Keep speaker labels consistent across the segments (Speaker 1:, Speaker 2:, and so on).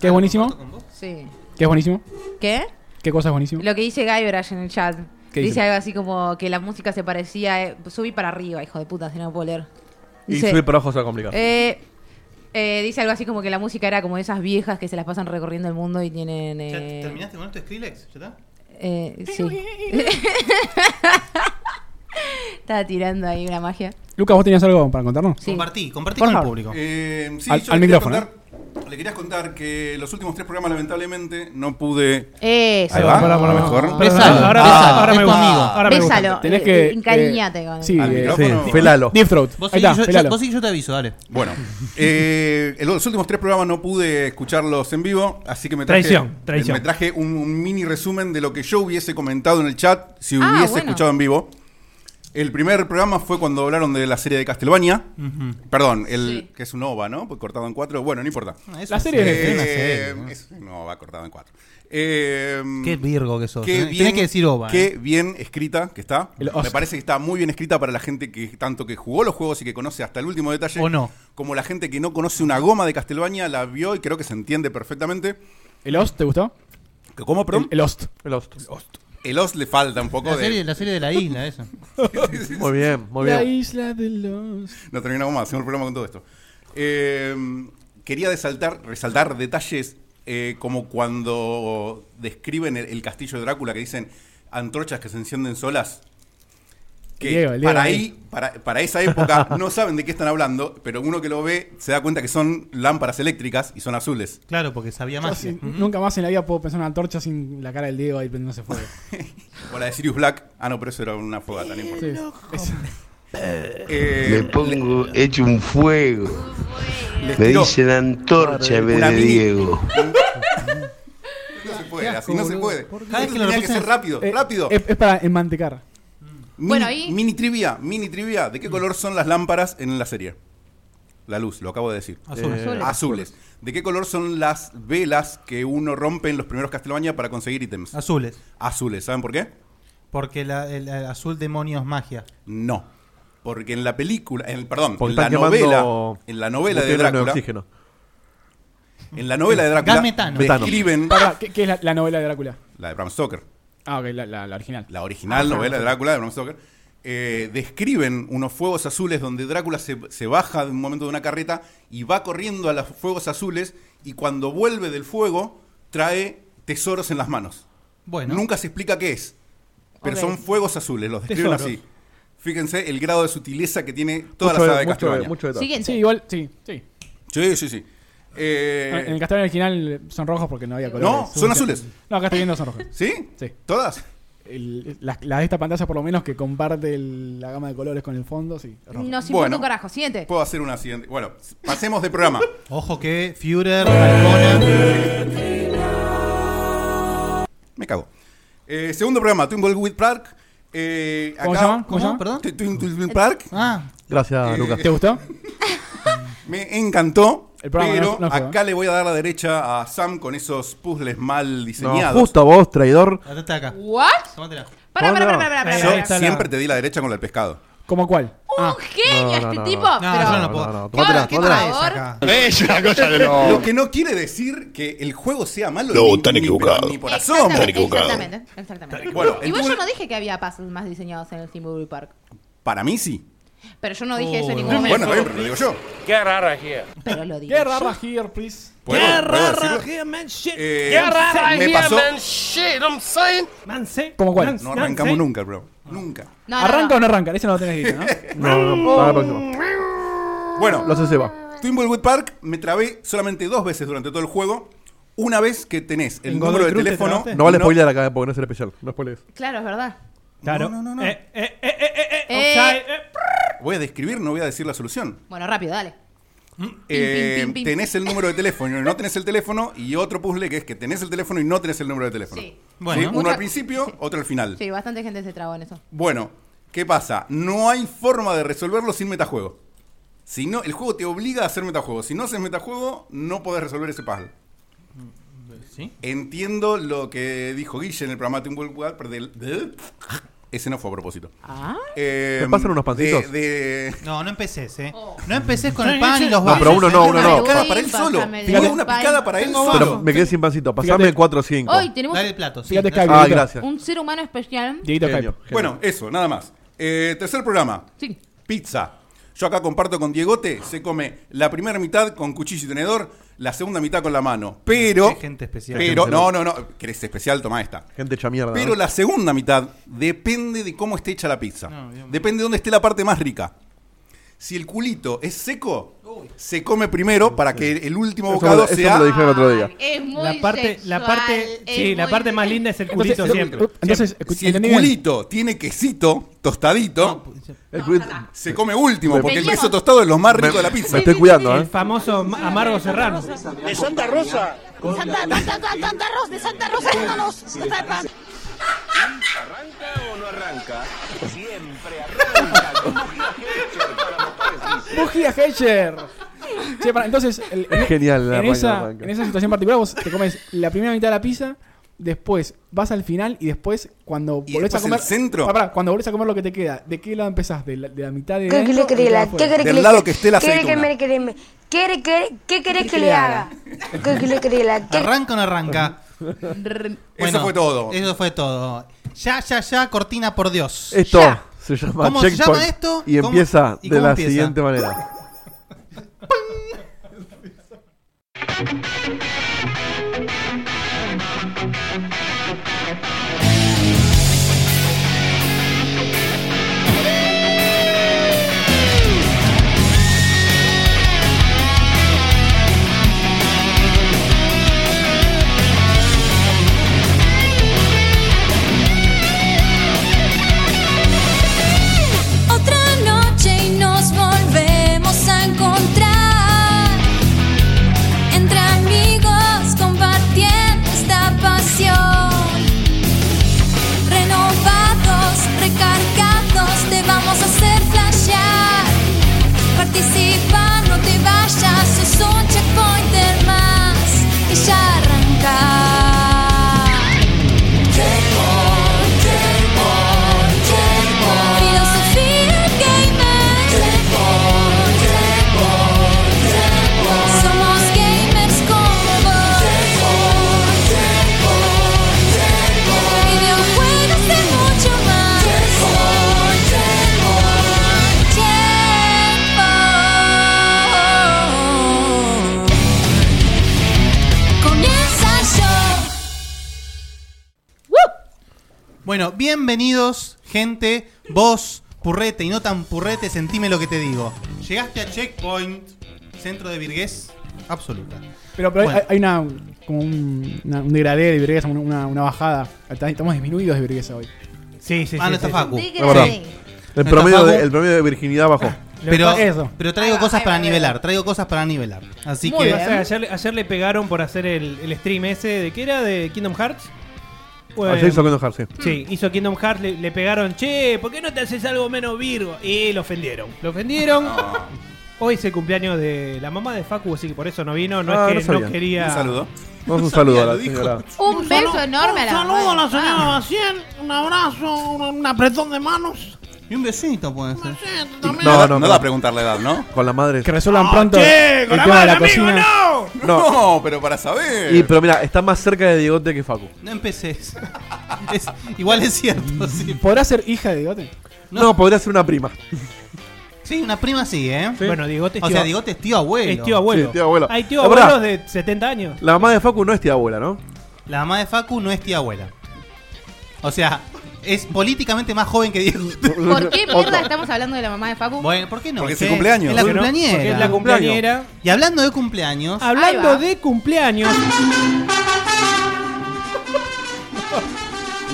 Speaker 1: ¿Qué es buenísimo?
Speaker 2: Sí.
Speaker 1: ¿Qué es buenísimo?
Speaker 2: ¿Qué?
Speaker 1: ¿Qué cosa es buenísimo?
Speaker 2: Lo que dice Guybrush en el chat.
Speaker 1: ¿Qué
Speaker 2: Dice,
Speaker 1: dice?
Speaker 2: algo así como que la música se parecía. eh, subí para arriba, hijo de puta, si no puedo leer.
Speaker 3: Y
Speaker 2: Dice,
Speaker 3: subir para abajo se va a complicar.
Speaker 2: eh, eh, dice algo así como que la música era como de esas viejas que se las pasan recorriendo el mundo y tienen.
Speaker 4: ¿Ya
Speaker 2: eh,
Speaker 4: ¿Terminaste con esto de Skrillex? ¿Ya está?
Speaker 2: eh, sí. Estaba tirando ahí una magia.
Speaker 1: Lucas, ¿vos tenías algo para contarnos?
Speaker 2: Sí.
Speaker 4: Compartí, compartí
Speaker 1: Por
Speaker 4: con
Speaker 1: favor.
Speaker 4: el público.
Speaker 5: Eh, sí,
Speaker 1: Al-
Speaker 5: yo
Speaker 1: al
Speaker 5: le quería
Speaker 1: micrófono, ¿eh?
Speaker 5: contar- Le querías contar que los últimos tres programas, lamentablemente, no pude.
Speaker 2: Eso.
Speaker 5: Ahí va,
Speaker 1: pará, pará,
Speaker 5: a lo mejor.
Speaker 1: Pero-
Speaker 2: Bésalo.
Speaker 1: Ah,
Speaker 6: Ahora,
Speaker 3: ah,
Speaker 6: ahora me
Speaker 3: es tu
Speaker 6: gusta.
Speaker 3: amigo.
Speaker 6: Ahora me gusta.
Speaker 2: Bésalo.
Speaker 1: Tenés que.
Speaker 2: eh, Encariñate
Speaker 1: eh,
Speaker 2: con él.
Speaker 1: Sí,
Speaker 5: Al
Speaker 1: eh,
Speaker 3: Sí,
Speaker 5: micrófono.
Speaker 3: felalo.
Speaker 1: Deep Throat.
Speaker 7: Vos
Speaker 1: Ahí
Speaker 7: seguís,
Speaker 1: está,
Speaker 7: yo- yo,
Speaker 1: pelalo.
Speaker 7: vos seguís, yo te aviso, dale.
Speaker 5: Bueno, eh, los últimos tres programas no pude escucharlos en vivo, así que me traje,
Speaker 6: Traición, traición.
Speaker 5: Me traje un, un mini resumen de lo que yo hubiese comentado en el chat si
Speaker 2: Ah,
Speaker 5: hubiese
Speaker 2: bueno.
Speaker 5: escuchado en vivo. El primer programa fue cuando hablaron de la serie de Castlevania. Perdón, el
Speaker 2: Sí.
Speaker 5: que es un OVA, ¿no? Pues Cortado en cuatro. Bueno, no importa.
Speaker 7: Ah, es
Speaker 1: La
Speaker 7: una
Speaker 1: serie de-
Speaker 7: es una
Speaker 5: Eh,
Speaker 7: serie, ¿no?
Speaker 5: es un OVA cortado en cuatro. Eh,
Speaker 7: Qué virgo que sos. ¿eh?
Speaker 5: Qué
Speaker 7: Tenés que decir ova.
Speaker 5: Qué
Speaker 7: eh.
Speaker 5: bien escrita que está.
Speaker 1: El
Speaker 5: Me
Speaker 1: Oscar.
Speaker 5: parece que está muy bien escrita para la gente que tanto que jugó los juegos y que conoce hasta el último detalle.
Speaker 7: O no.
Speaker 5: Como la gente que no conoce una goma de Castlevania la vio y creo que se entiende perfectamente.
Speaker 1: ¿El Lost te gustó?
Speaker 5: Que como
Speaker 1: El,
Speaker 5: perdón?
Speaker 1: el Lost.
Speaker 3: Lost.
Speaker 5: El os le falta un poco
Speaker 7: La serie,
Speaker 5: de.
Speaker 7: la serie de la isla, esa.
Speaker 3: Muy bien, muy
Speaker 1: La
Speaker 3: bien.
Speaker 1: isla de Lost.
Speaker 5: No terminamos más, hacemos el programa con todo esto. Eh, quería desaltar- resaltar detalles eh, como cuando describen el, el castillo de Drácula que dicen antorchas que se encienden solas. Que
Speaker 1: Diego, el Diego
Speaker 5: para
Speaker 1: ahí.
Speaker 5: ahí, para, para esa época no saben de qué están hablando, pero uno que lo ve se da cuenta que son lámparas eléctricas y son azules.
Speaker 7: Claro, porque sabía
Speaker 1: Yo
Speaker 7: más.
Speaker 1: sin- Nunca más en la vida puedo pensar en una antorcha sin la cara del Diego ahí prendiéndose fuego.
Speaker 5: O la de Sirius Black. Ah, no, pero eso era una fogata, no importa.
Speaker 1: Sí. Es-
Speaker 5: Eh,
Speaker 8: Me pongo hecho un fuego.
Speaker 5: les
Speaker 8: Me
Speaker 5: tiró
Speaker 8: dicen antorcha en vez
Speaker 5: una
Speaker 8: de
Speaker 5: mini-
Speaker 8: Diego.
Speaker 5: No se puede, así no se puede.
Speaker 7: Cada vez que lo
Speaker 5: Tenía que
Speaker 7: repasas-
Speaker 5: ser rápido,
Speaker 1: eh,
Speaker 5: rápido.
Speaker 1: Es, es para enmantecar.
Speaker 5: Mini,
Speaker 2: Bueno, ahí-
Speaker 5: mini trivia, mini trivia. ¿De qué color son las lámparas en la serie? La luz, lo acabo de decir.
Speaker 7: Azul.
Speaker 3: Eh,
Speaker 5: Azules. ¿De qué color son las velas que uno rompe en los primeros Castlevania para conseguir ítems?
Speaker 7: Azules.
Speaker 5: Azules, ¿saben por qué?
Speaker 7: Porque la, el, el azul demonios magia.
Speaker 5: No. Porque en la película, en el- perdón,
Speaker 3: Porque
Speaker 5: en la
Speaker 3: están quemando
Speaker 5: novela, en la novela de
Speaker 3: butano en
Speaker 5: Drácula,
Speaker 3: oxígeno.
Speaker 5: en la novela de Drácula,
Speaker 7: Gas metano.
Speaker 5: describen
Speaker 1: Pará, ¿qué, qué es la, la novela de Drácula?
Speaker 5: la de Bram Stoker.
Speaker 1: Ah, ok, la, la- la original.
Speaker 5: la original novela de Drácula de Bram Stoker, eh, describen unos fuegos azules donde Drácula se, se baja de un momento de una carreta y va corriendo a los fuegos azules y cuando vuelve del fuego trae tesoros en las manos.
Speaker 7: Bueno.
Speaker 5: Nunca se explica qué es, pero
Speaker 2: Ok.
Speaker 5: son fuegos azules, los describen
Speaker 6: Tesoros.
Speaker 5: así. Fíjense el grado de sutileza que tiene toda
Speaker 3: Mucho
Speaker 5: la
Speaker 3: de-
Speaker 5: saga de
Speaker 3: mucho, de-
Speaker 5: Castlevania.
Speaker 3: mucho detalle.
Speaker 2: Siguiente.
Speaker 1: Sí, igual, sí, sí.
Speaker 5: Sí, sí, sí. Eh,
Speaker 1: En el castellano original son rojos porque no había colores.
Speaker 5: no, son azules.
Speaker 1: No, acá estoy viendo son rojos.
Speaker 5: ¿Sí?
Speaker 1: Sí.
Speaker 5: ¿Todas?
Speaker 1: El- la, la de esta pantalla, por lo menos, que comparte el- la gama de colores con el fondo, sí. es rojo.
Speaker 2: Nos importa
Speaker 5: Bueno.
Speaker 2: un carajo. Siguiente.
Speaker 5: Puedo hacer una siguiente. Bueno, pasemos de programa.
Speaker 7: Ojo que Führer, Falcone.
Speaker 5: Me cago. Eh, segundo programa, Twinklewood Park. Eh,
Speaker 1: ¿Cómo
Speaker 5: acá-
Speaker 1: se llama? ¿Cómo se llama?
Speaker 7: ¿Perdón?
Speaker 5: Twi- Twin- Twinklewood Park.
Speaker 7: Ah,
Speaker 5: Eh,
Speaker 3: Gracias, Lucas.
Speaker 1: ¿Te gustó?
Speaker 5: Me encantó.
Speaker 1: El programa
Speaker 5: pero
Speaker 1: no- no fue,
Speaker 5: acá le voy a dar la derecha a Sam con esos puzzles mal
Speaker 3: No,
Speaker 5: diseñados.
Speaker 3: justo a vos, traidor.
Speaker 7: atate acá.
Speaker 2: ¿What?
Speaker 7: Tómatela.
Speaker 2: Pará, pará,
Speaker 3: Hola.
Speaker 2: pará, pará, pará,
Speaker 6: Ahí
Speaker 5: Yo
Speaker 2: pará.
Speaker 6: está la-
Speaker 5: siempre te di la derecha con el pescado.
Speaker 1: ¿Cómo cuál? Ah,
Speaker 2: Un genio
Speaker 3: No, no,
Speaker 2: este
Speaker 3: no,
Speaker 2: tipo.
Speaker 3: no.
Speaker 7: No,
Speaker 2: pero-
Speaker 7: yo no puedo.
Speaker 3: No, no,
Speaker 2: Claro,
Speaker 3: tómatela,
Speaker 2: qué
Speaker 3: tómatela.
Speaker 2: favor.
Speaker 7: acá.
Speaker 9: Es una cosa de loco.
Speaker 5: Lo que no quiere decir que el juego sea malo.
Speaker 9: No,
Speaker 5: ni-
Speaker 9: están
Speaker 5: ni-
Speaker 9: equivocados.
Speaker 5: Ni por asomo.
Speaker 2: Exactamente,
Speaker 9: equivocados.
Speaker 2: exactamente, exactamente.
Speaker 5: Bueno, el
Speaker 2: Igual yo
Speaker 5: túnel-
Speaker 2: no dije que había pasos más diseñados en el Timbuktu Park.
Speaker 5: Para mí sí.
Speaker 2: Pero yo no dije eso en ningún
Speaker 5: Bueno,
Speaker 2: momento.
Speaker 5: está bien, pero lo digo
Speaker 2: Pero
Speaker 5: yo.
Speaker 2: lo dije.
Speaker 1: ¿Qué rara here, please?
Speaker 5: ¿Puedo- puedo decirlo? Eh, me pasó.
Speaker 6: Manse.
Speaker 1: ¿Cómo cuál?
Speaker 5: No arrancamos nunca, bro. Nunca.
Speaker 2: No, no,
Speaker 1: ¿Arranca
Speaker 2: no.
Speaker 1: o no arranca? Eso no lo tenés dicho, ¿no?
Speaker 3: No, no, para la próxima.
Speaker 5: Bueno,
Speaker 3: Lo hace Seba.
Speaker 5: Twimblewood Park me trabé solamente dos veces durante todo el juego. Una vez que tenés el
Speaker 6: ¿En
Speaker 5: número de
Speaker 6: Godoy Cruz te
Speaker 5: teléfono.
Speaker 6: trabaste?
Speaker 3: No vale spoiler acá eh, porque no es el especial. No spoilers.
Speaker 2: Claro, es verdad.
Speaker 6: Claro.
Speaker 5: No, no, no, no.
Speaker 6: Eh, eh, eh, eh, eh, eh,
Speaker 2: Eh.
Speaker 6: offside, eh, prr.
Speaker 5: Voy a describir, no voy a decir la solución.
Speaker 2: Bueno, rápido, dale.
Speaker 6: Mm.
Speaker 5: Eh,
Speaker 2: pim, pim.
Speaker 5: Tenés el número de teléfono y no tenés el teléfono. Y otro puzzle que es que tenés el teléfono y no tenés el número de teléfono.
Speaker 2: Sí.
Speaker 7: Bueno.
Speaker 5: Sí, Uno
Speaker 2: Mucha-
Speaker 5: al principio,
Speaker 2: sí.
Speaker 5: otro al final.
Speaker 2: Sí, bastante gente se trabó en eso.
Speaker 5: Bueno, ¿qué pasa? No hay forma de resolverlo sin metajuego. Si no, el juego te obliga a hacer metajuego. Si no haces metajuego, no podés resolver ese puzzle.
Speaker 7: ¿Sí?
Speaker 5: Entiendo lo que dijo Guille en el programa Team World War, pero del- del- Ese no fue a propósito.
Speaker 2: Ah,
Speaker 5: Eh,
Speaker 3: ¿Me pasan unos pancitos?
Speaker 5: De, de-
Speaker 7: No, no empeces, ¿eh. No empeces con el pan y los
Speaker 3: No,
Speaker 7: bares.
Speaker 3: pero uno no,
Speaker 5: Una
Speaker 3: uno no.
Speaker 5: picada
Speaker 2: Uy,
Speaker 5: para él solo.
Speaker 2: pásame el
Speaker 5: Fue
Speaker 1: pan.
Speaker 5: una picada para él
Speaker 2: Tengo
Speaker 5: solo.
Speaker 3: Pero me quedé sin pancito. Pasame
Speaker 1: Fíjate.
Speaker 3: 4 o 5.
Speaker 2: hoy tenemos
Speaker 7: Dale el plato, sí.
Speaker 1: Fíjate que
Speaker 7: gracias.
Speaker 1: había-
Speaker 3: Ah,
Speaker 1: Dieguito.
Speaker 3: gracias.
Speaker 2: un ser humano especial.
Speaker 1: Dieguito
Speaker 3: Genio,
Speaker 1: Hype.
Speaker 3: genio.
Speaker 5: Bueno, eso, nada más. Eh, tercer programa.
Speaker 2: Sí.
Speaker 5: Pizza. Yo acá comparto con Diegote, se come la primera mitad con cuchillo y tenedor, la segunda mitad con la mano. Pero.
Speaker 7: Qué gente especial.
Speaker 5: Pero,
Speaker 3: Qué
Speaker 5: no, no, no. ¿Querés especial? Toma esta.
Speaker 3: gente hecha mierda.
Speaker 5: Pero
Speaker 3: ¿no?
Speaker 5: la segunda mitad depende de cómo esté hecha la pizza.
Speaker 7: No, bien.
Speaker 5: depende de dónde esté la parte más rica. Si el culito es seco, se come primero para que el último
Speaker 3: Eso me lo-
Speaker 5: bocado
Speaker 3: eso
Speaker 5: sea.
Speaker 3: me lo dijeron el otro día.
Speaker 2: Ay, Es muy
Speaker 6: La parte, la parte,
Speaker 2: sexual, es
Speaker 6: sí, la
Speaker 2: muy-
Speaker 6: parte más linda es el
Speaker 1: Entonces,
Speaker 6: culito
Speaker 1: lo-
Speaker 6: siempre.
Speaker 1: lo- Entonces, escu-
Speaker 5: Si el
Speaker 1: ¿entendí bien?
Speaker 5: culito tiene quesito tostadito,
Speaker 3: El cuid-
Speaker 5: se come último, porque el
Speaker 2: Veníamos-
Speaker 5: queso tostado es lo más rico de la pizza.
Speaker 3: Me estoy cuidando,
Speaker 6: El
Speaker 3: ¿eh?
Speaker 6: famoso ma- amargo serrano.
Speaker 9: Santa, Santa, Santa Rosa, de Santa Rosa, no nos. Santa-
Speaker 1: ¡Bujía Hecher! Che, pará, entonces, el- en, e-
Speaker 3: Genial, la
Speaker 1: en
Speaker 3: arranca, la
Speaker 1: esa,
Speaker 3: arranca.
Speaker 1: en esa situación particular vos te comes la primera mitad de la pizza, después vas al final y después cuando
Speaker 5: Y
Speaker 1: volvés a
Speaker 5: después
Speaker 1: comer...
Speaker 5: el centro.
Speaker 1: Pará, pará, cuando volvés a comer lo que te queda, ¿de qué lado empezás? ¿De la, de la mitad de
Speaker 10: ¿Qué
Speaker 1: adentro
Speaker 10: querés
Speaker 1: o
Speaker 10: que
Speaker 1: de
Speaker 10: le
Speaker 1: la
Speaker 10: haga? ¿Qué
Speaker 1: afuera?
Speaker 10: querés que
Speaker 5: Del
Speaker 10: le-
Speaker 5: lado que esté la
Speaker 10: ¿Qué querés que
Speaker 5: aceituna.
Speaker 10: me- que me- ¿Qué querés que- qué querés que le haga? ¿Qué querés que le haga? ¿Qué-
Speaker 7: ¿Arranca o no arranca?
Speaker 2: Rrr.
Speaker 5: eso fue todo.
Speaker 7: Eso fue todo. Ya, ya, ya, cortina por Dios.
Speaker 3: Esto
Speaker 2: Ya.
Speaker 3: se llama
Speaker 7: ¿Cómo se
Speaker 3: Checkpoint.
Speaker 7: llama esto?
Speaker 3: Y
Speaker 7: ¿Cómo-
Speaker 3: empieza
Speaker 7: y
Speaker 3: de
Speaker 7: cómo
Speaker 3: la
Speaker 7: empieza?
Speaker 3: siguiente manera.
Speaker 9: Otra noche y nos volvemos a encontrar entre amigos compartiendo esta pasión. Renovados, recargados, te vamos a hacer flashear. Participa, no te vayas, es un checkpointer más que ya arrancar. Filosofía gamer. Somos gamers como vos. Videojuegos de mucho más. Checkpoint. Comienza el show.
Speaker 7: Bueno, bienvenidos, gente, vos, purrete y no tan purrete, sentime lo que te digo. Llegaste a Checkpoint, centro de virgués absoluta.
Speaker 1: Pero, pero hay-
Speaker 6: eh,
Speaker 7: Bueno.
Speaker 1: hay, una como un, una- un degradé de virguesa, una, una- una bajada. Estamos disminuidos de virguesa hoy.
Speaker 6: Sí, sí,
Speaker 7: ah,
Speaker 6: sí,
Speaker 7: no está
Speaker 6: sí,
Speaker 7: Facu.
Speaker 3: La verdad. El
Speaker 7: Está
Speaker 3: promedio, de,
Speaker 7: Facu.
Speaker 3: el promedio de virginidad bajó.
Speaker 6: sí. Lo que
Speaker 7: Pero,
Speaker 6: pasa- eso.
Speaker 7: pero traigo
Speaker 2: Ahí va,
Speaker 7: cosas
Speaker 2: ahí
Speaker 7: para
Speaker 2: va, ahí va.
Speaker 7: nivelar, traigo cosas para nivelar. Así
Speaker 2: Muy
Speaker 7: que eh,
Speaker 6: O sea, ayer, ayer le pegaron por hacer el, el stream ese de que era de Kingdom Hearts. Bueno,
Speaker 3: Ayer Ah, hizo Kingdom Hearts, sí.
Speaker 6: Sí, hizo Kingdom Hearts, le, le pegaron, che, ¿por qué no te haces algo menos Virgo? Y lo ofendieron. Lo ofendieron. Hoy es el cumpleaños de la mamá de Facu, así que por eso no vino. No
Speaker 3: Ah,
Speaker 6: es
Speaker 3: no
Speaker 6: que no,
Speaker 3: sabía.
Speaker 6: quería.
Speaker 5: Un saludo.
Speaker 3: Vamos un
Speaker 5: sabía,
Speaker 3: saludo a
Speaker 5: lo
Speaker 3: la
Speaker 5: dijo.
Speaker 3: señora.
Speaker 2: Un beso enorme a la mamá.
Speaker 6: Maciel, un abrazo, un apretón de manos.
Speaker 7: y un besito puede ser.
Speaker 3: No, no,
Speaker 5: No, da- no,
Speaker 3: pero-
Speaker 5: da a preguntar la edad, ¿no?
Speaker 3: Con la madre.
Speaker 1: Que
Speaker 5: ¡Ah,
Speaker 1: resuelvan pronto el tema de la cocina.
Speaker 5: No,
Speaker 3: No.
Speaker 5: pero para saber.
Speaker 3: Y, pero mira, está más cerca de Diegote que Facu.
Speaker 7: No empecés. Es- igual es
Speaker 6: Mm.
Speaker 7: cierto, sí.
Speaker 1: ¿Podrá ser hija de Diegote?
Speaker 7: No.
Speaker 3: No, podría ser una prima.
Speaker 7: Sí, una prima sí, ¿eh?
Speaker 6: Bueno, Digote es
Speaker 7: o
Speaker 6: tío-
Speaker 7: sea, digo, es tío abuelo.
Speaker 6: es tío abuelo.
Speaker 3: Sí, tío abuelo.
Speaker 6: Hay tío
Speaker 3: Es verdad.
Speaker 6: abuelos de 70 años.
Speaker 3: La mamá de Facu no es tía abuela, ¿no?
Speaker 7: La mamá de Facu no es tía abuela. O sea, es políticamente más joven que Diego.
Speaker 2: ¿Por qué mierda estamos hablando de la mamá de Facu?
Speaker 7: Bueno, ¿por qué no?
Speaker 5: Porque es su
Speaker 7: che?
Speaker 5: cumpleaños.
Speaker 7: Es la
Speaker 6: Porque no-
Speaker 7: cumpleañera.
Speaker 6: porque es la cumpleañera.
Speaker 7: Y hablando de cumpleaños,
Speaker 2: Ahí
Speaker 6: Hablando
Speaker 2: va.
Speaker 6: de cumpleaños,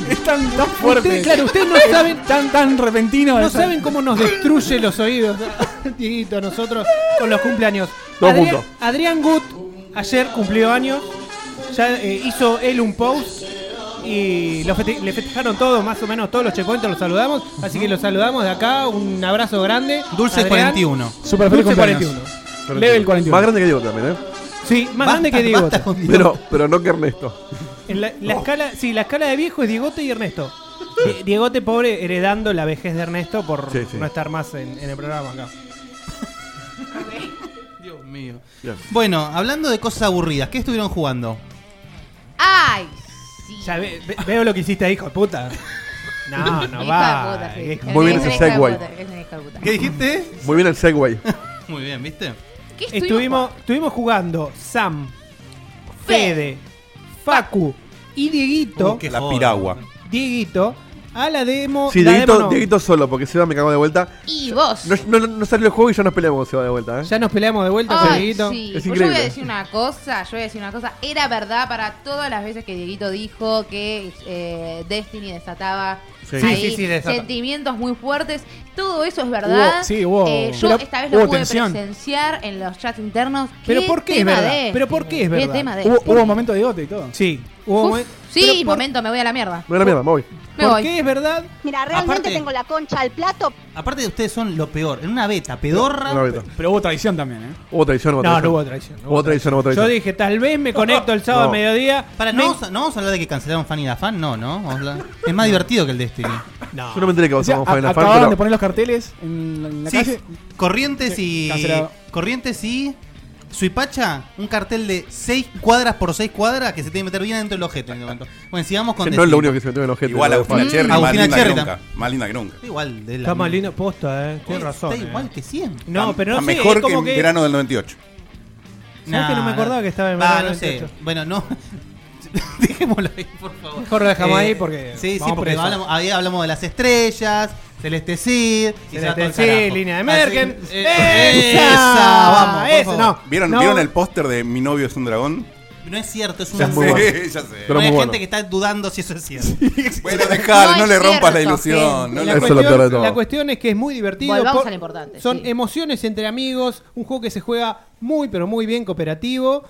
Speaker 1: Es tan, tan fuerte.
Speaker 6: ustedes, claro, ustedes no saben
Speaker 1: tan, tan repentino.
Speaker 6: No
Speaker 1: esa-
Speaker 6: saben cómo nos destruye los oídos, Dieguito, nosotros con los cumpleaños.
Speaker 3: Todos
Speaker 6: Adrián,
Speaker 3: juntos.
Speaker 6: Adrián Gut ayer cumplió años, ya eh, hizo él un post y lo fete- le festejaron todos, más o menos todos los checkpoints los saludamos, así que los saludamos de acá, un abrazo grande.
Speaker 7: Dulce
Speaker 6: Adrián,
Speaker 7: 41.
Speaker 1: Super feliz
Speaker 6: Dulce
Speaker 1: cumpleaños.
Speaker 6: 41.
Speaker 1: Level 41.
Speaker 3: Más grande que Diegote también, ¿eh?
Speaker 6: Sí, más
Speaker 7: Basta-
Speaker 6: grande que Diego.
Speaker 7: basta con Diego.
Speaker 3: Pero, pero no que Ernesto.
Speaker 6: En la, la escala, sí, la escala de viejo es Diegote y Ernesto. Die- Diegote pobre heredando la vejez de Ernesto por
Speaker 3: Sí, sí.
Speaker 6: no estar más en, en el programa acá.
Speaker 7: Dios mío.
Speaker 3: Bien.
Speaker 7: Bueno, hablando de cosas aburridas, ¿qué estuvieron jugando?
Speaker 2: ¡Ay! Sí.
Speaker 6: Ya ve- ve- veo lo que hiciste, hijo de puta. No, no
Speaker 2: Hijo de
Speaker 6: va.
Speaker 2: puta, sí.
Speaker 6: hijo.
Speaker 3: Muy bien
Speaker 2: Es un
Speaker 3: ese
Speaker 2: hijo de
Speaker 3: segue.
Speaker 2: puta, es un hijo de puta.
Speaker 7: ¿Qué dijiste?
Speaker 3: Muy bien el segway.
Speaker 7: Muy bien, ¿viste?
Speaker 2: ¿Qué estuvimos
Speaker 6: Estuvimos, estuvimos jugando Sam, Fede,
Speaker 2: Fede,
Speaker 6: Facu y Dieguito.
Speaker 7: Uh, qué
Speaker 5: La
Speaker 7: joda.
Speaker 5: piragua.
Speaker 6: Dieguito a la demo.
Speaker 3: Sí,
Speaker 6: la
Speaker 3: Dieguito,
Speaker 6: demo no.
Speaker 3: Dieguito solo, porque Seba me cagó de vuelta.
Speaker 2: Y vos.
Speaker 3: No, no, no salió el juego y ya nos peleamos con Seba de vuelta, ¿eh?
Speaker 6: Ya nos peleamos de vuelta con
Speaker 2: Ay,
Speaker 6: Dieguito.
Speaker 2: sí.
Speaker 3: Es
Speaker 2: Pues yo voy a
Speaker 3: increíble.
Speaker 2: decir una cosa, yo voy a decir una cosa. Era verdad para todas las veces que Dieguito dijo que eh, Destiny desataba
Speaker 3: Sí.
Speaker 2: ahí
Speaker 6: Sí, sí, sí, desata.
Speaker 2: sentimientos muy fuertes. Todo eso es verdad.
Speaker 1: Hubo- sí, hubo-
Speaker 2: Eh, yo
Speaker 1: pero
Speaker 2: esta vez lo
Speaker 1: hubo
Speaker 2: pude
Speaker 1: tensión.
Speaker 2: presenciar en los chats internos.
Speaker 6: Pero ¿por qué es
Speaker 2: tema
Speaker 6: verdad?
Speaker 2: de
Speaker 6: Pero ¿por qué es
Speaker 2: Destiny?
Speaker 6: verdad?
Speaker 2: tema de
Speaker 1: Hubo,
Speaker 2: Destiny?
Speaker 1: hubo un momento de bigote y todo.
Speaker 6: Sí, hubo
Speaker 2: Uf,
Speaker 6: un momento- pero
Speaker 2: sí,
Speaker 6: por-
Speaker 2: momento, me voy a la mierda.
Speaker 3: No era mierda, me voy.
Speaker 2: Me
Speaker 6: ¿Por
Speaker 2: voy.
Speaker 6: qué es verdad?
Speaker 10: Mira, realmente
Speaker 7: Aparte-
Speaker 10: tengo la concha al plato.
Speaker 7: Aparte de ustedes son lo peor. En una beta, pedorra.
Speaker 3: Una beta.
Speaker 1: Pero hubo traición también, ¿eh?
Speaker 3: Hubo traición, hubo
Speaker 6: No,
Speaker 3: traición.
Speaker 6: no hubo traición. no
Speaker 3: Hubo traición, hubo traición.
Speaker 6: Yo dije, tal vez me conecto el sábado
Speaker 3: No.
Speaker 6: a mediodía.
Speaker 7: Para,
Speaker 6: Me-
Speaker 7: ¿no, vamos a, no vamos a hablar de que cancelaron Fan y la Fan, no, ¿no? Vamos a hablar- Es más divertido que el Destiny.
Speaker 6: No.
Speaker 3: Yo no me enteré que
Speaker 1: O sea,
Speaker 3: pasamos
Speaker 1: a-
Speaker 3: Final
Speaker 1: acababan
Speaker 3: Fantasy.
Speaker 1: de
Speaker 3: pero-
Speaker 1: poner los carteles en, la- en la
Speaker 7: Sí,
Speaker 1: calle.
Speaker 7: Corrientes y.
Speaker 1: Cancelado.
Speaker 7: Corrientes y. Suipacha, un cartel de 6 cuadras por 6 cuadras que se tiene que meter bien dentro del ojete en este momento. Bueno, sigamos con.
Speaker 3: que No es
Speaker 7: Destiny.
Speaker 3: lo único que se metió en el ojete.
Speaker 5: Igual
Speaker 3: ¿no?
Speaker 5: Agustina Cherry, más
Speaker 7: Agustina
Speaker 5: linda que
Speaker 7: Cherry
Speaker 5: nunca. Más linda que nunca.
Speaker 7: Está Igual, de la
Speaker 6: Está más
Speaker 7: misma.
Speaker 6: lindo posta, eh. Tienes razón.
Speaker 7: Está
Speaker 6: eh.
Speaker 7: igual que siempre.
Speaker 6: No,
Speaker 5: Está-
Speaker 6: pero no
Speaker 5: está
Speaker 6: sé,
Speaker 5: mejor
Speaker 6: es como
Speaker 5: que,
Speaker 6: que-
Speaker 5: en verano del 98.
Speaker 6: ¿Sabes que no me acordaba que estaba en
Speaker 7: Ah,
Speaker 6: verano
Speaker 7: no
Speaker 6: del
Speaker 7: sé.
Speaker 6: 28?
Speaker 7: Bueno, no. Dejémoslo ahí, por favor. Eh,
Speaker 6: Mejor lo dejamos ahí porque
Speaker 7: Sí, sí,
Speaker 6: vamos
Speaker 7: porque
Speaker 6: presos.
Speaker 7: hablamos, ahí hablamos de las estrellas, Celeste Cid. y se va todo el
Speaker 6: Celeste Cid,
Speaker 7: carajo.
Speaker 6: línea de
Speaker 7: Así-
Speaker 6: Merkel.
Speaker 7: eh,
Speaker 6: ¡Esa!
Speaker 7: ¡Esa! Vamos, por
Speaker 6: Esa,
Speaker 7: favor.
Speaker 6: Ah, no.
Speaker 5: ¿Vieron,
Speaker 6: No.
Speaker 5: ¿vieron el póster de Mi novio es un dragón?
Speaker 7: No es cierto, es
Speaker 3: Ya
Speaker 7: una
Speaker 3: es muy bueno.
Speaker 5: Sí, ya sé.
Speaker 3: Pero
Speaker 7: hay
Speaker 3: muy
Speaker 7: gente
Speaker 3: bueno.
Speaker 7: que está dudando si eso es cierto.
Speaker 5: Bueno, dejale, no,
Speaker 2: No
Speaker 5: le
Speaker 2: es
Speaker 5: rompas la
Speaker 2: cierto,
Speaker 5: ilusión. No
Speaker 6: La
Speaker 5: le-
Speaker 3: Eso es lo peor de
Speaker 6: cuestión,
Speaker 3: todo.
Speaker 6: la cuestión es que es muy divertido.
Speaker 2: Volvamos a lo importante,
Speaker 6: Son
Speaker 2: sí.
Speaker 6: emociones entre amigos, un juego que se juega muy, pero muy bien cooperativo,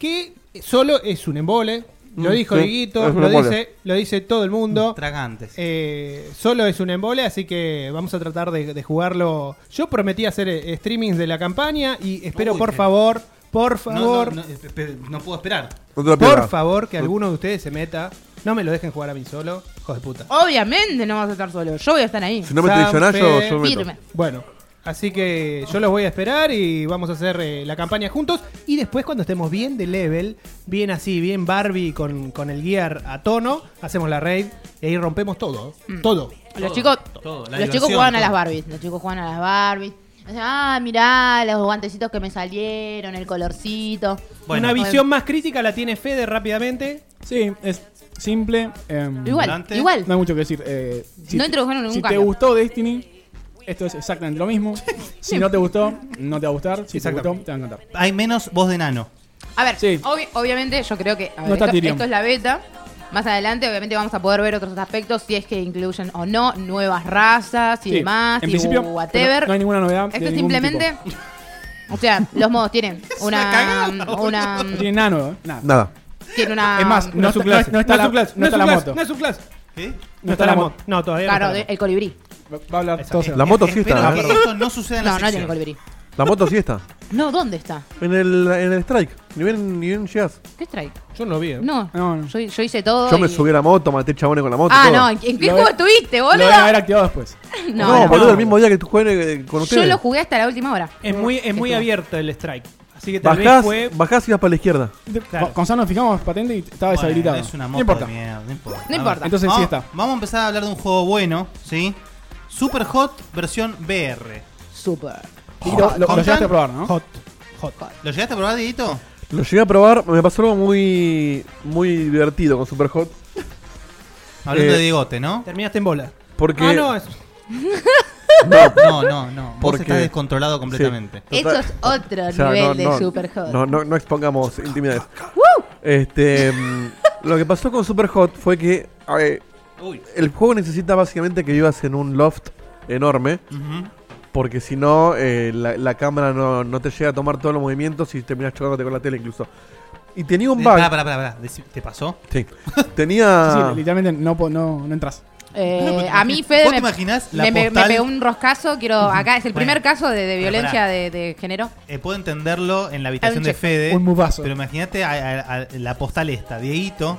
Speaker 6: que solo es un embole. Lo
Speaker 3: Mm,
Speaker 6: dijo
Speaker 3: sí,
Speaker 6: Dieguito,
Speaker 3: es un
Speaker 6: lo
Speaker 3: embole.
Speaker 6: dice, lo dice todo el mundo.
Speaker 7: Mm, Tragantes.
Speaker 6: Eh, solo es un embole, así que vamos a tratar de, de jugarlo. Yo prometí hacer eh, streamings de la campaña y espero,
Speaker 7: Uy,
Speaker 6: por
Speaker 7: eh.
Speaker 6: favor, por
Speaker 7: No, no,
Speaker 6: favor,
Speaker 7: no, eh, pe- pe- no puedo esperar.
Speaker 3: No te lo
Speaker 6: por
Speaker 3: pierdas.
Speaker 6: favor, que alguno de ustedes se meta. No me lo dejen jugar a mí solo, hijos de puta.
Speaker 2: Obviamente no vas a estar solo. Yo voy a estar ahí.
Speaker 3: Si no me
Speaker 6: San
Speaker 3: traicionás, yo,
Speaker 6: Fe-
Speaker 3: yo me meto.
Speaker 2: Firme.
Speaker 6: Bueno, así que yo los voy a esperar y vamos a hacer eh, la campaña juntos. Y después, cuando estemos bien de level, bien así, bien Barbie con, con el gear a tono, hacemos la raid y ahí rompemos todo. Todo.
Speaker 2: Mm. Los chicos,
Speaker 7: todo, la
Speaker 2: los chicos
Speaker 7: diversión,
Speaker 2: juegan a
Speaker 7: todo.
Speaker 2: las Barbies. Los chicos juegan a las Barbies. O sea, ah, mirá, los guantecitos que me salieron, el colorcito.
Speaker 7: Bueno,
Speaker 6: Una
Speaker 7: bueno.
Speaker 6: visión más crítica la tiene Fede rápidamente.
Speaker 1: Sí, es simple. em,
Speaker 2: Igual,
Speaker 7: Adelante.
Speaker 2: igual.
Speaker 1: No hay mucho que decir. eh,
Speaker 2: No
Speaker 1: te-
Speaker 2: introdujeron ningún
Speaker 1: Si te
Speaker 2: cambio.
Speaker 1: gustó Destiny, esto es exactamente lo mismo. Si no te gustó, no te va a gustar. Si te gustó, te va a encantar.
Speaker 7: Hay menos voz de nano.
Speaker 2: A ver,
Speaker 1: Sí.
Speaker 2: obvi- obviamente yo creo que a ver,
Speaker 1: No está
Speaker 2: esto,
Speaker 1: Tyrion.
Speaker 2: esto es la beta. Más adelante, obviamente, vamos a poder ver otros aspectos, si es que incluyen o no nuevas razas y
Speaker 1: Sí,
Speaker 2: demás,
Speaker 1: en
Speaker 2: y
Speaker 1: principio,
Speaker 2: whatever.
Speaker 1: no- no hay ninguna novedad de
Speaker 2: Esto es
Speaker 1: ningún
Speaker 2: simplemente. O sea, los modos tienen una. una,
Speaker 1: No tiene nada nuevo, ¿eh? Nada.
Speaker 3: Nada.
Speaker 2: tiene una.
Speaker 1: Es más, no, es
Speaker 6: No es
Speaker 1: su
Speaker 6: su
Speaker 1: clase. No, está la-
Speaker 6: subclase,
Speaker 1: no está la
Speaker 6: subclase,
Speaker 1: moto.
Speaker 6: No es su clase.
Speaker 7: ¿Qué?
Speaker 6: No está la moto. No, todavía
Speaker 2: Claro,
Speaker 6: no.
Speaker 2: de-
Speaker 6: está la moto.
Speaker 2: el colibrí.
Speaker 1: Va a hablar todo
Speaker 3: La moto sí
Speaker 7: Espero
Speaker 3: está,
Speaker 7: que
Speaker 3: ¿eh?
Speaker 7: esto no suceda en la
Speaker 2: No, no tiene
Speaker 7: sección.
Speaker 2: colibrí.
Speaker 3: La moto sí está.
Speaker 2: No, ¿dónde está?
Speaker 3: En el, en el strike. Ni bien, ni bien llegas.
Speaker 2: ¿Qué strike?
Speaker 6: Yo no lo vi. eh.
Speaker 2: No,
Speaker 1: No, no.
Speaker 2: Yo, yo hice todo.
Speaker 3: Yo me
Speaker 2: y-
Speaker 3: subí a la moto, maté chabones con la moto.
Speaker 2: Ah,
Speaker 3: todo.
Speaker 2: no, ¿en en qué
Speaker 1: Lo
Speaker 2: juego
Speaker 1: de-
Speaker 2: estuviste,
Speaker 1: Lo
Speaker 2: boludo?
Speaker 1: deben haber activado después.
Speaker 2: No,
Speaker 3: No,
Speaker 2: no.
Speaker 3: boludo, el mismo día que tú juegues eh, con
Speaker 2: Yo
Speaker 3: ustedes.
Speaker 2: lo jugué hasta la última hora.
Speaker 6: Es muy, es muy abierto el strike. Así que tal
Speaker 3: Bajás,
Speaker 6: vez fue.
Speaker 3: bajás y vas para la izquierda.
Speaker 6: Claro.
Speaker 1: Gonzalo nos fijamos patente y estaba
Speaker 7: Bueno,
Speaker 1: deshabilitado.
Speaker 7: Es una
Speaker 1: no
Speaker 7: moto
Speaker 1: importa.
Speaker 7: de mierda, no importa. Ah,
Speaker 2: No
Speaker 7: A
Speaker 2: importa.
Speaker 7: ver.
Speaker 1: Entonces sí
Speaker 7: Vamos-
Speaker 1: está.
Speaker 7: Vamos a empezar a hablar de un juego bueno, ¿sí? Super Hot versión VR.
Speaker 2: Super.
Speaker 1: Y lo, lo- lo
Speaker 7: Contan-
Speaker 1: llegaste a probar, ¿no?
Speaker 6: Hot. Hot.
Speaker 7: ¿Lo llegaste a probar, Dieguito?
Speaker 3: Lo llegué a probar, me pasó algo muy, muy divertido con Superhot.
Speaker 7: Hablando
Speaker 3: Eh,
Speaker 7: de Diegote, ¿no?
Speaker 6: Terminaste en bola.
Speaker 3: Porque.
Speaker 6: Ah, no, es-
Speaker 3: no,
Speaker 7: No, no, no. Vos
Speaker 3: Porque-
Speaker 7: estás descontrolado completamente.
Speaker 2: Eso es otro
Speaker 3: O sea,
Speaker 2: nivel
Speaker 3: no,
Speaker 2: de
Speaker 3: no,
Speaker 2: Superhot.
Speaker 3: No, no, no expongamos intimidades. Este, mm, lo que pasó con Superhot fue que a ver,
Speaker 7: Uy.
Speaker 3: el juego necesita básicamente que vivas en un loft enorme,
Speaker 7: Ujú.
Speaker 3: porque si no, eh, la, la cámara no, no te llega a tomar todos los movimientos y terminas chocándote con la tele incluso. Y tenía un
Speaker 7: Eh,
Speaker 3: bug.
Speaker 7: Pará, pará, pará, pará. Decí- ¿Te pasó?
Speaker 3: Sí. Tenía.
Speaker 1: Sí, literalmente no, po- no, no entras.
Speaker 2: Eh, a mí, Fede,
Speaker 7: ¿Vos te
Speaker 2: me,
Speaker 7: imaginás la
Speaker 2: me, me- me
Speaker 7: postal?
Speaker 2: pegó un roscazo. Quiero acá es el
Speaker 7: Bueno.
Speaker 2: primer caso de, de
Speaker 7: Pero
Speaker 2: violencia
Speaker 7: pará.
Speaker 2: de, de género.
Speaker 7: Eh, puedo entenderlo en la habitación
Speaker 2: Un
Speaker 7: de
Speaker 2: check-
Speaker 7: Fede.
Speaker 1: un mubazo.
Speaker 7: Pero imagínate a, a- a la postal esta, Dieguito,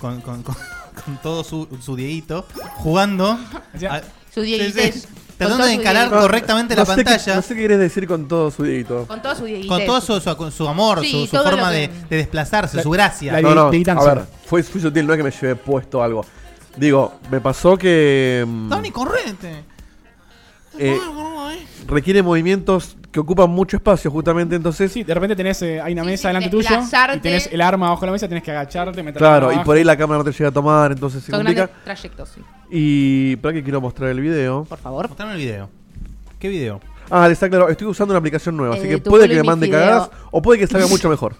Speaker 7: con, con- con- con todo su, su dieguito, jugando.
Speaker 3: Ah.
Speaker 7: a-
Speaker 2: Su dieguitez.
Speaker 7: Sí, sí.
Speaker 2: Con
Speaker 7: Tratando
Speaker 2: todo
Speaker 7: de
Speaker 2: su
Speaker 7: encarar
Speaker 2: dieguitez.
Speaker 7: correctamente la
Speaker 3: No sé qué-
Speaker 7: pantalla.
Speaker 3: no sé qué quieres decir con todo su dedito.
Speaker 2: Con todo su dieguitez.
Speaker 7: Con todo su, su- con su amor,
Speaker 2: Sí,
Speaker 7: su, su
Speaker 2: todo lo
Speaker 7: forma
Speaker 2: que-
Speaker 7: de, de desplazarse, su gracia.
Speaker 1: la-
Speaker 3: No, no,
Speaker 1: Dieguitan
Speaker 3: a ver,
Speaker 1: solo.
Speaker 3: fue, fui sutil, no es que me llevé puesto algo. Digo, me pasó que... mm,
Speaker 7: Tony, correte.
Speaker 3: eh, requiere movimientos que ocupan mucho espacio, justamente, entonces...
Speaker 1: Sí, de repente tenés, eh, hay una
Speaker 2: Sí, sí,
Speaker 1: mesa delante tuyo
Speaker 2: desplazarte.
Speaker 1: y tenés el arma abajo de la mesa, tenés que agacharte, meter
Speaker 3: Claro, y por ahí la cámara no te llega a tomar, entonces se
Speaker 2: Son
Speaker 3: complica.
Speaker 2: grandes trayectos, sí.
Speaker 3: Y para que quiero mostrar el video.
Speaker 2: Por favfavor.
Speaker 7: Mostrame el video. ¿Qué video?
Speaker 3: Ah, está claro, estoy usando una aplicación nueva, así
Speaker 2: El
Speaker 3: que
Speaker 2: de Eh, tu
Speaker 3: puede
Speaker 2: culo
Speaker 3: que
Speaker 2: y
Speaker 3: me
Speaker 2: mi
Speaker 3: mande
Speaker 2: fideo.
Speaker 3: cagadas o puede que salga mucho mejor.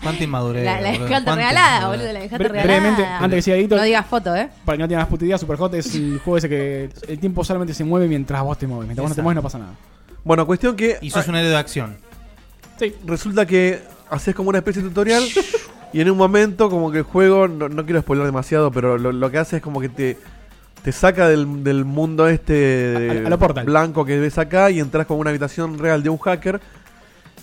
Speaker 7: Cuánta inmadurez.
Speaker 2: La, la
Speaker 7: boludo,
Speaker 2: dejaste
Speaker 7: cuánta
Speaker 2: regalada,
Speaker 7: inmadurez.
Speaker 2: boludo. La dejaste
Speaker 1: Bre-
Speaker 2: regalada.
Speaker 1: brevemente, antes que siga Dieguito-
Speaker 2: No digas foto, ¿eh?
Speaker 1: Para que no tengas más puta idea, Superhot es el juego ese que el tiempo solamente se mueve mientras vos te mueves. Mientras vos no te
Speaker 7: Exacto.
Speaker 1: mueves no pasa nada.
Speaker 3: Bueno, cuestión que
Speaker 7: Y sos un héroe de acción.
Speaker 1: Sí.
Speaker 3: resulta que haces como una especie de tutorial y en un momento como que el juego, no, no quiero spoiler demasiado, pero lo, lo que hace es como que te, te saca del, del mundo este de-
Speaker 1: A- a lo Portal.
Speaker 3: blanco que ves acá y entras como una habitación real de un hacker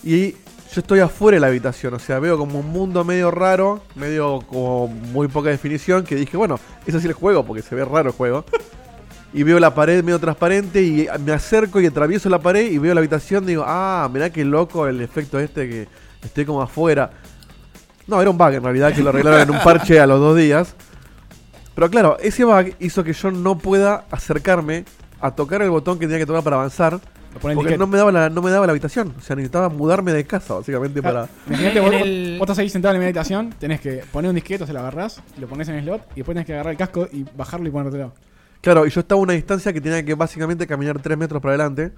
Speaker 3: y yo estoy afuera de la habitación, o sea, veo como un mundo medio raro, medio como muy poca definición, que dije, bueno, eso sí el juego, porque se ve raro el juego. Y veo la pared medio transparente y me acerco y atravieso la pared y veo la habitación. Digo, ah, mirá qué loco el efecto este que estoy como afuera. No, era un bug en realidad que lo arreglaron en un parche a los dos días. Pero claro, ese bug hizo que yo no pueda acercarme a tocar el botón que tenía que tocar para avanzar.
Speaker 1: Lo pone el
Speaker 3: Porque
Speaker 1: ticket.
Speaker 3: no me, daba la, no me daba la habitación. O sea, necesitaba mudarme de casa,
Speaker 1: Ah,
Speaker 3: básicamente, para...
Speaker 1: Imagínate,
Speaker 6: En
Speaker 1: vos,
Speaker 6: el-
Speaker 1: vos estás ahí sentado en la meditación, tenés que poner un disquete, se lo agarrás, lo pones en el slot y después tenés que agarrar el casco y bajarlo y ponértelo.
Speaker 3: Claro, y yo estaba a una distancia que tenía que básicamente caminar 3 metros para adelante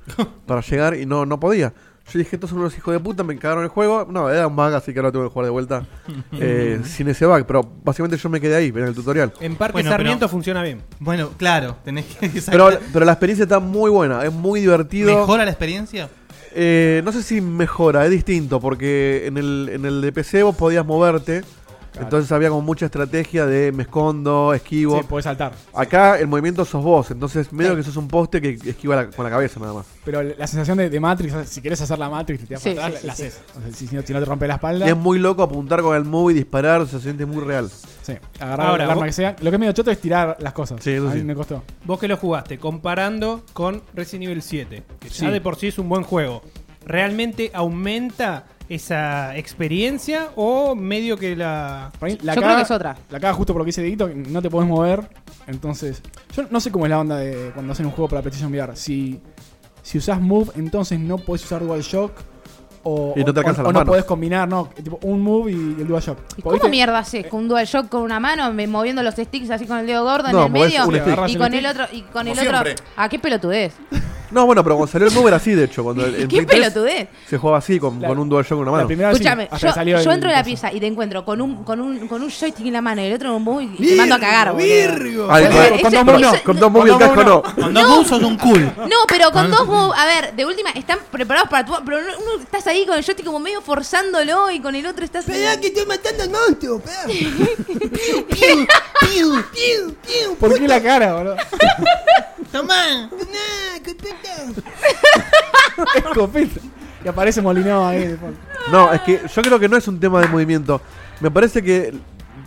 Speaker 3: para llegar y no, no podía. Yo dije, estos son unos hijos de puta, me cagaron el juego. No, era un bug, así que ahora tengo que jugar de vuelta eh, sin ese bug. Pero básicamente yo me quedé ahí, en el tutorial.
Speaker 6: En Parque
Speaker 7: Bueno, pero-
Speaker 6: Sarmiento funciona bien.
Speaker 7: Bueno, claro, tenés que
Speaker 3: Pero, pero la experiencia está muy buena, es muy divertido.
Speaker 7: ¿Mejora la experiencia?
Speaker 3: Eh, no sé si mejora, es distinto, porque en el, en el de PC vos podías moverte. Entonces había como mucha estrategia de me escondo, esquivo.
Speaker 1: Sí, podés saltar.
Speaker 3: Acá el movimiento sos vos, entonces medio que sos un poste que esquiva la- con la cabeza nada más.
Speaker 1: Pero la sensación de, de Matrix, si querés hacer la Matrix, te tirás
Speaker 2: Sí,
Speaker 1: para
Speaker 2: sí,
Speaker 1: atrás,
Speaker 2: sí,
Speaker 1: la
Speaker 2: sí.
Speaker 1: haces. O sea, si, si no, si no te rompe la espalda,
Speaker 3: Y es muy loco apuntar con el move y disparar, se siente muy real.
Speaker 1: sí, agarrar
Speaker 6: Ahora,
Speaker 1: el arma
Speaker 6: vos-
Speaker 1: que sea. Lo que es medio choto es tirar las cosas.
Speaker 3: Sí, eso
Speaker 1: a mí
Speaker 3: sí.
Speaker 1: me costó.
Speaker 6: Vos que lo jugaste, comparando con Resident Evil 7, que
Speaker 1: Sí.
Speaker 6: ya de por sí es un buen juego, ¿realmente aumenta esa experiencia o medio que la...
Speaker 1: Para mí, la
Speaker 2: Yo
Speaker 1: caga-
Speaker 2: creo que es otra.
Speaker 1: La caga justo por lo que dice Dieguito, que no te podés mover. Entonces, yo no sé cómo es la onda de cuando hacen un juego para PlayStation VR. Si, si usás Move, entonces no podés usar DualShock. O,
Speaker 3: Y no te
Speaker 1: o-
Speaker 3: alcanzan
Speaker 1: o
Speaker 3: las
Speaker 1: no
Speaker 3: manos.
Speaker 1: podés combinar, no. Tipo, un Move y el DualShock.
Speaker 2: ¿Y
Speaker 1: Porque,
Speaker 2: cómo
Speaker 1: ¿viste?
Speaker 2: mierda haces? ¿Con un dual shock con una mano, me- moviendo los sticks así con el dedo gordo
Speaker 3: No,
Speaker 2: en el
Speaker 3: movés
Speaker 2: medio?
Speaker 3: un stick.
Speaker 1: Agarrás
Speaker 2: Y
Speaker 1: el
Speaker 2: con
Speaker 1: stick.
Speaker 2: el otro, y con el
Speaker 5: Como
Speaker 2: otro.
Speaker 5: siempre.
Speaker 2: ¿A qué pelotudez?
Speaker 3: No, bueno, pero cuando salió el move era así, de hecho. Cuando el- en
Speaker 2: ¿Qué
Speaker 3: Play 3
Speaker 2: pelotudez?
Speaker 3: Se jugaba así, con,
Speaker 1: La-
Speaker 3: con un DualShock en una
Speaker 1: La
Speaker 3: mano.
Speaker 1: primera vez sí,
Speaker 2: Escúchame,
Speaker 1: hasta que salió
Speaker 2: yo, yo
Speaker 1: el-
Speaker 2: entro a la
Speaker 1: el-
Speaker 2: pieza y te encuentro con un, con un, con un joystick en la mano y el otro con un bug y te mando a cagar, boludo.
Speaker 3: Ay,
Speaker 2: Eso-
Speaker 3: con-
Speaker 2: eso-
Speaker 3: con dos moves no,
Speaker 2: eso-
Speaker 3: con dos moves y el
Speaker 1: con
Speaker 3: casco
Speaker 1: dos
Speaker 3: no.
Speaker 7: Con dos bus sos un cool.
Speaker 2: No, pero con dos moves, a ver, de última, están preparados para tu. Pero no- uno estás ahí con el joystick como medio forzándolo y con el otro estás.
Speaker 7: estoy matando al monstruo,
Speaker 1: ¿Por qué la cara, boludo?
Speaker 7: Tomá.
Speaker 1: Escopeta. Y aparece Molinado ahí. en el fondo.
Speaker 3: No, es que yo creo que no es un tema de movimiento. Me parece que,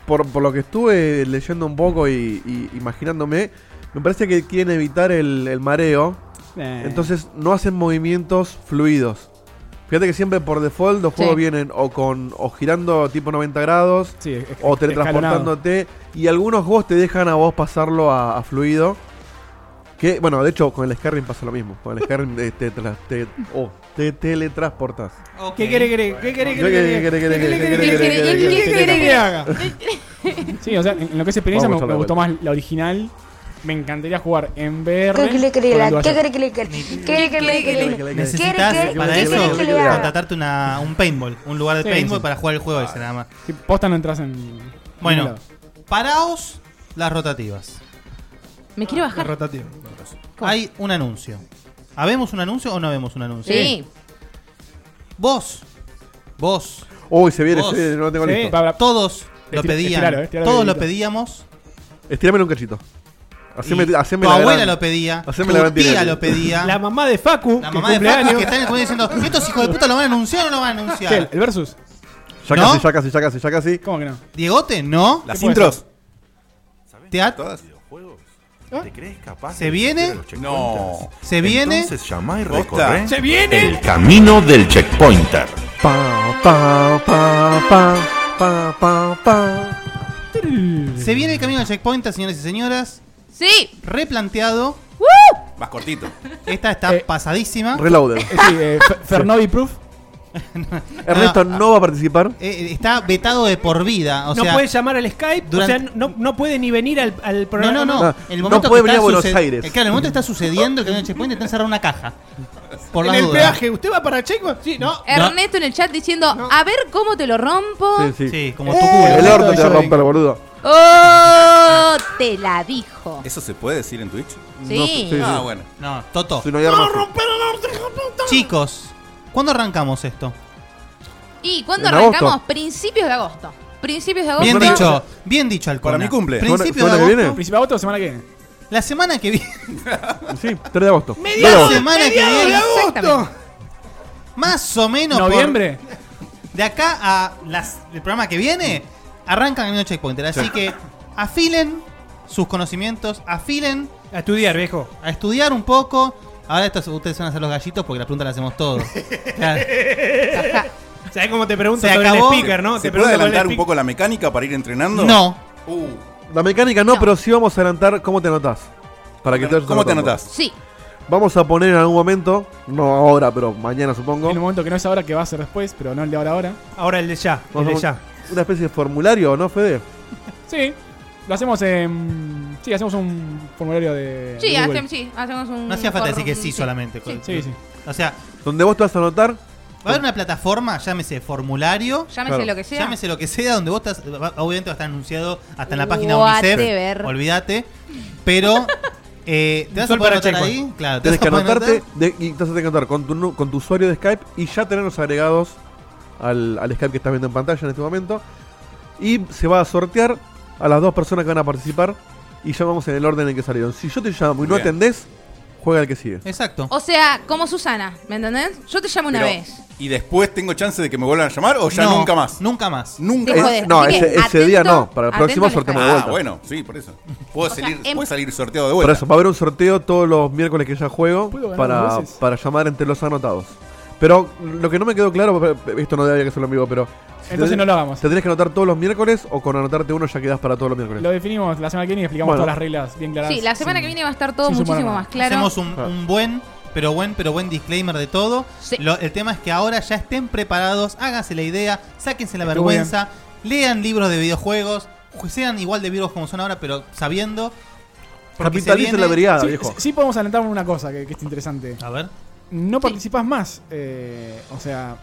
Speaker 3: por, por lo que estuve leyendo un poco y, y imaginándome, me parece que quieren evitar el, el mareo.
Speaker 1: Eh,
Speaker 3: Entonces no hacen movimientos fluidos. Fíjate que siempre por default los juegos
Speaker 2: Sí.
Speaker 3: vienen o con o girando tipo 90 grados
Speaker 1: sí,
Speaker 3: o
Speaker 1: es- es- escalonado.
Speaker 3: teletransportándote. Y algunos juegos te dejan a vos pasarlo a, a fluido. Que, bueno, de hecho, con el Skyrim pasa lo mismo. Con el Skyrim eh, te, tra- te- oh, te teletransportás.
Speaker 6: ¿Qué quiere que ¿Qué quiere
Speaker 3: Yo que- que- que- que- que- que- que- que- que- que- que- que- que-
Speaker 6: que haga?
Speaker 1: Sí, o sea, en en lo que es experiencia me,
Speaker 3: Vamos a la
Speaker 1: me gustó más la original. Me encantaría jugar en VR.
Speaker 10: ¿Qué quiere que le haga?
Speaker 1: con
Speaker 10: ¿Qué quiere
Speaker 1: el DualShock.
Speaker 10: que le haga? ¿Qué quiere que le haga?
Speaker 7: Necesitas
Speaker 10: ¿Quiere que-
Speaker 7: para
Speaker 10: qué
Speaker 7: eso
Speaker 10: querés que le haga?
Speaker 7: contratarte una, un paintball, un lugar de
Speaker 1: Sí,
Speaker 7: paintball
Speaker 1: sí.
Speaker 7: para jugar el juego ese nada más.
Speaker 1: Si posta no entras en. ningún
Speaker 7: Bueno,
Speaker 1: lado.
Speaker 7: paraos las rotativas.
Speaker 2: Me quiero bajar.
Speaker 6: Rotativo.
Speaker 2: ¿Cómo?
Speaker 7: Hay un anuncio. ¿Habemos un anuncio o no habemos un anuncio?
Speaker 2: Sí.
Speaker 7: Vos, vos,
Speaker 3: Uy, se viene,
Speaker 7: Vos.
Speaker 3: se viene, no lo tengo
Speaker 1: Sí.
Speaker 3: listo.
Speaker 1: Pa- pa-
Speaker 7: todos lo
Speaker 1: Estira-
Speaker 7: pedían.
Speaker 1: estiralo, estiralo,
Speaker 7: todos lo
Speaker 1: dedito.
Speaker 7: pedíamos.
Speaker 3: Estirame un cachito. Haceme,
Speaker 7: y
Speaker 3: haceme
Speaker 7: tu
Speaker 3: la
Speaker 7: abuela
Speaker 3: gran-
Speaker 7: lo pedía.
Speaker 3: haceme
Speaker 7: tu
Speaker 3: la gran
Speaker 7: tía
Speaker 3: tirada.
Speaker 7: lo pedía.
Speaker 6: La mamá de Facu,
Speaker 7: La
Speaker 6: que
Speaker 7: mamá de
Speaker 6: cumpleaños,
Speaker 7: Facu que está en el colegio diciendo, ¿estos hijos de puta lo van a anunciar o no lo van a
Speaker 1: Che, el
Speaker 7: anunciar?
Speaker 1: el versus.
Speaker 3: Ya
Speaker 7: ¿No?
Speaker 3: casi, ya casi, ya casi, ya casi.
Speaker 1: ¿Cómo que no?
Speaker 7: Diegote, no.
Speaker 5: Las intros.
Speaker 7: teatro.
Speaker 11: ¿Te crees capaz?
Speaker 7: ¿Ah? ¿Se viene?
Speaker 5: No.
Speaker 7: ¿Se viene?
Speaker 11: Entonces llamá y
Speaker 7: Posta.
Speaker 11: recorre
Speaker 7: ¿Se viene?
Speaker 11: el camino del checkpointer.
Speaker 3: Pa, pa, pa, pa, pa, pa, pa.
Speaker 7: Se viene el camino del checkpoint, señores y señoras.
Speaker 2: Sí.
Speaker 7: Replanteado.
Speaker 5: Más cortito.
Speaker 7: Esta está
Speaker 3: Eh,
Speaker 7: pasadísima.
Speaker 3: Reloader.
Speaker 1: Sí, eh, Fe- Fernovi Proof.
Speaker 3: Ernesto no, va a participar.
Speaker 7: Eh, está vetado de por vida. O
Speaker 6: no
Speaker 7: sea,
Speaker 6: puede llamar al Skype,
Speaker 7: durante-
Speaker 6: o sea, no, no puede ni venir al, al
Speaker 7: No,
Speaker 6: programa.
Speaker 7: no, no.
Speaker 3: No,
Speaker 7: El
Speaker 3: no
Speaker 7: momento
Speaker 3: puede
Speaker 7: que
Speaker 3: venir a
Speaker 7: está
Speaker 3: Buenos
Speaker 7: suced-
Speaker 3: Aires.
Speaker 7: eh, Claro, el momento está sucediendo, el camino del checkpoint está encerrado en una caja. Por
Speaker 6: en
Speaker 7: la
Speaker 6: el
Speaker 7: duda.
Speaker 6: peaje, ¿usted va para Checkpoint? Sí, no.
Speaker 2: Ernesto en el chat diciendo, a ver cómo te lo rompo.
Speaker 3: sí.
Speaker 7: Sí, como
Speaker 3: Eh,
Speaker 7: tu culo.
Speaker 3: El orto te va a
Speaker 1: Yo
Speaker 3: romper, boludo.
Speaker 2: ¡Oh! Te la dijo.
Speaker 5: ¿Eso se puede decir en Twitch?
Speaker 2: Sí.
Speaker 3: sí.
Speaker 5: Ah, bueno.
Speaker 7: No, Toto.
Speaker 3: Si no hay armas.
Speaker 7: Chicos, ¿cuándo arrancamos esto?
Speaker 2: ¿Y cuándo
Speaker 3: En
Speaker 2: arrancamos?
Speaker 3: agosto.
Speaker 2: Principios de agosto. Principios de agosto.
Speaker 7: Bien dicho, bien dicho, Alcona.
Speaker 5: Para mi cumple.
Speaker 7: Principio de
Speaker 3: ¿Semana- semana que
Speaker 7: agosto.
Speaker 1: Principal agosto, semana que viene.
Speaker 7: La semana que viene.
Speaker 3: Sí, 3 de agosto.
Speaker 7: La
Speaker 3: Luego,
Speaker 7: semana que
Speaker 2: mediados de
Speaker 7: viene.
Speaker 2: agosto.
Speaker 7: Exactamente. Más o menos. por-
Speaker 1: Noviembre.
Speaker 7: de acá a las, el programa que viene, arranca Camino Checkpointer. Así que afilen sus conocimientos, afilen
Speaker 6: A estudiar, viejo.
Speaker 7: a estudiar un poco. Ahora estos, ustedes van a hacer los gallitos porque la pregunta la hacemos todos. Claro.
Speaker 6: ¿Sabes cómo te pregunto
Speaker 7: Se
Speaker 6: sobre
Speaker 7: acabó.
Speaker 6: el speaker, no?
Speaker 5: ¿Se
Speaker 6: te pregunto
Speaker 5: puede
Speaker 6: sobre el
Speaker 5: adelantar un
Speaker 6: speaker.
Speaker 5: poco la mecánica para ir entrenando?
Speaker 7: No.
Speaker 5: Uh,
Speaker 3: La mecánica no, pero sí vamos a adelantar cómo te anotás. Para que estés
Speaker 5: ¿Cómo te
Speaker 3: anotando.
Speaker 5: anotás?
Speaker 2: Sí.
Speaker 3: Vamos a poner en algún momento, no ahora, pero mañana supongo.
Speaker 1: En un momento que no es ahora, que va a ser después, pero no el de ahora ahora.
Speaker 6: Ahora el de ya, el de
Speaker 3: Vamos a
Speaker 6: ya.
Speaker 3: poner Una especie de formulario, ¿no, Fede?
Speaker 1: Sí. Lo hacemos en. Sí, hacemos un formulario de.
Speaker 2: Sí,
Speaker 1: de Google.
Speaker 2: hacemos, sí, hacemos un.
Speaker 7: No hacía falta decir que sí
Speaker 2: sí.
Speaker 7: solamente.
Speaker 2: Sí.
Speaker 1: Sí, sí.
Speaker 7: O sea,
Speaker 3: Donde vos te vas a anotar.
Speaker 7: va a haber una plataforma, llámese formulario,
Speaker 2: Llámese
Speaker 3: Claro.
Speaker 2: lo que sea.
Speaker 7: llámese lo que sea, donde vos estás, va- obviamente va a estar anunciado hasta en la página de
Speaker 2: Uh, Whatever.
Speaker 7: UNICEF, olvídate, pero eh, te vas a
Speaker 6: Sol
Speaker 7: poder
Speaker 6: para
Speaker 7: anotar
Speaker 6: Checkpoint.
Speaker 7: ahí, claro, te
Speaker 3: Tenés
Speaker 7: vas
Speaker 3: que
Speaker 7: a poder anotar.
Speaker 3: anotarte de- y te vas a tener que anotar con tu, nu- con tu usuario de Skype y ya tenerlos agregados al, al Skype que estás viendo en pantalla en este momento. Y se va a sortear a las dos personas que van a participar y llamamos en el orden en el que salieron. Si yo te llamo y no
Speaker 5: Bien.
Speaker 3: atendés, juega el que sigue.
Speaker 7: Exacto.
Speaker 2: O sea, como Susana, ¿me entendés? Yo te llamo una
Speaker 5: Pero,
Speaker 2: vez.
Speaker 5: ¿Y después tengo chance de que me vuelvan a llamar o ya
Speaker 7: No,
Speaker 5: nunca más?
Speaker 7: Nunca más.
Speaker 5: Nunca
Speaker 2: Te
Speaker 5: más.
Speaker 2: jodés.
Speaker 3: no,
Speaker 2: Así que
Speaker 3: ese- ese día
Speaker 2: atento-
Speaker 3: no, para el
Speaker 2: atento
Speaker 3: próximo
Speaker 2: al
Speaker 3: sorteamos de
Speaker 2: Skype.
Speaker 5: Ah,
Speaker 3: vuelta.
Speaker 5: bueno, sí, por eso. Puedo
Speaker 2: O sea,
Speaker 5: salir,
Speaker 2: em-
Speaker 5: puede salir sorteado de
Speaker 3: Por
Speaker 5: vuelta.
Speaker 3: eso, va a haber un sorteo todos los miércoles que ya juego
Speaker 1: ¿Puedo ganar dos
Speaker 3: para,
Speaker 1: veces?
Speaker 3: para llamar entre los anotados. Pero lo que no me quedó claro, pero esto no debería que hacerlo en vivo, pero. si
Speaker 1: Entonces
Speaker 3: te-
Speaker 1: no lo hagamos.
Speaker 3: ¿Te tenés que anotar todos los miércoles o con anotarte uno ya quedás para todos los miércoles?
Speaker 1: Lo definimos la semana que viene y explicamos
Speaker 3: Bueno.
Speaker 1: todas las reglas bien claras.
Speaker 2: Sí, la semana que viene va a estar todo
Speaker 1: sin sumar
Speaker 2: muchísimo
Speaker 1: nada.
Speaker 2: más claro.
Speaker 7: Hacemos un,
Speaker 3: Claro.
Speaker 7: un buen, pero buen, pero buen disclaimer de todo.
Speaker 2: Sí.
Speaker 7: Lo- el tema es que ahora ya estén preparados, háganse la idea, sáquense la
Speaker 1: Estuvo
Speaker 7: vergüenza, lean libros de videojuegos, ju- sean igual de vivos como son ahora, pero sabiendo. porque se
Speaker 3: Capitaliza
Speaker 7: viene-
Speaker 3: la brigada,
Speaker 1: Sí,
Speaker 3: viejo.
Speaker 1: sí- sí podemos alentar una cosa que, que es interesante.
Speaker 7: A ver.
Speaker 1: No participás más. eh, o sea,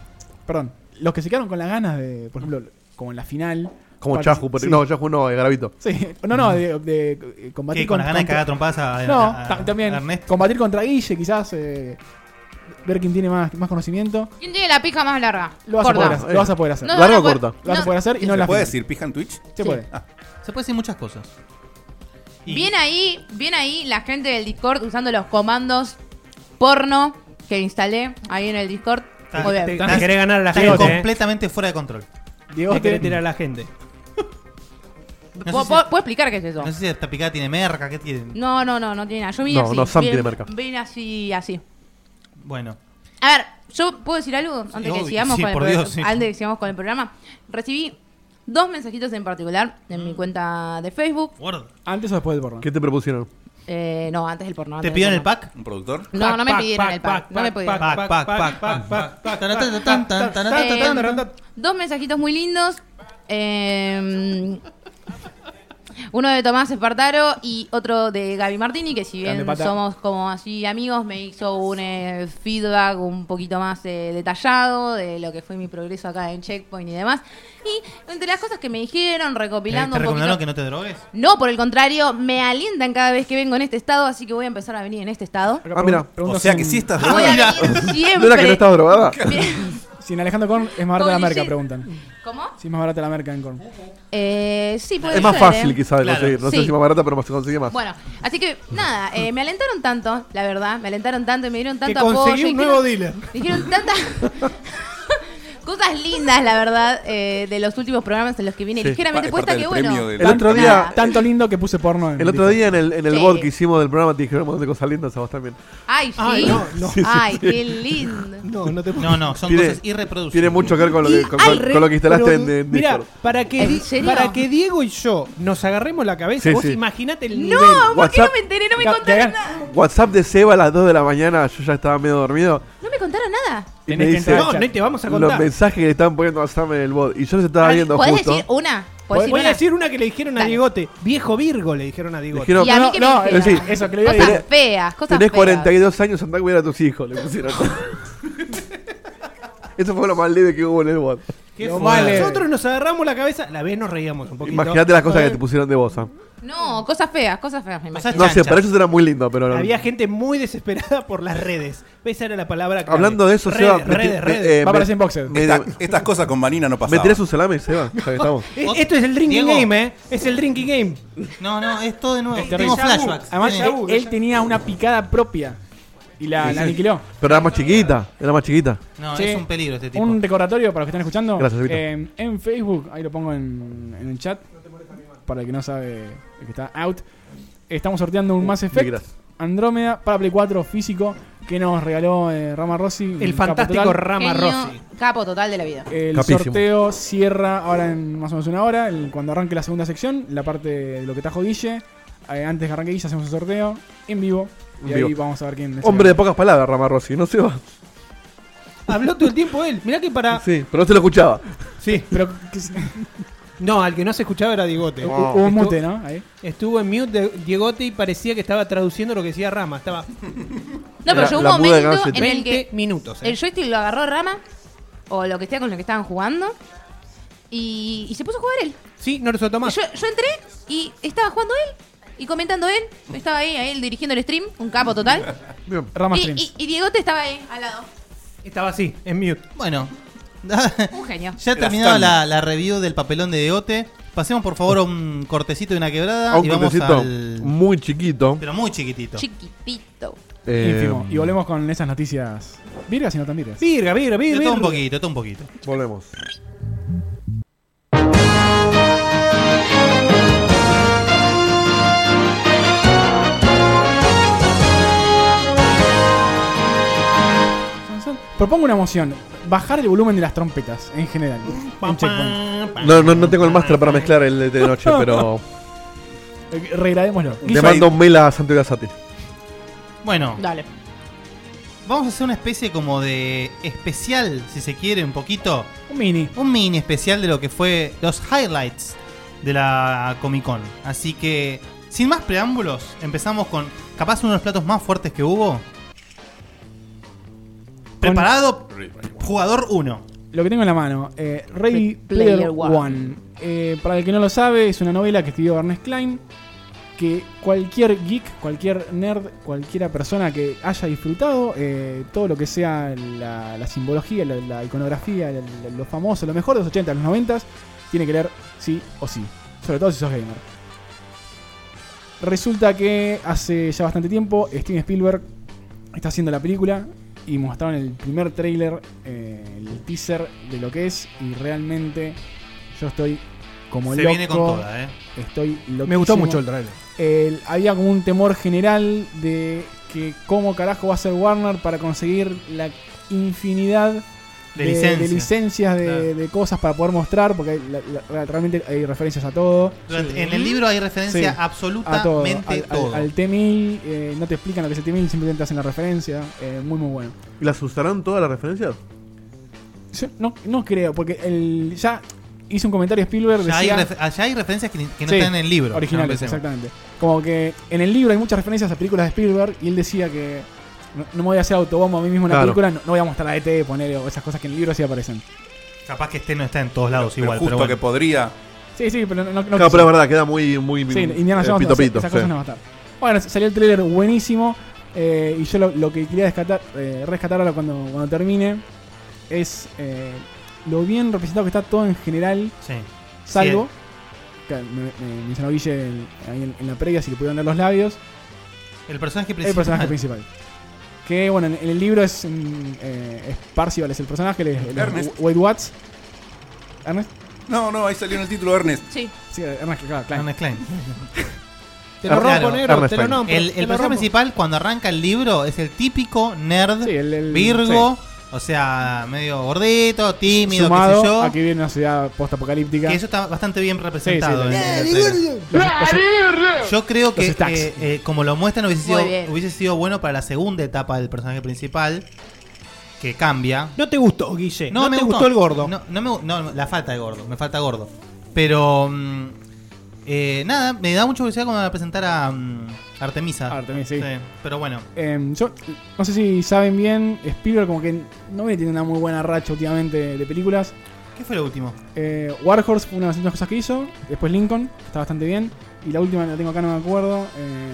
Speaker 1: perdón. Los que se quedaron con las ganas de, por ejemplo, como en la final.
Speaker 3: Como
Speaker 1: partici-
Speaker 3: Chahu, por
Speaker 1: sí,
Speaker 3: No, Chahu no, eh, Garavito.
Speaker 1: sí. no, no, de, de, eh, combatir
Speaker 7: ¿Qué, con las ganas de
Speaker 1: contra-
Speaker 7: cagar trompadas a, a-
Speaker 1: No,
Speaker 7: a-
Speaker 1: ta- también.
Speaker 7: a Ernesto.
Speaker 1: Combatir contra Guille, quizás. eh, ver quién tiene más, más conocimiento.
Speaker 2: ¿Quién tiene la pica más larga?
Speaker 1: Lo vas, a
Speaker 2: Gorda.
Speaker 1: poder, hacer, lo vas a poder hacer.
Speaker 2: No, no,
Speaker 3: ¿Larga
Speaker 2: no,
Speaker 3: o
Speaker 2: por-
Speaker 3: corta?
Speaker 1: Lo vas a
Speaker 2: no.
Speaker 1: poder hacer y no en
Speaker 5: ¿Se
Speaker 1: la
Speaker 5: puede
Speaker 1: final.
Speaker 5: decir pija en Twitch?
Speaker 1: Se
Speaker 2: Sí.
Speaker 1: puede.
Speaker 7: Se puede decir muchas cosas. Y-
Speaker 2: Bien ahí, bien ahí la gente del Discord usando los comandos porno que instalé ahí en el Discord.
Speaker 7: Ta-
Speaker 2: Muy bien.
Speaker 6: Te,
Speaker 7: Estás-
Speaker 6: te querés ganar a la
Speaker 7: están
Speaker 1: Diego,
Speaker 6: gente, eh.
Speaker 7: completamente fuera de control.
Speaker 1: Diego,
Speaker 6: Te querés
Speaker 1: te-
Speaker 6: tirar a la gente.
Speaker 7: No
Speaker 2: ¿Puedo,
Speaker 7: sé si-
Speaker 2: puedo- puedo explicar qué es eso?
Speaker 7: No sé si esta picada tiene merca, ¿qué tiene?
Speaker 2: No, no, no, no tiene nada. Yo vine
Speaker 3: No,
Speaker 2: así.
Speaker 3: no, Sam
Speaker 2: vine-
Speaker 3: tiene marca.
Speaker 2: vine así, así.
Speaker 7: Bueno,
Speaker 2: A ver, yo puedo decir algo antes, que,
Speaker 7: obvio,
Speaker 2: sigamos
Speaker 7: sí,
Speaker 2: con el
Speaker 7: por
Speaker 2: pro-
Speaker 7: Dios, sí.
Speaker 2: antes que sigamos con el programa. Recibí dos mensajitos en particular en
Speaker 7: Mm.
Speaker 2: mi cuenta de Facebook.
Speaker 7: gordo.
Speaker 1: Antes o después del porno.
Speaker 3: ¿Qué te propusieron?
Speaker 2: Eh, no, antes del porno.
Speaker 7: ¿Te
Speaker 2: piden
Speaker 7: pidieron el pack?
Speaker 5: ¿Un productor?
Speaker 2: No, no me
Speaker 6: Pac,
Speaker 2: pidieron
Speaker 6: pac,
Speaker 2: el pack.
Speaker 6: pac,
Speaker 2: No me
Speaker 6: pac,
Speaker 1: Pues,
Speaker 2: pidieron.
Speaker 7: pac, pac, pac,
Speaker 6: pac,
Speaker 7: pac,
Speaker 6: pac,
Speaker 7: pac,
Speaker 6: pac,
Speaker 7: tan, tan, tan, tan, tan,
Speaker 6: pac,
Speaker 7: tan, tan,
Speaker 2: Eh,
Speaker 7: tan.
Speaker 2: dos mensajitos muy lindos. Eh, uno de Tomás Espartaro y otro de Gaby Martini, que si bien
Speaker 1: Grande pata.
Speaker 2: somos como así amigos, me hizo un eh, feedback un poquito más eh, detallado de lo que fue mi progreso acá en Checkpoint y demás. Y entre las cosas que me dijeron,
Speaker 7: Eh,
Speaker 2: recopilando
Speaker 7: ¿Te
Speaker 2: un poquito...
Speaker 7: recomendaron que no te drogues?
Speaker 2: No, por el contrario, me alientan cada vez que vengo en este estado, así que voy a empezar a venir en este estado.
Speaker 1: Acá
Speaker 3: Ah, mira.
Speaker 1: pregunto
Speaker 5: O sea
Speaker 1: si
Speaker 5: que
Speaker 1: en-
Speaker 5: sí estás
Speaker 2: Ah, Voy
Speaker 5: drogado.
Speaker 2: a venir
Speaker 3: ¿No era que no
Speaker 2: siempre.
Speaker 3: estabas drogada?
Speaker 1: Si en Alejandro Korn es más barata la
Speaker 2: Como
Speaker 1: merca,
Speaker 2: dice-
Speaker 1: preguntan.
Speaker 2: ¿Cómo?
Speaker 1: Si es más barata la merca en Korn.
Speaker 2: Eh, sí, puede
Speaker 3: Es más
Speaker 2: ser, ¿eh?
Speaker 3: fácil quizás de
Speaker 7: Claro,
Speaker 3: conseguir. No sé
Speaker 2: sí.
Speaker 3: si más barata, pero más se consigue más.
Speaker 2: Bueno, así que nada, eh, me alentaron tanto, la verdad, me alentaron tanto y me dieron
Speaker 6: Que
Speaker 2: tanto apoyo.
Speaker 6: conseguí
Speaker 2: y
Speaker 6: un nuevo
Speaker 2: dijeron-
Speaker 6: dealer.
Speaker 2: Dijeron tanta. Cosas lindas, la verdad, eh, de los últimos programas en los que vine.
Speaker 3: Sí.
Speaker 2: Ligeramente
Speaker 3: Es
Speaker 2: cuesta
Speaker 3: parte
Speaker 2: que
Speaker 3: del
Speaker 2: bueno.
Speaker 3: premio del- El otro día-
Speaker 2: nada.
Speaker 1: Tanto lindo que puse porno en
Speaker 3: El otro día en el, en el
Speaker 2: Sí.
Speaker 3: bot que hicimos del programa te dijeron un montón de cosas lindas a vos también.
Speaker 2: Ay, sí.
Speaker 6: Ay, no, no. Sí, sí,
Speaker 2: Ay,
Speaker 6: sí.
Speaker 2: qué lindo.
Speaker 6: No, no te
Speaker 7: No, no, son
Speaker 3: Tiene-
Speaker 7: cosas irreproducibles.
Speaker 3: Tiene mucho que ver con lo que, con- con- con lo que instalaste en, en
Speaker 6: Mira,
Speaker 3: Discord.
Speaker 6: para que,
Speaker 2: ¿En
Speaker 6: Di-
Speaker 2: serio?
Speaker 6: para que Diego y yo nos agarremos la cabeza,
Speaker 3: Sí,
Speaker 6: vos
Speaker 3: sí.
Speaker 6: imaginate el
Speaker 2: No,
Speaker 6: nivel.
Speaker 2: ¿por qué no
Speaker 3: WhatsApp-
Speaker 2: me enteré? No me
Speaker 6: Ca-
Speaker 2: contaron
Speaker 6: cagar-
Speaker 2: nada.
Speaker 3: WhatsApp de Seba a las 2 de la mañana, yo ya estaba medio dormido.
Speaker 2: No me contaron nada.
Speaker 3: Y
Speaker 6: Tenés
Speaker 3: me dice
Speaker 6: que entrar al No, chat. no te vamos a contar.
Speaker 3: Los mensajes que le estaban poniendo a Sam en el bot. Y yo los estaba viendo
Speaker 2: ¿Podés
Speaker 3: justo.
Speaker 2: decir una? ¿Podés
Speaker 6: Voy
Speaker 2: decir
Speaker 6: a
Speaker 2: una?
Speaker 6: decir una que le dijeron a Diegote. Viejo Virgo le dijeron a Diegote.
Speaker 3: Dijeron,
Speaker 2: Y a mí que me
Speaker 1: no,
Speaker 2: dijeron.
Speaker 3: sí,
Speaker 1: eso que le voy a
Speaker 2: Cosas
Speaker 1: decir.
Speaker 2: feas, cosas
Speaker 3: Tenés
Speaker 2: feas.
Speaker 3: 42 años, andá a cuidar a tus hijos, le pusieron. Eso fue lo más leve que hubo en el bot.
Speaker 6: Qué
Speaker 1: Lo
Speaker 6: fuerte.
Speaker 1: vale.
Speaker 6: Nosotros nos agarramos la cabeza, la vez nos reíamos un poquito.
Speaker 3: Imagínate las cosas que te pusieron de vos, Sam.
Speaker 2: No, cosas feas, cosas feas, me imagino.
Speaker 3: No sé,
Speaker 7: chanchas.
Speaker 3: para ellos era muy lindo, pero... no.
Speaker 6: Había gente muy desesperada por las redes. Esa era la palabra clave.
Speaker 3: Hablando de eso,
Speaker 6: redes,
Speaker 3: Seba... me-
Speaker 6: Redes,
Speaker 3: me-
Speaker 6: redes.
Speaker 3: eh,
Speaker 1: Va a
Speaker 3: me-
Speaker 1: aparecer en boxer.
Speaker 3: me-
Speaker 5: Esta- estas cosas con Vanina no
Speaker 3: ¿Me
Speaker 5: pasaban.
Speaker 3: tirás un salame, Seba? Ya que estamos.
Speaker 6: Eh, Esto es el drinking
Speaker 7: Diego.
Speaker 6: game, ¿eh? Es el drinking game.
Speaker 7: No, no, es todo de nuevo.
Speaker 6: Este
Speaker 7: Tengo
Speaker 6: Deja
Speaker 7: flashbacks.
Speaker 1: Además,
Speaker 7: Sí.
Speaker 1: él, él tenía una picada propia y la, la aniquiló.
Speaker 3: Pero era más chiquita, era más chiquita.
Speaker 7: No,
Speaker 1: Che,
Speaker 7: es un peligro este tipo.
Speaker 1: Un recordatorio para los que están escuchando.
Speaker 3: Gracias, Vito.
Speaker 1: Eh, en Facebook, ahí lo pongo en, en el chat. Para el que no sabe, el que está out. Estamos sorteando un Mass Effect
Speaker 3: Uh, gracias.
Speaker 1: Andrómeda para Play 4 físico que nos regaló eh, Rama Rossi.
Speaker 6: El
Speaker 1: Capo
Speaker 6: fantástico
Speaker 1: Total.
Speaker 6: Rama
Speaker 2: Genio,
Speaker 6: Rossi.
Speaker 2: Capo total de la vida.
Speaker 1: El
Speaker 3: Capísimo.
Speaker 1: sorteo cierra ahora en más o menos una hora. el- cuando arranque la segunda sección, la parte de lo que trajo Guille. Eh, antes que arranque Guille, hacemos un sorteo en vivo. Y
Speaker 3: En
Speaker 1: ahí
Speaker 3: vivo.
Speaker 1: vamos a ver quién es.
Speaker 3: Hombre de
Speaker 1: el-
Speaker 3: pocas palabras, Ramarossi, no se va.
Speaker 6: Habló todo el tiempo él. Mirá que para.
Speaker 3: Sí, pero no se lo escuchaba.
Speaker 6: Sí.
Speaker 1: Pero que-
Speaker 6: No, al que no se escuchaba era Diegote.
Speaker 1: hubo un mute, ¿no? Ahí.
Speaker 6: Estuvo en mute de Diegote y parecía que estaba traduciendo lo que decía Rama. Estaba
Speaker 2: No, pero
Speaker 3: La-
Speaker 2: llegó un
Speaker 3: la muda de
Speaker 2: momento
Speaker 3: Gadget.
Speaker 2: en el
Speaker 6: 20
Speaker 2: que
Speaker 6: minutos. eh.
Speaker 2: el joystick lo agarró Rama, o lo que sea con lo que estaban jugando, y, y se puso a jugar él.
Speaker 6: Sí, no lo soltó más.
Speaker 2: Yo, yo entré y estaba jugando él, y comentando él, estaba ahí, ahí él dirigiendo el stream, un capo total.
Speaker 3: Bien.
Speaker 1: Rama
Speaker 2: Y,
Speaker 1: Streams.
Speaker 2: y, y Diegote estaba ahí, al lado.
Speaker 6: Estaba así, en mute.
Speaker 7: Bueno.
Speaker 2: Un genio.
Speaker 7: ya ha
Speaker 5: Era
Speaker 7: terminado
Speaker 5: Stan.
Speaker 7: la, la review del papelón de Deote. Pasemos por favor a un cortecito y una quebrada.
Speaker 3: A un
Speaker 7: y vamos
Speaker 3: cortecito
Speaker 7: al.
Speaker 3: muy chiquito.
Speaker 7: Pero muy chiquitito.
Speaker 2: Chiquitito.
Speaker 3: eh,
Speaker 1: Ínfimo. Y volvemos con esas noticias. Virgas y no tan virgas.
Speaker 6: Virga, virga,
Speaker 7: De
Speaker 6: virga.
Speaker 7: todo un
Speaker 6: virga.
Speaker 7: poquito, de todo un poquito.
Speaker 3: Volvemos.
Speaker 1: Propongo una moción. Bajar el volumen de las trompetas en general. En Checkpoint.
Speaker 3: No, no, no tengo el máster para mezclar el de- de noche, pero
Speaker 1: Eh, Regrabémoslo.
Speaker 3: le mando un mail a Santiago Gasati.
Speaker 7: Bueno,
Speaker 2: Dale.
Speaker 7: vamos a hacer una especie como de especial, si se quiere, un poquito.
Speaker 1: Un mini.
Speaker 7: un mini especial de lo que fue los highlights de la Comic Con. Así que, sin más preámbulos, empezamos con capaz uno de los platos más fuertes que hubo. Preparado, jugador 1.
Speaker 1: Lo que tengo en la mano. eh, Ready
Speaker 2: Pl-
Speaker 1: Player,
Speaker 2: Player
Speaker 1: One.
Speaker 2: One.
Speaker 1: Eh, para el que no lo sabe, es una novela que escribió Ernest Klein. Que cualquier geek, cualquier nerd, cualquiera persona que haya disfrutado eh, todo lo que sea la, la simbología, la, la iconografía, la- la- lo famoso, lo mejor de los 80, los 90, tiene que leer sí o sí. Sobre todo si sos gamer. Resulta que hace ya bastante tiempo Steven Spielberg está haciendo la película y mostraron el primer trailer, el teaser de lo que es y realmente yo estoy como
Speaker 7: Se
Speaker 1: loco.
Speaker 7: viene con toda, ¿eh?
Speaker 1: Estoy
Speaker 6: Me gustó mucho el trailer.
Speaker 1: el- había como un temor general de que cómo carajo va a ser Warner para conseguir la infinidad
Speaker 7: De licencia.
Speaker 1: licencias, de,
Speaker 7: Claro.
Speaker 1: de cosas para poder mostrar, porque hay- la- la- realmente hay referencias a todo.
Speaker 7: Durante- En el libro hay referencia
Speaker 1: Sí. A todo, al,
Speaker 7: absolutamente
Speaker 1: al-
Speaker 7: todo.
Speaker 1: al T-1000, eh, no te explican lo que es el T-1000, simplemente hacen la referencia, eh, muy muy bueno.
Speaker 3: ¿Y las usarán todas las referencias?
Speaker 1: Yo no, no creo, porque el, ya hizo un comentario Spielberg,
Speaker 7: Ya hay,
Speaker 1: decía...
Speaker 7: refe- allá hay referencias que, ni- que no
Speaker 1: Sí,
Speaker 7: están en el libro.
Speaker 1: Originales,
Speaker 7: Empecemos.
Speaker 1: exactamente. Como que en el libro hay muchas referencias a películas de Spielberg y él decía que no, no me voy a hacer autobombo a mí mismo en la
Speaker 3: Claro.
Speaker 1: película, no, no voy a mostrar a ET, poner o esas cosas que en el libro sí aparecen.
Speaker 7: Capaz que este no está en todos lados
Speaker 5: Pero
Speaker 7: igual,
Speaker 5: justo
Speaker 7: pero bueno.
Speaker 5: que podría.
Speaker 1: Sí, sí, pero no, no, no
Speaker 3: Claro, pero es verdad, queda muy, muy
Speaker 1: Sí, Indiana
Speaker 3: eh,
Speaker 1: Jones
Speaker 3: pito
Speaker 1: no,
Speaker 3: pito.
Speaker 1: esas cosas
Speaker 3: sí.
Speaker 1: no va a estar. Bueno, salió el trailer buenísimo. eh, y yo lo, lo que quería descatar- eh, rescatar ahora cuando, cuando termine es eh, lo bien representado que está todo en general,
Speaker 7: Sí.
Speaker 1: salvo. que me, me mencionó Guille en- ahí en, en la previa si le pudieron leer los labios.
Speaker 7: El personaje
Speaker 1: El
Speaker 7: principal.
Speaker 1: personaje principal. Que bueno, en en el libro es mm, eh, Parcival, es el personaje, el, el-
Speaker 5: Ernest.
Speaker 1: Wade Watts. ¿Ernest?
Speaker 5: No, no, ahí salió en el título Ernest.
Speaker 2: Sí.
Speaker 1: Sí, Ernest, claro, Klein.
Speaker 7: Ernest
Speaker 1: Te lo rompo, negro, te lo
Speaker 7: no
Speaker 1: nombro,
Speaker 7: El, el
Speaker 1: te lo
Speaker 7: personaje
Speaker 1: rompo.
Speaker 7: principal, cuando arranca el libro, es el típico nerd virgo. O sea, medio gordito, tímido,
Speaker 1: Sumado
Speaker 7: qué sé yo.
Speaker 1: a que viene una ciudad postapocalíptica.
Speaker 7: Que eso está bastante bien representado.
Speaker 1: Sí, sí,
Speaker 7: en-
Speaker 1: sí.
Speaker 7: en la
Speaker 1: ¡Eh,
Speaker 7: serie.
Speaker 1: gordo! Los- los-
Speaker 7: Yo creo que
Speaker 1: los stacks.
Speaker 7: eh, eh, como lo muestran hubiese sido,
Speaker 1: Muy bien.
Speaker 7: hubiese sido bueno para la segunda etapa del personaje principal, que cambia.
Speaker 6: No te gustó, Guille. No, me gustó el gordo.
Speaker 7: No, no me gu- no, no, la falta de gordo, me falta gordo. Pero mm, eh, nada, me da mucha curiosidad cuando van a presentar a mm, Artemisa.
Speaker 1: Artemisa, sí.
Speaker 7: Pero bueno.
Speaker 1: Em, yo no sé si saben bien, Spielberg como que no viene tiene una muy buena racha últimamente de, películas.
Speaker 7: ¿Qué fue lo último?
Speaker 1: Eh, War Horse fue una de las últimas cosas que hizo, después Lincoln, está bastante bien, y la última la tengo acá, no me acuerdo.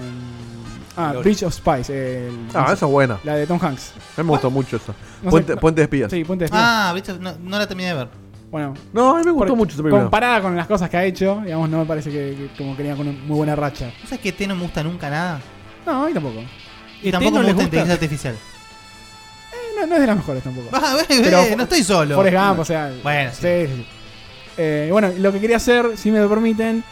Speaker 1: em, ah,
Speaker 3: La-
Speaker 1: Bridge of Spies. el-
Speaker 3: Ah, esa es buena.
Speaker 1: La de Tom Hanks.
Speaker 3: A mí me gustó mucho eso.
Speaker 1: No sé,
Speaker 3: Puente,
Speaker 1: no-
Speaker 3: Puente de Espías.
Speaker 1: Sí, Puente de Espías.
Speaker 7: Ah, viste, no, no la terminé de ver.
Speaker 1: Bueno.
Speaker 3: No, a mí me gustó
Speaker 1: porque
Speaker 3: mucho esa película.
Speaker 1: Comparada con las cosas que ha hecho, digamos, no me parece que, que como que tenía con una muy buena racha.
Speaker 7: ¿No sabes que T no me gusta nunca nada?
Speaker 1: No, a mí tampoco.
Speaker 7: Y tampoco me gusta inteligencia artificial.
Speaker 1: Eh, no, no es de las mejores tampoco.
Speaker 7: Ah, ve, ve, no estoy solo.
Speaker 1: Forrest Gump, o sea.
Speaker 7: Bueno,
Speaker 1: sí, sí, sí. Eh, bueno, lo que quería hacer, si me lo permiten,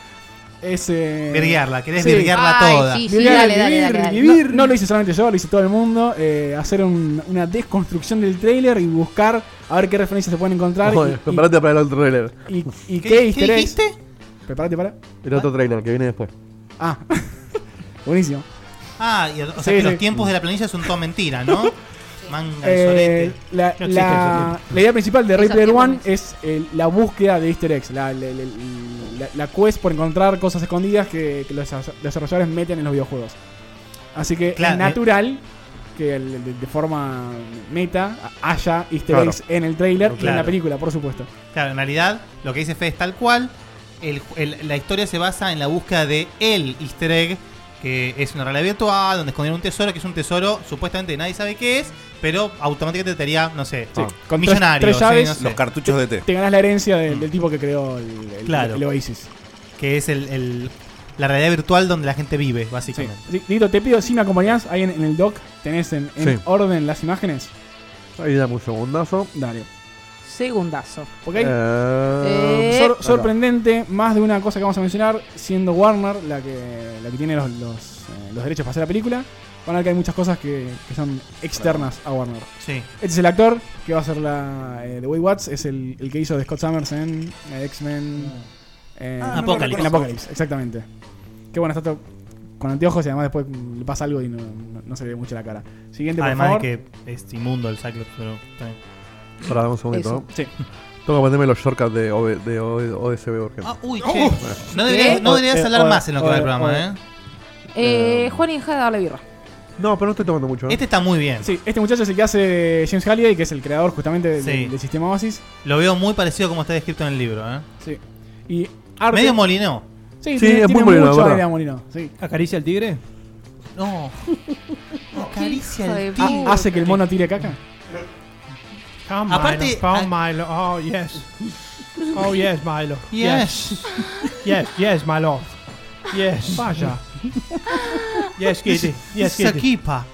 Speaker 1: es. Eh,
Speaker 7: Virguearla, querés virguearla Ay, toda. sí, sí, dale, dale, dale, dale.
Speaker 1: vivir. No, no lo hice solamente yo, lo hice todo el mundo. eh, hacer un- una desconstrucción del trailer y buscar a ver qué referencias se pueden encontrar.
Speaker 3: Joder,
Speaker 1: y,
Speaker 3: Preparate para el otro trailer.
Speaker 1: y, y- y qué,
Speaker 7: ¿Qué-
Speaker 1: easter
Speaker 7: qué
Speaker 1: eggs. Preparate para.
Speaker 3: El otro trailer que viene después.
Speaker 1: Ah, buenísimo.
Speaker 7: Ah, y, o sea
Speaker 1: Sí,
Speaker 7: que
Speaker 1: sí.
Speaker 7: los tiempos de la planilla son toda mentira, ¿no? Manga de
Speaker 1: Eh,
Speaker 7: solete.
Speaker 1: la,
Speaker 7: No existe
Speaker 1: la-
Speaker 7: eso, tío.
Speaker 1: la idea principal de Ray
Speaker 7: Esos
Speaker 1: Player
Speaker 7: tiempos
Speaker 1: One es eh, la búsqueda de easter eggs, la, la- la- la- la quest por encontrar cosas escondidas que, que los desa- desarrolladores meten en los videojuegos. Así que
Speaker 7: Claro, eh.
Speaker 1: es natural que el- de, de forma meta haya easter
Speaker 7: Claro.
Speaker 1: eggs en el trailer y en la
Speaker 7: Claro.
Speaker 1: película, por supuesto.
Speaker 7: Claro, en realidad lo que dice Fede es tal cual. El- el- la historia se basa en la búsqueda de el easter egg, que es una realidad virtual, donde escondieron un tesoro, que es un tesoro supuestamente nadie sabe qué es, pero automáticamente te haría, no sé,
Speaker 1: Sí,
Speaker 7: con
Speaker 1: con tres-
Speaker 7: millonario.
Speaker 1: tres
Speaker 7: sí, no
Speaker 1: llaves.
Speaker 7: sé.
Speaker 5: Los cartuchos de té.
Speaker 1: Te ganas la herencia del, del tipo que creó el, el-
Speaker 7: Claro.
Speaker 1: el Oasis.
Speaker 7: Que es el, el- la realidad virtual donde la gente vive, básicamente.
Speaker 1: Di- Dito, te pido, si me acompañás, ahí en, en el doc tenés en, en
Speaker 7: Sí.
Speaker 1: orden las imágenes.
Speaker 3: Ahí dame un segundazo.
Speaker 1: Dale.
Speaker 2: Segundazo.
Speaker 1: ¿Ok? Eh, sor- sorprendente, más de una cosa que vamos a mencionar, siendo Warner la que, la que tiene los, los, eh, los derechos para hacer la película, van a ver que hay muchas cosas que, que son externas a Warner.
Speaker 7: Sí.
Speaker 1: Este es el actor que va a ser la eh, de Way Watts, es el, el que hizo de Scott Summers en eh, X-Men eh,
Speaker 7: Ah, no Apocalypse.
Speaker 1: En Apocalypse, exactamente. Qué bueno, está todo con anteojos y además después le pasa algo y no, no- no se le ve mucho la cara. Siguiente, por
Speaker 7: Además
Speaker 1: favor.
Speaker 7: de que es inmundo el Cyclops, pero está bien.
Speaker 3: Ahora dame un segundito.
Speaker 1: Sí.
Speaker 3: Tengo que aprenderme los shortcuts de, OB de OB ODSB urgente.
Speaker 7: Ah, uy,
Speaker 1: Oh.
Speaker 7: che. No deberías, no
Speaker 3: Eh,
Speaker 7: deberías
Speaker 3: eh,
Speaker 7: hablar
Speaker 3: eh,
Speaker 7: más en lo que va el
Speaker 3: eh,
Speaker 7: programa,
Speaker 3: eh.
Speaker 7: ¿eh?
Speaker 2: Eh, Juan y deja de darle birra.
Speaker 3: No, pero no estoy tomando mucho. ¿eh?
Speaker 7: Este está muy bien.
Speaker 1: Sí, este muchacho es el que hace James Halliday, que es el creador justamente del,
Speaker 7: Sí.
Speaker 1: del sistema Oasis.
Speaker 7: Lo veo muy parecido a como está descrito en el libro, ¿eh?
Speaker 1: Sí. Y arte-
Speaker 7: Medio molino.
Speaker 1: Sí, tiene, tiene mucho aire a Molino. Sí.
Speaker 6: ¿Acaricia al tigre?
Speaker 7: No. Acaricia
Speaker 1: Hijo
Speaker 7: el
Speaker 1: de
Speaker 7: tigre.
Speaker 1: puta. Ah, ¿Hace que el mono tire caca?
Speaker 6: Come
Speaker 7: Aparte-
Speaker 6: Milo, come Milo. Oh, yes. Oh, yes, Milo.
Speaker 7: Yes.
Speaker 6: Yes, yes, my love. Yes. Vaya. Yes, Kitty. Yes,
Speaker 7: Esa
Speaker 6: Kitty.
Speaker 7: kipa.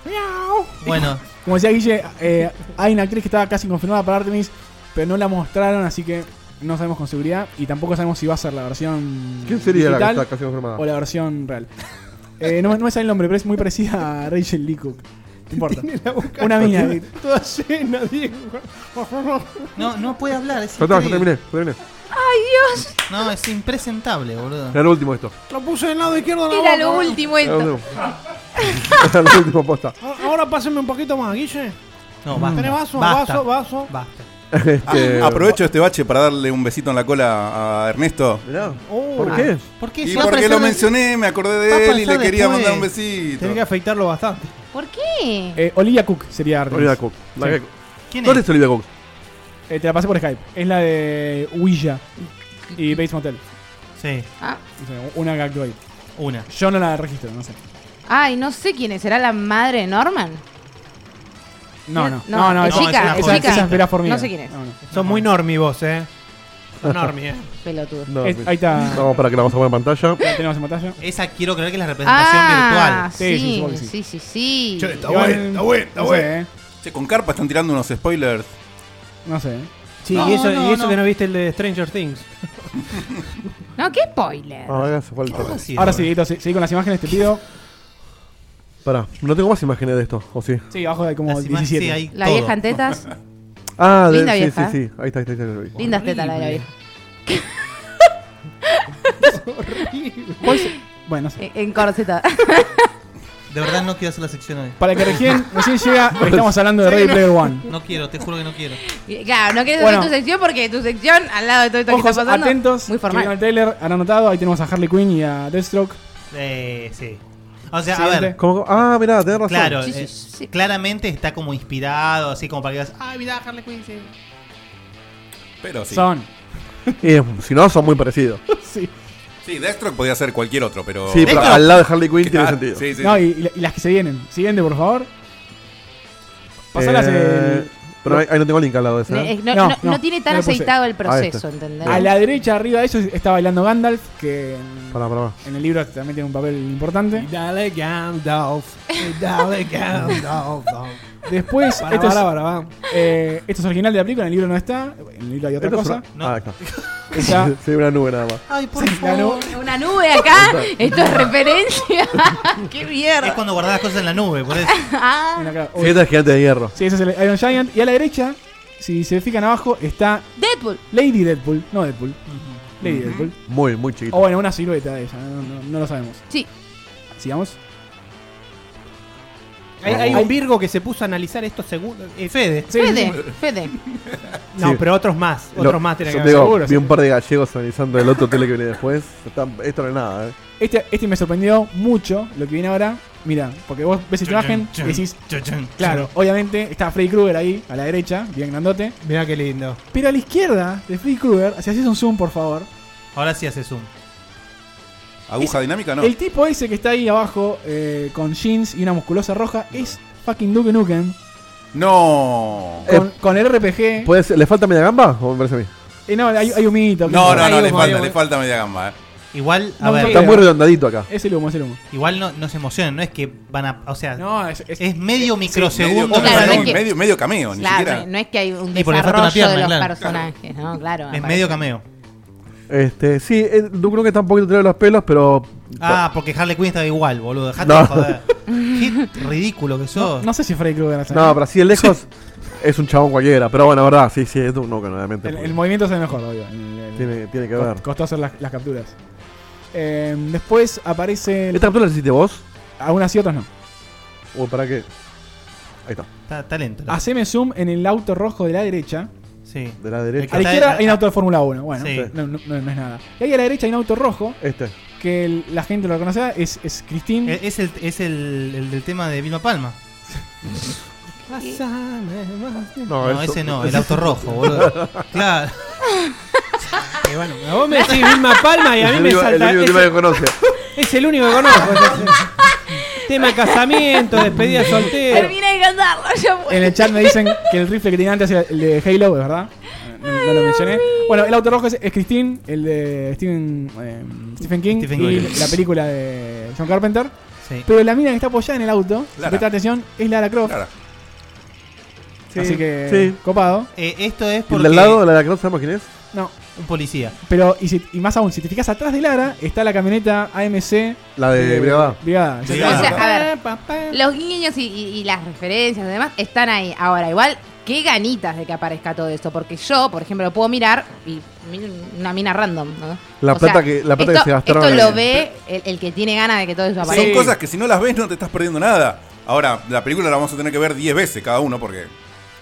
Speaker 7: Bueno.
Speaker 1: Como decía Guille, eh, hay una actriz que estaba casi confirmada para Artemis, pero no la mostraron, así que no sabemos con seguridad. Y tampoco sabemos si va a ser la versión.
Speaker 3: ¿Quién sería la que
Speaker 1: digital
Speaker 3: está casi confirmada?
Speaker 1: O la versión real. Eh, no, no me sale el nombre, pero es muy parecida a Rachel Lee Cook. No importa. Una mina.
Speaker 6: toda- Toda llena, Diego.
Speaker 7: No, no puede hablar. Es
Speaker 3: Ya está, ya terminé,
Speaker 7: increíble.
Speaker 3: ya terminé.
Speaker 2: ¡Ay, Dios!
Speaker 7: No, es impresentable, boludo.
Speaker 3: Era lo último esto.
Speaker 6: Lo puse del lado izquierdo de la
Speaker 2: Era
Speaker 6: boca,
Speaker 2: lo
Speaker 6: boludo.
Speaker 2: último
Speaker 3: Era lo
Speaker 2: esto.
Speaker 3: último. Era lo último posta.
Speaker 6: A- Ahora pásenme un poquito más, Guille.
Speaker 7: No, basta.
Speaker 6: ¿Tenés vaso?
Speaker 7: Basta.
Speaker 6: ¿Vaso? ¿Vaso?
Speaker 7: Basta.
Speaker 3: Este-
Speaker 5: Ah, aprovecho este bache para darle un besito en la cola a Ernesto.
Speaker 1: Oh.
Speaker 3: ¿Por qué?
Speaker 7: ¿Por
Speaker 5: Y porque lo mencioné, me acordé
Speaker 6: Va a
Speaker 5: de él y le
Speaker 6: pasar
Speaker 5: quería
Speaker 6: después.
Speaker 5: mandar un besito.
Speaker 6: Tenés que afeitarlo bastante.
Speaker 2: ¿Por qué?
Speaker 1: Eh, Olivia Cook sería Artemis.
Speaker 3: Olivia Cook. La
Speaker 1: Sí.
Speaker 3: que- ¿Dónde es Olivia Cook?
Speaker 1: Eh, te la pasé por Skype. Es la de Ouija y Bates Motel.
Speaker 7: Mm. Sí.
Speaker 2: Ah.
Speaker 1: O sea, Una que actuó ahí.
Speaker 7: Una.
Speaker 1: Yo no la registro, no sé.
Speaker 2: Ay, no sé quién es. ¿Será la madre de Norman?
Speaker 1: No, no.
Speaker 2: No,
Speaker 1: No, no,
Speaker 2: es
Speaker 1: esa-
Speaker 2: chica,
Speaker 1: esa-
Speaker 2: es chica.
Speaker 1: esa es Vera Formiga.
Speaker 2: No sé quién es.
Speaker 1: No, no.
Speaker 6: Son muy normi vos, eh. Normie.
Speaker 2: Pelotudo.
Speaker 3: No,
Speaker 1: Es-
Speaker 3: mira.
Speaker 1: ahí está.
Speaker 3: Vamos para que la vamos a poner en pantalla.
Speaker 1: La tenemos en pantalla.
Speaker 7: Esa quiero creer que es la representación
Speaker 2: Ah,
Speaker 7: virtual.
Speaker 2: sí, sí,
Speaker 5: supongo que
Speaker 2: sí,
Speaker 5: sí.
Speaker 2: sí, sí,
Speaker 5: Che, está bueno, está bueno, está
Speaker 1: no sé,
Speaker 5: bueno.
Speaker 1: eh.
Speaker 5: Che, con carpa están tirando unos spoilers.
Speaker 1: No sé.
Speaker 6: Sí,
Speaker 5: No,
Speaker 6: y eso,
Speaker 2: no,
Speaker 6: y eso
Speaker 2: no.
Speaker 6: que no viste el de Stranger Things.
Speaker 2: No, qué spoiler.
Speaker 3: Ah, Ahora hace falta.
Speaker 1: Ahora sí, Dieguito, sí, seguí con las imágenes, te pido.
Speaker 3: Pará, no tengo más imágenes de esto, ¿o sí?
Speaker 1: Sí, abajo hay como
Speaker 7: Las imágenes,
Speaker 1: 17.
Speaker 7: sí, hay
Speaker 2: La
Speaker 7: todo.
Speaker 2: vieja en tetas.
Speaker 3: Ah, de,
Speaker 2: Linda
Speaker 3: sí,
Speaker 2: vieja,
Speaker 3: sí,
Speaker 2: ¿eh?
Speaker 3: sí. Ahí está, ahí está. Ahí está, ahí está.
Speaker 2: Lindas tetas la de la vieja.
Speaker 1: ¿Cuál se- Bueno, no sé.
Speaker 2: Eh, En en corseta.
Speaker 7: De verdad no quiero hacer la sección hoy.
Speaker 1: Para el que recién, recién llega, estamos hablando de Ready Player One.
Speaker 7: No quiero, te juro que no quiero.
Speaker 2: Y, Claro, no quieres
Speaker 1: Bueno.
Speaker 2: hacer tu sección porque tu sección al lado de todo esto que
Speaker 1: Ojos
Speaker 2: está pasando.
Speaker 1: atentos,
Speaker 2: muy
Speaker 1: que vieron
Speaker 2: formal.
Speaker 1: el trailer, han anotado, ahí tenemos a Harley Quinn y a Deathstroke.
Speaker 7: Eh, sí. O sea, a
Speaker 1: Siguiente.
Speaker 7: ver,
Speaker 3: ¿Cómo- cómo? Ah, mirá, tenés razón.
Speaker 7: claro,
Speaker 2: Sí, sí,
Speaker 7: eh,
Speaker 2: sí.
Speaker 7: claramente está como inspirado, así como para que digas, ah,
Speaker 4: Ay, mirá, Harley Quinn, sí.
Speaker 5: Pero sí.
Speaker 1: Son.
Speaker 3: Eh, si no, son muy parecidos.
Speaker 1: Sí.
Speaker 5: Sí, Deathstroke podía ser cualquier otro, pero.
Speaker 3: Sí, pero
Speaker 7: Esto-
Speaker 3: al lado de Harley Quinn tiene
Speaker 5: Claro,
Speaker 3: sentido.
Speaker 5: Sí, sí.
Speaker 1: No,
Speaker 5: sí.
Speaker 1: y, y las que se vienen. Siguiente, por favor. Pasalas
Speaker 3: Eh,
Speaker 1: el-
Speaker 3: Pero ahí, ahí no tengo link al lado de Ah, este.
Speaker 2: No,
Speaker 3: ese. ¿eh?
Speaker 2: no,
Speaker 1: No,
Speaker 2: no-
Speaker 1: no,
Speaker 2: no tiene tan
Speaker 1: no le puse.
Speaker 2: aceitado el
Speaker 3: Ahí
Speaker 2: proceso,
Speaker 3: está.
Speaker 2: ¿entendés?
Speaker 1: A la derecha, arriba de eso, está bailando Gandalf, que en,
Speaker 3: Pará, pará.
Speaker 1: en el libro también tiene un papel importante.
Speaker 6: Dale Gandalf. Dale Gandalf.
Speaker 1: Después,
Speaker 6: Para,
Speaker 1: esto,
Speaker 6: para,
Speaker 1: es, eh, esto es original de la película, en el libro no está, en el libro hay otra
Speaker 3: Esto es
Speaker 1: cosa.
Speaker 3: una-
Speaker 7: No.
Speaker 3: Ah, acá.
Speaker 1: Está-
Speaker 3: Sí, una nube nada más.
Speaker 7: ay, por
Speaker 1: la
Speaker 7: favor.
Speaker 1: nu-
Speaker 2: Una nube acá, esto es referencia. ¡Qué
Speaker 7: Es
Speaker 2: mierda!
Speaker 7: cuando guardás las cosas en la nube, por eso.
Speaker 2: Ah,
Speaker 1: una cara-
Speaker 3: Sí, esta es gigante de hierro.
Speaker 1: Sí, ese es el Iron Giant. Y a la derecha, si se fijan abajo, está
Speaker 2: Deadpool.
Speaker 1: Lady Deadpool, no Deadpool. Lady Deadpool.
Speaker 3: Muy, muy
Speaker 1: O
Speaker 3: chiquito.
Speaker 1: bueno, una silueta de ella, no, no- no lo sabemos.
Speaker 2: Sí.
Speaker 1: Sigamos.
Speaker 6: Hay, hay un Virgo que se puso a analizar estos segundos. Eh, Fede.
Speaker 1: Sí,
Speaker 2: Fede, Fede.
Speaker 6: No,
Speaker 3: Sí.
Speaker 6: pero otros más. Otros
Speaker 3: Lo-
Speaker 6: más tiene que
Speaker 3: yo
Speaker 6: haber.
Speaker 3: digo,
Speaker 1: seguro,
Speaker 3: Vi un
Speaker 1: sí.
Speaker 3: par de gallegos analizando el otro tele que viene después. Está- esto no es nada, ¿eh?
Speaker 1: Este, este me sorprendió mucho lo que viene ahora. Mira, porque vos ves esta imagen y
Speaker 7: Chun,
Speaker 1: decís,
Speaker 7: chun, chun, chun.
Speaker 1: claro, obviamente está Freddy Krueger ahí, a la derecha, bien grandote.
Speaker 6: Mirá qué lindo.
Speaker 1: Pero a la izquierda de Freddy Krueger, si haces un zoom, por favor.
Speaker 7: Ahora sí hace zoom.
Speaker 5: Aguja dinámica, no.
Speaker 1: El tipo ese que está ahí abajo eh, con jeans y una musculosa roja es fucking Duke Nukem.
Speaker 5: No.
Speaker 3: Eh,
Speaker 1: Con, con el RPG.
Speaker 3: ¿Puede ser- ¿Le falta media gamba? ¿O me parece a mí?
Speaker 1: Eh, no, hay, hay humito. que-
Speaker 5: No, no,
Speaker 1: hay
Speaker 5: no, le
Speaker 1: humo,
Speaker 5: falta,
Speaker 1: hay
Speaker 5: le
Speaker 1: humo.
Speaker 5: falta media gamba. eh.
Speaker 7: Igual, a
Speaker 1: No,
Speaker 7: ver,
Speaker 1: no,
Speaker 3: Está muy redondadito acá.
Speaker 1: Es el humo, es el humo.
Speaker 7: igual no, no se emocionen, no es que van a. O sea,
Speaker 1: No, es, es-
Speaker 7: es medio
Speaker 5: Medio,
Speaker 7: microsegundo.
Speaker 2: Claro,
Speaker 7: para
Speaker 2: no es
Speaker 5: medio,
Speaker 7: mí.
Speaker 2: que-
Speaker 5: medio- medio cameo, ni
Speaker 2: Claro,
Speaker 5: siquiera.
Speaker 2: no es que hay un
Speaker 7: Y porque le falta
Speaker 2: desarrollo
Speaker 7: una pierna,
Speaker 2: de los
Speaker 7: claro.
Speaker 2: personajes, ¿no? Claro.
Speaker 7: Es
Speaker 2: aparece.
Speaker 7: medio cameo.
Speaker 3: Este, sí, eh, yo creo que está un poquito tirado de los pelos, pero.
Speaker 7: Ah, porque Harley Quinn estaba igual, boludo. Dejate
Speaker 3: No.
Speaker 7: de joder. Qué ridículo que sos.
Speaker 1: no sé si Freddy Krueger hace.
Speaker 3: No, pero así de lejos es un chabón cualquiera. Pero bueno, la verdad, sí, sí, es Duke Nukem, obviamente. pues.
Speaker 1: el,
Speaker 3: porque
Speaker 1: el movimiento es el mejor, obvio. El- el-
Speaker 3: tiene, tiene que ver.
Speaker 1: Costó hacer las, las capturas. Eh, después aparece.
Speaker 3: ¿Esta captura la hiciste vos?
Speaker 1: Algunas y otras no.
Speaker 3: ¿O para qué? Ahí está,
Speaker 7: Está, está lento. la-
Speaker 1: Haceme zoom en el auto rojo de la derecha.
Speaker 7: Sí.
Speaker 3: de la
Speaker 7: El
Speaker 3: derecha.
Speaker 1: A la
Speaker 7: Está-
Speaker 1: izquierda hay un
Speaker 7: ah,
Speaker 1: auto de Fórmula 1. Bueno,
Speaker 7: Sí.
Speaker 1: no, no- no- no es nada. Y ahí a la derecha hay un auto rojo
Speaker 3: Este.
Speaker 1: que el- la gente lo conocerá. Es, es Christine.
Speaker 7: E- Es, el, es el, el del tema de Vilma Palma. No,
Speaker 3: eso-
Speaker 7: ese no, el auto rojo, boludo. Claro.
Speaker 6: Y bueno, a vos me decís Vilma Palma y a
Speaker 3: Es
Speaker 6: mí
Speaker 3: el
Speaker 6: me
Speaker 3: único-
Speaker 6: salta.
Speaker 3: El único
Speaker 6: Es,
Speaker 3: tema que conoce.
Speaker 6: es el único que conozco. Tema casamiento, despedida de soltero.
Speaker 2: Termina de cantarlo, ya fue.
Speaker 1: En el chat me dicen que el rifle que tenía antes era el de Halo, ¿es verdad? No, no lo mencioné. Bueno, el auto rojo es, es Christine, el de Stephen, eh, Stephen King
Speaker 7: Stephen
Speaker 1: y
Speaker 7: King.
Speaker 1: la película de John Carpenter.
Speaker 7: Sí.
Speaker 1: Pero la mina que está apoyada en el auto, si
Speaker 5: Lara.
Speaker 1: presta atención, es Lara Croft.
Speaker 5: Claro.
Speaker 1: Así que,
Speaker 3: Sí.
Speaker 1: copado.
Speaker 7: Eh, esto es
Speaker 3: ¿Y ¿El
Speaker 7: porque
Speaker 3: de al lado, la de acá, no sabemos quién es?
Speaker 1: No,
Speaker 7: un policía.
Speaker 1: pero y, si- y más aún, si te fijas atrás de Lara, está la camioneta AMC.
Speaker 3: La de
Speaker 1: eh,
Speaker 3: Brigada.
Speaker 1: Brigada,
Speaker 7: Sí.
Speaker 2: O
Speaker 1: exactamente.
Speaker 2: sea, a ver, los guiños y, y- y las referencias y demás están ahí. Ahora, igual, qué ganitas de que aparezca todo esto. Porque yo, por ejemplo, lo puedo mirar y miro una mina random, ¿no?
Speaker 3: La
Speaker 2: O
Speaker 3: plata que- la plata que
Speaker 2: esto-
Speaker 3: se gastaron
Speaker 2: Esto
Speaker 3: en-
Speaker 2: lo ve el, el que tiene ganas de que todo eso
Speaker 5: Son
Speaker 2: aparezca.
Speaker 5: cosas que si no las ves no te estás perdiendo nada. Ahora, la película la vamos a tener que ver 10 veces cada uno porque.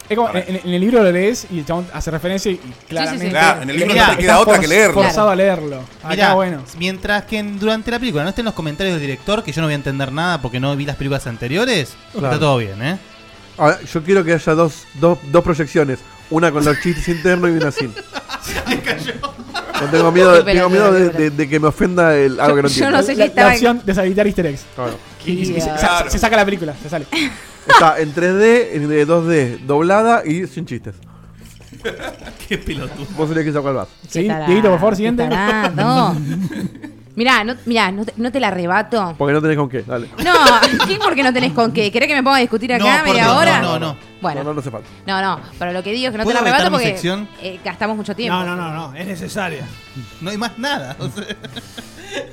Speaker 1: Es como, en, en el libro lo lees y el chabón hace referencia y, y claramente.
Speaker 5: Claro, en el libro
Speaker 7: Mirá,
Speaker 5: no te queda otra que leerlo.
Speaker 1: forzado a leerlo. Acá,
Speaker 7: Mirá,
Speaker 1: bueno.
Speaker 7: mientras que en- durante la película no estén los comentarios del director, que yo no voy a entender nada porque no vi las películas anteriores,
Speaker 3: Claro.
Speaker 7: está todo bien, ¿eh?
Speaker 3: A ver, yo quiero que haya dos, dos, dos proyecciones. Una con los chistes internos y una sin. No tengo miedo,
Speaker 2: Qué
Speaker 3: tengo
Speaker 2: pelotudo,
Speaker 3: miedo de,
Speaker 2: qué pelotudo.
Speaker 3: de- de que me ofenda el, algo que no
Speaker 2: yo
Speaker 3: entiendo.
Speaker 2: no sé si
Speaker 1: La, la
Speaker 2: estaba en-
Speaker 1: opción deshabilitar easter eggs.
Speaker 3: Ah, bueno.
Speaker 1: Y- y- y se-
Speaker 5: Claro.
Speaker 1: se, se saca la película, se sale.
Speaker 3: eh, Está en 3D, en 2D, doblada y sin chistes.
Speaker 7: Qué pelotudo.
Speaker 3: Vos tenés que sacar el bar.
Speaker 1: Sí, Dieguito, por favor, siguiente.
Speaker 2: Tarado. Mirá, no, mirá, no te, no te la arrebato.
Speaker 3: Porque no tenés con qué, dale.
Speaker 2: No, ¿qué porque no tenés con qué? ¿Querés que me ponga a discutir acá
Speaker 3: por
Speaker 2: media
Speaker 3: Dios,
Speaker 2: hora?
Speaker 3: No, no, no.
Speaker 2: Ah. Bueno.
Speaker 3: No, no, no hace falta.
Speaker 2: No, no, pero lo que digo es que no te
Speaker 7: ¿Puedo
Speaker 2: la
Speaker 7: vetar
Speaker 2: arrebato
Speaker 7: mi
Speaker 2: porque
Speaker 7: sección?
Speaker 2: eh, gastamos mucho tiempo.
Speaker 7: No, no, no, no,
Speaker 6: es necesaria.
Speaker 7: No hay más nada. o sea.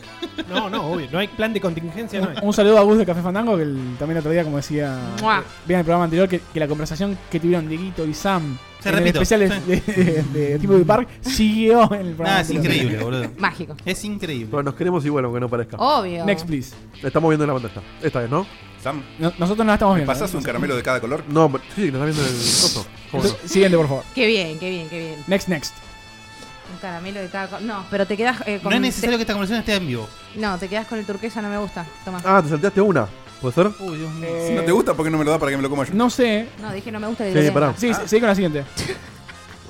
Speaker 6: No, no, obvio. No hay plan de contingencia. No hay.
Speaker 1: Un saludo a Gus de Café Fandango, que el- también el otro día, como decía,
Speaker 6: Mua.
Speaker 1: eh, vean el programa anterior, que, que la conversación que tuvieron Dieguito y Sam
Speaker 7: Se
Speaker 1: en
Speaker 7: repitió,
Speaker 1: el especial de, de, de Timothy Park siguió en el programa.
Speaker 7: Nada, es
Speaker 1: anterior.
Speaker 7: increíble, boludo.
Speaker 2: Mágico.
Speaker 7: Es increíble.
Speaker 3: Pero nos queremos igual, aunque no parezca.
Speaker 2: Obvio. Next,
Speaker 1: please.
Speaker 3: Estamos viendo la pantalla. Esta vez, ¿no?
Speaker 5: Sam.
Speaker 1: nosotros no la estamos
Speaker 5: ¿Me
Speaker 1: viendo.
Speaker 5: pasás
Speaker 1: ¿eh?
Speaker 5: un caramelo de cada color?
Speaker 3: No, pero- sí, nos está viendo el coso. ¿Cómo no?
Speaker 1: Entonces, Siguiente, por favor.
Speaker 2: Qué bien, qué bien, qué bien.
Speaker 1: Next, next.
Speaker 2: Un caramelo de cada co- No, pero te quedas eh, con.
Speaker 7: No es necesario que esta conversación esté en vivo.
Speaker 2: No, te quedas con el turquesa, no me gusta. Toma.
Speaker 3: Ah, te salteaste una. ¿Puede ser?
Speaker 7: Uy, Dios mío.
Speaker 5: Si no te gusta, ¿por qué no me lo da para que me lo coma yo?
Speaker 1: No sé.
Speaker 2: No, dije no me gusta el
Speaker 3: Sí,
Speaker 2: turquesa. Ah.
Speaker 3: pará.
Speaker 1: Sí, sí, seguí con la siguiente.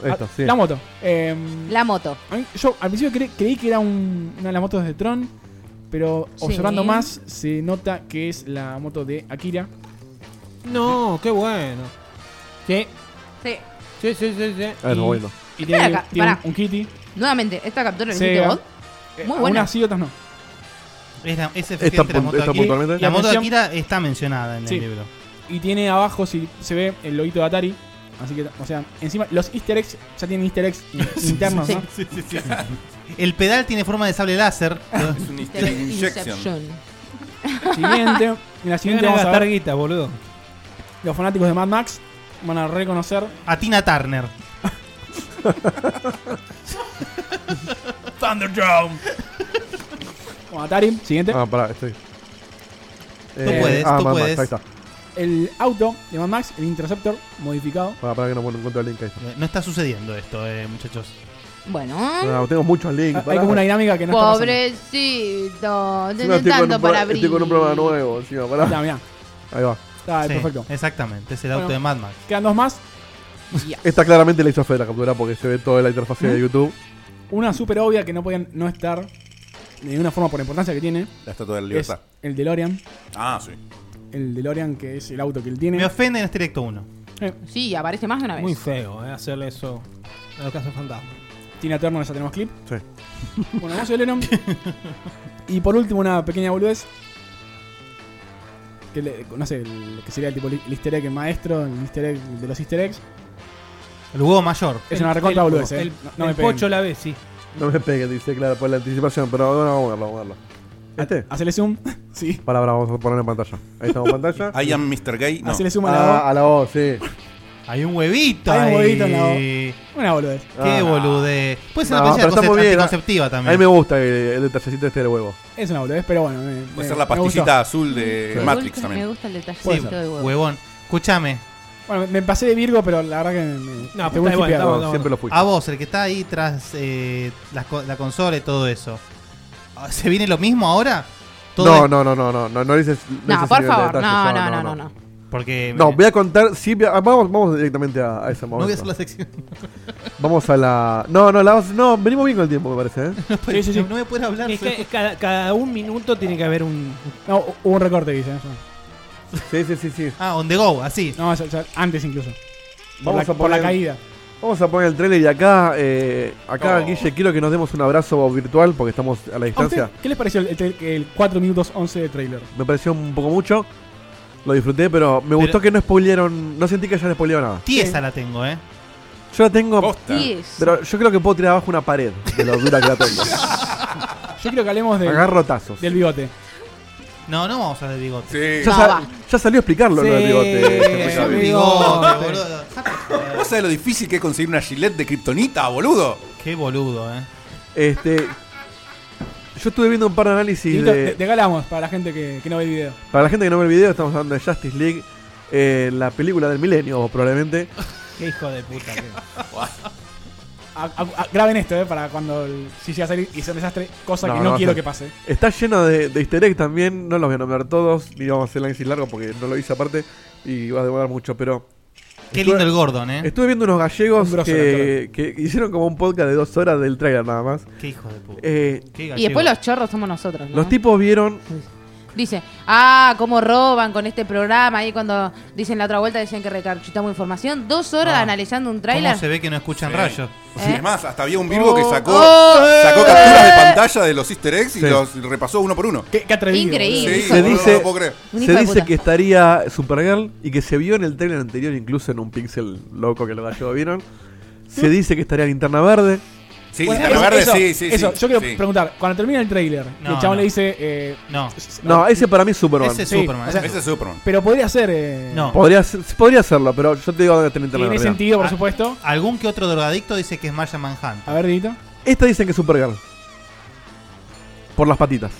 Speaker 3: Esta, sí.
Speaker 1: Ah, La moto. Eh,
Speaker 2: La moto.
Speaker 1: a mí- yo al principio cre- creí que era un- una de las motos de Tron, pero
Speaker 2: Sí.
Speaker 1: observando más se nota que es la moto de Akira.
Speaker 6: No, qué bueno. Sí,
Speaker 2: Sí.
Speaker 6: sí, sí, sí. sí.
Speaker 3: Ah, no, bueno.
Speaker 1: Y
Speaker 2: Espera
Speaker 1: tiene,
Speaker 2: acá,
Speaker 1: tiene
Speaker 2: pará.
Speaker 1: un, un kitty.
Speaker 2: Nuevamente, esta captura la hiciste
Speaker 1: Sega.
Speaker 2: vos.
Speaker 1: Eh,
Speaker 2: Muy buena.
Speaker 1: Unas sí, otras no.
Speaker 7: Es, la, es efectivamente la
Speaker 3: pun- esta
Speaker 7: moto de Akira.
Speaker 3: puntualmente.
Speaker 7: La moto de
Speaker 1: mención-
Speaker 7: Akira está mencionada en
Speaker 1: Sí.
Speaker 7: el libro.
Speaker 1: Y tiene abajo, si se ve, el loguito de Atari. Así que, o sea, encima los easter eggs ya tienen easter eggs in- internos,
Speaker 7: sí,
Speaker 1: ¿no?
Speaker 7: sí, sí, sí. El pedal tiene forma de sable láser.
Speaker 5: Es un injection.
Speaker 1: Siguiente. En la
Speaker 6: Tiene
Speaker 1: siguiente
Speaker 6: que
Speaker 1: vamos a
Speaker 6: gastar
Speaker 1: ver.
Speaker 6: guita, boludo.
Speaker 1: Los fanáticos de Mad Max van a reconocer.
Speaker 7: A Tina Turner.
Speaker 5: Thunderdome.
Speaker 1: Bueno, Atari, siguiente.
Speaker 3: Ah, pará, estoy.
Speaker 7: Tú puedes,
Speaker 3: ah, Mad
Speaker 7: tú
Speaker 3: Max,
Speaker 7: puedes.
Speaker 3: ahí está.
Speaker 1: El auto de Mad Max, el Interceptor, modificado.
Speaker 3: Pará, pará que no bueno, encuentro el link ahí. Está.
Speaker 7: No está sucediendo esto, eh, muchachos.
Speaker 2: Bueno.
Speaker 3: Ah, tengo muchos links.
Speaker 1: Hay
Speaker 3: pará.
Speaker 1: como una dinámica que no está pasando.
Speaker 2: Pobrecito.
Speaker 3: Encima
Speaker 2: Tiene
Speaker 3: estoy, con
Speaker 2: tanto
Speaker 3: un pro-
Speaker 2: para abrir.
Speaker 3: estoy con un programa nuevo, encima, pará.
Speaker 1: Ya, mirá.
Speaker 3: Ahí va.
Speaker 1: Está
Speaker 7: Sí,
Speaker 1: perfecto.
Speaker 7: Exactamente, es el auto
Speaker 1: Bueno.
Speaker 7: de Mad Max.
Speaker 1: Quedan dos más.
Speaker 3: Esta claramente la hizo Fede la captura porque se ve toda la interfaz de YouTube.
Speaker 1: Una súper obvia que no podían no estar de ninguna forma por la importancia que tiene.
Speaker 5: La estatua de la
Speaker 1: Es
Speaker 5: libertad.
Speaker 1: el DeLorean.
Speaker 5: Ah, sí.
Speaker 1: El DeLorean, que es el auto que él
Speaker 7: Me
Speaker 1: tiene.
Speaker 7: ofende en este directo 1.
Speaker 2: Sí, aparece más de una vez.
Speaker 6: Muy feo, eh, hacerle eso a los casos fantasma.
Speaker 1: Tina Turner, ya tenemos clip.
Speaker 3: Sí.
Speaker 1: Bueno, vamos a Lennon. y por último, una pequeña boludez. Que le- no sé, el- que sería el tipo el easter egg maestro, el easter egg de los easter eggs.
Speaker 7: El huevo mayor.
Speaker 1: Es una recontra boludez, eh.
Speaker 6: El,
Speaker 1: No- no
Speaker 6: el
Speaker 1: me peguen.
Speaker 6: pocho la ve, sí.
Speaker 3: No me pegues, dice, claro, por la anticipación, pero no, no, vamos a verlo, vamos a verlo. ¿Este?
Speaker 1: Ah, Hacele zoom. sí.
Speaker 3: Pará, pará, vamos a poner en pantalla. Ahí estamos en pantalla.
Speaker 5: I am Mr. Gay. No.
Speaker 1: Hacele zoom a la
Speaker 3: Ah, a la voz, sí.
Speaker 7: Hay un huevito
Speaker 1: Hay un
Speaker 7: ahí.
Speaker 1: huevito en la O. Una boludez.
Speaker 7: Qué
Speaker 3: Ah.
Speaker 7: bolude. Puede ser
Speaker 3: No, pero
Speaker 7: una pantalla
Speaker 3: está muy
Speaker 7: conce-
Speaker 3: bien, ah,
Speaker 7: anticonceptiva
Speaker 3: A mí
Speaker 7: también.
Speaker 3: me gusta el, el detallecito este del huevo.
Speaker 1: Es una boludez, pero bueno. me- me-
Speaker 5: Puede ser la
Speaker 1: me gustó.
Speaker 5: pastillita Ah, azul de
Speaker 2: Me
Speaker 5: Matrix
Speaker 2: gusta- Me
Speaker 5: también.
Speaker 2: gusta el detallito
Speaker 1: Puede
Speaker 2: de
Speaker 1: ser.
Speaker 2: huevo.
Speaker 7: Huevón. Escúchame,
Speaker 1: Bueno, me pasé de Virgo, pero la verdad que me, Ah, me-
Speaker 6: No,
Speaker 1: te
Speaker 6: pero está
Speaker 1: voy
Speaker 6: igual,
Speaker 1: hipeado.
Speaker 6: estamos-
Speaker 3: Siempre lo fui.
Speaker 7: a vos, el que está ahí tras eh, las co- la, consola y todo eso. ¿Se viene lo mismo ahora? Todo
Speaker 3: No,
Speaker 7: es-
Speaker 3: no, no, no, no, no, no dices.
Speaker 2: No,
Speaker 3: dices
Speaker 2: por
Speaker 3: nivel de
Speaker 2: favor.
Speaker 3: detalles,
Speaker 2: No, no, no, no, no.
Speaker 7: Porque.
Speaker 3: No, voy a contar, sí, voy a- vamos, vamos directamente a, a ese
Speaker 7: no voy a
Speaker 3: momento.
Speaker 7: hacer la sección.
Speaker 3: Vamos a la... No, no, la, no, venimos bien con el tiempo, me parece. ¿eh?
Speaker 1: Sí, sí, sí.
Speaker 7: No voy a poder hablar.
Speaker 6: Es que cada, cada un minuto tiene que haber un.
Speaker 1: No, hubo un recorte, dice. eso.
Speaker 3: Sí, sí, sí, sí.
Speaker 7: Ah, on the go, así.
Speaker 1: No, ya- ya antes incluso. Por,
Speaker 3: Vamos
Speaker 1: la,
Speaker 3: a
Speaker 1: por la
Speaker 3: poner-
Speaker 1: caída. Oh.
Speaker 3: Vamos a poner el trailer y acá, eh, acá Guille, quiero que nos demos un abrazo virtual porque estamos a la
Speaker 1: ¿A usted
Speaker 3: distancia.
Speaker 1: ¿Qué les pareció el, el- el 4 minutos 11 de trailer?
Speaker 3: Me pareció un poco mucho, lo disfruté, pero me gustó que no spoilearon, no sentí que hayan spoileado nada.
Speaker 7: Tiesa la tengo, eh.
Speaker 3: Yo la tengo,
Speaker 5: Posta.
Speaker 2: Sí, es.
Speaker 3: pero yo creo que puedo tirar abajo una pared de lo dura que la tengo.
Speaker 1: Yo quiero que hablemos del-
Speaker 3: Agarro tazos.
Speaker 1: del bigote.
Speaker 7: No, no vamos a hablar de bigote.
Speaker 5: Sí.
Speaker 3: Ya,
Speaker 2: No,
Speaker 3: sa-
Speaker 2: va.
Speaker 3: ya salió a explicarlo lo del bigote.
Speaker 5: sí, sí.
Speaker 7: Bigote, boludo.
Speaker 5: este, ¿Vos sabés lo difícil que es conseguir una gilet de kriptonita, boludo?
Speaker 7: Qué boludo, eh.
Speaker 3: Este, yo estuve viendo un par de análisis
Speaker 1: Dieguito,
Speaker 3: de,
Speaker 1: te- te galamos para la gente que, que no ve el video.
Speaker 3: Para la gente que no ve el video, estamos hablando de Justice League, eh, la película del milenio probablemente.
Speaker 6: Qué hijo de puta. que-
Speaker 1: A- a- a- graben esto, eh, para cuando el- si llega a salir y sea un desastre, cosa
Speaker 3: No,
Speaker 1: que
Speaker 3: no
Speaker 1: no,
Speaker 3: va a
Speaker 1: quiero
Speaker 3: ser.
Speaker 1: que pase.
Speaker 5: Eh,
Speaker 3: Está lleno de, de easter eggs también, no los voy a nombrar todos, ni vamos a hacer el análisis largo porque no lo hice aparte y va a demorar mucho, pero
Speaker 7: Qué lindo el Gordon, eh.
Speaker 3: estuve viendo unos gallegos
Speaker 1: Un grosso,
Speaker 3: que, que hicieron como un podcast de dos horas del trailer nada más.
Speaker 7: Qué hijo de puta.
Speaker 3: Eh,
Speaker 7: Qué
Speaker 2: Y después
Speaker 7: gallego.
Speaker 2: los chorros somos nosotros, ¿no?
Speaker 3: Los tipos vieron
Speaker 2: Dice, ah, cómo roban con este programa. Ahí cuando dicen la otra vuelta decían que recarchutamos información. Dos horas
Speaker 7: Ah.
Speaker 2: analizando un
Speaker 7: ¿Cómo
Speaker 2: tráiler.
Speaker 7: se ve que no escuchan
Speaker 5: Sí.
Speaker 7: rayos?
Speaker 5: Sí, es más, hasta había un Virgo que sacó,
Speaker 2: Oh, eh.
Speaker 5: sacó capturas de pantalla de los easter eggs y los repasó uno por uno.
Speaker 1: Qué, atrevido.
Speaker 2: Increíble.
Speaker 5: Sí,
Speaker 3: se
Speaker 5: boludo, no
Speaker 3: dice,
Speaker 5: lo puedo creer.
Speaker 2: Un
Speaker 3: se
Speaker 2: hijo de
Speaker 3: dice
Speaker 2: puta.
Speaker 3: que estaría Supergirl y que se vio en el trailer anterior, incluso en un pixel loco que lo gallegos vieron. Se dice que estaría Linterna Verde.
Speaker 5: Sí,
Speaker 1: Bueno,
Speaker 5: Linterna Verde,
Speaker 1: eso,
Speaker 5: sí, sí,
Speaker 1: Eso,
Speaker 5: sí,
Speaker 1: yo quiero
Speaker 5: sí.
Speaker 1: preguntar, cuando termina el trailer,
Speaker 7: No,
Speaker 1: el chabón
Speaker 7: no.
Speaker 1: le dice. eh,
Speaker 7: No.
Speaker 3: No, ese para mí es Superman.
Speaker 7: Ese es
Speaker 1: Sí,
Speaker 7: Superman.
Speaker 1: o sea,
Speaker 5: Ese es Superman.
Speaker 1: Pero podría ser. eh,
Speaker 7: No.
Speaker 3: Podría, ser- podría hacerlo, pero yo te digo dónde está Linterna
Speaker 1: Tiene
Speaker 3: Verde.
Speaker 1: sentido, por
Speaker 7: Ah.
Speaker 1: supuesto.
Speaker 7: Algún que otro drogadicto dice que es Maya Manhunt.
Speaker 3: Ah,
Speaker 1: A ver, Didito.
Speaker 3: Esta dicen que es Supergirl. Por las patitas.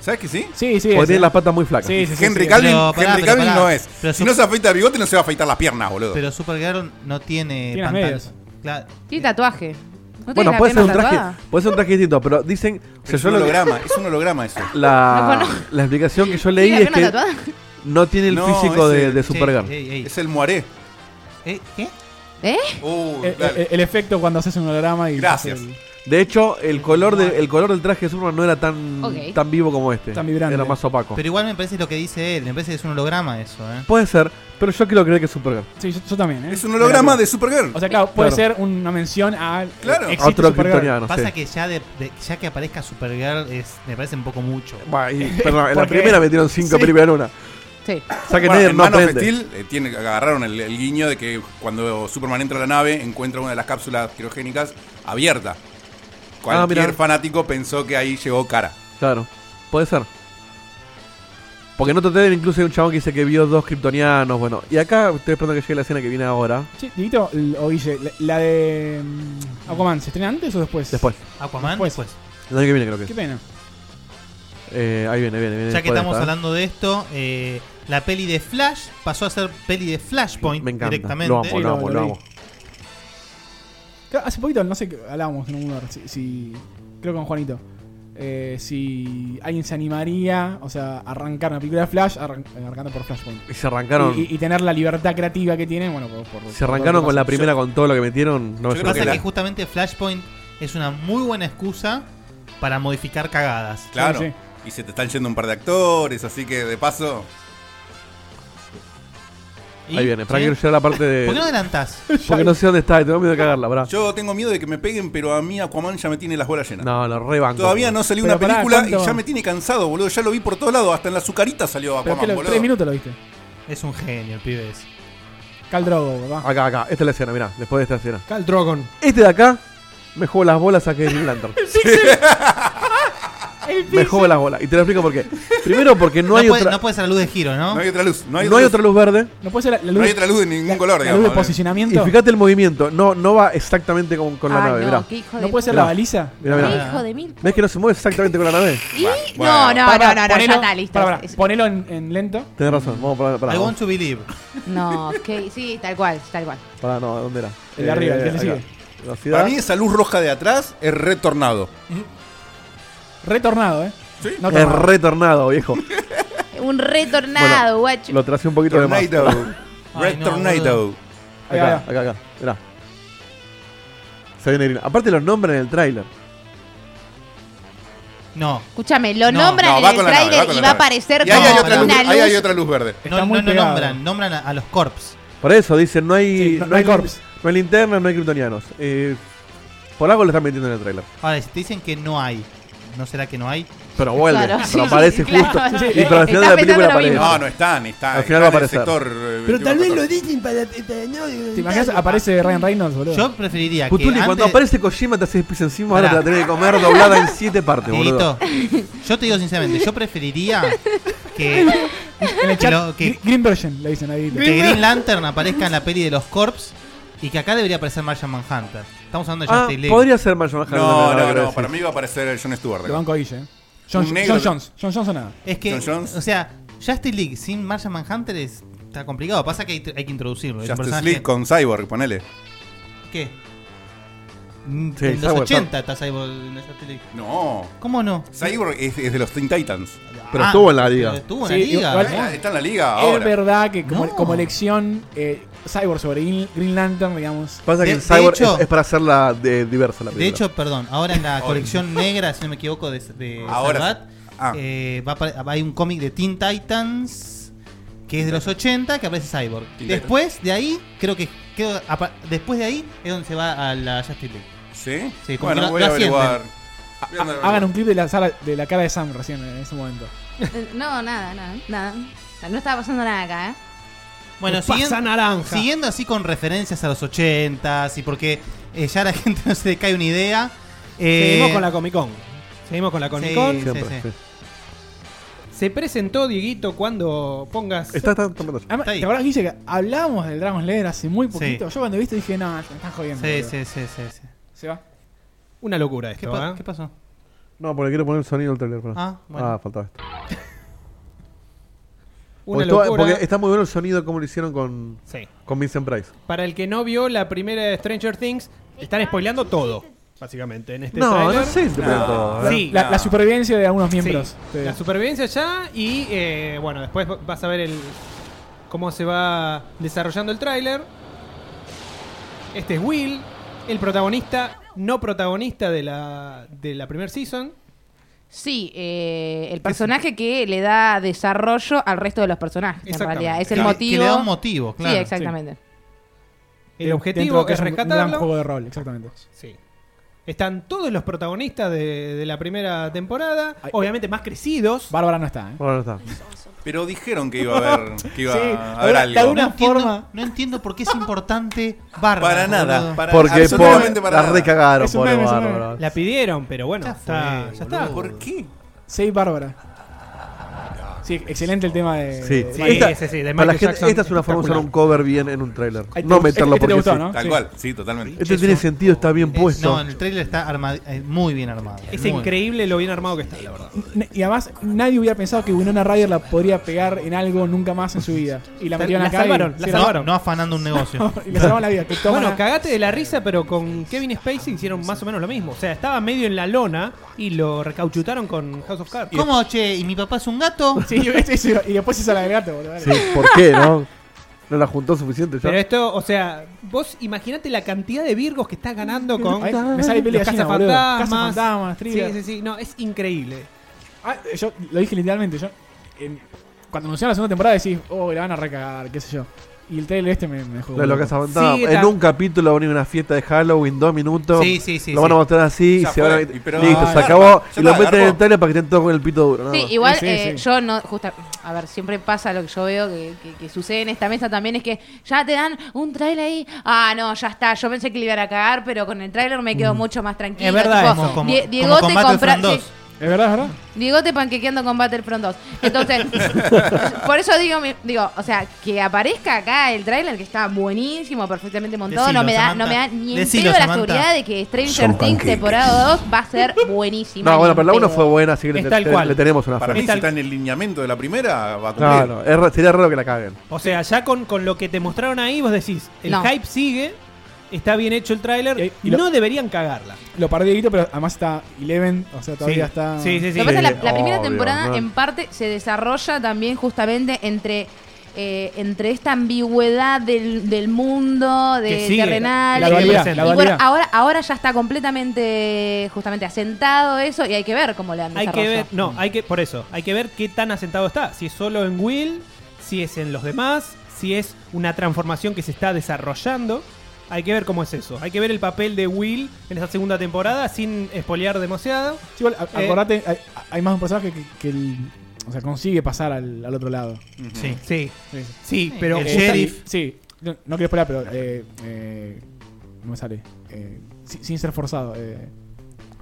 Speaker 5: ¿Sabes que sí?
Speaker 1: Sí, sí.
Speaker 3: Porque
Speaker 1: ese.
Speaker 3: tiene las patas muy flacas.
Speaker 1: Sí, sí, sí.
Speaker 5: Henry
Speaker 1: sí.
Speaker 5: Calvin,
Speaker 7: Pero, pará,
Speaker 5: Henry
Speaker 7: pero,
Speaker 5: Calvin
Speaker 7: pará.
Speaker 5: no es.
Speaker 7: Pero
Speaker 5: si
Speaker 7: su-
Speaker 5: no se afeita el bigote, no se va a afeitar las piernas, boludo.
Speaker 7: Pero Supergirl no tiene
Speaker 1: Tiene las medias.
Speaker 7: Claro.
Speaker 2: Tiene tatuaje. ¿No
Speaker 3: Bueno,
Speaker 2: tenés la
Speaker 3: puede ser, un
Speaker 2: pierna
Speaker 3: traje,
Speaker 2: tatuada?
Speaker 3: puede ser un traje distinto, pero dicen. o sea,
Speaker 5: es
Speaker 3: yo
Speaker 5: un
Speaker 3: lo que-
Speaker 5: holograma, es un holograma eso.
Speaker 3: la,
Speaker 2: No conozco.
Speaker 3: la explicación que yo
Speaker 2: ¿Tiene
Speaker 3: leí
Speaker 2: la
Speaker 3: es
Speaker 2: pierna
Speaker 3: que
Speaker 2: tatuada?
Speaker 3: no tiene el
Speaker 5: No,
Speaker 3: físico
Speaker 5: ese-
Speaker 3: de, de
Speaker 7: Che,
Speaker 3: Supergirl.
Speaker 7: ey, ey.
Speaker 5: Es el moaré.
Speaker 7: Eh, ¿Qué?
Speaker 2: ¿Eh?
Speaker 5: Uh,
Speaker 1: Eh,
Speaker 5: dale.
Speaker 1: eh, el efecto cuando haces un holograma y.
Speaker 5: Gracias.
Speaker 1: hace el-
Speaker 3: De hecho, el color, de- el color del traje de Superman no era tan,
Speaker 2: Ok.
Speaker 3: tan vivo como este.
Speaker 1: Tan vibrante.
Speaker 3: Era más opaco.
Speaker 7: Pero igual me parece lo que dice él. Me parece que es un holograma eso, ¿eh?
Speaker 3: Puede ser, pero yo quiero creer que es Supergirl.
Speaker 1: Sí, yo, yo también, ¿eh?
Speaker 5: Es un holograma de Supergirl.
Speaker 1: O sea, claro, puede
Speaker 3: Claro.
Speaker 1: ser una mención a.
Speaker 5: Claro.
Speaker 1: existe
Speaker 3: Otro
Speaker 1: Supergirl.
Speaker 3: kryptoniano,
Speaker 7: Pasa
Speaker 3: sí.
Speaker 7: que ya, de, de- ya que aparezca Supergirl es, me parece un poco mucho.
Speaker 3: Bah, y- perdón, en la
Speaker 1: Porque-
Speaker 3: primera metieron cinco
Speaker 1: Sí.
Speaker 3: películas en una.
Speaker 2: Sí.
Speaker 3: O sea que
Speaker 5: Bueno,
Speaker 3: Snyder
Speaker 5: en
Speaker 3: no
Speaker 5: Man of
Speaker 3: aprende.
Speaker 5: Steel eh, tiene, agarraron el, el guiño de que cuando Superman entra a la nave encuentra una de las cápsulas criogénicas abierta. Cualquier
Speaker 3: Ah, mirá.
Speaker 5: fanático pensó que ahí llegó cara.
Speaker 3: Claro, puede ser. Porque no te trailer incluso hay un chabón que dice que vio dos kryptonianos, bueno. Y acá estoy esperando que llegue la escena que viene ahora.
Speaker 1: Che, Didito, l- o Guille, la, la de. mm, Aquaman, ¿se estrena antes o después?
Speaker 3: Después.
Speaker 7: Aquaman
Speaker 1: Después.
Speaker 7: después.
Speaker 3: El año que viene creo que
Speaker 1: Qué
Speaker 3: es.
Speaker 1: pena.
Speaker 3: Eh, ahí viene, viene, viene.
Speaker 7: Ya que
Speaker 3: después de
Speaker 7: estamos
Speaker 3: esta, ¿eh?
Speaker 7: hablando de esto, eh, la peli de Flash pasó a ser peli de Flashpoint
Speaker 3: Me encanta.
Speaker 7: directamente.
Speaker 3: Lo amo,
Speaker 1: Sí,
Speaker 3: lo
Speaker 1: lo-
Speaker 3: amo,
Speaker 1: lo
Speaker 3: lo
Speaker 1: vi.
Speaker 3: amo.
Speaker 1: Claro, Hace poquito, no sé, qué hablábamos en un lugar, si, si- creo con Juanito, eh, si alguien se animaría, o sea, a arrancar una película de Flash, arran- arrancando por Flashpoint.
Speaker 3: Y se arrancaron,
Speaker 1: Y, y- y tener la libertad creativa que tienen, bueno, por... por-
Speaker 3: se
Speaker 1: por lo
Speaker 3: arrancaron
Speaker 1: que
Speaker 3: con la
Speaker 1: pasa.
Speaker 3: primera con todo lo que metieron. No me
Speaker 5: yo creo
Speaker 7: Pasa
Speaker 5: la-
Speaker 7: que justamente Flashpoint es una muy buena excusa para modificar cagadas.
Speaker 5: Claro.
Speaker 1: Sí, sí.
Speaker 5: Y se te están yendo un par de actores, así que de paso.
Speaker 7: Y-
Speaker 3: Ahí viene, para
Speaker 7: ¿sí?
Speaker 3: que llegue la parte de...
Speaker 7: ¿Por qué no adelantás?
Speaker 3: Porque no sé dónde está, y tengo miedo de cagarla, ¿verdad?
Speaker 5: Yo tengo miedo de que me peguen, pero a mí Aquaman ya me tiene las bolas llenas.
Speaker 3: No, lo rebanco.
Speaker 5: Todavía no salió
Speaker 1: Pero
Speaker 5: una
Speaker 1: pará,
Speaker 5: película
Speaker 1: ¿cuánto?
Speaker 5: y ya me tiene cansado, boludo. Ya lo vi por todos lados, hasta en la azucarita salió
Speaker 1: Pero que
Speaker 5: Aquaman,
Speaker 1: lo-
Speaker 5: boludo.
Speaker 1: tres minutos lo viste.
Speaker 7: Es un genio el pibe ese.
Speaker 1: Cal Drogo, papá.
Speaker 3: Acá, acá, esta es la escena, mirá, después de esta escena.
Speaker 6: Cal Drogon.
Speaker 3: Este de acá, me juego las bolas a Kevin Lantern.
Speaker 1: El
Speaker 3: me
Speaker 1: pixel.
Speaker 3: juego las bolas. Y te lo explico por qué. Primero porque no,
Speaker 7: No,
Speaker 3: hay
Speaker 7: puede,
Speaker 3: otra...
Speaker 7: no puede ser la luz de giro, ¿no?
Speaker 5: No hay otra luz. No hay,
Speaker 3: no hay otra luz verde.
Speaker 1: No puede ser la, la luz...
Speaker 5: No hay otra luz de ningún
Speaker 1: la-
Speaker 5: color,
Speaker 1: la
Speaker 5: digamos.
Speaker 1: luz de
Speaker 5: boludo.
Speaker 3: Y
Speaker 1: posicionamiento.
Speaker 3: fíjate el movimiento, no, no va exactamente con, con la
Speaker 2: Ah,
Speaker 3: nave,
Speaker 2: no,
Speaker 3: mirá.
Speaker 2: qué hijo de
Speaker 1: ¿No puede ser
Speaker 3: Mirá.
Speaker 1: la baliza?
Speaker 3: Mirá,
Speaker 2: puta.
Speaker 3: mirá.
Speaker 2: Qué
Speaker 7: Mirá.
Speaker 2: hijo de mil.
Speaker 3: ¿Ves que no se mueve exactamente con la nave?
Speaker 2: Y- No,
Speaker 5: Bueno.
Speaker 2: no,
Speaker 1: Pará,
Speaker 2: no,
Speaker 1: pará,
Speaker 2: no, no,
Speaker 1: ponelo-
Speaker 2: ya está, listo.
Speaker 1: pará, pará,
Speaker 2: Es-
Speaker 1: ponelo en, en lento.
Speaker 3: Tenés razón, vamos para, para,
Speaker 7: I
Speaker 3: vamos.
Speaker 7: want to believe.
Speaker 2: No, que sí, tal cual, tal cual.
Speaker 3: para no, ¿dónde era? Eh,
Speaker 1: El de arriba, el que le
Speaker 3: acá.
Speaker 1: sigue.
Speaker 3: Velocidad.
Speaker 5: Para mí esa luz roja de atrás es retornado.
Speaker 1: Retornado, ¿eh?
Speaker 5: Sí.
Speaker 1: No
Speaker 3: es
Speaker 1: tornado.
Speaker 3: retornado, viejo.
Speaker 2: Un retornado, guacho.
Speaker 3: Lo tracé un poquito de más.
Speaker 5: Tornado.
Speaker 7: Ay,
Speaker 5: Red
Speaker 7: no,
Speaker 5: Tornado.
Speaker 1: Ahí va,
Speaker 3: Acá,
Speaker 1: ahí
Speaker 3: acá, acá. Mirá. Se viene Green. Aparte los nombran en el tráiler.
Speaker 7: No,
Speaker 2: Escúchame, lo
Speaker 7: No,
Speaker 2: nombran
Speaker 5: No,
Speaker 2: en
Speaker 5: va
Speaker 2: el
Speaker 5: con la nave,
Speaker 2: tráiler
Speaker 5: con
Speaker 2: y
Speaker 5: la
Speaker 2: va a
Speaker 5: nave.
Speaker 2: aparecer
Speaker 5: Y ahí hay
Speaker 2: como
Speaker 5: otra luz,
Speaker 2: una
Speaker 5: ahí hay
Speaker 2: luz.
Speaker 5: otra luz verde.
Speaker 1: Está
Speaker 7: no,
Speaker 1: muy
Speaker 7: no, no
Speaker 1: pegado.
Speaker 7: nombran, nombran a, a los corps.
Speaker 3: Por eso dicen, no hay,
Speaker 1: Sí, no-
Speaker 3: no,
Speaker 1: no hay
Speaker 3: hay, lin-
Speaker 1: corps.
Speaker 3: no hay linternas, no hay kryptonianos. Eh, por algo lo están metiendo en el tráiler.
Speaker 7: Ahora, si te dicen que no hay, ¿no será que no hay?
Speaker 3: Pero vuelve,
Speaker 2: Claro, sí,
Speaker 3: pero aparece
Speaker 2: sí, claro.
Speaker 3: justo.
Speaker 2: Sí,
Speaker 3: y para el
Speaker 2: está
Speaker 3: final de la
Speaker 2: pensando
Speaker 3: película
Speaker 2: lo
Speaker 3: aparece.
Speaker 2: mismo.
Speaker 5: No, no están, están.
Speaker 3: Al final va a
Speaker 5: están en
Speaker 3: aparecer.
Speaker 5: el sector, eh, 21-14.
Speaker 6: dicen para. ¿Te
Speaker 1: ¿Te imaginas? Aparece Ryan Reynolds, boludo.
Speaker 7: Yo preferiría que.
Speaker 3: Putuli,
Speaker 7: antes-
Speaker 3: cuando aparece Kojima te haces pis encima, ahora te
Speaker 7: Pará.
Speaker 3: la tenés que comer doblada en siete partes, boludo.
Speaker 7: Dieguito, yo te digo sinceramente, yo preferiría que,
Speaker 1: en el
Speaker 7: que lo-
Speaker 1: chat,
Speaker 7: que-
Speaker 1: Gr- Green Version, le dicen ahí.
Speaker 7: que Green Lantern aparezca en la peli de los Corps y que acá debería aparecer Martian Manhunter. Estamos hablando de
Speaker 3: Ah,
Speaker 7: Justice League.
Speaker 3: podría ser Marshall Manhunter,
Speaker 5: No,
Speaker 3: lo
Speaker 5: no,
Speaker 3: que
Speaker 5: no,
Speaker 3: decís.
Speaker 5: para mí va a aparecer John Stewart.
Speaker 1: Lo banco a Guille, ¿eh? John,
Speaker 5: Un negro
Speaker 1: John
Speaker 5: que-
Speaker 1: Jones. John Jones o nada.
Speaker 7: Es que,
Speaker 5: John Jones.
Speaker 7: o sea, Justice League sin Martian Manhunter es, está complicado. Pasa que hay, hay que introducirlo. es un
Speaker 5: Justice
Speaker 7: personaje-
Speaker 5: League con Cyborg, ponele.
Speaker 7: ¿Qué?
Speaker 6: Mm,
Speaker 3: Sí,
Speaker 7: en los
Speaker 3: Cyborg,
Speaker 7: 80 está Cyborg en la Justice League.
Speaker 5: No.
Speaker 7: ¿Cómo no?
Speaker 5: Cyborg es, es de los Teen Titans.
Speaker 3: Pero
Speaker 7: Ah,
Speaker 3: estuvo en la liga.
Speaker 7: pero Estuvo en
Speaker 1: Sí,
Speaker 7: la liga.
Speaker 1: igual-
Speaker 7: ¿no?
Speaker 5: Está en la liga
Speaker 1: Es
Speaker 5: ahora.
Speaker 1: verdad que como,
Speaker 7: No.
Speaker 1: como elección eh, Cyborg sobre Green, Green Lantern, digamos.
Speaker 3: Pasa que
Speaker 7: De-
Speaker 3: el
Speaker 7: de
Speaker 3: Cyborg
Speaker 7: hecho-
Speaker 3: es, es para hacerla de- diversa la película.
Speaker 7: De hecho, perdón, ahora en la colección negra, si no me equivoco, de, de
Speaker 3: Ahora
Speaker 7: Salvat,
Speaker 3: sí. Ah.
Speaker 7: eh, va a apare- hay un cómic de Teen Titans que es de los 80 que aparece Cyborg.
Speaker 5: Teen
Speaker 7: después de ahí, creo que creo- apa- después de ahí es donde se va a la Justice League.
Speaker 5: ¿Sí?
Speaker 7: Sí, como
Speaker 5: bueno,
Speaker 7: que lo-
Speaker 5: voy
Speaker 7: lo
Speaker 5: a
Speaker 7: ascienden.
Speaker 5: averiguar.
Speaker 1: Hagan un clip de la, sala- de la cara de Sam recién en ese momento.
Speaker 2: Eh, No, nada, nada, nada. No estaba pasando nada acá, ¿eh?
Speaker 7: Bueno,
Speaker 6: Pasa
Speaker 7: siguiendo,
Speaker 6: naranja.
Speaker 7: siguiendo así con referencias a los 80s y porque eh, ya la gente no se le cae una idea. eh,
Speaker 6: Seguimos con la Comic Con. Seguimos con la Comic Con.
Speaker 7: Sí, sí, Siempre, sí.
Speaker 6: Se presentó, Dieguito, cuando pongas.
Speaker 3: Está- está-
Speaker 1: Además, ¿Te acordás, Guille, que hablábamos del Dragon Slayer hace muy poquito? Yo cuando viste dije, no, te estás jodiendo.
Speaker 7: Sí,
Speaker 1: boludo".
Speaker 7: sí, sí, sí, sí.
Speaker 1: Se va.
Speaker 6: Una locura
Speaker 7: ¿Qué,
Speaker 6: esto,
Speaker 7: pa-
Speaker 6: ¿eh?
Speaker 7: qué pasó?
Speaker 3: No, porque quiero poner el sonido del trailer. perdón.
Speaker 7: Ah, bueno.
Speaker 3: Ah, faltaba esto.
Speaker 6: Una
Speaker 3: porque, todo-
Speaker 6: locura.
Speaker 3: Pues porque está muy bueno el sonido como lo hicieron con,
Speaker 6: Sí.
Speaker 3: con Vincent Price.
Speaker 6: Para el que no vio la primera de Stranger Things, están spoileando todo, básicamente, en este
Speaker 3: No,
Speaker 6: tráiler. Ah,
Speaker 3: no sé si te spoilean todo, ¿eh?
Speaker 6: Sí,
Speaker 1: La, la supervivencia de algunos miembros.
Speaker 6: Sí,
Speaker 1: Sí.
Speaker 6: La supervivencia ya y eh, bueno, después va- vas a ver el cómo se va desarrollando el tráiler. Este es Will, el protagonista, no protagonista de la, de la primer season.
Speaker 2: Sí, eh, el personaje que le da desarrollo al resto de los personajes, en
Speaker 6: Exactamente.
Speaker 2: realidad. Es el
Speaker 6: Que-
Speaker 2: motivo.
Speaker 6: que le da un motivo, claro.
Speaker 2: Sí, exactamente.
Speaker 6: El
Speaker 1: Dentro
Speaker 6: objetivo
Speaker 1: de que
Speaker 6: es
Speaker 1: un- Un gran
Speaker 6: rescatarlo.
Speaker 1: juego de rol, exactamente.
Speaker 6: Sí. Están todos los protagonistas de, de la primera temporada, obviamente más crecidos.
Speaker 1: Bárbara no está, ¿eh?
Speaker 3: Bárbara no está.
Speaker 5: Pero dijeron que iba a haber, que iba
Speaker 1: Sí,
Speaker 5: a haber
Speaker 1: de
Speaker 5: algo.
Speaker 1: alguna
Speaker 7: entiendo-
Speaker 1: forma.
Speaker 7: No entiendo por qué es importante Bárbara.
Speaker 5: Para nada,
Speaker 7: boludo.
Speaker 5: para-
Speaker 3: Porque
Speaker 5: absolutamente
Speaker 3: po-
Speaker 5: para
Speaker 3: la
Speaker 5: nada.
Speaker 3: recagaron,
Speaker 1: Es un
Speaker 3: pobre
Speaker 1: meme, es un meme.
Speaker 3: Bárbara.
Speaker 6: La pidieron, pero bueno, está- ya está.
Speaker 5: ¿Por qué?
Speaker 1: Sí, Bárbara. Sí, excelente el tema de.
Speaker 3: Sí,
Speaker 1: de-
Speaker 6: Sí,
Speaker 1: Mike.
Speaker 6: sí, sí, de
Speaker 3: para la
Speaker 6: Michael
Speaker 3: gente,
Speaker 6: Jackson,
Speaker 3: esta es una forma de usar un cover bien en un trailer.
Speaker 1: Ahí te
Speaker 3: No
Speaker 1: gustó,
Speaker 3: meterlo
Speaker 1: este te
Speaker 3: porque
Speaker 1: gustó,
Speaker 3: sí.
Speaker 1: ¿no?
Speaker 5: Tal
Speaker 1: Sí.
Speaker 5: cual, sí, totalmente.
Speaker 3: Este tiene sentido, está bien
Speaker 7: Es-
Speaker 3: puesto.
Speaker 7: No, en el trailer está armado, muy bien armado.
Speaker 6: Es
Speaker 7: Muy.
Speaker 6: increíble lo bien armado que está, la verdad.
Speaker 1: Ne- Y además, nadie hubiera pensado que Winona Ryder la podría pegar en algo nunca más en su vida. Y la metieron
Speaker 6: La
Speaker 1: acá. y-
Speaker 6: salvaron,
Speaker 1: sí,
Speaker 6: la
Speaker 1: la
Speaker 7: No,
Speaker 6: salvaron.
Speaker 7: no afanando un negocio.
Speaker 1: salvaron. Y le salvaron la vida. Que toma-
Speaker 6: Bueno, cagate de la risa, pero con Kevin Spacey hicieron más o menos lo mismo. O sea, estaba medio en la lona y lo recauchutaron con House of Cards.
Speaker 7: ¿Cómo, che? ¿Y mi papá es un gato?
Speaker 1: Sí, y- sí, y después hizo la del gato, boludo. dale.
Speaker 3: Sí, ¿por qué, no? No la juntó suficiente ya.
Speaker 6: Pero esto, o sea, vos imaginate la cantidad de virgos que está ganando con
Speaker 1: Ahí me sale peli
Speaker 6: los
Speaker 1: gallina, boludo. Cazafantasmas,
Speaker 6: cazafantasmas. Sí,
Speaker 1: thriller.
Speaker 6: sí, sí. No, es increíble.
Speaker 1: Ah, eh, yo lo dije literalmente. Yo, en- cuando anunciaron la segunda temporada decís, oh, la van a recagar, qué sé yo. Y el trailer este me, me jugó.
Speaker 3: Lo, lo que se aguantaba.
Speaker 6: Sí,
Speaker 3: en
Speaker 6: la-
Speaker 3: un capítulo van a ir a una fiesta de Halloween, dos minutos.
Speaker 7: Sí, sí, sí,
Speaker 3: Lo van a
Speaker 7: sí.
Speaker 3: mostrar así.
Speaker 5: Ya
Speaker 3: se van a-
Speaker 5: fue, y pero-
Speaker 3: Listo, se
Speaker 5: Ah,
Speaker 3: acabó.
Speaker 5: ya
Speaker 3: Y lo
Speaker 5: está,
Speaker 3: meten en el
Speaker 5: garpó.
Speaker 3: trailer para que estén todos con el pito duro. nada
Speaker 2: Sí,
Speaker 3: más.
Speaker 2: igual
Speaker 1: Sí, sí,
Speaker 2: eh,
Speaker 1: sí.
Speaker 2: yo no, justa, a ver, siempre pasa lo que yo veo que, que- que sucede en esta mesa también es que ya te dan un trailer ahí, ah no, ya está, yo pensé que le iban a cagar, pero con el trailer me quedo mucho más tranquilo.
Speaker 7: Es verdad,
Speaker 2: tipo,
Speaker 7: como- como-
Speaker 2: Die-
Speaker 7: como
Speaker 2: Diegote
Speaker 7: con
Speaker 2: compra-
Speaker 7: Battlefront
Speaker 2: sí,
Speaker 7: 2.
Speaker 1: ¿Es verdad, es verdad?
Speaker 2: Diegote panquequeando con Battlefront 2. Entonces, por eso digo, mi- digo, o sea, que aparezca acá el tráiler que está buenísimo, perfectamente montado,
Speaker 7: Decilo,
Speaker 2: no me da
Speaker 7: Samantha.
Speaker 2: no me da ni en
Speaker 7: Decilo,
Speaker 2: pedo la
Speaker 7: Samantha.
Speaker 2: seguridad de que
Speaker 8: Son
Speaker 2: Stranger Things
Speaker 8: panqueques.
Speaker 2: temporada 2 va a ser buenísima.
Speaker 3: No,
Speaker 2: ni
Speaker 3: bueno,
Speaker 2: en
Speaker 3: pero la 1
Speaker 2: pedo.
Speaker 3: fue buena, así que le,
Speaker 6: Es tal
Speaker 3: le-
Speaker 6: cual.
Speaker 3: le tenemos una
Speaker 5: Para
Speaker 3: fe.
Speaker 5: mí,
Speaker 6: Es
Speaker 5: si
Speaker 6: tal-
Speaker 5: está en el lineamiento de la primera, va a cumplir.
Speaker 3: No, no, es ra- sería raro que la caguen.
Speaker 6: O sea, ya con, con lo que te mostraron ahí, vos decís, el
Speaker 2: No.
Speaker 6: hype sigue, está bien hecho el
Speaker 1: Y-
Speaker 6: tráiler,
Speaker 1: y
Speaker 6: y
Speaker 1: lo-
Speaker 6: no deberían cagarla.
Speaker 1: Lo paré Dieguito, pero además está Eleven, o sea, todavía
Speaker 6: Sí.
Speaker 1: está.
Speaker 6: Sí, sí, sí.
Speaker 2: Lo que pasa es la, la
Speaker 3: Sí,
Speaker 2: primera
Speaker 3: obvio,
Speaker 2: temporada em-
Speaker 3: ¿no?
Speaker 2: en parte se desarrolla también justamente entre eh, entre esta ambigüedad del, del mundo,
Speaker 6: Que
Speaker 2: de
Speaker 6: sigue,
Speaker 2: terrenal,
Speaker 1: la
Speaker 2: y-
Speaker 1: dualidad,
Speaker 2: y,
Speaker 1: la
Speaker 2: bueno,
Speaker 1: dualidad.
Speaker 2: ahora, ahora ya está completamente justamente asentado eso y hay que ver cómo le han
Speaker 6: Hay
Speaker 2: desarrollado.
Speaker 6: que ver, no, hay que, por eso, hay que ver qué tan asentado está. Si es solo en Will, si es en los demás, si es una transformación que se está desarrollando. Hay que ver cómo es eso. Hay que ver el papel de Will en esa segunda temporada sin espolear demasiado.
Speaker 1: Sí, igual, a-
Speaker 6: Eh.
Speaker 1: acordate, hay, hay más un personaje que, que el- o sea, consigue pasar al, al otro lado.
Speaker 7: Sí.
Speaker 6: Sí,
Speaker 1: Sí, sí.
Speaker 6: sí, pero.
Speaker 7: El
Speaker 1: Eh,
Speaker 7: sheriff.
Speaker 1: Sí, no, no quiero esperar, pero. Eh, eh, no me sale. Eh, sin, sin ser forzado. Eh,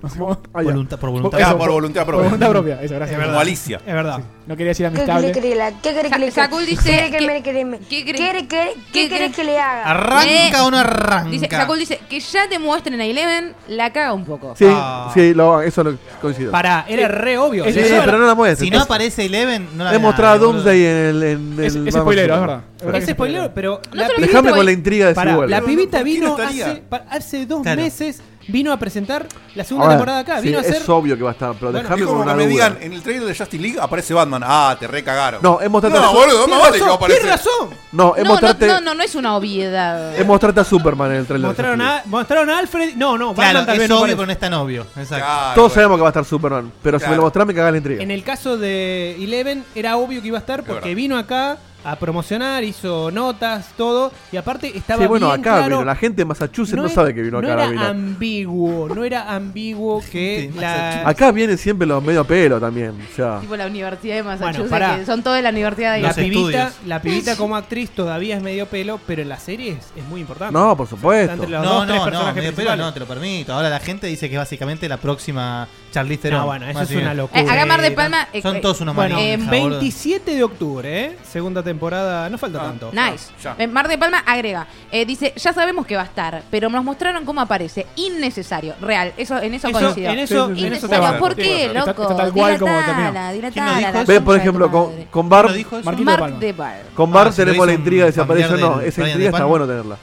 Speaker 1: no sé cómo.
Speaker 3: Ah, ya.
Speaker 7: Volunta- por
Speaker 1: Eso,
Speaker 5: Ah,
Speaker 7: voluntad.
Speaker 5: por voluntad
Speaker 1: Por
Speaker 5: propia.
Speaker 1: voluntad propia, eso, gracias.
Speaker 5: Como Alicia.
Speaker 6: Es verdad.
Speaker 1: No quería decir
Speaker 10: ¿Qué quiere que
Speaker 1: amistable.
Speaker 10: le haga? ¿Qué quiere que le
Speaker 2: Sa-
Speaker 10: haga?
Speaker 2: Sacul dice
Speaker 10: ¿Qué
Speaker 2: que-
Speaker 10: quiere que le-
Speaker 2: ¿qué quiere-
Speaker 10: quiere que-
Speaker 2: qué
Speaker 10: ¿Qué
Speaker 2: quiere-
Speaker 10: quiere que le haga?
Speaker 7: ¿Arranca o no arranca?
Speaker 2: Dice, Sacul dice que ya te muestren a Eleven, la caga un poco.
Speaker 3: Sí,
Speaker 7: Ah.
Speaker 3: sí, lo- eso lo coincido.
Speaker 6: Pará, era re obvio.
Speaker 3: Sí,
Speaker 1: Es-
Speaker 3: sí,
Speaker 1: eso
Speaker 3: pero no la muestres.
Speaker 7: Si no aparece Eleven, no la
Speaker 3: He
Speaker 5: eh,
Speaker 7: ve
Speaker 3: mostrado a
Speaker 7: nadie,
Speaker 3: Doomsday en el. En
Speaker 1: Es,
Speaker 3: el
Speaker 1: es
Speaker 3: vamos,
Speaker 1: spoilero, es
Speaker 3: sí.
Speaker 1: verdad. Es verdad
Speaker 6: Es
Speaker 1: que
Speaker 6: spoiler, pero.
Speaker 2: No te lo
Speaker 3: Dejame
Speaker 2: Igual-
Speaker 3: con la intriga de si
Speaker 6: Pará,
Speaker 3: vuelve.
Speaker 6: la
Speaker 5: Pero no,
Speaker 6: pibita
Speaker 5: ¿por qué no
Speaker 6: vino
Speaker 5: estaría?
Speaker 6: hace, pa- hace dos
Speaker 7: Claro.
Speaker 6: meses vino a presentar la segunda
Speaker 3: Ahora,
Speaker 6: temporada acá.
Speaker 3: sí,
Speaker 6: Vino a hacer.
Speaker 3: Es obvio que va a estar, pero
Speaker 6: Bueno,
Speaker 5: Es
Speaker 3: dejame
Speaker 5: como
Speaker 3: con
Speaker 5: que
Speaker 3: una
Speaker 5: me
Speaker 3: duda.
Speaker 5: digan, en el trailer de Justice League aparece Batman. Ah, te recagaron.
Speaker 3: No, es mostrarte a
Speaker 5: No,
Speaker 3: su-
Speaker 5: boludo, más
Speaker 3: Tiene
Speaker 5: vale que va a
Speaker 3: razón,
Speaker 5: aparecer.
Speaker 6: tiene razón.
Speaker 3: No, es
Speaker 2: No, no,
Speaker 3: mostrarte,
Speaker 2: no, no, no es una obviedad.
Speaker 6: Eh,
Speaker 3: es mostrarte a Superman en el trailer. de
Speaker 6: Mostraron
Speaker 3: Justice
Speaker 6: a, mostraron a Alfred. No, no, Batman
Speaker 7: Claro,
Speaker 6: tal
Speaker 7: es
Speaker 6: vez no
Speaker 7: obvio,
Speaker 6: aparece.
Speaker 7: pero no es tan obvio. Exacto.
Speaker 3: League. Todos sabemos que va a estar Superman, pero si me
Speaker 7: Claro.
Speaker 3: lo mostrás me cagás la intriga.
Speaker 6: En el caso de Eleven era obvio que iba a estar porque
Speaker 3: verdad.
Speaker 6: vino acá a promocionar, hizo notas, todo, y aparte estaba
Speaker 3: Sí, bueno,
Speaker 6: bien
Speaker 3: acá
Speaker 6: claro-
Speaker 3: vino, la gente de Massachusetts no,
Speaker 6: es-
Speaker 3: sabe que vino
Speaker 6: no
Speaker 3: acá.
Speaker 6: era
Speaker 3: vino.
Speaker 6: ambiguo, no era ambiguo que la...
Speaker 3: Acá vienen siempre los medio pelo también. O sea,
Speaker 2: Tipo la Universidad de Massachusetts,
Speaker 6: pará.
Speaker 2: que son todos de la Universidad de
Speaker 6: La pibita,
Speaker 2: estudios.
Speaker 6: la pibita como actriz todavía es medio pelo, pero en la serie es, es muy importante.
Speaker 3: No, por supuesto.
Speaker 6: Está entre los
Speaker 7: No,
Speaker 6: dos, tres
Speaker 7: no, no,
Speaker 6: personajes
Speaker 7: medio pelo
Speaker 6: principales.
Speaker 7: no, te lo permito. Ahora la gente dice que es básicamente la próxima Charlize Theron.
Speaker 6: No, bueno, eso
Speaker 7: Más
Speaker 6: es
Speaker 7: bien.
Speaker 6: una locura.
Speaker 2: Eh, acá Mar de Palma. eh,
Speaker 7: Son
Speaker 2: eh,
Speaker 7: todos unos
Speaker 6: Bueno,
Speaker 7: manijas,
Speaker 6: en
Speaker 7: boludo.
Speaker 6: 27 de octubre, ¿eh? Segunda temporada, no
Speaker 3: Ah.
Speaker 6: falta tanto.
Speaker 2: Nice. Eh, Mar de Palma agrega, eh, dice, ya sabemos que va a estar, pero nos mostraron cómo aparece. Innecesario, real. Eso, en eso,
Speaker 6: Eso-
Speaker 2: coincido.
Speaker 6: en eso- Sí, sí, sí. en eso
Speaker 2: Innecesario.
Speaker 6: estamos.
Speaker 2: ¿Por
Speaker 6: Sí,
Speaker 2: qué,
Speaker 6: está-
Speaker 2: loco?
Speaker 6: está tal cual como
Speaker 2: Dilatala,
Speaker 6: terminó.
Speaker 2: dilatala,
Speaker 6: ¿Quién lo dijo
Speaker 2: Ah, la
Speaker 3: ve, por
Speaker 2: concha de
Speaker 3: ejemplo,
Speaker 2: tu
Speaker 3: con,
Speaker 2: madre.
Speaker 3: con Barb.
Speaker 2: Marquito Mark de Palma.
Speaker 3: Con Barb
Speaker 7: Ah, si lo
Speaker 3: tenemos
Speaker 7: hizo
Speaker 3: la intriga de
Speaker 7: un
Speaker 3: si aparece o
Speaker 7: familiar
Speaker 3: no.
Speaker 7: del
Speaker 3: Esa
Speaker 7: Brian
Speaker 3: intriga
Speaker 7: de
Speaker 3: está
Speaker 7: Palma.
Speaker 3: bueno tenerla.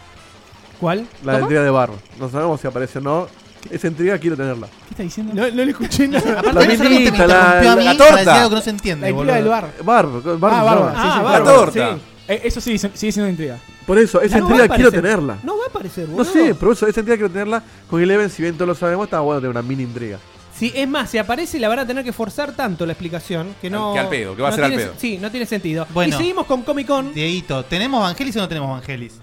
Speaker 6: ¿Cuál?
Speaker 3: La
Speaker 6: ¿Cómo?
Speaker 3: intriga de Barb. No sabemos si aparece o no. Esa intriga quiero tenerla.
Speaker 1: ¿Qué está diciendo? No, le escuché nada.
Speaker 3: La minita, la,
Speaker 7: interrumpió a
Speaker 3: la,
Speaker 7: mí para
Speaker 3: torta.
Speaker 7: decir algo que no se entiende,
Speaker 1: La intriga boludo. del bar.
Speaker 3: Barb, Barb,
Speaker 1: Ah,
Speaker 3: no.
Speaker 1: bárbaro. sí, sí,
Speaker 3: La
Speaker 1: bárbaro,
Speaker 3: torta.
Speaker 1: sí. Eh, Eso sí, se- sigue siendo intriga.
Speaker 3: Por eso, esa
Speaker 1: No va a
Speaker 3: intriga quiero
Speaker 1: aparecer.
Speaker 3: tenerla.
Speaker 6: No va a aparecer, boludo.
Speaker 3: No sé, pero eso, esa intriga quiero tenerla. Con Eleven, si bien todos lo sabemos, está bueno tener una mini intriga.
Speaker 6: Sí, es más, si aparece la van a tener que forzar tanto la explicación que no.
Speaker 3: Que al pedo, que va a
Speaker 6: no
Speaker 3: ser al
Speaker 6: tiene-
Speaker 3: pedo.
Speaker 6: Sí, no tiene sentido.
Speaker 7: Bueno.
Speaker 6: Y seguimos con Comic Con.
Speaker 7: Dieguito, ¿tenemos Vangelis o no tenemos Vangelis?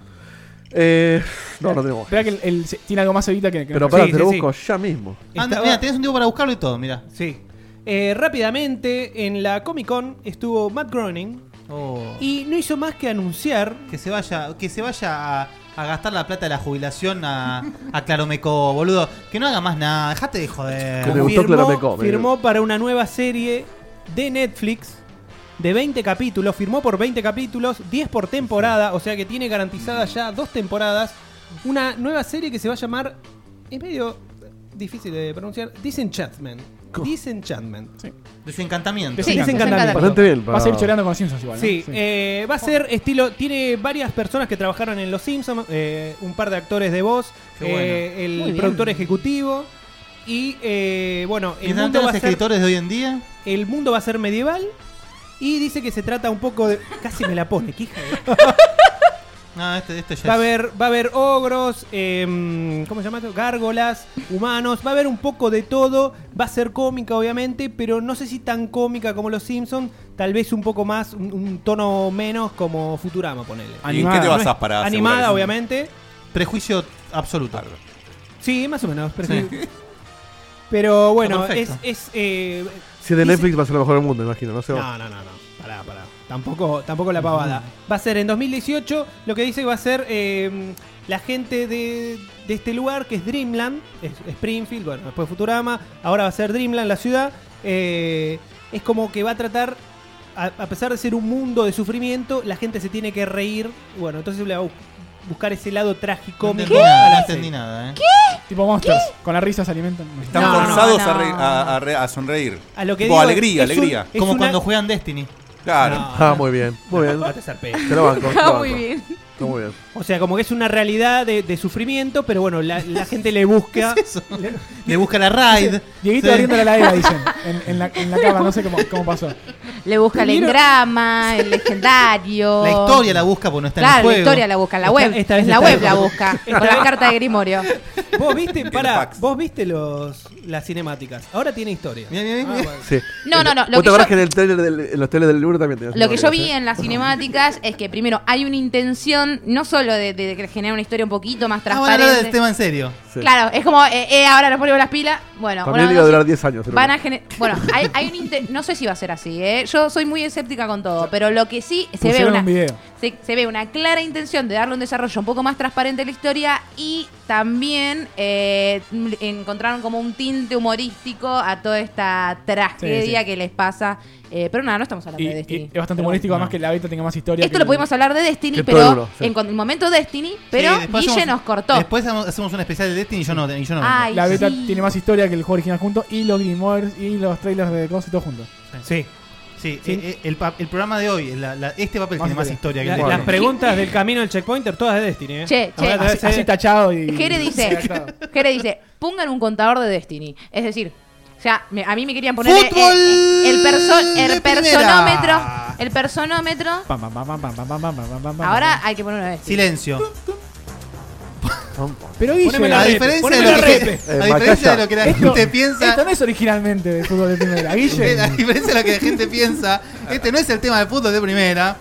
Speaker 3: Eh, no, no tenemos.
Speaker 1: Espera que el- el- se- tiene algo más evita que. que
Speaker 3: Pero
Speaker 1: no-
Speaker 3: pará,
Speaker 1: Sí,
Speaker 3: te lo
Speaker 1: sí,
Speaker 3: busco
Speaker 1: sí.
Speaker 3: ya mismo.
Speaker 7: Anda,
Speaker 6: Estaba-
Speaker 7: mira, tenés un tiempo para buscarlo y todo, mira.
Speaker 6: Sí. Eh, rápidamente, en la Comic Con estuvo Matt Groening
Speaker 7: Oh.
Speaker 6: y no hizo más que anunciar
Speaker 7: que se vaya, que se vaya a, a gastar la plata de la jubilación a, a Claromeco, boludo. Que no haga más nada, dejate de joder.
Speaker 3: Que te gustó Claromeco, me
Speaker 6: firmó para una nueva serie de Netflix de 20 capítulos. Firmó por 20 capítulos, 10 por temporada. O sea que tiene garantizada ya dos temporadas. Una nueva serie que se va a llamar. Es medio difícil de pronunciar. Disenchantment. Disenchantment.
Speaker 7: Desencantamiento.
Speaker 6: Sí, Desencantamiento.
Speaker 3: Bastante bien.
Speaker 1: Va a seguir choreando con los Simpsons igual. ¿no?
Speaker 6: Sí, eh, va a ser estilo. Tiene varias personas que trabajaron en Los Simpsons, eh, un par de actores de voz,
Speaker 7: Qué bueno.
Speaker 6: eh,
Speaker 7: Muy
Speaker 6: el
Speaker 7: bien.
Speaker 6: productor ejecutivo. Y eh, bueno,
Speaker 7: ¿Y
Speaker 6: el
Speaker 7: están
Speaker 6: mundo,
Speaker 7: todos
Speaker 6: va a
Speaker 7: los
Speaker 6: ser,
Speaker 7: escritores de hoy en día?
Speaker 6: el mundo va a ser medieval. Y dice que se trata un poco de. Casi me la pone, qué hija de-
Speaker 7: No, este, este ya
Speaker 6: Va a
Speaker 7: es-
Speaker 6: haber, va a haber ogros, em, ¿cómo se llama? esto? Gárgolas, humanos, va a haber un poco de todo. Va a ser cómica, obviamente, pero no sé si tan cómica como Los Simpsons. Tal vez un poco más, un, un tono menos como Futurama, ponele.
Speaker 5: ¿Y en qué te basás para asegurar
Speaker 6: Animada,
Speaker 5: eso?
Speaker 6: obviamente.
Speaker 7: Prejuicio absoluto.
Speaker 6: Sí, más o menos. Pero, pero bueno,
Speaker 7: Está
Speaker 6: es...
Speaker 7: perfecto.
Speaker 6: es eh,
Speaker 3: Si es de
Speaker 6: dice-
Speaker 3: Netflix, va a ser lo mejor del mundo, imagino. No sé. vos.
Speaker 6: No, no, no, no. Pará, pará. Tampoco, tampoco la pavada. Va a ser en 2018. Lo que dice que va a ser eh, la gente de, de este lugar, que es Dreamland, es Springfield, bueno, después Futurama. Ahora va a ser Dreamland, la ciudad. Eh, es como que va a tratar, a, a pesar de ser un mundo de sufrimiento, la gente se tiene que reír. Bueno, entonces le va a bu- buscar ese lado
Speaker 7: No
Speaker 6: trágico.
Speaker 7: entendí nada, no entendí nada, eh.
Speaker 1: Tipo monsters. Con la risa se alimentan.
Speaker 5: Están
Speaker 6: No, no,
Speaker 5: forzados
Speaker 6: no.
Speaker 5: a, re- a- a re- a sonreír.
Speaker 6: A lo que
Speaker 5: Tipo,
Speaker 6: digo,
Speaker 5: alegría,
Speaker 6: es un-
Speaker 5: alegría.
Speaker 6: es
Speaker 7: Como
Speaker 6: una-
Speaker 7: cuando juegan Destiny.
Speaker 5: Claro.
Speaker 3: Ah, muy bien. Muy bien.
Speaker 6: No te zarpes.
Speaker 3: Te lo banco. te lo
Speaker 2: Está
Speaker 3: banco.
Speaker 2: Ah, muy bien.
Speaker 3: Está muy bien.
Speaker 6: O sea, como que es una realidad de, de sufrimiento, pero bueno, la, la gente le busca.
Speaker 7: Le busca la raid.
Speaker 1: Dieguito
Speaker 7: Sí.
Speaker 1: abriendo la ladera, dicen. En, en la, en la cama, no sé cómo, cómo pasó.
Speaker 2: Le busca el engrama, el legendario.
Speaker 7: La historia la busca porque no está en el
Speaker 2: Claro, la
Speaker 7: juego.
Speaker 2: historia la busca, la
Speaker 6: Esta-
Speaker 2: web.
Speaker 6: esta vez
Speaker 2: la
Speaker 6: está
Speaker 2: web la
Speaker 6: bien.
Speaker 2: busca.
Speaker 6: Esta
Speaker 2: Con la
Speaker 6: vez-
Speaker 2: carta de Grimorio.
Speaker 6: Vos viste, para,
Speaker 5: fax.
Speaker 6: vos viste los, las cinemáticas. Ahora tiene historia. Ah,
Speaker 7: Mirá, mirá, mirá.
Speaker 3: Sí.
Speaker 2: No, no, no, lo que
Speaker 3: Vos te acordás
Speaker 2: yo-
Speaker 3: que en, el trailer del, en los trailers del libro también tenías
Speaker 2: Lo que yo
Speaker 3: varias,
Speaker 2: vi
Speaker 3: ¿eh?
Speaker 2: en las cinemáticas es que primero hay una intención, no solo de, de- de generar una historia un poquito más
Speaker 7: Ah, bueno, ahora del
Speaker 2: transparente.
Speaker 7: tema en serio.
Speaker 3: Sí.
Speaker 2: Claro, es como, eh, eh, ahora nos ponemos las pilas. Bueno,
Speaker 3: Para mí
Speaker 2: una
Speaker 3: iba a
Speaker 2: dosis-
Speaker 3: durar 10 años. el
Speaker 2: Van a
Speaker 3: libro.
Speaker 2: gener- Bueno, hay, hay un inte- No sé si va a ser así, ¿eh? Yo soy muy escéptica con todo, pero lo que sí se ve
Speaker 1: Pusieron
Speaker 2: una.
Speaker 1: un video.
Speaker 2: Se, se ve una clara intención de darle un desarrollo un poco más transparente a la historia y también eh, m- encontraron como un tinte humorístico a toda esta tragedia
Speaker 1: Sí, sí.
Speaker 2: que les pasa. Eh, pero nada, no estamos hablando
Speaker 1: Y,
Speaker 2: de
Speaker 1: y
Speaker 2: Destiny.
Speaker 1: es bastante
Speaker 2: Pero
Speaker 1: molesto
Speaker 2: bueno.
Speaker 1: además que la beta tenga más historia.
Speaker 2: Esto lo pudimos hablar de Destiny,
Speaker 3: Que
Speaker 2: pero
Speaker 3: todo uno, sí.
Speaker 2: en cuan- el momento Destiny, pero
Speaker 7: Sí, después
Speaker 2: Guille
Speaker 7: hacemos-
Speaker 2: nos cortó.
Speaker 7: Después hacemos- hacemos un especial de Destiny y yo no. Y yo no vengo.
Speaker 2: Ay,
Speaker 1: La beta
Speaker 2: sí.
Speaker 1: tiene más historia que el juego original junto y los Grimoires y los trailers de cosas y todo junto.
Speaker 6: Sí.
Speaker 7: Sí, eh, eh, el, pa- el programa de hoy, la- la- este papel tiene más historia que
Speaker 6: La-
Speaker 7: el de
Speaker 6: Las
Speaker 7: Destiny.
Speaker 6: preguntas del camino del checkpointer, todas de Destiny, ¿eh?
Speaker 2: Che, che.
Speaker 6: Ahora,
Speaker 2: Así-
Speaker 6: eh,
Speaker 2: así
Speaker 1: tachado y.
Speaker 2: Jere dice, Jere dice, pongan un contador de Destiny. Es decir, ya me- a mí me querían poner el,
Speaker 7: Fútbol
Speaker 2: el perso- el
Speaker 7: de
Speaker 2: personómetro.
Speaker 7: primera.
Speaker 2: El personómetro.
Speaker 1: Pam, pam, pam, pam, pam, pam, pam, pam, pam, pam.
Speaker 2: Ahora hay que poner una Destiny.
Speaker 7: Silencio.
Speaker 1: Pero Guille,
Speaker 7: Poneme la A repe, diferencia de poneme lo la que- repe. a diferencia de lo que la gente piensa-
Speaker 1: Esto no es originalmente de fútbol de primera, Guille.
Speaker 7: A diferencia de lo que la gente piensa, este no es el tema de fútbol de primera,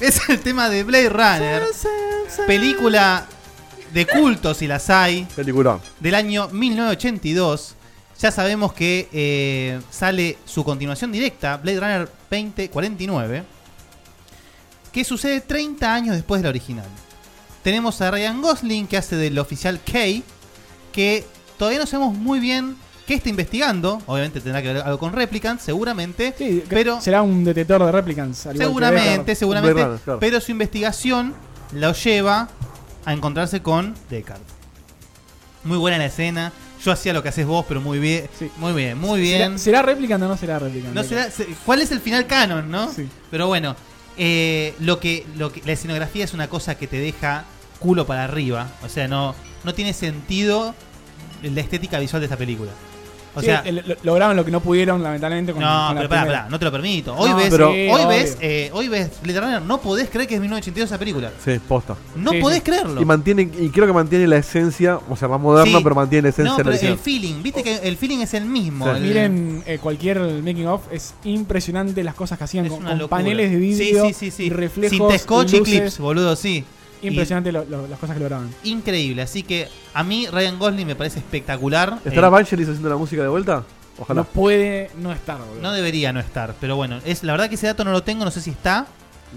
Speaker 7: es el tema de Blade Runner, película de culto si las hay, del año 1982. Ya sabemos que eh, sale su continuación directa, Blade Runner 2049, que sucede 30 años después de la original. Tenemos a Ryan Gosling que hace del oficial K, que todavía no sabemos muy bien qué está investigando. Obviamente tendrá que ver algo con Replicants, seguramente. pero
Speaker 1: Será un detector de replicants. al igual que
Speaker 7: seguramente,
Speaker 1: Deckard.
Speaker 7: seguramente. Pero su investigación lo lleva a encontrarse con Deckard. Muy buena la escena. Yo hacía lo que haces vos, pero muy bien. Muy bien, muy bien.
Speaker 1: ¿Será, será replicant o no será replicant?
Speaker 7: No será- se- ¿Cuál es el final canon, no? Pero bueno, eh, lo que, lo que la escenografía es una cosa que te deja culo para arriba. O sea, no, no tiene sentido la estética visual de esta película. O
Speaker 1: Sí,
Speaker 7: sea,
Speaker 1: el- lo- lograron lo que no pudieron, lamentablemente. Con,
Speaker 7: no,
Speaker 1: con la
Speaker 7: pero pará,
Speaker 1: primera.
Speaker 7: pará, no te lo permito. Hoy
Speaker 1: No,
Speaker 7: ves,
Speaker 1: pero-
Speaker 7: hoy,
Speaker 1: sí, obvio.
Speaker 7: ves eh, hoy ves Blade Runner, no podés creer que es 1982 esa película.
Speaker 3: Sí, posta.
Speaker 7: No Sí, podés sí. creerlo.
Speaker 3: Y mantiene, y creo que mantiene la esencia, o sea, más moderna,
Speaker 7: Sí.
Speaker 3: pero mantiene la esencia
Speaker 7: No,
Speaker 3: de la
Speaker 7: pero el
Speaker 3: original.
Speaker 7: feeling, viste que el feeling es el mismo.
Speaker 3: Sí.
Speaker 7: el-
Speaker 1: Miren eh, cualquier making of, es impresionante las cosas que hacían con,
Speaker 7: una
Speaker 1: con
Speaker 7: locura.
Speaker 1: paneles de vidrio,
Speaker 7: Sí, sí, sí, sí.
Speaker 1: y reflejos,
Speaker 7: Cintascoch y
Speaker 1: luces.
Speaker 7: clips, boludo, sí.
Speaker 1: Impresionante lo- lo- las cosas que lograban.
Speaker 7: Increíble, así que a mí Ryan Gosling me parece espectacular.
Speaker 3: ¿Estará
Speaker 7: Eh,
Speaker 3: Vangelis haciendo la música de vuelta? Ojalá.
Speaker 1: No puede no estar, boludo.
Speaker 7: no debería no estar, pero bueno, es la verdad que ese dato no lo tengo, no sé si está.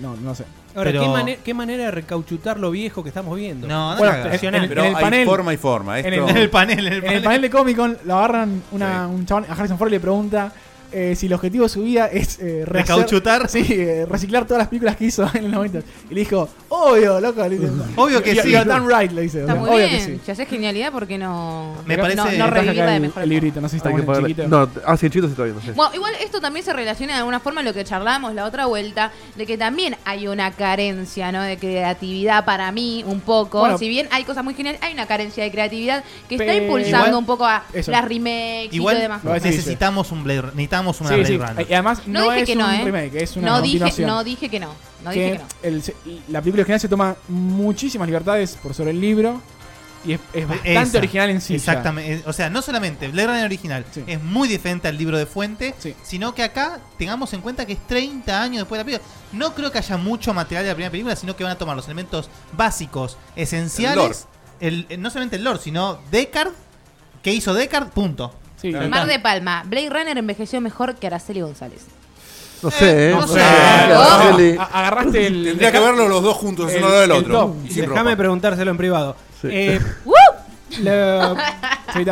Speaker 1: No, no sé.
Speaker 6: Ahora,
Speaker 7: pero-
Speaker 6: ¿qué, mane- qué manera de recauchutar lo viejo que estamos viendo?
Speaker 7: No, no
Speaker 1: Bueno,
Speaker 7: la
Speaker 1: en-
Speaker 7: hagas.
Speaker 1: en, el-
Speaker 7: Pero
Speaker 1: en el
Speaker 7: hay
Speaker 1: panel,
Speaker 7: forma y forma,
Speaker 1: En
Speaker 7: esto-
Speaker 1: el,
Speaker 7: En el panel, en el
Speaker 1: en
Speaker 7: panel.
Speaker 1: de Comic Con lo agarran una- un chabón a Harrison Ford y le pregunta eh, si el objetivo de su vida es eh, rehacer-
Speaker 7: Recauchutar.
Speaker 1: Sí, eh, reciclar todas las películas que hizo en los 90. Y le dijo, obvio, loco. le dice,
Speaker 7: Obvio que
Speaker 1: "You're-
Speaker 7: sí".
Speaker 1: You're damn right, le dice.
Speaker 2: Está
Speaker 1: o sea,
Speaker 2: muy
Speaker 1: obvio
Speaker 2: bien.
Speaker 1: que sí.
Speaker 2: Si haces genialidad, ¿por qué no,
Speaker 1: Me
Speaker 2: no-
Speaker 1: parece-
Speaker 2: no,
Speaker 1: Traje acá
Speaker 2: revivirla de
Speaker 1: el-
Speaker 2: mejor
Speaker 1: el librito, no sé si está
Speaker 3: Hay que
Speaker 1: bueno el
Speaker 3: ponerle-
Speaker 1: chiquito.
Speaker 3: No, ah, sí, el chiquito se está viendo. sí.
Speaker 2: Bueno, igual esto también se relaciona de alguna forma a lo que charlábamos la otra vuelta, de que también hay una carencia, ¿no? De creatividad para mí, un poco.
Speaker 12: Bueno.
Speaker 2: si bien hay cosas muy geniales, hay una carencia de creatividad que está
Speaker 12: Pero-
Speaker 2: impulsando
Speaker 12: Igual-
Speaker 2: un poco a
Speaker 12: eso.
Speaker 2: las remakes
Speaker 7: Igual
Speaker 2: y todo demás.
Speaker 7: necesitamos un Blade, necesitamos una
Speaker 1: Sí,
Speaker 7: Blade
Speaker 1: sí.
Speaker 7: Runner.
Speaker 1: Y además
Speaker 2: No,
Speaker 1: no,
Speaker 2: dije
Speaker 1: es
Speaker 2: que no,
Speaker 1: un
Speaker 2: ¿eh?
Speaker 1: remake, es una
Speaker 2: no, dije,
Speaker 1: continuación.
Speaker 2: no dije que no. No dije
Speaker 1: que
Speaker 2: que no.
Speaker 1: el se- la película original se toma muchísimas libertades por sobre el libro y es, es bastante
Speaker 7: Esa.
Speaker 1: original en sí. ya.
Speaker 7: Exactamente. O sea, no solamente Blade Runner original es muy diferente al libro de fuente, sino que acá tengamos en cuenta que es 30 años después de la película. No creo que haya mucho material de la primera película, sino que van a tomar los elementos básicos, esenciales. El eh, no solamente el lore, sino Deckard. ¿Qué hizo Deckard? Punto. Ya
Speaker 2: Mar
Speaker 7: está.
Speaker 2: de Palma, Blade Runner envejeció mejor que Araceli González.
Speaker 3: No sé, ¿eh?
Speaker 7: no sé. Ah,
Speaker 1: Ah,
Speaker 3: Araceli.
Speaker 1: A- agarraste el.
Speaker 5: Tendría que verlo los dos juntos, uno al lado del otro, y sin
Speaker 6: Déjame
Speaker 5: ropa.
Speaker 6: preguntárselo en privado. Eh, la,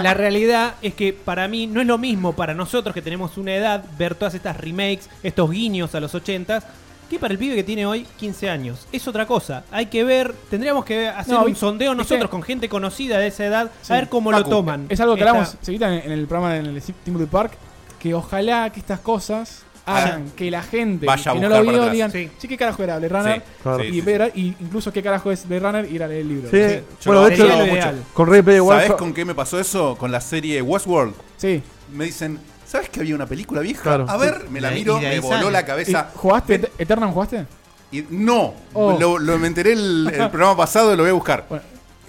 Speaker 6: la realidad es que para mí no es lo mismo para nosotros que tenemos una edad ver todas estas remakes, estos guiños a los 80 que para el pibe que tiene hoy 15 años. Es otra cosa. Hay que ver, tendríamos que hacer
Speaker 1: No,
Speaker 6: un
Speaker 1: viste-
Speaker 6: sondeo nosotros
Speaker 1: viste-
Speaker 6: con gente conocida de esa edad
Speaker 1: Sí.
Speaker 6: a ver cómo
Speaker 1: Facu,
Speaker 6: lo toman.
Speaker 1: Es algo que
Speaker 6: Esta-
Speaker 1: hablamos seguita en en el programa en el Timberwood Park, que ojalá que estas cosas hagan
Speaker 6: Ah.
Speaker 1: que la gente
Speaker 5: Vaya a
Speaker 1: que no
Speaker 5: buscar
Speaker 1: lo
Speaker 5: para
Speaker 1: vio
Speaker 5: atrás.
Speaker 1: digan,
Speaker 5: Sí.
Speaker 1: sí. qué carajo era Blade Runner,
Speaker 5: Sí, claro.
Speaker 1: y,
Speaker 5: Sí, sí,
Speaker 1: ver- y incluso qué carajo es Blade Runner, ir a leer el libro.
Speaker 3: Sí,
Speaker 1: Sí.
Speaker 3: bueno, de hecho,
Speaker 1: Sería lo
Speaker 3: mucho.
Speaker 1: ideal.
Speaker 3: con Ray Player One.
Speaker 5: ¿Sabes
Speaker 3: so-
Speaker 5: con qué me pasó eso? Con la serie Westworld.
Speaker 1: Sí.
Speaker 5: Me dicen, ¿sabes que había una película vieja?
Speaker 3: Claro.
Speaker 5: A ver, me la miro, me voló la cabeza.
Speaker 1: ¿Y ¿Jugaste? Et- ¿Eternal jugaste?
Speaker 5: Y no,
Speaker 1: Oh.
Speaker 5: lo, lo- me enteré el, el programa pasado, lo voy a buscar.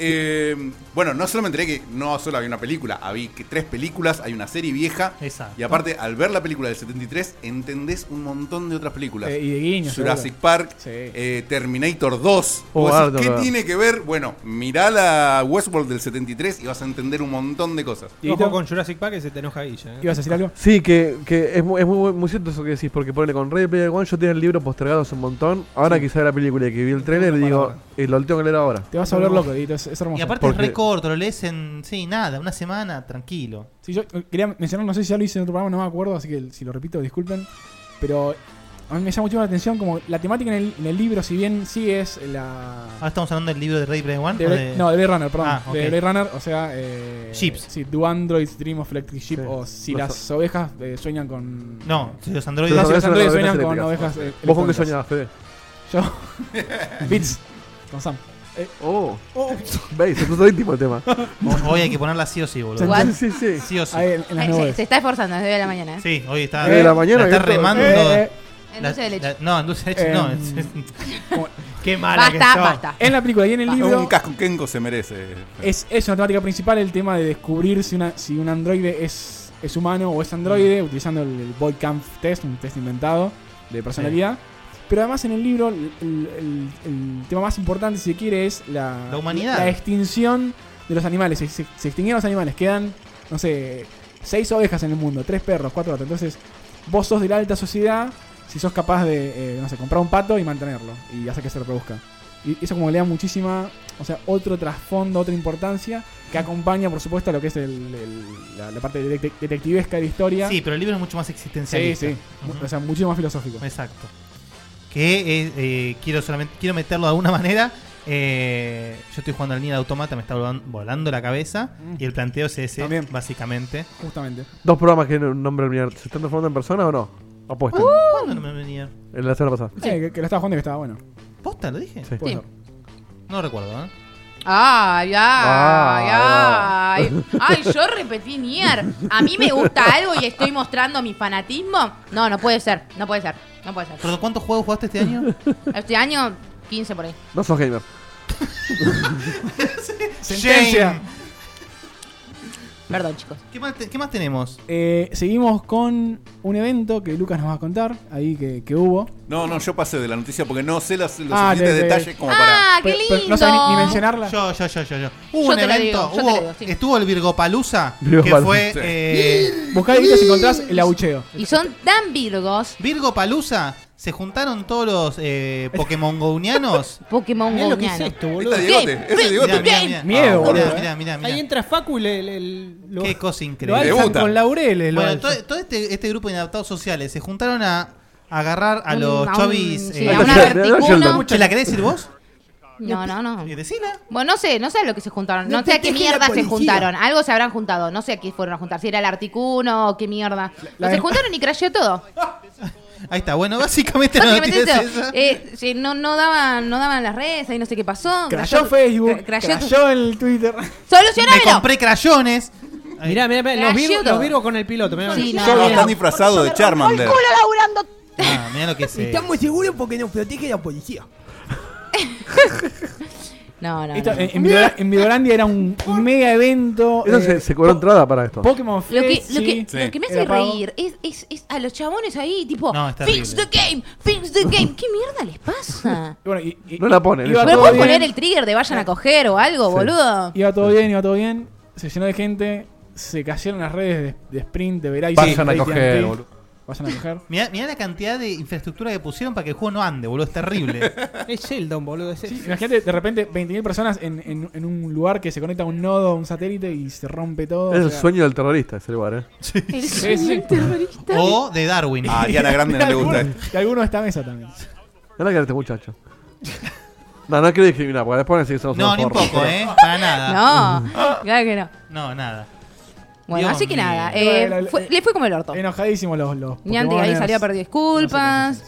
Speaker 5: Eh, Bueno. Eh, no solo me enteré que no solo había una película, había que tres películas, hay una serie vieja.
Speaker 7: Exacto.
Speaker 5: Y aparte, al ver la película del 73, entendés un montón de otras películas.
Speaker 1: Eh, y de guiños,
Speaker 5: Jurassic
Speaker 1: seguro.
Speaker 5: Park, eh, Terminator 2.
Speaker 3: Oh,
Speaker 5: Vos decís,
Speaker 3: harto,
Speaker 5: ¿Qué
Speaker 3: claro.
Speaker 5: tiene que ver? Bueno, mirá la Westworld del 73 y vas a entender un montón de cosas.
Speaker 6: Ojo con Jurassic Park que se te enoja Guilla. ¿eh?
Speaker 3: Sí, que, que es, mu- es muy, buen- muy cierto eso que decís, porque ponele con Ray Player One, yo tenía el libro postergado hace un montón, ahora que sale la película y que vi el trailer, digo, eh, lo tengo que leer ahora.
Speaker 1: Te vas a volver loco, Dieguito, es, es hermoso.
Speaker 7: Y aparte es re corto, lo lees en. Sí, nada, una semana, tranquilo.
Speaker 1: Sí, yo eh, quería mencionar, no sé si ya lo hice en otro programa, no me acuerdo, así que el- si lo repito, disculpen. Pero a mí me llama mucho la atención como la temática en el, en el libro, si bien sí es la...
Speaker 7: Ahora estamos hablando del libro de Ray Bray One.
Speaker 1: de
Speaker 7: o
Speaker 1: Blade-
Speaker 7: de-
Speaker 1: No, de Blade Runner, perdón.
Speaker 7: Ah, ok.
Speaker 1: De Blade Runner, o sea... Eh,
Speaker 7: Ships.
Speaker 1: Sí, Do Androids Dream of Electric Sheep,
Speaker 7: Sí.
Speaker 1: o si
Speaker 7: Los-
Speaker 1: las ovejas eh, sueñan con...
Speaker 7: No, si los
Speaker 1: No,
Speaker 7: androides-
Speaker 1: si los
Speaker 7: Las ovejas
Speaker 1: androides
Speaker 7: son las
Speaker 1: sueñan
Speaker 7: ovejas
Speaker 1: con ovejas...
Speaker 7: eléctricas.
Speaker 1: eh,
Speaker 3: ¿Vos con qué
Speaker 1: electrónicas.
Speaker 3: soñabas, Fede?
Speaker 1: Yo... Beats, con Sam.
Speaker 3: oh. ¿Veis? Se puso íntimo el tema.
Speaker 7: O- Hoy hay que ponerla sí o sí, boludo.
Speaker 2: What?
Speaker 3: Sí, sí.
Speaker 7: Sí o sí.
Speaker 2: Eh, se, se está esforzando desde la mañana. ¿eh?
Speaker 7: Sí, hoy está.
Speaker 3: Eh, de la mañana,
Speaker 7: está
Speaker 3: ¿viste?
Speaker 7: remando.
Speaker 3: Eh, eh.
Speaker 2: En dulce de leche.
Speaker 7: no, en dulce de leche no.
Speaker 1: Eh,
Speaker 7: es-
Speaker 1: Como-
Speaker 7: Qué mala
Speaker 2: Basta,
Speaker 7: que sos.
Speaker 2: basta.
Speaker 1: Ah, En la película y en el libro... Eh,
Speaker 5: Un casco Kenko se merece.
Speaker 1: Es, es una temática principal el tema de descubrir si, una, si un androide es, es humano o es androide, utilizando el, el Volkamp test, un test inventado de personalidad. Pero además en el libro el, el- el- el tema más importante, si se quiere, es la,
Speaker 7: La humanidad.
Speaker 1: la extinción de los animales. Se, se- se extinguieron los animales, quedan, no sé, seis ovejas en el mundo, tres perros, cuatro gatos. Entonces, vos sos de la alta sociedad si sos capaz de, eh, no sé, comprar un pato y mantenerlo y hacer que se reproduzca. Y eso como le da muchísima, o sea, otro trasfondo, otra importancia que acompaña, por supuesto, a lo que es el- el- la, la parte detec- detectivesca de la historia.
Speaker 7: Sí, pero el libro es mucho más
Speaker 1: sí,
Speaker 7: existencialista.
Speaker 1: sí. O sea, mucho más filosófico.
Speaker 7: Exacto. Que es, eh, quiero solamente quiero meterlo de alguna manera. Eh, yo estoy jugando al Nier Automata, me está volan- volando la cabeza. Y el planteo es ese, básicamente.
Speaker 1: Mm. Justamente.
Speaker 3: Dos programas que nombran mierda. ¿Se están transformando en persona o no? Apuesto.
Speaker 2: Uh.
Speaker 7: ¿Cuándo no me venía?
Speaker 3: En la semana pasada.
Speaker 1: Sí, que, que lo estaba jugando y que estaba bueno.
Speaker 7: ¿Posta? ¿Lo dije?
Speaker 3: Sí.
Speaker 1: Puede
Speaker 2: Sí.
Speaker 1: ser.
Speaker 7: No recuerdo, ¿eh?
Speaker 2: Ay, ay,
Speaker 3: Ah.
Speaker 2: ay. Ay, yo repetí Nier. A mí me gusta algo y estoy mostrando mi fanatismo. No, no puede ser, no puede ser, no puede ser.
Speaker 7: ¿Pero cuántos juegos jugaste este año?
Speaker 2: Este año, 15 por ahí.
Speaker 3: No sos gamer.
Speaker 1: Sentencia.
Speaker 7: Shame.
Speaker 2: Perdón, chicos.
Speaker 7: ¿Qué más, te- qué más tenemos?
Speaker 1: Eh, seguimos con un evento que Lucas nos va a contar, ahí que, que hubo.
Speaker 5: No, no, yo pasé de la noticia porque no sé las- los
Speaker 1: Ah,
Speaker 5: suficientes
Speaker 1: te- te-
Speaker 5: detalles como
Speaker 2: Ah,
Speaker 5: para.
Speaker 2: qué
Speaker 1: Pero- pero
Speaker 2: lindo.
Speaker 1: no sabe ni, ni mencionarla.
Speaker 7: Yo, yo, yo, yo, yo. Hubo
Speaker 2: Yo
Speaker 7: un
Speaker 2: te la
Speaker 7: evento,
Speaker 2: digo, yo te
Speaker 7: hubo-
Speaker 2: la digo, sí.
Speaker 7: estuvo el Virgopalusa, que
Speaker 3: Virgopalusa.
Speaker 7: fue...
Speaker 5: Sí.
Speaker 7: eh,
Speaker 1: Buscá el grito si encontrás el abucheo.
Speaker 2: Y son tan virgos,
Speaker 7: Virgopalusa, se juntaron todos los eh, Pokémon Gonianos.
Speaker 2: Pokémon
Speaker 6: Mirá lo que es
Speaker 2: Goniano.
Speaker 6: esto,
Speaker 5: Ahí
Speaker 6: boludo.
Speaker 5: está Diegote, ese es Diegote.
Speaker 1: Miedo, boludo, eh.
Speaker 7: Oh, Mirá, mirá, mirá.
Speaker 6: Ahí entra Facu y le, le- lo,
Speaker 7: Qué cosa
Speaker 6: lo
Speaker 7: increíble.
Speaker 6: alzan
Speaker 5: Debuta.
Speaker 6: con laureles. lo
Speaker 7: Bueno,
Speaker 6: alzan.
Speaker 7: todo, todo este, este grupo de inadaptados sociales se juntaron a agarrar a
Speaker 2: Un-
Speaker 7: los
Speaker 2: a un-
Speaker 7: chovis.
Speaker 2: sí,
Speaker 7: eh,
Speaker 2: a un
Speaker 3: Ahí está,
Speaker 2: averticuno.
Speaker 3: Sheldon.
Speaker 7: ¿Se la querés decir vos?
Speaker 2: No, no, no.
Speaker 7: Eh, Decila.
Speaker 2: Bueno, no sé, no sé a lo que se juntaron. No,
Speaker 6: No
Speaker 2: sé a qué
Speaker 6: protegí a la
Speaker 2: mierda se
Speaker 6: policía.
Speaker 2: juntaron. Algo se habrán juntado. No sé a qué fueron a juntar. Si era el Articuno o qué mierda.
Speaker 1: la-
Speaker 2: Pero se juntaron y crasheó todo.
Speaker 7: Ahí está, bueno, básicamente la
Speaker 2: Básicamente
Speaker 7: noticia es
Speaker 2: eso.
Speaker 7: esa.
Speaker 2: Eh, sí, no, no, daban, no daban las redes, ahí no sé qué pasó.
Speaker 1: Crayó Facebook,
Speaker 2: cra- crasheó-
Speaker 1: crayó el Twitter.
Speaker 7: Me
Speaker 2: ¡Solucionámelo!
Speaker 7: compré crayones.
Speaker 6: Mirá, mirá, mirá, los,
Speaker 2: Gallo
Speaker 6: virgo,
Speaker 2: todo.
Speaker 6: los virgo con el piloto. mirá.
Speaker 2: Sí, no.
Speaker 5: Todos están disfrazados de Charmander.
Speaker 7: Ah, mirá lo que
Speaker 2: Este
Speaker 7: es. eh.
Speaker 6: seguros porque nos protege la policía.
Speaker 2: No, no.
Speaker 1: Esto,
Speaker 2: no.
Speaker 1: eh,
Speaker 6: eh,
Speaker 1: en, en Vidora- en Vidolandia era un mega evento.
Speaker 3: Eso
Speaker 1: eh,
Speaker 3: se, se cobró
Speaker 1: po-
Speaker 3: entrada para esto.
Speaker 1: Pokémon Fest,
Speaker 2: Lo que, lo, que,
Speaker 1: sí.
Speaker 5: sí.
Speaker 2: lo que me
Speaker 1: Era
Speaker 2: hace
Speaker 1: pago.
Speaker 2: reír es, es, es a los chabones ahí, tipo,
Speaker 7: No, es terrible.
Speaker 2: fix the game, fix the game. ¿Qué mierda les pasa?
Speaker 1: Bueno, y- y-
Speaker 3: No la ponen, eso.
Speaker 1: Iba
Speaker 2: Ah.
Speaker 1: todo
Speaker 2: Pero puedes
Speaker 1: bien,
Speaker 2: poner el trigger de vayan a coger o algo, boludo.
Speaker 1: Iba todo bien, iba todo bien. Se llenó de gente. Se cayeron las redes de, de Sprint, de Verizon.
Speaker 3: Vayan
Speaker 1: de
Speaker 3: a coger,
Speaker 1: AT&T.
Speaker 3: boludo.
Speaker 1: Vayan a coger.
Speaker 7: Mirá, mirá la cantidad de infraestructura que pusieron para que el juego no ande, boludo. Es terrible.
Speaker 6: Es Sheldon, boludo. Es
Speaker 1: Sí, imagínate de repente 20.000 personas en, en- en un lugar que se conecta a un nodo, a un satélite y se rompe todo.
Speaker 3: Es
Speaker 1: o
Speaker 3: el
Speaker 1: sea,
Speaker 3: sueño del terrorista ese lugar, ¿eh?
Speaker 2: Eres
Speaker 1: Sí, sí.
Speaker 2: un terrorista.
Speaker 7: o de Darwin.
Speaker 3: Ah,
Speaker 5: A Ariana Grande no le gusta esto.
Speaker 1: Y alguno de esta mesa también.
Speaker 3: Gana que era este muchacho. No, no quiero discriminar, porque después van a decir que somos
Speaker 7: No,
Speaker 3: unos
Speaker 7: ni un
Speaker 3: forros,
Speaker 7: poco,
Speaker 3: pero-
Speaker 7: ¿eh? Para nada.
Speaker 2: No, Ah,
Speaker 1: Mm.
Speaker 2: claro que no.
Speaker 7: No, nada.
Speaker 2: Bueno,
Speaker 7: Dios
Speaker 2: así que
Speaker 7: mío.
Speaker 2: nada, eh,
Speaker 1: Bueno, la-
Speaker 2: fue- le fue como el orto.
Speaker 1: Enojadísimos los. los
Speaker 2: Niantic ahí
Speaker 1: Pokémoners.
Speaker 2: salió a pedir disculpas.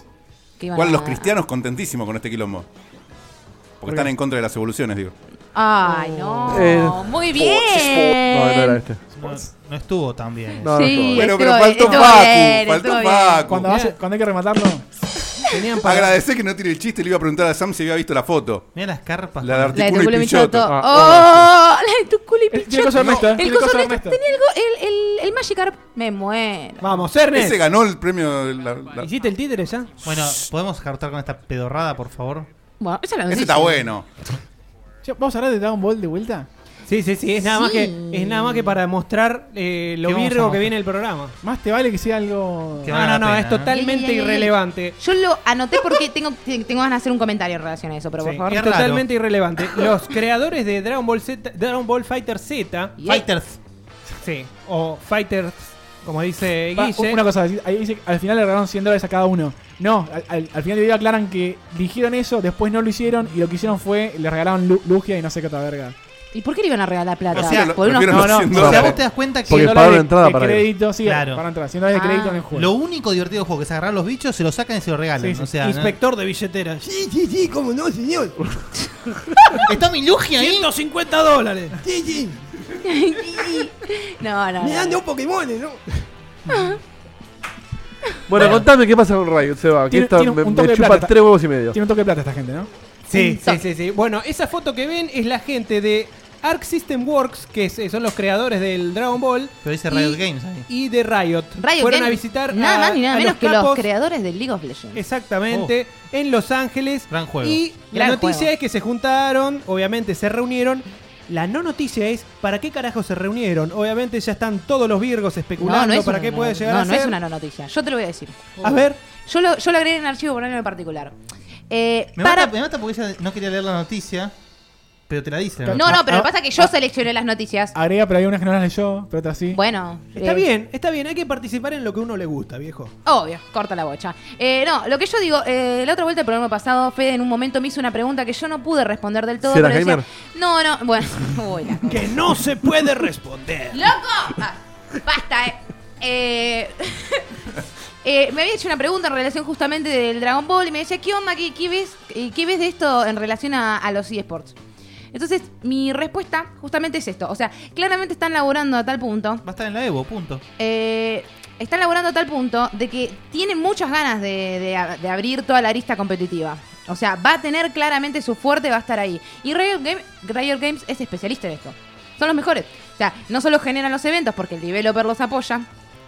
Speaker 2: que iban
Speaker 5: Igual los
Speaker 2: a-
Speaker 5: cristianos contentísimos con este quilombo. Porque están en contra de las evoluciones, digo.
Speaker 2: Ay, no.
Speaker 3: Eh,
Speaker 2: Muy
Speaker 3: No, no era
Speaker 2: bien.
Speaker 3: este.
Speaker 7: No, no estuvo tan bien.
Speaker 3: No, no
Speaker 2: Sí,
Speaker 3: estuvo.
Speaker 5: Bueno, pero
Speaker 2: estuvo-
Speaker 5: faltó
Speaker 2: estuvo bien,
Speaker 5: Facu,
Speaker 2: estuvo
Speaker 5: faltó
Speaker 2: bien.
Speaker 1: Cuando,
Speaker 5: Facu.
Speaker 1: vas- cuando hay que rematarlo.
Speaker 6: Tenían para-
Speaker 5: Agradecé que no tire el chiste, le iba a preguntar a Sam si había visto la foto.
Speaker 7: Mirá las carpas.
Speaker 5: La
Speaker 2: La
Speaker 5: de
Speaker 2: de
Speaker 5: Articuno
Speaker 2: tu
Speaker 5: y
Speaker 2: culo y
Speaker 5: Pichotto.
Speaker 2: pichoto.
Speaker 1: Ah,
Speaker 2: ¡Oh! La de tu culo y
Speaker 1: Eh, Tiene
Speaker 2: pichoto.
Speaker 1: cosa honesta. eh,
Speaker 2: El
Speaker 1: tiene
Speaker 2: coso
Speaker 1: cosa
Speaker 2: honesto.
Speaker 1: honesta.
Speaker 2: Tenía algo. El, el, el Magikarp. Me muero.
Speaker 6: Vamos, Ernest.
Speaker 5: Ese ganó el premio. de la- la-
Speaker 6: ¿Hiciste el títere ya?
Speaker 7: Bueno, ¿podemos cortar con esta pedorrada, por favor?
Speaker 2: Bueno, esa es la
Speaker 5: Ese
Speaker 2: noticia.
Speaker 5: está bueno.
Speaker 1: Che, Vamos a hablar de Dragon Ball de vuelta.
Speaker 6: Sí, sí, sí. Es nada, Más,
Speaker 2: Sí.
Speaker 6: que, es nada más que para mostrar eh,
Speaker 7: ¿Qué
Speaker 6: lo
Speaker 7: vamos a
Speaker 6: virgo que
Speaker 7: mostrar?
Speaker 6: viene el programa.
Speaker 1: Más te vale que sea algo.
Speaker 7: Que
Speaker 6: No,
Speaker 7: vale la
Speaker 6: Ah, no, no.
Speaker 7: pena,
Speaker 6: es
Speaker 7: ¿no?
Speaker 6: totalmente
Speaker 2: Ey, ey, ey, ey.
Speaker 6: irrelevante.
Speaker 2: Yo lo anoté porque tengo, te- tengo ganas de hacer un comentario en relación a eso, pero por
Speaker 6: Sí,
Speaker 2: favor.
Speaker 7: Qué
Speaker 6: es
Speaker 7: raro.
Speaker 6: totalmente irrelevante. Los creadores de Dragon Ball Z, Dragon Ball Fighter Z,
Speaker 2: Y-
Speaker 7: Fighters.
Speaker 6: sí, o Fighters Como dice
Speaker 1: Va,
Speaker 6: Guille.
Speaker 1: una cosa, ahí dice que al final le regalaron 100 dólares a cada uno. No, al, al- al final del video aclaran que dijeron eso, después no lo hicieron y lo que hicieron fue le regalaron lu- Lugia y no sé qué otra verga.
Speaker 2: ¿Y por qué le iban a regalar plata?
Speaker 1: O sea,
Speaker 2: Por unos-
Speaker 1: prefiero los 100
Speaker 7: O sea,
Speaker 1: dólares.
Speaker 7: vos te das cuenta que.
Speaker 3: Eh,
Speaker 1: Porque pagaron entrada para ir. crédito, sí, pagaron entrada, 100 dólares de
Speaker 7: Ah.
Speaker 1: crédito en el juego.
Speaker 7: Lo único divertido del juego que es agarrar los bichos, se los sacan y se los regalan.
Speaker 6: Sí, sí.
Speaker 7: O sea,
Speaker 6: Inspector de billeteras. Sí, sí, sí, cómo no, señor.
Speaker 7: Está mi Lugia
Speaker 6: ahí. 150 dólares. Sí, sí.
Speaker 2: no, no.
Speaker 6: Me
Speaker 2: no.
Speaker 6: dan dos Pokémones, ¿no?
Speaker 3: Bueno, contame qué pasa con Riot, Seba. Que
Speaker 1: Tiene-
Speaker 3: esta
Speaker 1: tiene un
Speaker 3: me,
Speaker 1: toque
Speaker 3: me
Speaker 1: de
Speaker 3: chupa
Speaker 1: plata.
Speaker 3: tres huevos y medio.
Speaker 1: Tiene un toque de plata esta gente, ¿no?
Speaker 6: Sí, sí, sí, sí. Bueno, esa foto que ven es la gente de Arc System Works, que es- eh, son los creadores del Dragon Ball.
Speaker 7: Pero dice
Speaker 6: y-
Speaker 7: Riot Games ahí.
Speaker 6: Y de Riot.
Speaker 2: Riot
Speaker 6: Fueron
Speaker 2: Games,
Speaker 6: a visitar
Speaker 2: Nada
Speaker 6: a-
Speaker 2: más ni nada
Speaker 6: a
Speaker 2: menos que los
Speaker 6: capos,
Speaker 2: creadores del League of Legends.
Speaker 6: Exactamente.
Speaker 1: Oh.
Speaker 6: En Los Ángeles.
Speaker 7: Gran juego.
Speaker 6: Y
Speaker 2: Gran
Speaker 6: la noticia
Speaker 2: juego.
Speaker 6: es que se juntaron, obviamente se reunieron. La no noticia es para qué carajo se reunieron. Obviamente ya están todos los virgos especulando para
Speaker 2: una
Speaker 6: qué
Speaker 2: no-
Speaker 6: puede llegar
Speaker 2: no,
Speaker 6: a
Speaker 2: no
Speaker 6: ser.
Speaker 2: es una no noticia. Yo te lo voy a decir.
Speaker 6: A ver.
Speaker 2: Yo lo, yo lo agregué en el archivo por en particular. Eh,
Speaker 7: Me,
Speaker 2: para...
Speaker 7: mata, me mata porque ella no quería leer la noticia, pero te la dice.
Speaker 2: No, no, pero lo que pasa es que yo seleccioné las noticias.
Speaker 1: Agrega, pero hay unas que no las leyó, pero otras sí.
Speaker 2: Bueno.
Speaker 6: Está
Speaker 2: eh,
Speaker 6: bien, está bien, hay que participar en lo que uno le gusta, viejo.
Speaker 2: Obvio, corta la bocha. Eh, no, lo que yo digo, eh, la otra vuelta del programa pasado, Fede en un momento me hizo una pregunta que yo no pude responder del todo.
Speaker 6: ¿Si era
Speaker 2: pero
Speaker 6: gamer?
Speaker 2: no, no, bueno, uy, la-
Speaker 6: Que no se puede responder.
Speaker 2: ¡Loco! Ah, basta, eh. Eh, eh, me había hecho una pregunta en relación justamente del Dragon Ball y me decía, ¿qué onda? ¿Qué, qué ves, eh, qué ves de esto en relación a, a los eSports? Entonces, mi respuesta justamente es esto. O sea, claramente están laburando a tal punto.
Speaker 7: Va a estar en la E Evo, punto.
Speaker 2: eh, están laburando a tal punto de que tienen muchas ganas de, de- de abrir toda la arista competitiva. O sea, va a tener claramente su fuerte, va a estar ahí. Y Riot, Game- Riot Games es especialista en esto. Son los mejores. O sea, no solo generan los eventos porque el developer los apoya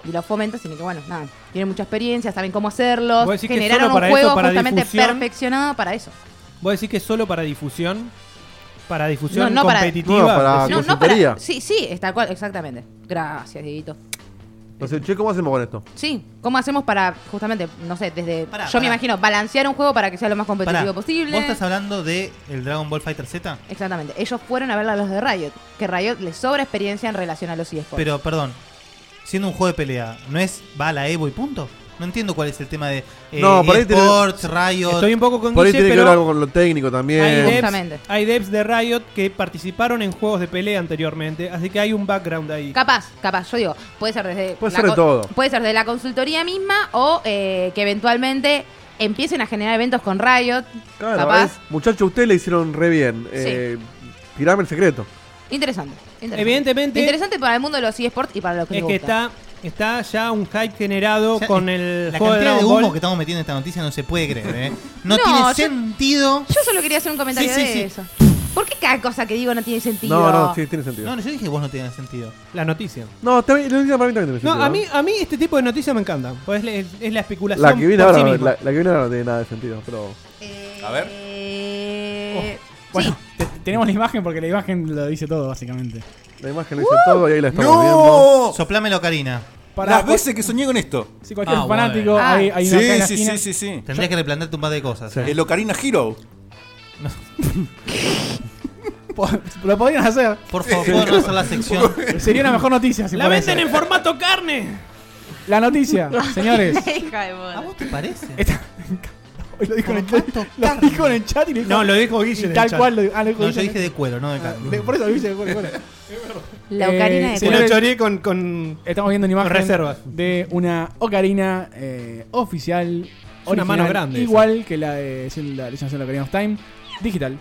Speaker 2: y los fomenta, sino que, bueno, nada, tienen mucha experiencia, saben cómo hacerlos.
Speaker 6: ¿Vos decís que
Speaker 2: Generaron
Speaker 6: solo
Speaker 2: un
Speaker 6: para
Speaker 2: juego
Speaker 6: eso, para
Speaker 2: justamente
Speaker 6: difusión?
Speaker 2: perfeccionado para eso.
Speaker 6: ¿Vos decís que solo para difusión? Para difusión
Speaker 2: No, no para-
Speaker 6: competitiva.
Speaker 3: No, para
Speaker 6: decís?
Speaker 2: No, no
Speaker 3: consultoría.
Speaker 2: para. Sí, sí, está cual, exactamente. Gracias, Dieguito.
Speaker 3: Entonces, che, ¿cómo hacemos con esto?
Speaker 2: Sí, ¿cómo hacemos para, justamente, no sé, desde. yo me
Speaker 7: pará.
Speaker 2: imagino, balancear un juego para que sea lo más competitivo
Speaker 7: Pará,
Speaker 2: posible.
Speaker 7: ¿Vos estás hablando de el Dragon Ball Fighter Z?
Speaker 2: Exactamente. Ellos fueron a ver a los de Riot, que Riot les sobra experiencia en relación a los eSports.
Speaker 7: Pero, perdón, siendo un juego de pelea, ¿no es va a la Evo y punto? No entiendo cuál es el tema de eh,
Speaker 3: No, por ahí tiene-
Speaker 7: eSports, Riot.
Speaker 6: Estoy un poco con
Speaker 3: Por ahí
Speaker 6: Guille,
Speaker 3: tiene que
Speaker 6: pero-
Speaker 3: ver algo con lo técnico
Speaker 6: Hay
Speaker 3: también.
Speaker 6: devs, hay devs de Riot que participaron en juegos de pelea anteriormente, así que hay un background ahí.
Speaker 2: Capaz, capaz, yo digo, puede ser desde.
Speaker 6: Puede
Speaker 2: la
Speaker 6: ser de
Speaker 2: co-
Speaker 6: todo.
Speaker 2: Puede ser de la consultoría misma o eh, que eventualmente empiecen a generar eventos con Riot.
Speaker 3: Claro,
Speaker 2: capaz.
Speaker 3: es- muchacho, ustedes le hicieron re bien. Eh, Tirame el secreto.
Speaker 2: Interesante, interesante.
Speaker 6: Evidentemente-
Speaker 2: Interesante para el mundo de los eSports y para lo que
Speaker 6: es
Speaker 2: les
Speaker 6: que
Speaker 2: gusta.
Speaker 6: está, está ya un hype generado con el
Speaker 7: La
Speaker 6: juego
Speaker 7: cantidad
Speaker 6: de
Speaker 7: de
Speaker 6: Dragon
Speaker 7: humo
Speaker 6: Ball.
Speaker 7: que estamos metiendo en esta noticia no se puede creer, ¿eh? No,
Speaker 2: No,
Speaker 7: tiene
Speaker 2: yo-
Speaker 7: sentido.
Speaker 2: Yo solo quería hacer un comentario
Speaker 7: Sí, sí,
Speaker 2: de
Speaker 7: sí.
Speaker 2: eso. ¿Por qué cada cosa que digo no tiene sentido?
Speaker 3: tiene sentido.
Speaker 7: No, no, yo dije vos no tiene sentido.
Speaker 6: La noticia.
Speaker 3: No, también, la noticia para mí también tiene
Speaker 6: No,
Speaker 3: sentido,
Speaker 6: a mí, a mí este tipo de noticias me encanta. Pues es, la- es- es la especulación.
Speaker 3: La que viene
Speaker 6: por
Speaker 3: ahora,
Speaker 6: sí
Speaker 3: no-
Speaker 6: misma.
Speaker 3: la, la que viene ahora no tiene nada de sentido, pero.
Speaker 5: A ver.
Speaker 1: Oh, Bueno, te- tenemos la imagen porque la imagen lo dice todo, básicamente.
Speaker 3: La imagen lo dice todo y ahí la estamos
Speaker 5: ¡No!
Speaker 3: viendo.
Speaker 7: Soplámelo, Karina.
Speaker 1: Para-
Speaker 5: Las veces que soñé con esto.
Speaker 1: Sí, cualquier fanático, hay, hay
Speaker 5: sí,
Speaker 1: una acá en la
Speaker 5: sí,
Speaker 1: esquina.
Speaker 5: sí, sí, sí.
Speaker 7: Ah, Tendrías que replantearte un par de cosas. ¿eh?
Speaker 5: El Ocarina Hero.
Speaker 1: Lo podrían hacer.
Speaker 7: Por favor, ¿puedo hacer la sección?
Speaker 1: Sería una mejor noticia si
Speaker 6: La
Speaker 1: fuera
Speaker 6: venden
Speaker 1: eso.
Speaker 6: en formato carne.
Speaker 1: La noticia, señores.
Speaker 7: ¿A vos te parece?
Speaker 1: Hoy lo dijo en el chat. Lo dijo en el chat y lo dijo-
Speaker 6: No, lo dijo Guille
Speaker 1: y
Speaker 6: en el
Speaker 1: Tal
Speaker 6: chat.
Speaker 1: cual lo dijo. ah, lo dijo
Speaker 7: No,
Speaker 1: Guille
Speaker 7: yo
Speaker 1: en
Speaker 7: dije
Speaker 1: el-
Speaker 7: de cuero, no de carne.
Speaker 1: de- Por eso lo dice, de cual, de cual.
Speaker 2: La ocarina
Speaker 6: Eh,
Speaker 2: de
Speaker 1: se
Speaker 2: cuero.
Speaker 1: lo
Speaker 6: choré con, con.
Speaker 1: Estamos viendo una imagen
Speaker 6: con reservas.
Speaker 1: de una ocarina eh, oficial.
Speaker 6: una mano grande
Speaker 1: Igual que la de Zelda Legends of the Ocarina of Time. Digital.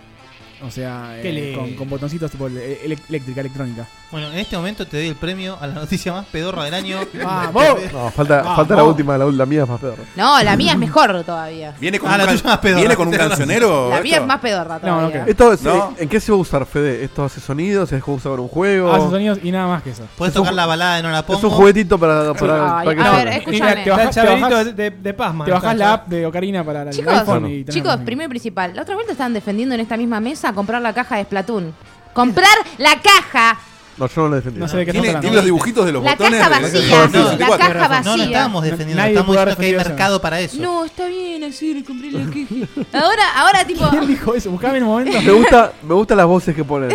Speaker 1: O sea,
Speaker 6: Qué
Speaker 1: eh,
Speaker 6: lindo.
Speaker 1: con, con botoncitos tipo ele- ele- eléctrica, electrónica.
Speaker 7: Bueno, en este momento te doy el premio a la noticia más pedorra del año.
Speaker 1: ¡Vamos!
Speaker 3: No, falta,
Speaker 7: Vamos.
Speaker 3: falta la última, la, la mía es más peor.
Speaker 2: No, la mía es mejor todavía.
Speaker 5: ¿Viene con
Speaker 7: Ah,
Speaker 5: un,
Speaker 7: la
Speaker 5: can-
Speaker 7: tuya más pedorra.
Speaker 5: ¿viene con un
Speaker 7: Tenés
Speaker 5: cancionero?
Speaker 2: La mía
Speaker 5: esto?
Speaker 2: es más pedorra
Speaker 1: No, no
Speaker 2: todavía.
Speaker 1: creo.
Speaker 3: Esto, es- eh,
Speaker 5: No.
Speaker 3: ¿En qué se va a usar, Fede? ¿Esto hace sonido? ¿Se usa con un juego?
Speaker 1: Hace Ah, sonidos y nada más que eso.
Speaker 7: Puedes
Speaker 3: Es un-
Speaker 7: tocar la balada de No la
Speaker 3: es
Speaker 7: pongo.
Speaker 3: un juguetito para, para,
Speaker 2: Ay,
Speaker 3: para que
Speaker 2: a ver,
Speaker 3: salga.
Speaker 2: escúchame.
Speaker 1: Te bajás-
Speaker 6: Está el
Speaker 1: te
Speaker 6: llaverito
Speaker 1: bajás-
Speaker 6: de, de Pazman.
Speaker 1: Te bajás
Speaker 6: Está
Speaker 1: la app de Ocarina para el
Speaker 2: Chicos,
Speaker 1: iPhone y tenés
Speaker 2: Chicos,
Speaker 1: la-
Speaker 2: primero y principal, la otra vuelta estaban defendiendo en esta misma mesa comprar la caja de Splatoon. ¡Comprar la caja!
Speaker 3: No, yo no lo defendí.
Speaker 1: No sé de qué estamos
Speaker 5: Tiene,
Speaker 1: hablando.
Speaker 5: tiene los dibujitos de los
Speaker 2: La
Speaker 5: botones.
Speaker 2: caja
Speaker 5: de- de-
Speaker 2: vacía,
Speaker 5: de- de- de-
Speaker 2: la
Speaker 5: de- de-
Speaker 2: caja
Speaker 5: de-
Speaker 7: No, no
Speaker 2: vacía.
Speaker 7: estábamos defendiendo,
Speaker 1: Nadie
Speaker 7: estamos
Speaker 1: pudo haber
Speaker 7: diciendo que hay
Speaker 1: defendido eso.
Speaker 7: mercado para eso.
Speaker 2: No, está bien, así le compré la caja. Ahora, ahora tipo.
Speaker 1: ¿Quién dijo eso? Buscame en el momento.
Speaker 3: Me, gusta, me gustan las voces que ponen.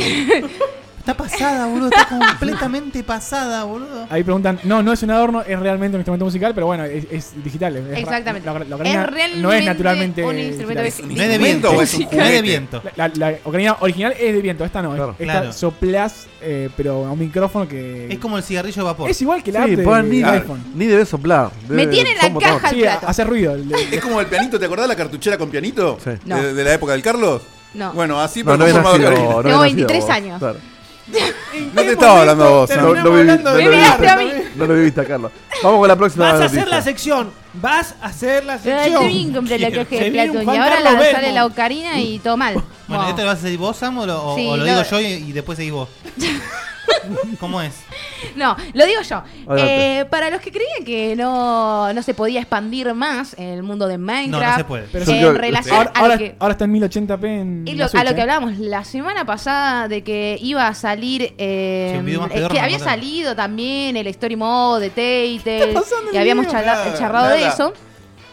Speaker 7: Está pasada, boludo. Está completamente pasada, boludo.
Speaker 1: Ahí preguntan, no, no es un adorno, es realmente un instrumento musical, pero bueno, es, es digital. es ra-
Speaker 2: Exactamente.
Speaker 1: la- la
Speaker 2: Es
Speaker 1: ocarina no es
Speaker 2: realmente
Speaker 1: naturalmente
Speaker 2: un instrumento
Speaker 1: digital.
Speaker 2: No es de viento,
Speaker 7: o es un juguete. No es de viento.
Speaker 1: La, la- la ocarina original es de viento, esta no. Esta
Speaker 7: Claro.
Speaker 1: soplás, eh, pero a un micrófono que...
Speaker 7: Es como el cigarrillo de vapor.
Speaker 1: Es igual que la
Speaker 3: Sí,
Speaker 1: app de-
Speaker 3: pues, ni,
Speaker 1: de iPhone.
Speaker 3: ni debe soplar.
Speaker 2: Me tiene la caja al
Speaker 1: Sí,
Speaker 2: plato.
Speaker 1: hace ruido. el-
Speaker 5: Es como el pianito, ¿te acordás la cartuchera con pianito? De-
Speaker 2: No.
Speaker 5: De, la época del Carlos.
Speaker 2: No.
Speaker 5: Bueno, así
Speaker 3: No, no
Speaker 5: con
Speaker 3: habías
Speaker 5: forma de
Speaker 3: nacido,
Speaker 5: ocarina.
Speaker 3: no
Speaker 2: Tengo 23 años.
Speaker 5: No te estaba hablando a vos.
Speaker 3: No, no, vivi- no,
Speaker 5: de
Speaker 3: lo
Speaker 5: mí.
Speaker 3: viviste,
Speaker 2: Miraste a mí.
Speaker 3: no lo viviste, Carlos. Vamos con la próxima
Speaker 6: Vas a
Speaker 3: noticia.
Speaker 6: hacer la sección. Vas a hacer la sección.
Speaker 2: Ay, compré la caja
Speaker 6: Se
Speaker 2: de
Speaker 6: viene un
Speaker 2: plato y
Speaker 6: Juan
Speaker 2: ahora
Speaker 6: Carlos
Speaker 2: la- sale
Speaker 6: Belmo.
Speaker 2: la ocarina y todo mal.
Speaker 7: Bueno,
Speaker 2: Wow.
Speaker 7: ¿esto lo vas a decir vos, Sam, o lo, o-
Speaker 2: Sí,
Speaker 7: o lo
Speaker 2: lo-
Speaker 7: digo yo y, y después seguís vos? ¿Cómo es?
Speaker 2: No, lo digo yo.
Speaker 7: Adelante.
Speaker 2: Eh, para los que creían que no, no se podía expandir más en el mundo de Minecraft,
Speaker 7: No, no se puede.
Speaker 1: Pero
Speaker 2: en
Speaker 1: yo-
Speaker 2: relación
Speaker 1: ahora,
Speaker 2: a lo
Speaker 1: ahora-
Speaker 2: que-
Speaker 1: ahora está en 1080p en
Speaker 2: y
Speaker 1: la
Speaker 2: lo- a
Speaker 1: Switch,
Speaker 2: lo que
Speaker 1: eh.
Speaker 2: hablábamos la semana pasada de que iba a salir. eh,
Speaker 1: Sí, un video más
Speaker 2: es
Speaker 1: pedorro
Speaker 2: que
Speaker 1: no
Speaker 2: había
Speaker 1: encontré.
Speaker 2: salido también el Story Mode de Telltale.
Speaker 6: pasando
Speaker 2: Y
Speaker 6: el
Speaker 2: habíamos
Speaker 6: video?
Speaker 2: charla-
Speaker 6: Nada,
Speaker 2: charlado de
Speaker 6: nada.
Speaker 2: eso.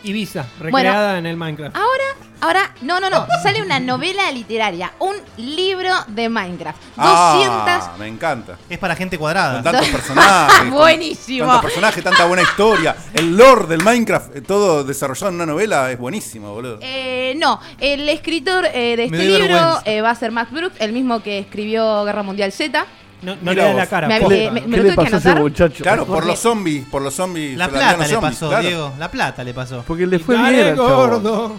Speaker 6: Ibiza,
Speaker 2: Bueno.
Speaker 6: recreada en el Minecraft.
Speaker 2: Ahora, ahora, no, no, no. Sale una novela literaria, un libro de Minecraft. 200
Speaker 5: Ah, me encanta.
Speaker 7: Es para gente cuadrada.
Speaker 5: Con tantos personajes. con
Speaker 2: Buenísimo.
Speaker 5: Tantos personajes, tanta buena historia. El lore del Minecraft, eh, todo desarrollado en una novela, es buenísimo, boludo.
Speaker 2: Eh, no, el escritor eh, de
Speaker 5: Me
Speaker 2: este
Speaker 5: dio
Speaker 2: libro
Speaker 5: vergüenza.
Speaker 2: eh, va a ser Max Brooks, el mismo que escribió Guerra Mundial Z.
Speaker 6: No,
Speaker 5: Mirá vos.
Speaker 2: Me, eh, me- me lo tuve que anotar.
Speaker 5: Claro, por
Speaker 2: Porque-
Speaker 5: los zombies, por los zombies.
Speaker 7: La
Speaker 5: flandearon
Speaker 7: plata le
Speaker 5: zombies,
Speaker 7: pasó,
Speaker 5: claro.
Speaker 7: Diego. La plata le pasó.
Speaker 3: Porque le
Speaker 5: fue bien al chabón.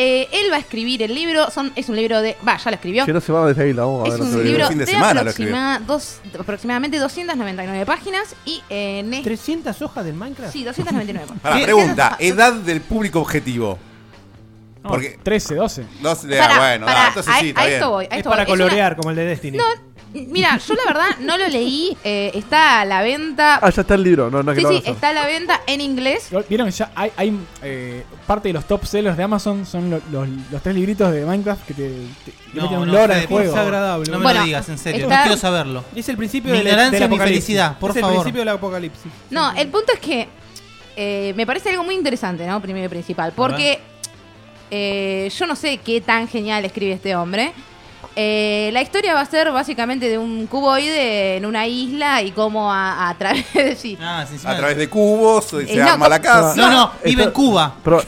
Speaker 2: Eh, él va a escribir el libro, son, es un libro de... Va, ya lo escribió.
Speaker 3: Si no se va a despedir la bomba.
Speaker 2: Es
Speaker 3: no
Speaker 2: un
Speaker 3: se lo digo.
Speaker 2: libro de, aproxima- dos- aproximadamente 299 páginas y eh, en... este-
Speaker 6: ¿300 hojas del Minecraft?
Speaker 2: Sí, 299 páginas.
Speaker 5: Pará,
Speaker 2: ¿Qué?
Speaker 5: pregunta, edad del público objetivo.
Speaker 1: No,
Speaker 5: Porque
Speaker 1: 13, 12.
Speaker 5: dos, ah,
Speaker 2: Pará,
Speaker 5: bueno,
Speaker 2: pará,
Speaker 5: ah, entonces
Speaker 2: a- e,
Speaker 5: sí, está
Speaker 2: a
Speaker 5: bien.
Speaker 2: esto voy, a
Speaker 6: Es
Speaker 2: esto
Speaker 6: para
Speaker 2: voy. Es una-
Speaker 6: colorear, como el de Destiny.
Speaker 2: Mira, yo la verdad no lo leí, eh, está a la venta...
Speaker 3: Ah, ya está el libro. No, no, que
Speaker 2: Sí,
Speaker 3: lo
Speaker 2: sí,
Speaker 3: hagas.
Speaker 2: está a la venta en inglés.
Speaker 1: Vieron que ya hay, hay, eh, parte de los top sellers de Amazon son lo- los, los tres libritos de Minecraft que te, te- le meten un lore al
Speaker 7: Fede,
Speaker 1: juego.
Speaker 7: por favor. No me lo digas, en serio.
Speaker 2: está-
Speaker 7: No quiero saberlo.
Speaker 6: Es el principio
Speaker 7: Mi
Speaker 6: de la
Speaker 7: ignorancia
Speaker 6: del
Speaker 7: y mi
Speaker 6: apocalipsis.
Speaker 7: felicidad, por
Speaker 6: es el
Speaker 7: favor.
Speaker 6: principio del apocalipsis.
Speaker 2: No, el punto es que eh, me parece algo muy interesante, ¿no? Primero y principal. Porque eh, yo no sé qué tan genial escribe este hombre. Eh, la historia va a ser básicamente de un cuboide en una isla y cómo a, a través de Ah, sí.
Speaker 7: Ah.
Speaker 5: A través de cubos, se
Speaker 2: Eh, no,
Speaker 5: arma la casa.
Speaker 2: no, no,
Speaker 3: vive en
Speaker 7: Cuba.
Speaker 3: Pero,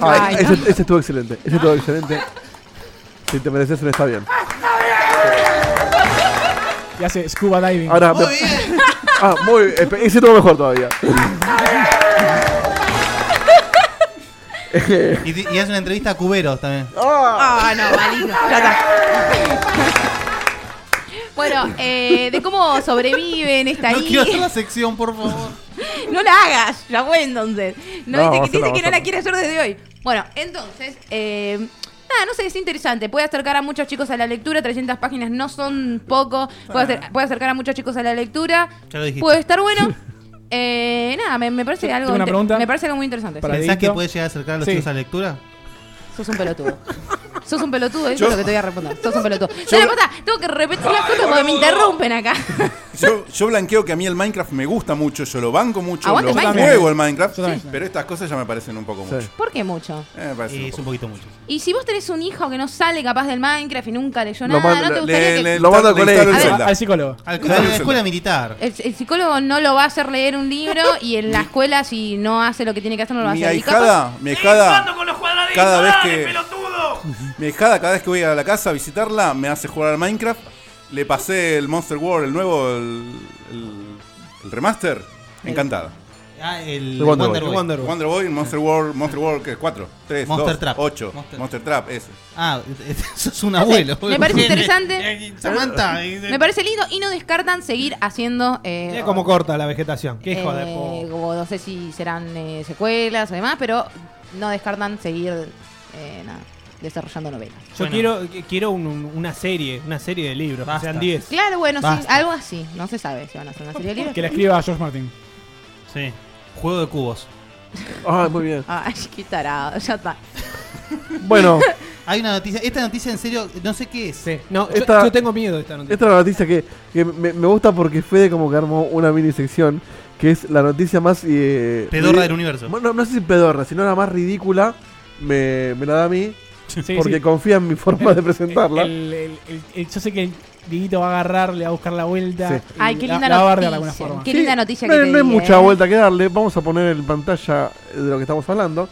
Speaker 3: Ah,
Speaker 2: Ay,
Speaker 3: ese,
Speaker 2: no.
Speaker 3: ese estuvo excelente. Ese estuvo excelente. Si te mereces, un está bien.
Speaker 1: Y hace scuba diving.
Speaker 3: Ahora, me- Ah, muy bien. Ese estuvo mejor todavía.
Speaker 7: Y, di- y hace una entrevista a Cuberos también.
Speaker 2: Ah, no, maligno. Ya está. Bueno, eh, de cómo sobreviven esta
Speaker 7: No quiero
Speaker 2: isla.
Speaker 7: hacer la sección, por favor.
Speaker 2: No la hagas, ya fue entonces. No,
Speaker 7: No,
Speaker 2: viste
Speaker 7: vamos a
Speaker 2: que dice
Speaker 7: hacerla,
Speaker 2: que no
Speaker 7: vamos a
Speaker 2: la quiere hacer desde hoy. Bueno, entonces, eh, nada, no sé, es interesante. Puede acercar a muchos chicos a la lectura, 300 páginas no son poco. Puede, acer- puede acercar a muchos chicos a la lectura.
Speaker 7: Ya lo dijiste.
Speaker 2: Puede estar bueno. Eh, nada, me, me parece algo
Speaker 1: una
Speaker 2: inte-
Speaker 1: pregunta
Speaker 2: me parece algo muy interesante.
Speaker 1: para
Speaker 2: Sí.
Speaker 7: ¿Pensás que
Speaker 1: Dieguito.
Speaker 7: puede llegar a acercar a los
Speaker 1: Sí.
Speaker 7: chicos a la lectura?
Speaker 2: Sos un pelotudo. Sos un pelotudo, eso
Speaker 7: Yo-
Speaker 2: es lo que te voy a responder. Sos un pelotudo. Dale, posta, tengo que repetir las cosas porque me interrumpen acá.
Speaker 5: Yo, yo blanqueo que a mí el Minecraft me gusta mucho, yo lo banco mucho,
Speaker 2: Aguante
Speaker 5: lo
Speaker 2: Minecraft.
Speaker 5: juego el Minecraft,
Speaker 2: Yo también. Sí.
Speaker 5: pero estas cosas ya me parecen un poco mucho.
Speaker 2: ¿Por qué mucho?
Speaker 5: Eh, me parecen
Speaker 7: Y es un poquito mucho.
Speaker 2: Y si vos tenés un hijo que no sale capaz del Minecraft y nunca leyó nada,
Speaker 5: manda-
Speaker 2: ¿no te
Speaker 5: le-
Speaker 2: gustaría que
Speaker 5: le-
Speaker 3: Lo mando al
Speaker 5: le instalo el
Speaker 3: colegio.
Speaker 5: Zelda.
Speaker 1: Al psicólogo.
Speaker 7: Al-
Speaker 5: Claro,
Speaker 7: a
Speaker 5: yo
Speaker 7: la escuela
Speaker 5: no.
Speaker 7: militar.
Speaker 2: El, el psicólogo no lo va a hacer leer un libro y en la escuela si no hace lo que tiene que hacer no lo va a
Speaker 5: Mi
Speaker 2: hacer. Y
Speaker 5: ahijada,
Speaker 2: capaz-
Speaker 5: mi ahijada, cada vez que mi ahijada, cada vez que voy a la casa a visitarla, me hace jugar al Minecraft. Le pasé el Monster World, el nuevo, el, el- el remaster, encantada.
Speaker 7: Ah, el
Speaker 5: El
Speaker 7: Wonder,
Speaker 5: Wonder,
Speaker 7: Boy.
Speaker 5: Boy. Wonder Boy, Monster World, Monster World, ¿qué? 4, 3,
Speaker 7: Monster
Speaker 5: 2,
Speaker 7: Trap.
Speaker 5: 8,
Speaker 7: Monster-
Speaker 5: Monster, Trap, ese.
Speaker 7: Ah, sos un abuelo.
Speaker 2: Me parece interesante.
Speaker 7: Samantha.
Speaker 2: Me parece lindo y no descartan seguir haciendo. eh,
Speaker 6: Mira cómo corta la vegetación. Qué hijo de
Speaker 2: eh,
Speaker 6: po-
Speaker 2: como no sé si serán eh, secuelas o demás, pero no descartan seguir eh, nada, desarrollando novelas.
Speaker 6: Yo quiero, quiero un- un- una serie, una serie de libros, que sean 10.
Speaker 2: Claro, bueno, sí,
Speaker 6: Basta.
Speaker 2: algo así. No se sabe si van a hacer una serie de libros.
Speaker 1: Que la escriba George Martin.
Speaker 7: Sí. Juego de cubos.
Speaker 3: Ah, muy bien.
Speaker 2: Ay, qué tarado, ya está.
Speaker 3: Bueno.
Speaker 7: Hay una noticia. Esta noticia, en serio, no sé qué es.
Speaker 6: No, yo-
Speaker 3: Esta-
Speaker 6: yo, tengo miedo de esta noticia.
Speaker 3: Esta es la noticia que, que me, me gusta porque Fede como que armó una mini sección que es la noticia más... eh,
Speaker 7: Pedorra
Speaker 3: ridi-
Speaker 7: del universo.
Speaker 3: Bueno, no sé si pedorra, sino la más ridícula me, me la da a mí.
Speaker 1: Sí,
Speaker 3: porque
Speaker 1: sí.
Speaker 3: confía en mi forma de presentarla.
Speaker 1: El- el- el- el- yo sé que el Dieguito va a agarrarle, va a buscar la vuelta.
Speaker 3: Sí.
Speaker 1: y
Speaker 2: Ay, qué
Speaker 1: la-
Speaker 2: linda
Speaker 1: la va a bardear de
Speaker 2: noticia.
Speaker 1: alguna forma.
Speaker 2: Qué linda noticia
Speaker 3: no,
Speaker 2: que
Speaker 3: no
Speaker 2: te
Speaker 3: hay
Speaker 2: di,
Speaker 3: mucha
Speaker 2: eh.
Speaker 3: vuelta que darle. Vamos a poner en pantalla eh, de lo que estamos hablando.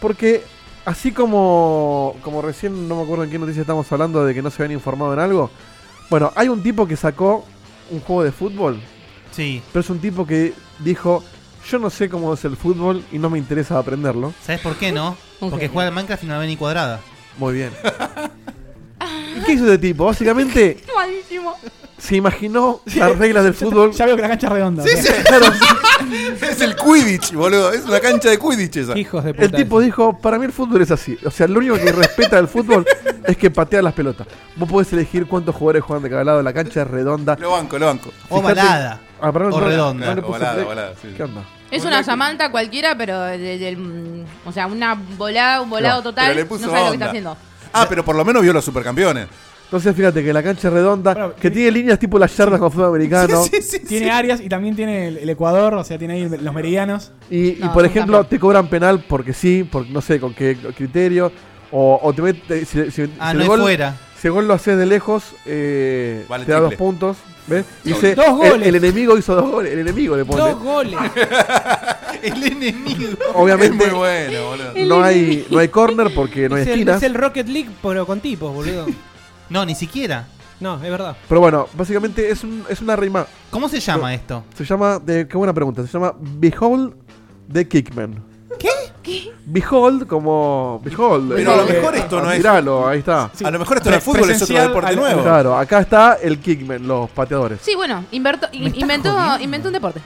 Speaker 3: Porque así como, como recién, no me acuerdo en qué noticia estamos hablando de que no se habían informado en algo. Bueno, hay un tipo que sacó un juego de fútbol.
Speaker 7: Sí.
Speaker 3: Pero es un tipo que dijo, yo no sé cómo es el fútbol y no me interesa aprenderlo.
Speaker 7: ¿Sabes por qué no?
Speaker 3: Un
Speaker 7: Porque
Speaker 3: genio.
Speaker 7: juega al Minecraft y no la ve ni cuadrada.
Speaker 3: Muy bien. ¿Y qué hizo este tipo? Básicamente
Speaker 2: Malísimo.
Speaker 3: se imaginó las reglas del fútbol.
Speaker 1: Ya veo que la cancha es redonda.
Speaker 5: Sí, sí. es el Quidditch, boludo. Es una cancha de Quidditch esa.
Speaker 1: Hijos
Speaker 5: de
Speaker 3: El tipo dijo, para mí el fútbol es así. O sea, lo único que respeta del fútbol es que patea las pelotas. Vos podés elegir cuántos jugadores juegan de cada lado, la cancha es redonda.
Speaker 5: Lo banco, lo banco.
Speaker 7: O balada.
Speaker 3: Ah, perdón,
Speaker 7: O
Speaker 3: no,
Speaker 7: redonda.
Speaker 3: no le
Speaker 5: O
Speaker 3: puse
Speaker 5: balada,
Speaker 3: play.
Speaker 5: balada, sí.
Speaker 3: ¿Qué onda?
Speaker 2: Es una Samantha cualquiera, pero de- del- mm, o sea, una volada, un volado
Speaker 5: Pero-
Speaker 2: total.
Speaker 5: pero le puso
Speaker 2: no sabe lo que está
Speaker 5: onda.
Speaker 2: haciendo.
Speaker 5: Ah, pero por lo menos vio los supercampeones.
Speaker 3: Entonces fíjate que la cancha es redonda, que tiene líneas tipo las yardas con fútbol americano.
Speaker 1: tiene áreas y también tiene el, el Ecuador, o sea, tiene ahí los meridianos.
Speaker 3: Y, y, por ejemplo, te cobran penal porque sí, porque no sé con qué criterio. O, o te mete. Si, si-
Speaker 7: Ah,
Speaker 3: si el
Speaker 7: no es
Speaker 3: gol,
Speaker 7: fuera.
Speaker 3: Si el gol lo haces de lejos, eh,
Speaker 7: Vale
Speaker 3: te da dos
Speaker 7: triple.
Speaker 3: puntos. ¿Ves?
Speaker 7: Doble.
Speaker 3: Dice,
Speaker 7: Dos
Speaker 3: el-
Speaker 7: goles.
Speaker 3: El, enemigo hizo dos goles. El enemigo le pone.
Speaker 6: Dos goles.
Speaker 7: el enemigo.
Speaker 3: Obviamente.
Speaker 5: Es muy bueno, boludo.
Speaker 6: El
Speaker 3: No hay,
Speaker 6: enemigo.
Speaker 3: no hay corner porque no hay
Speaker 6: es, el,
Speaker 3: esquinas.
Speaker 6: es el Rocket League, pero con tipos, boludo.
Speaker 7: No, ni siquiera.
Speaker 6: No, es verdad.
Speaker 3: Pero bueno, básicamente es, un- es una rima.
Speaker 7: ¿Cómo se llama esto?
Speaker 3: Se llama. de- qué buena pregunta. Se llama Behold the Kickman.
Speaker 2: ¿Qué?
Speaker 3: Behold como. Behold.
Speaker 5: Pero a lo
Speaker 3: eh,
Speaker 5: mejor esto no es-
Speaker 3: Miralo, ahí está.
Speaker 5: A lo mejor esto no es fútbol, es otro
Speaker 1: Presencial
Speaker 5: deporte
Speaker 1: al-
Speaker 5: nuevo.
Speaker 3: Claro, acá está el Kickman, los pateadores.
Speaker 2: Sí, bueno, inverto- in- inventó, inventó un deporte.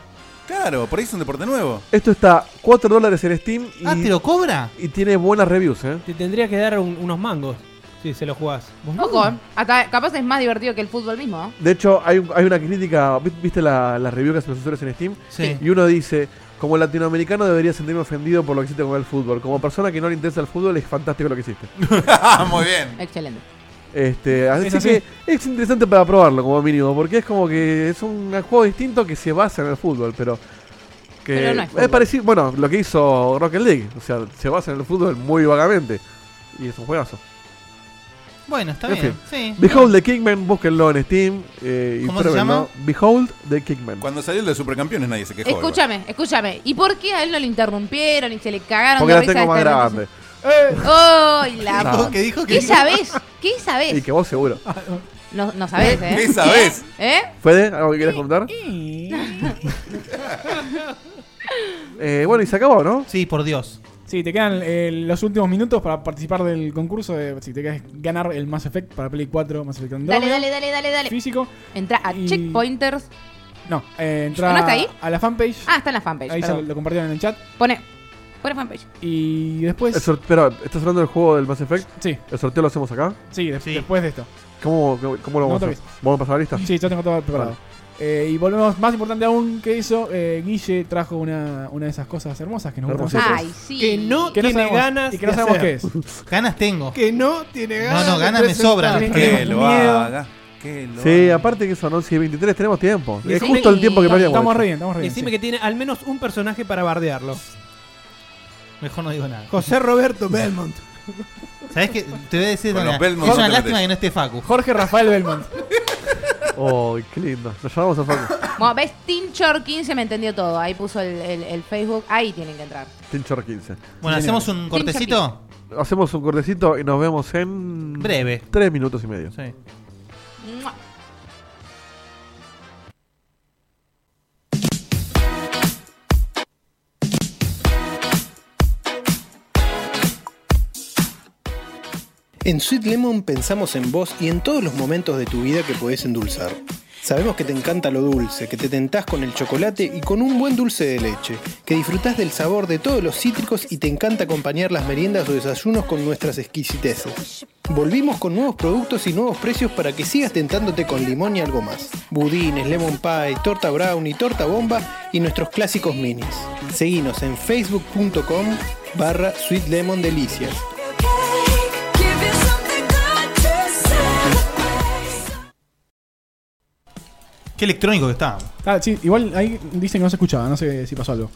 Speaker 5: Claro, por ahí es un deporte nuevo.
Speaker 3: Esto está 4 dólares en Steam. Y,
Speaker 7: Ah, ¿te lo cobra?
Speaker 3: Y tiene buenas reviews, ¿eh?
Speaker 6: Te tendría que dar un- unos mangos si se lo jugás.
Speaker 2: Ojo, hasta capaz es más divertido que el fútbol mismo. ¿no?
Speaker 3: De hecho, hay, un- hay una crítica. ¿vi- ¿Viste la, la review que hacen los usuarios en Steam?
Speaker 7: Sí.
Speaker 3: Y uno dice: Como latinoamericano debería sentirme ofendido por lo que hiciste con el fútbol. Como persona que no le interesa el fútbol, es fantástico lo que hiciste.
Speaker 5: Muy bien.
Speaker 2: Excelente.
Speaker 3: Este, así
Speaker 1: Es así.
Speaker 3: que es interesante para probarlo, como mínimo, porque es como que es un juego distinto que se basa en el fútbol, pero. Que
Speaker 2: Pero no es fútbol.
Speaker 3: parecido, bueno, lo que hizo Rocket League, o sea, se basa en el fútbol muy vagamente. Y es un juegazo.
Speaker 7: Bueno, está
Speaker 3: En
Speaker 7: bien.
Speaker 3: fin.
Speaker 7: Sí.
Speaker 3: Behold the Kickman, búsquenlo en Steam. eh, y
Speaker 7: ¿Cómo se
Speaker 3: pruébenlo.
Speaker 7: llama?
Speaker 3: Behold the Kickman.
Speaker 5: Cuando salió el de supercampeones nadie se quejó.
Speaker 2: Eh, escúchame, escúchame. ¿Y por qué a él no le interrumpieron y se le cagaron
Speaker 3: Porque
Speaker 2: de
Speaker 3: la
Speaker 2: risa
Speaker 3: tengo
Speaker 2: de
Speaker 3: más Eh.
Speaker 2: este
Speaker 3: grande.
Speaker 2: hermoso- ¡Ay, la
Speaker 3: No.
Speaker 2: puta!
Speaker 3: Que dijo que-
Speaker 2: ¿Qué sabés? ¿Qué sabés?
Speaker 3: Y que vos seguro.
Speaker 2: No, no sabés, ¿eh?
Speaker 5: ¿Qué sabés?
Speaker 2: ¿Eh?
Speaker 3: ¿Fede? ¿Algo que quieras contar? Eh, bueno, y se acabó, ¿no?
Speaker 7: Sí, por Dios.
Speaker 1: Sí, te quedan eh, los últimos minutos para participar del concurso. De, si te querés ganar el Mass Effect para Play 4, Mass Effect Andromeda.
Speaker 2: Dale, dale, dale, dale, dale.
Speaker 1: Físico.
Speaker 2: Entra a Checkpointers.
Speaker 1: No, eh, entra
Speaker 2: ¿No está ahí?
Speaker 1: a la fanpage.
Speaker 2: Ah, está en la fanpage.
Speaker 1: Ahí se
Speaker 2: perdón.
Speaker 1: lo compartieron en el chat.
Speaker 2: Pone, pone fanpage.
Speaker 1: Y después.
Speaker 3: El sorteo- pero, ¿estás hablando del juego del Mass Effect?
Speaker 1: Sí.
Speaker 3: ¿El sorteo lo hacemos acá?
Speaker 1: Sí, de- después de esto.
Speaker 3: ¿Cómo, cómo- cómo lo
Speaker 1: No,
Speaker 3: vamos
Speaker 1: otra
Speaker 3: a hacer? ¿Vamos a pasar la lista?
Speaker 1: Sí, yo tengo todo preparado.
Speaker 3: Vale.
Speaker 1: Eh, y volvemos, más importante aún que eso, eh, Guille trajo una, una de esas cosas hermosas que nos gustan
Speaker 6: Hermosas.
Speaker 1: a nosotros.
Speaker 2: sí.
Speaker 6: Que no
Speaker 1: Que no
Speaker 6: tiene
Speaker 1: sabemos-
Speaker 6: ganas.
Speaker 1: y que no
Speaker 6: de
Speaker 1: sabemos
Speaker 6: hacer.
Speaker 1: qué es.
Speaker 7: Ganas tengo.
Speaker 6: Que no tiene ganas.
Speaker 7: no,
Speaker 6: de
Speaker 7: ganas me sobran.
Speaker 6: presentar.
Speaker 5: Que lo
Speaker 1: Miedo.
Speaker 5: haga. Que lo
Speaker 3: Sí,
Speaker 5: haga.
Speaker 3: aparte que son 11 y 23, tenemos tiempo.
Speaker 6: Decime
Speaker 3: es justo el tiempo que perdíamos.
Speaker 1: Estamos re bien, estamos re bien.
Speaker 6: Decime
Speaker 1: sí.
Speaker 6: que tiene al menos un personaje para bardearlo.
Speaker 7: Mejor no digo nada.
Speaker 6: José Roberto Belmont.
Speaker 7: ¿Sabes qué? Te voy a decir
Speaker 5: Con los
Speaker 7: una-
Speaker 5: Belmont
Speaker 7: Es
Speaker 5: no
Speaker 7: una
Speaker 5: te
Speaker 7: lástima
Speaker 5: metes.
Speaker 7: que no esté Facu.
Speaker 1: Jorge Rafael Belmont.
Speaker 3: Oh, qué lindo. Nos llamamos a Facu.
Speaker 2: Bueno, ves, Tinchor 15 me entendió todo. Ahí puso el, el- el Facebook. Ahí tienen que entrar.
Speaker 3: Tinchor 15.
Speaker 7: Bueno, ¿hacemos un cortecito?
Speaker 3: Hacemos un cortecito y nos vemos en.
Speaker 7: Breve.
Speaker 3: 3 minutos y medio.
Speaker 7: Sí.
Speaker 2: Mua.
Speaker 12: En Sweet Lemon pensamos en vos y en todos los momentos de tu vida que podés endulzar. Sabemos que te encanta lo dulce, que te tentás con el chocolate y con un buen dulce de leche, que disfrutás del sabor de todos los cítricos y te encanta acompañar las meriendas o desayunos con nuestras exquisiteces. Volvimos con nuevos productos y nuevos precios para que sigas tentándote con limón y algo más. Budines, lemon pie, torta brownie, torta bomba y nuestros clásicos minis. Seguinos en facebook.com barra Sweet Lemon Delicias.
Speaker 7: Qué electrónico que está.
Speaker 1: Ah, sí, igual ahí dicen que no se escuchaba, no sé si pasó algo.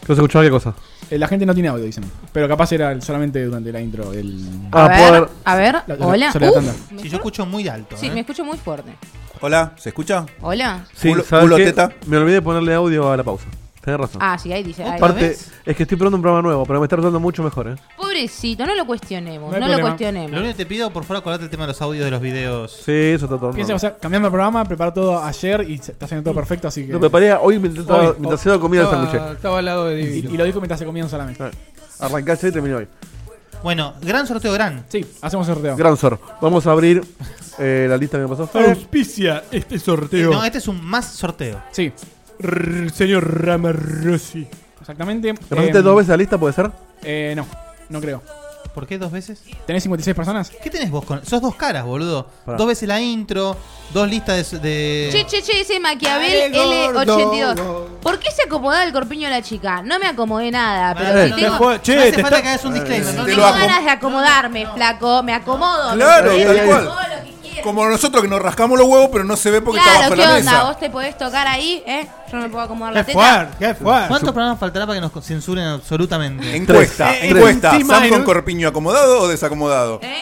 Speaker 3: No se escuchaba qué cosa.
Speaker 1: Eh, La gente no tiene audio, dicen. Pero capaz era el- solamente durante la intro. El...
Speaker 2: A Ah, ver, por- a ver, hola. Uh.
Speaker 1: solo la
Speaker 2: Uf.
Speaker 1: tanda.
Speaker 7: Sí, yo escucho muy alto.
Speaker 2: Sí,
Speaker 7: ¿eh?
Speaker 2: me escucho muy fuerte.
Speaker 5: Hola, ¿se escucha?
Speaker 2: Hola.
Speaker 3: Sí,
Speaker 5: Culo-
Speaker 3: ¿sabes
Speaker 5: culo
Speaker 3: qué?
Speaker 5: teta.
Speaker 3: Me olvidé de ponerle audio a la pausa. Tenés razón.
Speaker 2: Ah, sí, ahí dice, ahí, ¿lo
Speaker 3: Aparte,
Speaker 2: ves?
Speaker 3: es que estoy probando un programa nuevo, pero me está resultando mucho mejor, ¿eh?
Speaker 2: Pobrecito, no lo cuestionemos,
Speaker 1: No
Speaker 2: no,
Speaker 1: hay
Speaker 2: lo
Speaker 1: problema.
Speaker 2: cuestionemos.
Speaker 7: Lo único que te pido, por favor, acordate el tema de los audios de los videos.
Speaker 3: Sí, eso está todo.
Speaker 1: Piensa, o sea, cambiando el programa, preparó todo ayer y se- está haciendo todo perfecto, así que.
Speaker 3: Lo preparé hoy mientras estaba- mientras hacía comida el
Speaker 1: estaba-
Speaker 3: sándwich.
Speaker 1: estaba al lado de Divino. Y, y lo dijo mientras se comían solamente.
Speaker 3: Arrancás y terminé hoy.
Speaker 7: Bueno, gran sorteo, gran.
Speaker 1: Sí, hacemos sorteo.
Speaker 3: Gran Sor. Vamos a abrir eh, la lista que me pasó. Fer.
Speaker 6: Auspicia este sorteo.
Speaker 7: No, este es un más sorteo.
Speaker 1: Sí.
Speaker 6: señor Ramarossi.
Speaker 1: Exactamente.
Speaker 3: ¿Te pasaste
Speaker 1: Em,
Speaker 3: dos veces la lista, puede ser?
Speaker 1: Eh, no, no creo.
Speaker 7: ¿Por qué dos veces?
Speaker 1: ¿Tenés 56 personas?
Speaker 7: ¿Qué tenés vos con.? Sos dos caras, boludo.
Speaker 1: Pará.
Speaker 7: Dos veces la intro, dos listas de. de-
Speaker 2: Che, che, che, dice Maquiavel
Speaker 7: Dale, gordo,
Speaker 2: L82. ¿Por qué se acomodaba el corpiño de la chica? No me acomodé nada, pero si
Speaker 7: Vale, Ah, no
Speaker 2: tengo,
Speaker 7: te jue- che,
Speaker 2: no hace
Speaker 7: te
Speaker 2: falta
Speaker 7: está-
Speaker 2: que hagas un disclaimer. No
Speaker 5: Eh, Te
Speaker 2: tengo
Speaker 5: lo acom-
Speaker 2: ganas de acomodarme, flaco. Me acomodo.
Speaker 5: Claro,
Speaker 2: ¿me
Speaker 5: tal
Speaker 2: entendés?
Speaker 5: cual. Como nosotros que nos rascamos los huevos, pero no se ve porque está
Speaker 2: Claro,
Speaker 5: bajo
Speaker 2: ¿qué
Speaker 5: la
Speaker 2: onda?
Speaker 5: mesa.
Speaker 2: Vos te podés tocar ahí, ¿eh? Yo no me puedo acomodar la
Speaker 7: Qué
Speaker 2: teta.
Speaker 7: fuerte, qué
Speaker 6: fuerte.
Speaker 7: ¿Cuántos programas faltará para que nos censuren absolutamente?
Speaker 5: Encuesta,
Speaker 7: Tres.
Speaker 5: encuesta.
Speaker 7: eh, Encima
Speaker 5: ¿Sam
Speaker 7: de
Speaker 5: con
Speaker 7: un-
Speaker 5: corpiño acomodado o desacomodado?
Speaker 3: Bueno,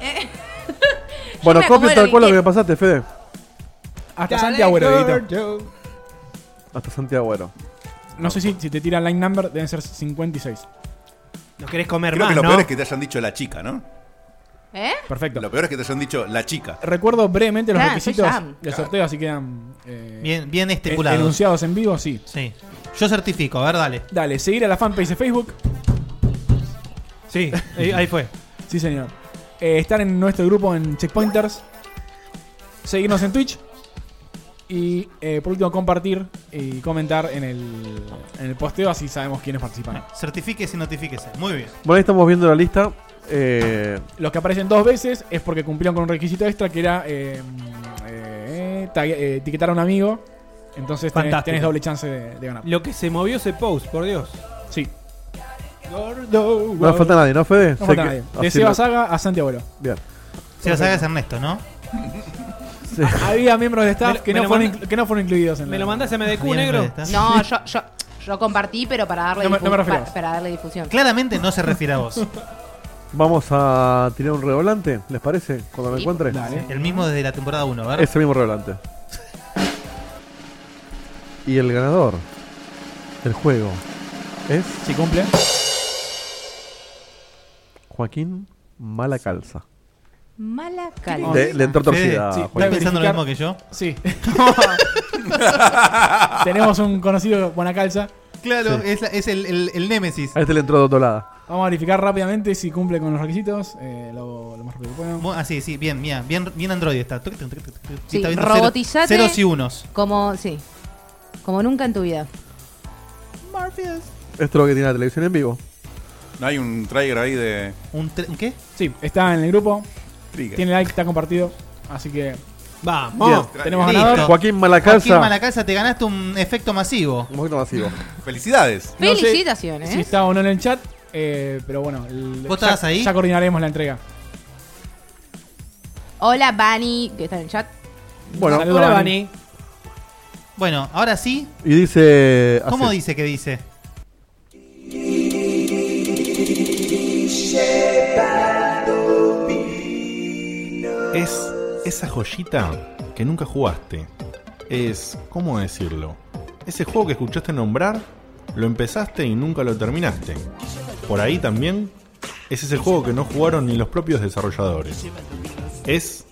Speaker 2: Eh, me acomodo
Speaker 3: copia
Speaker 2: lo
Speaker 3: tal
Speaker 2: que
Speaker 3: cual lo que
Speaker 2: quiera.
Speaker 3: me pasaste, Fede.
Speaker 1: Hasta
Speaker 6: Dale,
Speaker 1: Santi Agüero,
Speaker 6: Gordo.
Speaker 1: Dieguito.
Speaker 3: Hasta Santiago Agüero.
Speaker 1: No sé si, si te tira line number, deben ser 56.
Speaker 6: No querés comer
Speaker 5: Creo que lo peor es que te hayan dicho la chica, ¿no?
Speaker 2: ¿Eh?
Speaker 1: Perfecto.
Speaker 5: Lo peor es que te hayan dicho la chica.
Speaker 1: Recuerdo brevemente los
Speaker 2: Claro,
Speaker 1: requisitos
Speaker 2: Ah, soy Sam.
Speaker 1: del sorteo, así quedan eh,
Speaker 7: Bien, bien
Speaker 1: en-
Speaker 7: estipulados.
Speaker 1: enunciados en vivo, sí.
Speaker 7: Sí. Yo certifico, a ver, dale.
Speaker 1: Dale, seguir a la fanpage de Facebook.
Speaker 6: Sí, ahí ahí fue.
Speaker 1: Sí, señor. Eh, estar en nuestro grupo en Checkpointers. Seguirnos en Twitch. Y eh, por último, compartir y comentar en el, en el posteo, así sabemos quiénes participan.
Speaker 7: Certifíquese y notifíquese. Muy bien.
Speaker 3: Bueno, ahí estamos viendo la lista. Eh,
Speaker 1: Los que aparecen dos veces es porque cumplieron con un requisito extra que era eh, eh, tag- eh, etiquetar a un amigo. Entonces tenés,
Speaker 6: Fantástico.
Speaker 1: tenés doble chance de, de ganar.
Speaker 6: Lo que se movió ese post, por Dios.
Speaker 1: Sí.
Speaker 6: Gordo.
Speaker 3: no falta nadie, ¿no, Fede?
Speaker 1: No
Speaker 3: Sé
Speaker 1: falta
Speaker 3: que-
Speaker 1: nadie.
Speaker 3: así
Speaker 1: De Seba
Speaker 3: lo-
Speaker 1: Saga a Santiago.
Speaker 3: Bien.
Speaker 7: Se las hagas Ernesto, ¿no?
Speaker 1: Había miembros de staff
Speaker 6: Me lo-
Speaker 1: que
Speaker 6: me
Speaker 1: no,
Speaker 6: lo
Speaker 1: fueron,
Speaker 6: manda-
Speaker 1: inclu- que no fueron incluidos en
Speaker 6: ¿Me
Speaker 1: la-
Speaker 6: lo mandás a MDQ,
Speaker 7: Bien,
Speaker 6: negro?
Speaker 7: Ernesto.
Speaker 2: No, yo, yo, yo compartí, pero para darle,
Speaker 1: No me-
Speaker 2: difu-
Speaker 1: no me refiero.
Speaker 2: para, para darle difusión.
Speaker 7: Claramente no se refiere a vos.
Speaker 3: Vamos a tirar un redoblante, ¿les parece? Cuando lo
Speaker 2: Sí,
Speaker 3: encuentre.
Speaker 1: Dale.
Speaker 7: El mismo desde la temporada 1, ¿verdad?
Speaker 3: Ese mismo redoblante. Y el ganador del juego es
Speaker 1: Si cumple.
Speaker 3: Joaquín Malacalza.
Speaker 2: Mala
Speaker 6: Ah,
Speaker 2: calidad.
Speaker 3: Le, le entró
Speaker 7: Fede,
Speaker 3: torcida. a
Speaker 7: sí,
Speaker 3: Joaquín.
Speaker 7: ¿Estás pensando lo
Speaker 1: verificar.
Speaker 7: mismo que yo?
Speaker 1: Sí. Tenemos un conocido buena calza.
Speaker 7: Claro,
Speaker 6: eh.
Speaker 7: es, la- es el, el, el Némesis.
Speaker 3: A este le entró dotolada.
Speaker 1: Vamos a verificar rápidamente si cumple con los requisitos. Eh, lo, hago lo más rápido que puedo.
Speaker 7: Bueno, Ah, sí, sí, bien, mira, bien, bien Android está. Tuc, tuc, tuc, tuc, tuc.
Speaker 2: Sí,
Speaker 7: Está viendo cero-
Speaker 2: robotizate.
Speaker 7: Ceros y unos.
Speaker 2: Como, sí. Como nunca en tu vida.
Speaker 3: Esto es lo que tiene la televisión en vivo.
Speaker 5: ¿No hay un trailer ahí de
Speaker 7: ¿Un tre- un qué?
Speaker 1: Sí, está en el grupo.
Speaker 5: Trigger?
Speaker 1: Tiene like, está compartido. Así que
Speaker 6: Vamos.
Speaker 1: tenemos
Speaker 7: Listo.
Speaker 1: ganador.
Speaker 3: Joaquín
Speaker 7: Joaquín
Speaker 3: Malacalza.
Speaker 7: Malacalza, te ganaste un efecto masivo.
Speaker 3: Un poquito masivo.
Speaker 5: ¡Felicidades!
Speaker 1: No sé
Speaker 2: Felicitaciones.
Speaker 1: Si está o no en el chat. eh, pero bueno, el-
Speaker 7: ¿Vos
Speaker 1: ya-
Speaker 7: estabas ahí?
Speaker 1: ya coordinaremos la entrega.
Speaker 2: Hola, Bani, que está en el chat.
Speaker 3: Bueno,
Speaker 1: Saludos,
Speaker 6: Hola,
Speaker 1: Bani.
Speaker 6: Bani.
Speaker 7: Bueno, ahora sí.
Speaker 3: y dice.
Speaker 7: ¿Cómo
Speaker 3: así.
Speaker 7: dice que dice?
Speaker 11: Es esa joyita que nunca jugaste. Es, ¿cómo decirlo? Ese juego que escuchaste nombrar, lo empezaste y nunca lo terminaste. Por ahí también es ese juego que no jugaron ni los propios desarrolladores. Es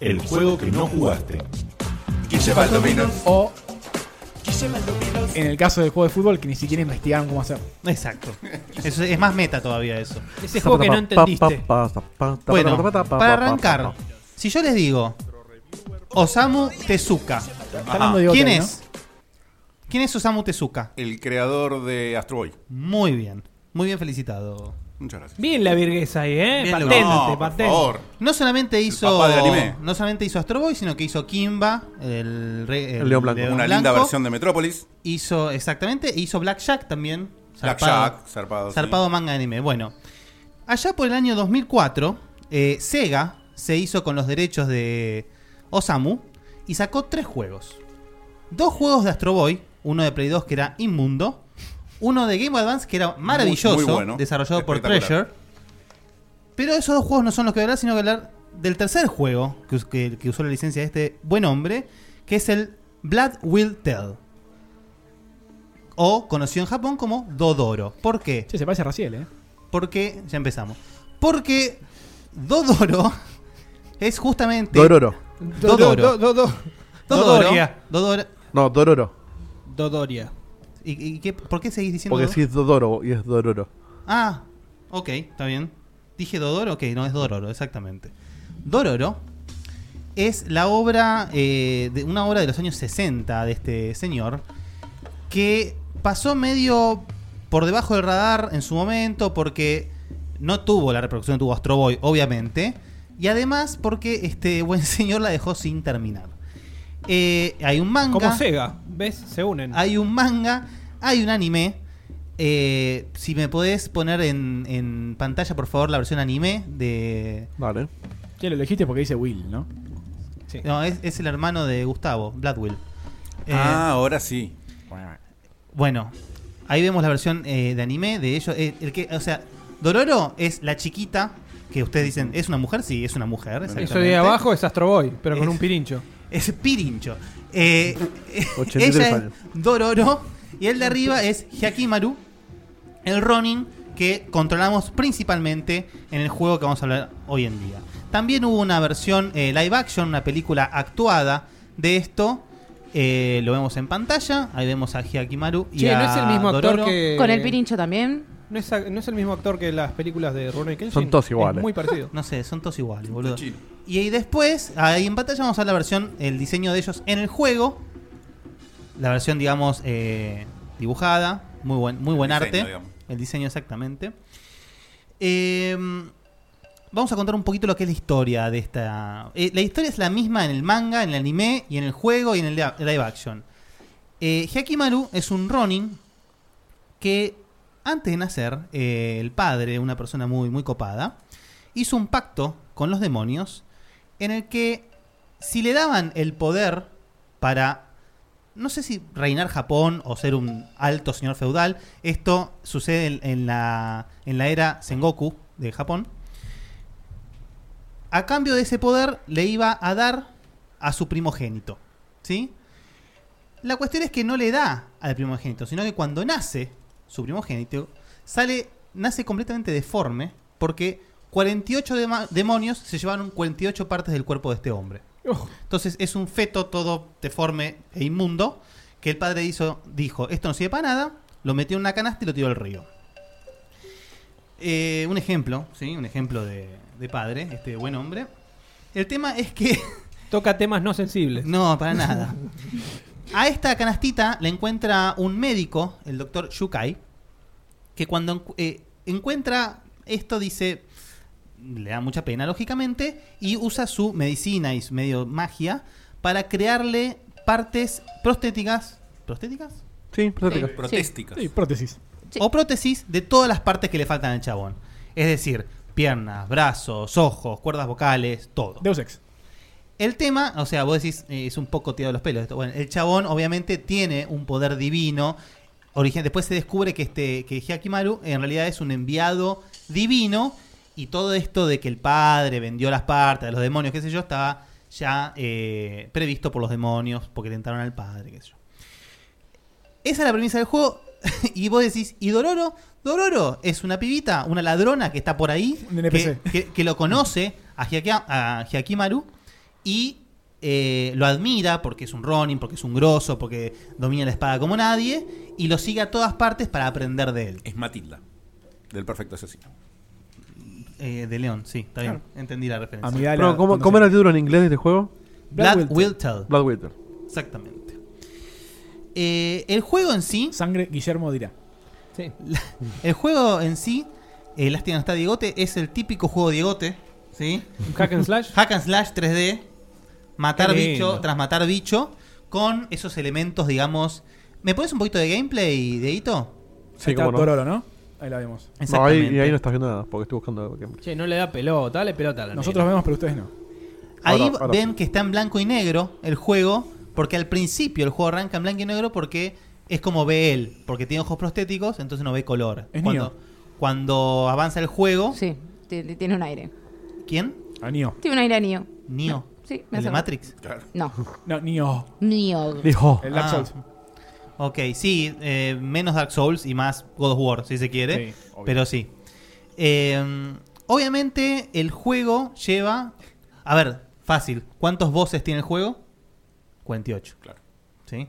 Speaker 11: el juego que no jugaste.
Speaker 1: O en el caso del juego de fútbol, que ni siquiera investigaron cómo hacer.
Speaker 7: Exacto. Eso es, es más meta todavía eso.
Speaker 6: Ese juego que no entendiste.
Speaker 7: Bueno, para arrancar, si yo les digo Osamu Tezuka,
Speaker 1: Está hablando de
Speaker 7: ¿quién
Speaker 1: Goten, ¿no?
Speaker 7: es? ¿Quién es Osamu Tezuka?
Speaker 5: El creador de Astro Boy.
Speaker 7: Muy bien, muy bien felicitado.
Speaker 5: Muchas gracias.
Speaker 6: Bien la virgueza ahí, ¿eh?
Speaker 7: Bien,
Speaker 6: Paténtate,
Speaker 5: No, por
Speaker 6: paténtate.
Speaker 5: favor.
Speaker 7: No solamente hizo
Speaker 5: papá del anime.
Speaker 7: no solamente hizo Astro Boy, sino que hizo Kimba, el, re-
Speaker 3: El León Blanco.
Speaker 5: Una linda
Speaker 7: Blanco.
Speaker 5: versión de Metrópolis.
Speaker 7: Hizo exactamente, e hizo Black Jack también.
Speaker 5: Black
Speaker 7: Zarpado.
Speaker 5: Jack, zarpado. sí.
Speaker 7: Zarpado manga anime. Bueno, allá por el año 2004, eh, Sega se hizo con los derechos de Osamu y sacó tres juegos. Dos juegos de Astro Boy, uno de Play 2 que era inmundo, uno de Game Boy Advance que era maravilloso,
Speaker 5: Muy- muy bueno.
Speaker 7: desarrollado por
Speaker 5: Espectacular.
Speaker 7: Treasure. Pero esos dos juegos no son los que voy a hablar, sino que voy a hablar del tercer juego que, us- que- que usó la licencia de este buen hombre, que es el Blood Will Tell. O conocido en Japón como Dodoro. ¿Por qué?
Speaker 1: se parece a Raciel, ¿eh?
Speaker 7: Porque, ya empezamos. Porque Dodoro es justamente.
Speaker 3: Dororo.
Speaker 7: Dodoro.
Speaker 6: Do- do- do- do-
Speaker 7: Dodoro.
Speaker 6: Dodoria.
Speaker 7: Dodora-
Speaker 3: No, Dororo.
Speaker 6: Dodoria.
Speaker 7: ¿Y, y qué- por qué seguís diciendo
Speaker 3: Porque
Speaker 7: Dodoro?
Speaker 3: sí es Dodoro y es Dororo.
Speaker 7: Ah, ok, está bien. Dije Dodoro, ok, no es Dororo, exactamente. Dororo es la obra, eh, de una obra de los años 60 de este señor, que pasó medio por debajo del radar en su momento porque no tuvo la reproducción que tuvo Astro Boy, obviamente, y además porque este buen señor la dejó sin terminar. Eh, hay un manga.
Speaker 6: Como Sega, ¿ves? Se unen.
Speaker 7: Hay un manga, hay un anime. Eh, si me podés poner en, en pantalla, por favor, la versión anime de.
Speaker 3: Vale.
Speaker 1: Ya lo elegiste porque dice Will, ¿no?
Speaker 7: No, es, es el hermano de Gustavo, Bloodwill. Eh,
Speaker 5: ah, ahora sí.
Speaker 7: Bueno, ahí vemos la versión eh, de anime de ellos. Eh, el que, o sea, Dororo es la chiquita que ustedes dicen, ¿es una mujer? Sí, es una mujer.
Speaker 6: Eso de
Speaker 7: exactamente.
Speaker 6: abajo es Astro Boy, pero con
Speaker 7: Es-
Speaker 6: un pirincho.
Speaker 7: Es pirincho. Eh,
Speaker 6: 83
Speaker 7: ella es
Speaker 6: años.
Speaker 7: Dororo y el de arriba es Hyakimaru, el Ronin que controlamos principalmente en el juego que vamos a hablar hoy en día. También hubo una versión eh, live action, una película actuada de esto. Eh, lo vvemos en pantalla. Ahí vemos a Hyakimaru y
Speaker 6: Che,
Speaker 7: a
Speaker 6: ¿no es el mismo actor
Speaker 7: Dororo.
Speaker 6: que-
Speaker 2: Con el pirincho también.
Speaker 6: No es, no es el mismo actor que las películas de Rurouni Kenshin.
Speaker 7: Son todos
Speaker 6: Es
Speaker 7: iguales.
Speaker 6: muy parecido.
Speaker 7: No sé, son todos iguales, boludo. Y ahí después, ahí en pantalla vamos a ver la versión, el diseño de ellos en el juego. La versión, digamos, eh, dibujada. Muy buen, muy buen
Speaker 5: diseño,
Speaker 7: arte.
Speaker 5: digamos.
Speaker 7: El diseño exactamente. Eh, vamos a contar un poquito lo que es la historia de esta... eh, la historia es la misma en el manga, en el anime, y en el juego, y en el lia- live action. Eh, Hyakimaru es un Ronin que antes de nacer, eh, el padre, una persona muy, muy copada, hizo un pacto con los demonios en el que si le daban el poder para, no sé si reinar Japón o ser un alto señor feudal, esto sucede en, en la, en la era Sengoku de Japón, a cambio de ese poder le iba a dar a su primogénito, ¿sí? La cuestión es que no le da al primogénito, sino que cuando nace su primogénito, sale, nace completamente deforme porque 48 dema- demonios se llevaron 48 partes del cuerpo de este hombre.
Speaker 6: Oh.
Speaker 7: Entonces es un feto todo deforme e inmundo que el padre hizo, dijo, esto no sirve para nada, lo metió en una canasta y lo tiró al río. Eh, un ejemplo, ¿sí? Un ejemplo de, de padre, este buen hombre. El tema es que...
Speaker 6: Toca temas no sensibles.
Speaker 7: No, para nada. A esta canastita la encuentra un médico, el doctor Shukai, que cuando encu- eh, encuentra esto dice, le da mucha pena, lógicamente, y usa su medicina y su medio magia para crearle partes prostéticas. ¿Prostéticas?
Speaker 3: Sí,
Speaker 5: prostéticas. Sí, Protésticas. sí,
Speaker 1: prótesis.
Speaker 7: O prótesis de todas las partes que le faltan al chabón. Es decir, piernas, brazos, ojos, cuerdas vocales, todo.
Speaker 1: Deus Ex.
Speaker 7: El tema, o sea, vos decís, eh, es un poco tirado de los pelos esto. Bueno, el chabón obviamente tiene un poder divino. Origen, después se descubre que este que Hyakimaru en realidad es un enviado divino y todo esto de que el padre vendió las partes a los demonios, qué sé yo, estaba ya eh, previsto por los demonios porque tentaron al padre, qué sé yo. Esa es la premisa del juego y vos decís, ¿y Dororo? Dororo es una pibita, una ladrona que está por ahí,
Speaker 1: Un
Speaker 7: que,
Speaker 1: NPC.
Speaker 7: que- que lo conoce a, Hyakia- a Hyakimaru y eh, lo admira porque es un Ronin, porque es un grosso, porque domina la espada como nadie y lo sigue a todas partes para aprender de él.
Speaker 5: Es Matilda, del perfecto asesino.
Speaker 7: Eh, de León, sí, está bien. Entendí la referencia.
Speaker 3: Pero, ¿cómo, cómo era el título en inglés de este juego?
Speaker 7: Blood Blood Will Will Tell. Tell.
Speaker 3: Blood Will Tell.
Speaker 7: Exactamente. Eh, el juego en sí.
Speaker 1: Sangre Guillermo dirá.
Speaker 7: La- el juego en sí, eh, lástima no está Diegote, es el típico juego Diegote. ¿sí?
Speaker 6: Hack and slash.
Speaker 7: Hack and slash 3D. Matar
Speaker 6: Qué lindo.
Speaker 7: bicho tras matar bicho. Con esos elementos, digamos. ¿Me pones un poquito de gameplay, Deito?
Speaker 3: Sí,
Speaker 1: Está
Speaker 3: cómo no.
Speaker 1: Dororo, ¿no? Ahí la vemos.
Speaker 3: No, ahí, y ahí no estás viendo nada, porque estoy buscando algo que-
Speaker 6: Che, no le da pelota, dale pelota a la
Speaker 1: Nosotros vemos, pero ustedes no.
Speaker 7: Ahí
Speaker 1: Ahora- ahora
Speaker 7: ven que está en blanco y negro el juego, porque al principio el juego arranca en blanco y negro porque es como ve él, porque tiene ojos prostéticos, entonces no ve color.
Speaker 2: Es
Speaker 7: cuando, cuando avanza el juego.
Speaker 2: Sí, tiene, tiene un aire.
Speaker 7: ¿Quién?
Speaker 1: A Neo.
Speaker 2: Tiene un aire a Neo.
Speaker 7: Neo.
Speaker 2: Sí, me
Speaker 7: ¿El de
Speaker 2: hace-
Speaker 7: Matrix?
Speaker 2: No.
Speaker 1: No, Neo.
Speaker 2: Neo.
Speaker 1: Dijo. El Dark
Speaker 7: Ah.
Speaker 1: Souls.
Speaker 7: Ok, sí, eh, menos Dark Souls y más God of War, si se quiere.
Speaker 1: Sí, obvio.
Speaker 7: pero sí. Eh, obviamente, el juego lleva. A ver, fácil. ¿Cuántos voces tiene el juego? 48. Claro. ¿Sí?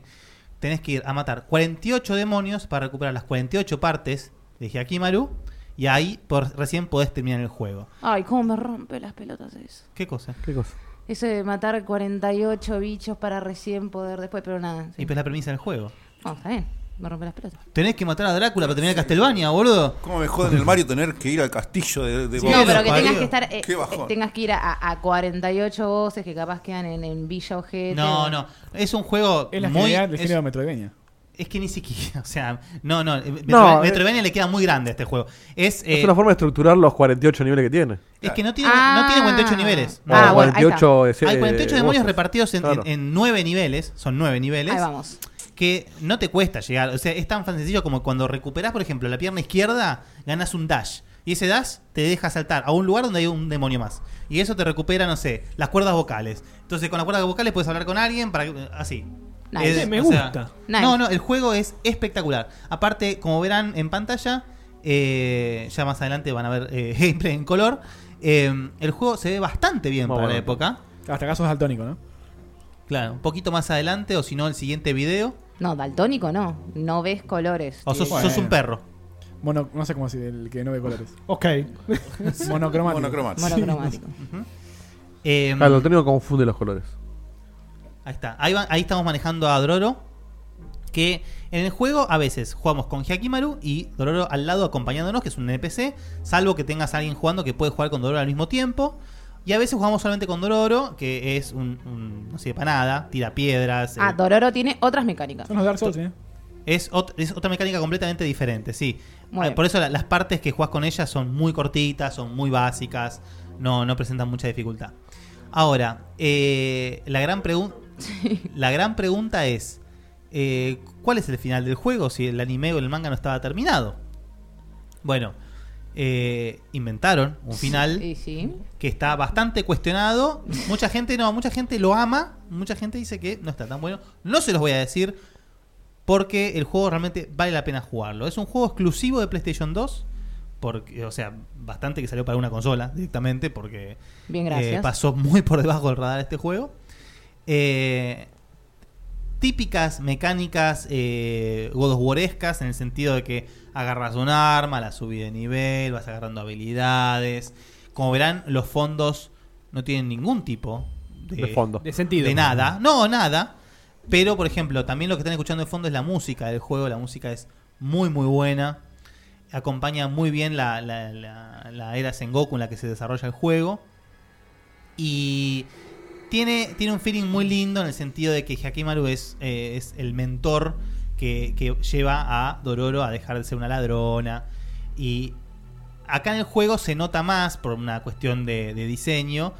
Speaker 7: Tenés que ir a matar 48 demonios para recuperar las 48 partes de Hyakimaru. Y ahí por, recién podés terminar el juego.
Speaker 2: Ah. Ay, cómo me rompe las pelotas eso.
Speaker 7: ¿Qué cosa? ¿Qué cosa?
Speaker 2: Eso de matar 48 bichos para recién poder después, pero nada.
Speaker 7: Y pues la premisa del juego.
Speaker 2: No, está bien. Me rompe las pelotas.
Speaker 7: Tenés que matar a Drácula para terminar Castlevania, boludo.
Speaker 5: ¿Cómo me joden el Mario tener que ir al castillo de, de
Speaker 7: Sí,
Speaker 5: Bob?
Speaker 2: No, pero que
Speaker 7: parió.
Speaker 2: tengas que estar. eh,
Speaker 5: Qué bajón.
Speaker 2: eh, tengas que ir a, a 48 voces que capaz quedan en, en Villa Ojete.
Speaker 7: No, no. Es un juego
Speaker 1: Es la
Speaker 7: muy.
Speaker 1: generalidad del
Speaker 7: es-
Speaker 1: género Metroidvania. eh,
Speaker 7: Es que ni siquiera, o sea, no, no, Metroid-
Speaker 3: No,
Speaker 7: Metroidvania, le queda muy grande a este juego. Es, eh,
Speaker 3: es una forma de estructurar los 48 niveles que tiene.
Speaker 7: es que no tiene,
Speaker 2: Ah.
Speaker 7: no tiene 48 niveles.
Speaker 3: Ah,
Speaker 7: No.
Speaker 3: bueno, ahí 48 está.
Speaker 7: Hay 48
Speaker 3: eh,
Speaker 7: demonios
Speaker 3: voces.
Speaker 7: repartidos en,
Speaker 3: Claro.
Speaker 7: en, 9 niveles, son 9 niveles.
Speaker 2: Ahí vamos.
Speaker 7: Que no te cuesta llegar, o sea, es tan fan sencillo como cuando recuperas, por ejemplo, la pierna izquierda, ganas un dash. Y ese dash te deja saltar a un lugar donde hay un demonio más. Y eso te recupera, no sé, las cuerdas vocales. Entonces, con las cuerdas vocales puedes hablar con alguien para que- así.
Speaker 6: Nice.
Speaker 7: Eh,
Speaker 6: Me
Speaker 7: o sea,
Speaker 6: gusta.
Speaker 7: No, no, el juego es espectacular. Aparte, como verán en pantalla, eh, ya más adelante van a ver eh, gameplay en color. eh, el juego se ve bastante bien
Speaker 1: Muy
Speaker 7: para la
Speaker 1: bueno.
Speaker 7: época.
Speaker 1: Hasta acá sos daltónico, ¿no?
Speaker 7: Claro, un poquito más adelante, o si no, el siguiente video.
Speaker 2: No, daltónico no. No ves colores.
Speaker 7: O sos, sos un perro.
Speaker 1: Mono, no sé cómo decir, el que no ve colores.
Speaker 6: Ok.
Speaker 1: Monocromático.
Speaker 2: Monocromático. Monocromático.
Speaker 7: Eh,
Speaker 3: Claro, lo técnico confunde los colores.
Speaker 7: Ahí está. Ahí, va- ahí estamos manejando a Dororo. Que en el juego a veces jugamos con Hyakimaru y Dororo al lado acompañándonos, que es un NPC. Salvo que tengas a alguien jugando que puede jugar con Dororo al mismo tiempo. Y a veces jugamos solamente con Dororo, que es un. un- no sirve para nada, tira piedras.
Speaker 2: Ah,
Speaker 7: eh,
Speaker 2: Dororo tiene otras mecánicas.
Speaker 1: Son los Dark Souls, ¿eh?
Speaker 7: es, ot- es otra mecánica completamente diferente, sí.
Speaker 2: Muy
Speaker 7: Ah,
Speaker 2: bien.
Speaker 7: Por eso la- las partes que jugás con ella son muy cortitas, son muy básicas, no, no presentan mucha dificultad. Ahora, eh, la, gran pregun- la gran pregunta es, eh, ¿cuál es el final del juego si el anime o el manga no estaba terminado? Bueno, eh, inventaron un final
Speaker 2: Sí, sí.
Speaker 7: que está bastante cuestionado. Mucha gente no, mucha gente lo ama, mucha gente dice que no está tan bueno. No se los voy a decir porque el juego realmente vale la pena jugarlo. Es un juego exclusivo de PlayStation 2, porque, o sea, bastante que salió para una consola directamente porque
Speaker 2: Bien, gracias.
Speaker 7: eh, pasó muy por debajo del radar este juego. Eh, típicas mecánicas eh, God of Warescas en el sentido de que agarras un arma, la subís de nivel, vas agarrando habilidades. Como verán, los fondos no tienen ningún tipo de,
Speaker 3: De fondo.
Speaker 6: De sentido.
Speaker 7: de nada. No, nada. Pero, por ejemplo, también lo que están escuchando de fondo es la música del juego. La música es muy, muy buena. Acompaña muy bien la, la- la- la era Sengoku en la que se desarrolla el juego. Y tiene, tiene un feeling muy lindo en el sentido de que Hakimaru es, eh, es el mentor que, que lleva a Dororo a dejar de ser una ladrona. Y acá en el juego se nota más por una cuestión de, de diseño,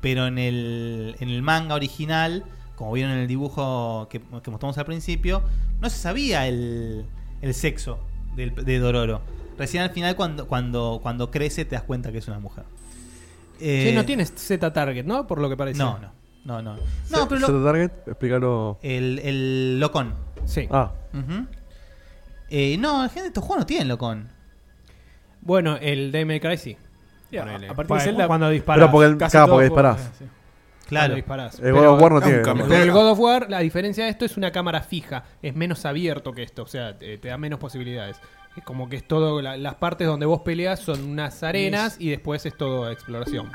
Speaker 7: pero en el, en el manga original, como vieron en el dibujo que, que mostramos al principio, no se sabía el, el sexo del- de Dororo. Recién al final, cuando, cuando, cuando crece, te das cuenta que es una mujer.
Speaker 6: Sí,
Speaker 7: Eh,
Speaker 6: no tienes Z target, ¿no? Por lo que parece.
Speaker 7: No, no. No, no.
Speaker 3: Se-
Speaker 7: No, pero
Speaker 3: Set
Speaker 7: lo- Eh,
Speaker 3: target, explícalo.
Speaker 7: el, el Locón.
Speaker 6: Sí.
Speaker 3: Ah,
Speaker 7: Ujú. Eh, no, la gente de estos juegos no tienen Locón.
Speaker 6: Bueno, el DMC Cry sí.
Speaker 1: Sí, a-
Speaker 6: Ponele.
Speaker 1: a partir de
Speaker 6: Bueno,
Speaker 1: Zelda-
Speaker 6: cuando disparas.
Speaker 3: pero porque el,
Speaker 1: Casi
Speaker 3: claro,
Speaker 1: todo
Speaker 3: porque
Speaker 1: juego-
Speaker 3: disparás.
Speaker 1: sí.
Speaker 7: Claro.
Speaker 6: disparás.
Speaker 3: El God of War no tiene.
Speaker 5: Nunca me
Speaker 6: Pero el
Speaker 5: Pega.
Speaker 6: God of War, la diferencia de esto es una cámara fija, es menos abierto que esto, o sea, te, te da menos posibilidades. Es como que es todo, la- las partes donde vos peleas son unas arenas y después es todo exploración.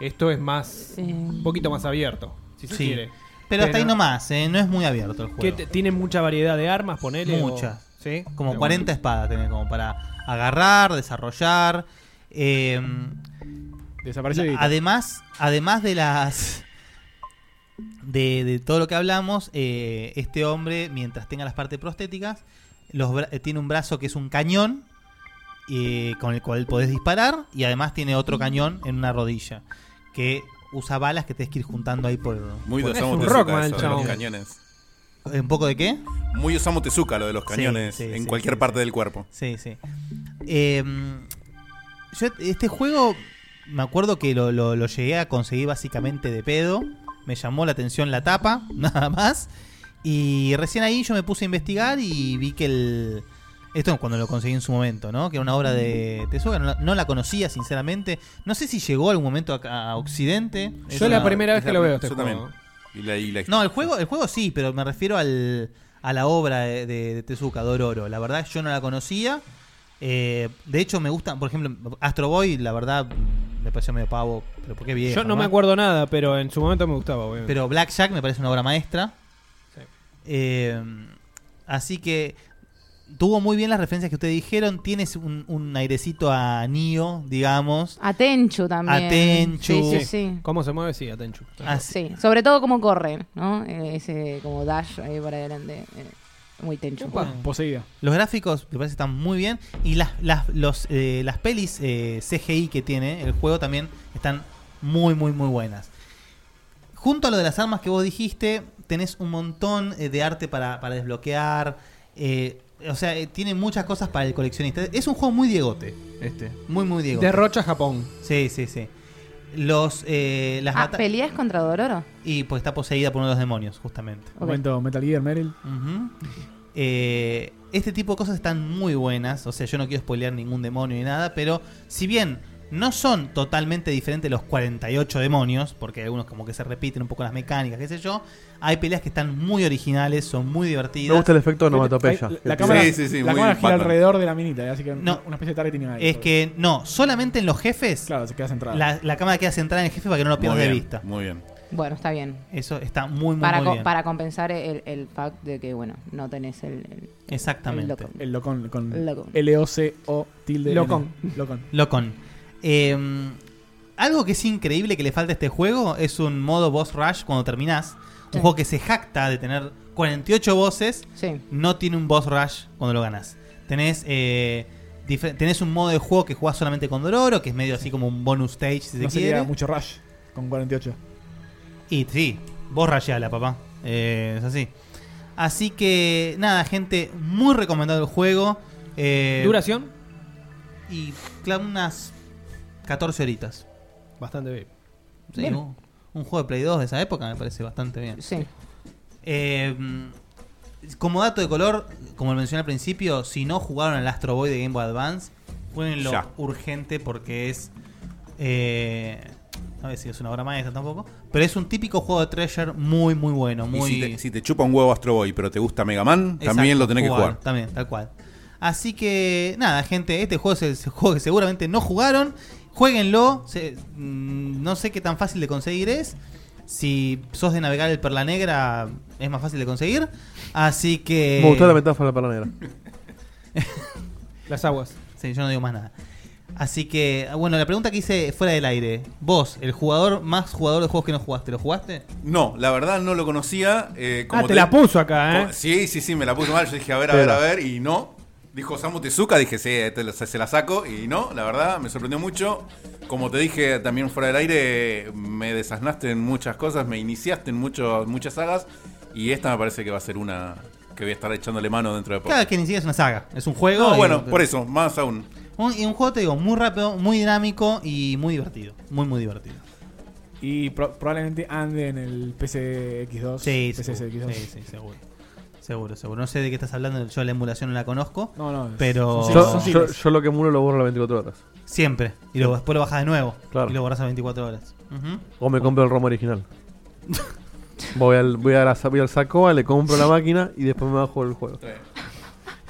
Speaker 6: Esto es más, un poquito más abierto, si se
Speaker 7: Sí.
Speaker 6: quiere.
Speaker 7: Pero hasta ahí
Speaker 6: Pero-
Speaker 7: nomás, eh, no es muy abierto el
Speaker 6: Que
Speaker 7: juego.
Speaker 6: te- tiene mucha variedad de armas, ponele. o-
Speaker 7: Muchas.
Speaker 6: ¿sí?
Speaker 7: Como
Speaker 6: Pero
Speaker 7: 40 espadas tenés como para agarrar, desarrollar. eh,
Speaker 1: Desapareció
Speaker 7: la-
Speaker 1: y-
Speaker 7: además, además de las. De, de todo lo que hablamos, eh, este hombre, mientras tenga las partes prostéticas, los bra- eh, tiene un brazo que es un cañón eh, con el cual podés disparar y además tiene otro cañón en una rodilla que usa balas que tenés que ir juntando ahí por...
Speaker 5: Muy
Speaker 7: por-
Speaker 5: de Osamu
Speaker 6: un
Speaker 5: Tezuka
Speaker 6: Rockman,
Speaker 5: eso de
Speaker 6: chabón.
Speaker 5: los cañones.
Speaker 7: ¿Un poco de qué?
Speaker 5: Muy Osamu Tezuka, lo de los cañones
Speaker 7: sí,
Speaker 5: en
Speaker 7: sí,
Speaker 5: cualquier
Speaker 7: sí,
Speaker 5: parte
Speaker 7: sí.
Speaker 5: del cuerpo.
Speaker 7: Sí, sí. Eh, yo este juego me acuerdo que lo, lo- lo llegué a conseguir básicamente de pedo. Me llamó la atención la tapa, nada más. Y recién ahí yo me puse a investigar y vi que el... Esto es cuando lo conseguí en su momento, ¿no? Que era una obra de Tezuka. No la, no la conocía, sinceramente. No sé si llegó algún momento acá a Occidente. Es
Speaker 6: la
Speaker 7: una-
Speaker 6: primera vez
Speaker 7: es
Speaker 6: que
Speaker 7: la
Speaker 6: lo
Speaker 7: prim-
Speaker 6: veo este
Speaker 5: Yo también. Y la, y la-
Speaker 7: no, el juego, el juego sí, pero me refiero al, a la obra de, de- de Tezuka, Dororo. La verdad, yo no la conocía. Eh, de hecho, me gustan, por ejemplo, Astro Boy, la verdad, me pareció medio pavo, pero porque bien.
Speaker 6: Yo no me acuerdo nada, pero en su momento me gustaba, obviamente.
Speaker 7: Pero Blackjack me parece una obra maestra. Eh, así que tuvo muy bien las referencias que ustedes dijeron. Tienes un, un airecito a Nio, digamos.
Speaker 2: A Tenchu también.
Speaker 7: A Tenchu.
Speaker 2: Sí, sí, sí.
Speaker 6: ¿Cómo se mueve? Sí, Atenchu.
Speaker 7: Ah,
Speaker 2: Sí, sobre todo cómo corren, ¿no? Eh, Ese como dash ahí para adelante. eh, Muy Tenchu.
Speaker 1: Poseída.
Speaker 7: Los gráficos me parece que están muy bien. Y las, las, los, eh, las pelis eh, CGI que tiene el juego también están muy, muy, muy buenas. Junto a lo de las armas que vos dijiste, tenés un montón eh, de arte para, para desbloquear. eh, o sea, eh, tiene muchas cosas para el coleccionista. Es un juego muy diegote, este. Muy, muy diegote.
Speaker 6: Derrocha Japón.
Speaker 7: Sí, sí, sí. Los, eh, las
Speaker 2: Ah,
Speaker 7: bata-
Speaker 2: ¿peleas contra Dororo?
Speaker 7: Y pues está poseída por uno de los demonios, justamente.
Speaker 1: Momento Metal Gear Meryl.
Speaker 7: Ujú. Eh, este tipo de cosas están muy buenas. O sea, yo no quiero spoilear ningún demonio ni nada, pero si bien no son totalmente diferentes los 48 demonios, porque algunos como que se repiten un poco las mecánicas, qué sé yo, hay peleas que están muy originales, son muy divertidas.
Speaker 3: Me gusta el efecto onomatopeya.
Speaker 1: La, la cámara, la cámara gira
Speaker 7: Batman.
Speaker 1: alrededor de la minita, ¿eh? así que
Speaker 7: No.
Speaker 1: una especie de targeting ahí.
Speaker 7: Es que no, solamente en los jefes.
Speaker 1: Claro, se queda centrada.
Speaker 7: La, la cámara queda centrada en el jefe para que no lo pierdas de
Speaker 5: bien,
Speaker 7: vista.
Speaker 5: Muy bien.
Speaker 2: Bueno, está bien.
Speaker 7: Eso está muy, muy,
Speaker 2: para,
Speaker 7: muy
Speaker 2: co-
Speaker 7: bien.
Speaker 2: para compensar el, el fact de que, bueno, no tenés el. el-
Speaker 7: Exactamente.
Speaker 2: el loco.
Speaker 1: El locón con
Speaker 2: Locón.
Speaker 1: L-O-C-O tilde. N.
Speaker 6: Locón.
Speaker 1: Locón.
Speaker 7: Locón. Eh, algo que es increíble que le falta a este juego es un modo boss rush cuando terminás. Un
Speaker 2: Sí.
Speaker 7: juego que se jacta de tener 48 bosses.
Speaker 2: Sí.
Speaker 7: No tiene un boss rush cuando lo ganas. Tenés, eh, dife- tenés un modo de juego que jugás solamente con Dororo, que es medio así como un bonus stage, si
Speaker 1: No
Speaker 7: se
Speaker 1: sería
Speaker 7: quiere.
Speaker 1: mucho Rush con 48.
Speaker 7: Y sí, vos rayala, papá. Eh, es así. Así que, nada, gente, muy recomendado el juego. Eh,
Speaker 6: ¿Duración?
Speaker 7: Y claro, unas 14 horitas.
Speaker 6: Bastante bien.
Speaker 7: Sí,
Speaker 6: Bien.
Speaker 7: un, un juego de Play 2 de esa época me parece bastante bien.
Speaker 2: Sí.
Speaker 7: Eh, como dato de color, como lo mencioné al principio, si no jugaron al Astro Boy de Game Boy Advance, jueguenlo
Speaker 5: Ya.
Speaker 7: urgente porque es. eh, no sé si es una obra maestra tampoco, pero es un típico juego de Treasure muy, muy bueno.
Speaker 5: Y
Speaker 7: Muy,
Speaker 5: si, te, si te chupa un huevo Astro Boy, pero te gusta Mega Man, también
Speaker 7: Exacto,
Speaker 5: lo tenés que
Speaker 7: jugalo,
Speaker 5: jugar.
Speaker 7: También, tal cual. Así que, nada, gente, este juego es el juego que seguramente no jugaron. Jueguenlo. se- mm, no sé qué tan fácil de conseguir es. Si sos de navegar el Perla Negra, es más fácil de conseguir. Así que.
Speaker 3: Me gustó la metáfora para la negra.
Speaker 6: Las aguas.
Speaker 7: Sí, yo no digo más nada. Así que, bueno, la pregunta que hice fuera del aire. Vos, el jugador más jugador de juegos que no jugaste, ¿lo jugaste?
Speaker 5: No, la verdad no lo conocía. eh, como
Speaker 7: Ah, te la puso acá, ¿eh?
Speaker 5: como- sí, sí, sí, me la puso mal. Yo dije, a ver, a ver,
Speaker 7: Espera.
Speaker 5: a ver, y no. Dijo Samu Tezuka, dije, sí, te la- se la saco. Y no, la verdad, me sorprendió mucho. Como te dije también fuera del aire, me desasnaste en muchas cosas, me iniciaste en mucho- muchas sagas. Y esta me parece que va a ser una que voy a estar echándole mano dentro de poco.
Speaker 7: Claro, que ni siquiera es una saga, es un juego.
Speaker 5: No,
Speaker 7: y-
Speaker 5: bueno, por eso, más aún.
Speaker 7: Un, y un juego, te digo, muy rápido, muy dinámico y muy divertido. Muy, muy divertido.
Speaker 1: Y pro- probablemente ande en el PCX2.
Speaker 7: Sí,
Speaker 1: PCSX2.
Speaker 7: seguro. Sí, sí, seguro. Seguro, seguro. No sé de qué estás hablando, yo la emulación no la conozco.
Speaker 1: No, no, es-
Speaker 7: Pero
Speaker 1: son
Speaker 3: Yo, yo- yo lo que mulo lo borro a las 24 horas.
Speaker 7: siempre. Y luego, después lo bajas de nuevo.
Speaker 3: Claro.
Speaker 7: Y lo borras a 24 horas. Ujú.
Speaker 3: O me compro el ROM original. voy, al, voy, a la, voy al Sacoa, le compro la máquina y después me bajo el juego.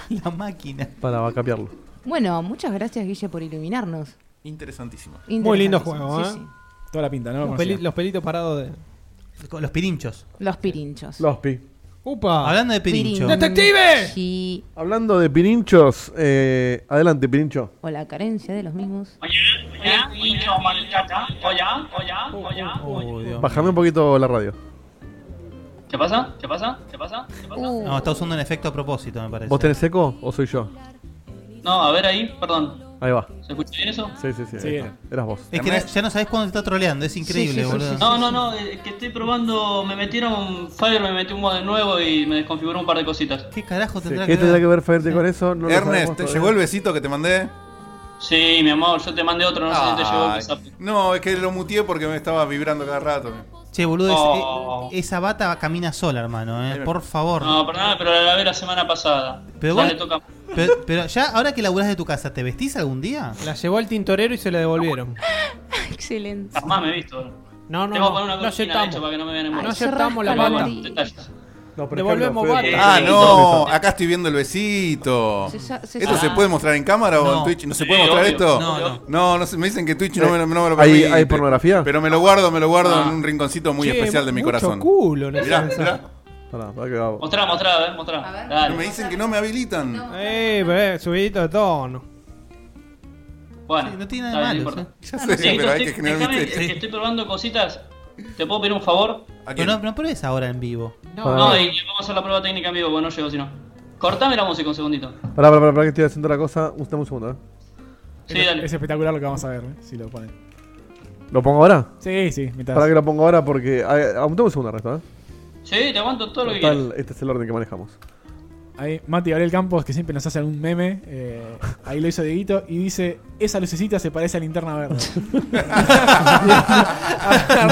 Speaker 7: La máquina.
Speaker 3: Para cambiarlo.
Speaker 2: Bueno, muchas gracias, Guille, por iluminarnos.
Speaker 5: Interesantísimo.
Speaker 6: Muy lindo
Speaker 2: Interesantísimo,
Speaker 6: juego,
Speaker 2: sí,
Speaker 6: ¿eh?
Speaker 2: sí.
Speaker 1: Toda la pinta, ¿no?
Speaker 6: Los, peli- los pelitos parados de.
Speaker 7: Con Los pirinchos.
Speaker 2: Los pirinchos.
Speaker 3: Los pi.
Speaker 6: ¡Upa!
Speaker 7: Hablando de pirinchos.
Speaker 6: ¡Detective!
Speaker 2: Sí.
Speaker 3: Hablando de pirinchos, eh, adelante, pirincho.
Speaker 2: O la carencia de los mismos.
Speaker 3: Bájame un poquito la radio.
Speaker 13: ¿Qué pasa? ¿Qué pasa? ¿Qué pasa? ¿Qué pasa?
Speaker 7: Uh. No, está usando un efecto a propósito, me parece.
Speaker 3: ¿Vos tenés eco o soy yo?
Speaker 13: No, a ver ahí, perdón.
Speaker 3: Ahí va.
Speaker 13: ¿Se escucha bien eso?
Speaker 3: Sí, sí, sí.
Speaker 13: Sí,
Speaker 3: ahí
Speaker 13: era.
Speaker 3: está. Eras vos.
Speaker 7: Es que na- ya no sabes cuándo te está troleando, es increíble, boludo.
Speaker 13: No, no, no, es que estoy probando. Me metieron. Fire me metió un mod de nuevo y me desconfiguró un par de cositas.
Speaker 7: ¿Qué carajo
Speaker 3: Sí, ¿Qué tendrá que ver Ferte con eso? No lo
Speaker 5: Ernest,
Speaker 3: sabemos
Speaker 5: ¿te
Speaker 3: todavía.
Speaker 5: llegó el besito que te mandé?
Speaker 13: Sí, mi amor, yo te mandé otro, no sé si te llegó el
Speaker 5: Ay,
Speaker 13: WhatsApp.
Speaker 5: No, es que lo muteé porque me estaba vibrando cada rato.
Speaker 7: Che, boludo, es-
Speaker 13: Oh.
Speaker 7: eh, esa bata camina sola, hermano, eh, por favor.
Speaker 13: No, perdón, pero la lavé la semana pasada.
Speaker 7: Pero
Speaker 13: ya
Speaker 7: vos-
Speaker 13: le toca.
Speaker 7: Pero, pero ya, ahora que laburás de tu casa, ¿te vestís algún día?
Speaker 6: La llevó al tintorero y se la devolvieron.
Speaker 2: Excelente.
Speaker 13: Jamás me he visto.
Speaker 6: No, no,
Speaker 13: Tengo que
Speaker 6: no,
Speaker 13: poner una cortina,
Speaker 6: no
Speaker 13: de
Speaker 6: aceptamos.
Speaker 13: hecho, para que no me vean en
Speaker 6: No
Speaker 13: bola.
Speaker 6: aceptamos la
Speaker 13: Me van
Speaker 6: bata.
Speaker 13: los detalles.
Speaker 3: No,
Speaker 6: pero Devolvemos
Speaker 5: Ejemplo,
Speaker 6: bata.
Speaker 5: Fede. Ah, no, acá estoy viendo el besito.
Speaker 2: Se sa- se
Speaker 5: ¿Esto
Speaker 2: sa-
Speaker 5: se puede mostrar en cámara o
Speaker 7: No.
Speaker 5: en Twitch? ¿No se
Speaker 7: Sí,
Speaker 5: puede mostrar
Speaker 7: obvio.
Speaker 5: esto?
Speaker 7: No, no.
Speaker 5: no, no sé, me dicen que Twitch no me, no me lo
Speaker 3: ¿Hay-
Speaker 5: permite.
Speaker 3: hay pornografía?
Speaker 5: Pero me lo guardo, me lo guardo
Speaker 13: Ah.
Speaker 5: en un rinconcito muy
Speaker 13: Che,
Speaker 5: especial de mi
Speaker 13: mucho
Speaker 5: corazón.
Speaker 6: culo, no
Speaker 5: mirá,
Speaker 6: sé eso.
Speaker 5: mirá.
Speaker 3: Pará, pará que hago.
Speaker 13: Mostrá, mostrá, a ver, mostrá. Dale.
Speaker 5: Me dicen que no me habilitan.
Speaker 6: Eh, pero, subidito de tono.
Speaker 13: Bueno,
Speaker 7: no tiene
Speaker 13: está
Speaker 7: nada de
Speaker 13: bien, no
Speaker 7: malo,
Speaker 13: importa.
Speaker 7: ¿sí? Ya sé,
Speaker 13: Sí,
Speaker 7: pero hay
Speaker 13: estoy-
Speaker 7: que generar
Speaker 13: dejame,
Speaker 7: misterio.
Speaker 13: es que estoy probando cositas. ¿Te puedo pedir un favor?
Speaker 7: Pero no, no pruebes ahora en vivo.
Speaker 13: No, y y vamos a hacer la prueba técnica en vivo, porque no llego si no. Cortame la música un segundito.
Speaker 3: Pará, pará, pará, pará que estoy haciendo la cosa. Un dame un segundo, eh.
Speaker 13: Sí,
Speaker 1: es,
Speaker 13: dale.
Speaker 1: es espectacular lo que vamos a ver, eh, si lo ponen.
Speaker 3: ¿Lo pongo ahora?
Speaker 1: Sí, sí, mitad.
Speaker 3: Pará que lo pongo ahora porque. Aumentame un segundo, resto, eh.
Speaker 13: Sí, te aguanto todo lo que quieras.
Speaker 3: Total, este es el orden que manejamos.
Speaker 1: Ahí, Mati Gabriel Campos, que siempre nos hace algún meme, eh, ahí lo hizo Dieguito, y dice, esa lucecita se parece a linterna verde.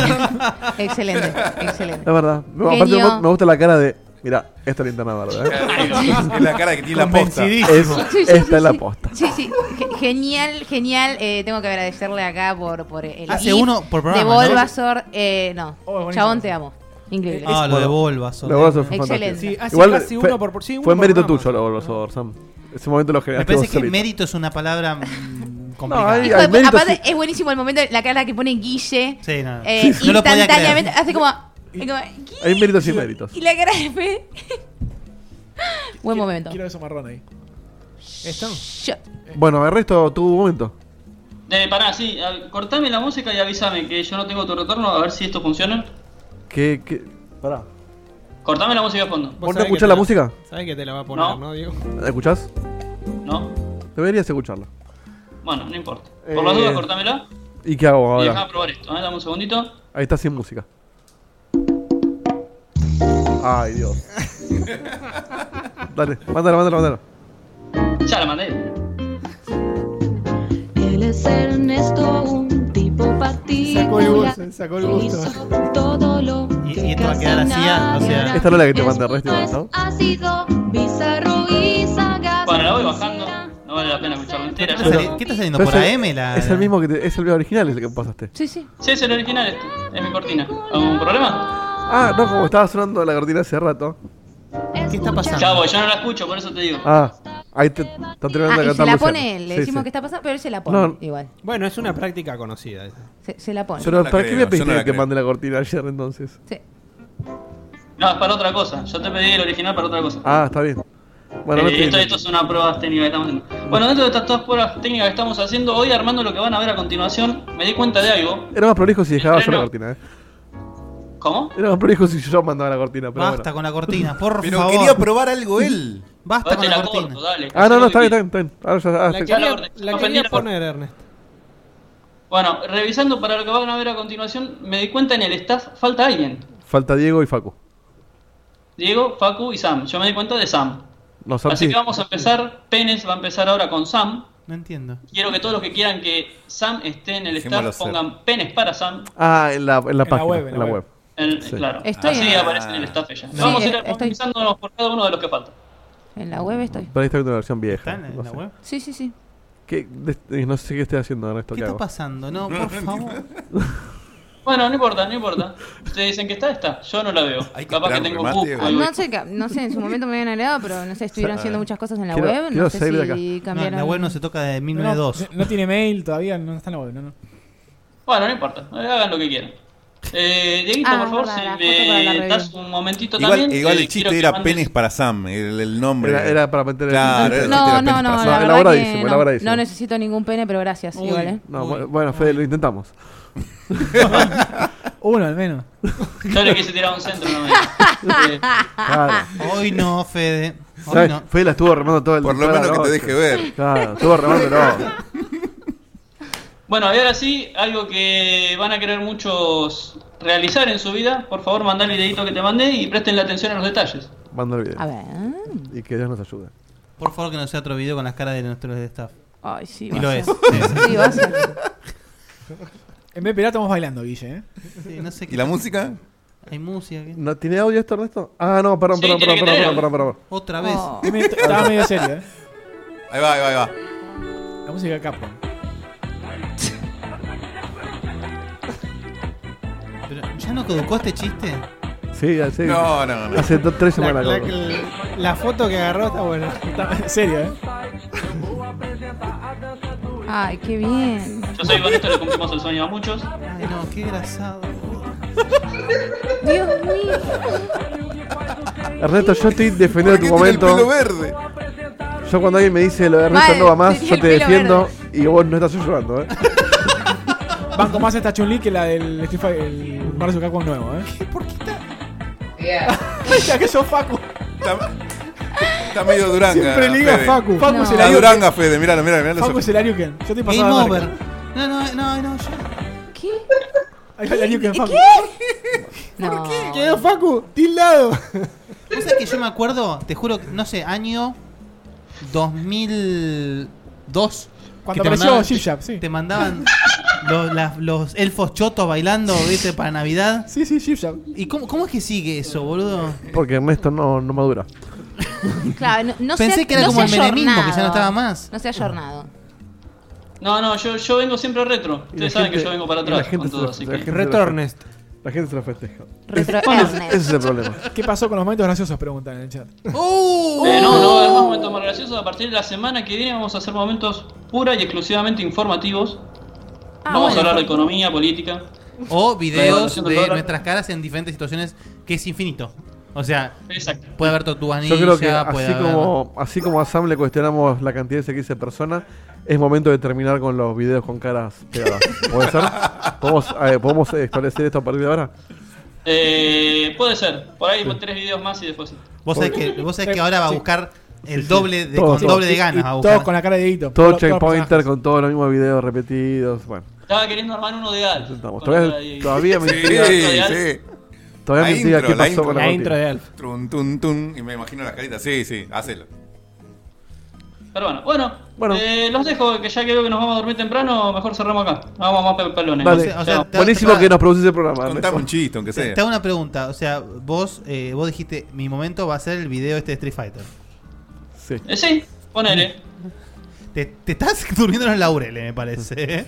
Speaker 2: Excelente, excelente.
Speaker 3: Es verdad. Me-
Speaker 2: Genio.
Speaker 3: aparte, me- me gusta la cara de. Mira, esta es linterna verde. ¿eh?
Speaker 5: Es la cara que tiene la posta.
Speaker 2: Sí,
Speaker 3: Es-
Speaker 2: sí, sí,
Speaker 3: esta
Speaker 2: sí,
Speaker 3: es la
Speaker 2: sí.
Speaker 3: posta.
Speaker 2: Sí, sí, ge- genial, genial. Eh, tengo que agradecerle acá por, por el
Speaker 7: Hace
Speaker 2: GIF
Speaker 7: uno por programa,
Speaker 2: De
Speaker 7: ¿no? Oh,
Speaker 2: Bulbasaur, eh, no. Chabón, te amo. Increíble.
Speaker 7: Ah, lo de Bulbasaur.
Speaker 3: Lo de Bulbasaur fue
Speaker 2: Excelente.
Speaker 3: fantástico.
Speaker 2: Sí, hace
Speaker 6: casi uno por- sí, uno
Speaker 3: Fue
Speaker 6: por
Speaker 3: mérito
Speaker 6: programa. Ah.
Speaker 3: tuyo lo de Bulbasaur, Sam. Ese momento lo
Speaker 7: Me
Speaker 3: generaste
Speaker 7: parece
Speaker 3: vos
Speaker 7: que
Speaker 3: solito.
Speaker 7: mérito es una palabra mm, complicada.
Speaker 3: hay-
Speaker 2: Hijo de pu- aparte, es buenísimo el momento, la cara que pone Guille.
Speaker 7: Sí, no.
Speaker 2: eh,
Speaker 7: Sí, sí. No lo podía creer.
Speaker 2: instantáneamente. Hace como. y como, "Gui-".
Speaker 3: Hay méritos y méritos.
Speaker 2: Y la cara de Fede. Buen momento.
Speaker 1: Quiero eso marrón ahí.
Speaker 6: ¿Esto?
Speaker 3: Bueno, el resto tuvo momento.
Speaker 13: Eh, pará, sí, a- cortame la música y avísame que yo no tengo tu retorno, a ver si esto funciona.
Speaker 3: ¿Qué, qué? Pará.
Speaker 13: Cortame la música de fondo.
Speaker 3: ¿Vos no escuchás la música?
Speaker 6: Sabes que te la va a poner, ¿no, Diego?
Speaker 3: ¿La escuchás?
Speaker 13: No.
Speaker 3: Deberías escucharla.
Speaker 13: Bueno, no importa. Por las dudas, cortámela
Speaker 3: ¿Y Eh, qué hago
Speaker 13: y
Speaker 3: ahora?
Speaker 13: dejá probar esto. ¿eh? Dame un segundito.
Speaker 3: Ahí está sin música. Ay, Dios. Dale, mándalo, mándalo, mándalo.
Speaker 13: Ya la mandé.
Speaker 14: Él es Ernesto, un tipo
Speaker 6: Sacó el
Speaker 14: particular.
Speaker 6: gusto, sacó el gusto.
Speaker 14: Todo lo
Speaker 7: Y, y esto va a quedar así, ah, o sea.
Speaker 3: Esta no es la que te mandé, Resti, ¿no?
Speaker 14: ha sido bizarro y sagaz.
Speaker 13: Bueno, la voy bajando. No vale la pena escucharla entera. ya
Speaker 3: Pero-
Speaker 13: la-
Speaker 7: ¿Qué estás haciendo
Speaker 3: pero
Speaker 7: por
Speaker 3: es el-
Speaker 7: AM? La,
Speaker 3: Es el mismo que te- es el video original el que pasaste.
Speaker 2: Sí, sí.
Speaker 13: Sí, es el original este. Es mi cortina. ¿Algún problema?
Speaker 3: Ah, no, como estaba sonando la cortina hace rato.
Speaker 7: ¿Qué está pasando?
Speaker 13: Ya voy, yo no la escucho, por eso te digo.
Speaker 3: Ah, ahí te está terminando
Speaker 2: Ah,
Speaker 3: de
Speaker 2: y se
Speaker 3: cantar.
Speaker 2: la
Speaker 3: Luciano.
Speaker 2: pone, él, le
Speaker 3: Sí,
Speaker 2: decimos
Speaker 3: sí.
Speaker 2: que está pasando, pero él se la pone
Speaker 3: No.
Speaker 2: igual.
Speaker 6: Bueno, es una práctica conocida. esa.
Speaker 2: Se, se la pone.
Speaker 3: Pero ¿para qué me
Speaker 5: creo, yo no
Speaker 3: pediste
Speaker 5: la
Speaker 3: que te
Speaker 5: creo.
Speaker 3: mande la cortina ayer entonces?
Speaker 13: No, es para otra cosa. Yo te pedí el original para otra cosa.
Speaker 3: Ah, está bien. Bueno,
Speaker 13: Eh,
Speaker 3: no
Speaker 13: esto,
Speaker 3: estoy-
Speaker 13: esto es una prueba técnica que estamos haciendo. Bueno, dentro de estas dos pruebas técnicas que estamos haciendo, hoy armando lo que van a ver a continuación, me di cuenta de algo.
Speaker 3: Era más prolijo si dejaba yo
Speaker 13: Estreno.
Speaker 3: la cortina, eh.
Speaker 13: ¿Cómo?
Speaker 3: Era más prolijo si yo mandaba la cortina, pero
Speaker 7: Basta
Speaker 3: bueno.
Speaker 7: con la cortina, por
Speaker 5: Pero
Speaker 7: favor.
Speaker 5: quería probar algo él.
Speaker 7: Basta
Speaker 13: Ahora
Speaker 7: con
Speaker 13: te
Speaker 7: la
Speaker 13: la
Speaker 7: cortina.
Speaker 13: corto, dale.
Speaker 3: Ah, no, no,
Speaker 13: Hacé
Speaker 3: está
Speaker 13: lo
Speaker 3: bien,
Speaker 13: que
Speaker 3: está bien. está bien. Ahora ya- ah, sí.
Speaker 6: La quería,
Speaker 13: corté.
Speaker 6: la
Speaker 13: No,
Speaker 6: quería
Speaker 13: pendiente.
Speaker 6: poner, Ernest.
Speaker 13: Bueno, revisando para lo que van a ver a continuación, me di cuenta en el staff falta alguien.
Speaker 3: Falta Diego y Facu.
Speaker 13: Diego, Facu y Sam. Yo me di cuenta de Sam.
Speaker 3: No, Santi.
Speaker 13: Así que vamos a empezar. Penes va a empezar ahora con Sam.
Speaker 7: No entiendo.
Speaker 13: Quiero que todos los que quieran que Sam esté en el
Speaker 3: Dejémoslo
Speaker 13: staff
Speaker 3: ser.
Speaker 13: pongan penes para Sam.
Speaker 3: Ah, en la, en la
Speaker 1: la
Speaker 3: página,
Speaker 1: web, en
Speaker 3: en
Speaker 1: la
Speaker 3: la web.
Speaker 13: En-
Speaker 3: Sí.
Speaker 13: Claro.
Speaker 2: Estoy
Speaker 13: Así
Speaker 2: en-
Speaker 13: aparece en el staff ella.
Speaker 2: No.
Speaker 13: Vamos a ir
Speaker 2: Sí, estoy.
Speaker 13: organizándonos por cada uno de los que falta.
Speaker 2: En la web estoy.
Speaker 3: Pero ahí está viendo una versión vieja.
Speaker 7: ¿Está en
Speaker 3: no
Speaker 7: la
Speaker 3: sé.
Speaker 7: web?
Speaker 2: Sí, sí, sí.
Speaker 3: ¿Qué, de- eh, no sé qué estoy haciendo Ernesto,
Speaker 7: ¿Qué
Speaker 3: ¿qué,
Speaker 7: está
Speaker 3: hago?
Speaker 7: pasando? No, por favor.
Speaker 13: Bueno, no importa, no importa. Ustedes dicen que está, está. Yo no la veo. Capaz que
Speaker 5: esperar
Speaker 13: tengo
Speaker 5: un remate,
Speaker 13: bug.
Speaker 5: o algo.
Speaker 13: algo.
Speaker 2: No sé, ca- no sé, en su momento me habían agregado, pero no sé, estuvieron haciendo muchas cosas en la
Speaker 3: Quiero-
Speaker 2: web.
Speaker 3: quiero
Speaker 2: No sé
Speaker 3: salir de acá.
Speaker 2: si
Speaker 7: No,
Speaker 2: cambiaron.
Speaker 7: la web no se toca de
Speaker 1: No,
Speaker 7: 1902.
Speaker 1: no tiene mail todavía, no está en la web, no, no.
Speaker 13: Bueno, no importa. Eh, Hagan lo que quieran. Eh, Dieguito,
Speaker 2: Ah,
Speaker 13: por favor,
Speaker 2: verdad,
Speaker 13: si
Speaker 2: la foto para la
Speaker 13: me
Speaker 2: review.
Speaker 13: das un momentito
Speaker 5: Igual,
Speaker 13: también.
Speaker 5: igual
Speaker 13: eh,
Speaker 5: el
Speaker 13: quiero
Speaker 5: chiste
Speaker 13: que
Speaker 5: era
Speaker 13: mandes-
Speaker 5: penes para Sam, el, el nombre.
Speaker 3: Era, era para meter el-
Speaker 5: Claro, era el chiste
Speaker 2: No,
Speaker 5: era
Speaker 2: no,
Speaker 5: penes para
Speaker 2: no,
Speaker 5: Sam.
Speaker 2: la verdad que
Speaker 3: Elaboradísimo,
Speaker 2: no,
Speaker 3: elaboradísimo.
Speaker 2: no necesito ningún pene, pero gracias,
Speaker 6: Uy.
Speaker 2: igual, ¿eh?
Speaker 3: No, bu- bueno, Fede, lo intentamos.
Speaker 1: Uno al menos.
Speaker 13: Yo le quise tirar un centro, no me. Eh,
Speaker 3: Claro.
Speaker 7: Hoy no, Fede. Hoy
Speaker 3: ¿Sabes?
Speaker 7: no.
Speaker 3: Fede la estuvo remando todo el
Speaker 5: Por lo
Speaker 3: toda la
Speaker 5: menos que te
Speaker 3: noche.
Speaker 5: deje ver.
Speaker 3: Claro, estuvo remando todo.
Speaker 13: Bueno, y ahora sí, algo que van a querer muchos realizar en su vida. Por favor, mandá el videito que te mandé y presten la atención a los detalles.
Speaker 3: Manda el video.
Speaker 13: A ver.
Speaker 3: Y que Dios nos ayude.
Speaker 7: Por favor, que no sea otro video con las caras de nuestros staff.
Speaker 2: Ay, sí,
Speaker 7: Y
Speaker 2: va
Speaker 7: lo
Speaker 2: a
Speaker 7: es.
Speaker 2: ser. Sí, va a ser.
Speaker 1: En vez de pirata estamos bailando, Guille. ¿eh?
Speaker 7: Sí, no sé
Speaker 5: ¿Y la música?
Speaker 7: Hay música. ¿qué?
Speaker 3: ¿No tiene audio esto, Ernesto? Ah, no, perdón,
Speaker 7: Sí,
Speaker 3: perdón,
Speaker 7: tiene
Speaker 3: perdón,
Speaker 7: que
Speaker 3: perdón,
Speaker 7: tener
Speaker 3: perdón, perdón, perdón.
Speaker 7: Otra vez.
Speaker 1: Oh. Estaba medio serio, ¿eh?
Speaker 5: Ahí va, ahí va, ahí va.
Speaker 1: La música de Capcom.
Speaker 7: Pero, ¿Ya no caducó este chiste?
Speaker 3: Sí, hace,
Speaker 7: No, no, no.
Speaker 3: hace dos- tres semanas.
Speaker 6: La,
Speaker 3: cabrón.
Speaker 6: la- la foto que agarró está buena.
Speaker 1: en serio, ¿eh?
Speaker 2: Ay, qué bien.
Speaker 13: Yo soy con esto le cumplimos el sueño a muchos.
Speaker 7: Ay, no, qué grasado.
Speaker 2: Dios mío.
Speaker 3: Ernesto, yo estoy defendiendo tu momento.
Speaker 5: pelo verde?
Speaker 3: Yo cuando alguien me dice lo de Ernesto
Speaker 1: Madre,
Speaker 3: no va más,
Speaker 1: tenía
Speaker 3: yo
Speaker 1: el
Speaker 3: te
Speaker 1: pelo
Speaker 3: defiendo y vos no estás llorando, ¿eh?
Speaker 1: Banco más esta Chun-Li que la del Street Fighter- el Marvel Capcom nuevo, ¿eh? ya que sos Facu.
Speaker 5: Está medio duranga.
Speaker 1: Siempre liga
Speaker 5: Fede.
Speaker 1: Facu. Facu es el
Speaker 5: Está
Speaker 1: Ariuken.
Speaker 5: duranga, Fede. Miralo, miralo, miralo.
Speaker 1: Facu es el Ariuken. Yo estoy pasando
Speaker 7: Game
Speaker 1: la marca.
Speaker 7: No, no, no, no, yo.
Speaker 2: ¿Qué?
Speaker 1: Ahí va el Ariuken Facu.
Speaker 2: No.
Speaker 7: qué?
Speaker 1: Quedó Facu, tildado.
Speaker 7: ¿Vos sabés que yo me acuerdo, te juro, que, no sé, año 2002?
Speaker 1: Cuando
Speaker 7: que te
Speaker 1: apareció
Speaker 7: mandaban-
Speaker 1: Chip Chap, sí.
Speaker 7: Te mandaban los, las- los elfos chotos bailando, viste, para Navidad.
Speaker 1: Sí, sí, Chip
Speaker 7: ¿Y cómo, cómo es que sigue eso, boludo?
Speaker 3: Porque Ernesto no, no madura.
Speaker 2: Claro, no, no
Speaker 7: Pensé
Speaker 2: sea-
Speaker 7: que era
Speaker 2: no
Speaker 7: como
Speaker 2: sea
Speaker 7: el menemismo, que ya no
Speaker 2: jornado.
Speaker 7: estaba más.
Speaker 2: No se ha jornado.
Speaker 13: No, no, yo, yo vengo siempre retro. Ustedes saben que yo vengo para atrás con todo, así que.
Speaker 3: La gente se lo festeja.
Speaker 13: Retro
Speaker 3: Ese-
Speaker 13: Ernest.
Speaker 3: Ese es el problema.
Speaker 1: ¿Qué pasó con los momentos graciosos? Preguntan en el chat.
Speaker 7: Uh,
Speaker 9: Uh.
Speaker 13: Eh, no, no va a haber más momentos más graciosos. A partir de la semana que viene vamos a hacer momentos pura y exclusivamente informativos. vamos
Speaker 7: bueno.
Speaker 13: a hablar de economía, política.
Speaker 7: O
Speaker 13: La
Speaker 7: videos
Speaker 13: evaluación del
Speaker 7: de
Speaker 13: dólar.
Speaker 7: nuestras caras en diferentes situaciones que es infinito. O sea,
Speaker 13: Exacto.
Speaker 7: puede haber tortuga
Speaker 3: Yo creo que
Speaker 7: ninja,
Speaker 3: así
Speaker 7: puede haber-
Speaker 3: como, así como a Sam le cuestionamos la cantidad de X personas, es momento de terminar con los videos con caras pegadas. ¿Puede ser? ¿Podemos, eh, ¿podemos establecer esto a partir de ahora?
Speaker 13: Eh, puede ser. Por ahí tres videos más y después. sí.
Speaker 7: Vos sabés que, vos sabés que ahora va a
Speaker 13: Sí.
Speaker 7: buscar el
Speaker 13: Sí, sí.
Speaker 7: doble de,
Speaker 3: Todos,
Speaker 7: con
Speaker 3: todos.
Speaker 7: doble de ganas.
Speaker 3: Y- y
Speaker 7: va a
Speaker 3: todos
Speaker 7: buscar.
Speaker 1: con la cara de Dito.
Speaker 3: Todo checkpointer con todos los mismos videos repetidos. Bueno,
Speaker 13: Estaba queriendo armar uno de Alf.
Speaker 3: estamos.
Speaker 13: Con la cara
Speaker 3: Todavía,
Speaker 13: de-
Speaker 3: todavía me
Speaker 5: Sí,
Speaker 3: intriga.
Speaker 5: sí.
Speaker 3: Todavía me intriga qué
Speaker 5: la
Speaker 3: pasó con la, cortina.
Speaker 5: Tun, tun, tun. Y me imagino las caritas. Sí, sí, hacelo.
Speaker 13: Pero bueno, bueno, eh, los dejo, que ya que veo que nos vamos a dormir temprano, mejor cerramos acá. No Vamos más pe- pelones.
Speaker 3: Dale.
Speaker 13: O sea,
Speaker 7: te-
Speaker 3: Buenísimo
Speaker 7: te-
Speaker 3: que nos produce el programa.
Speaker 5: Contame
Speaker 3: Ernesto.
Speaker 5: un chiste, aunque
Speaker 7: Te, te hago una pregunta. O sea, vos, eh, vos dijiste, mi momento va a ser el video este de Street Fighter.
Speaker 3: Sí.
Speaker 13: eh, sí, ponele.
Speaker 7: Te, te estás durmiendo en los laureles, me parece. ¿eh?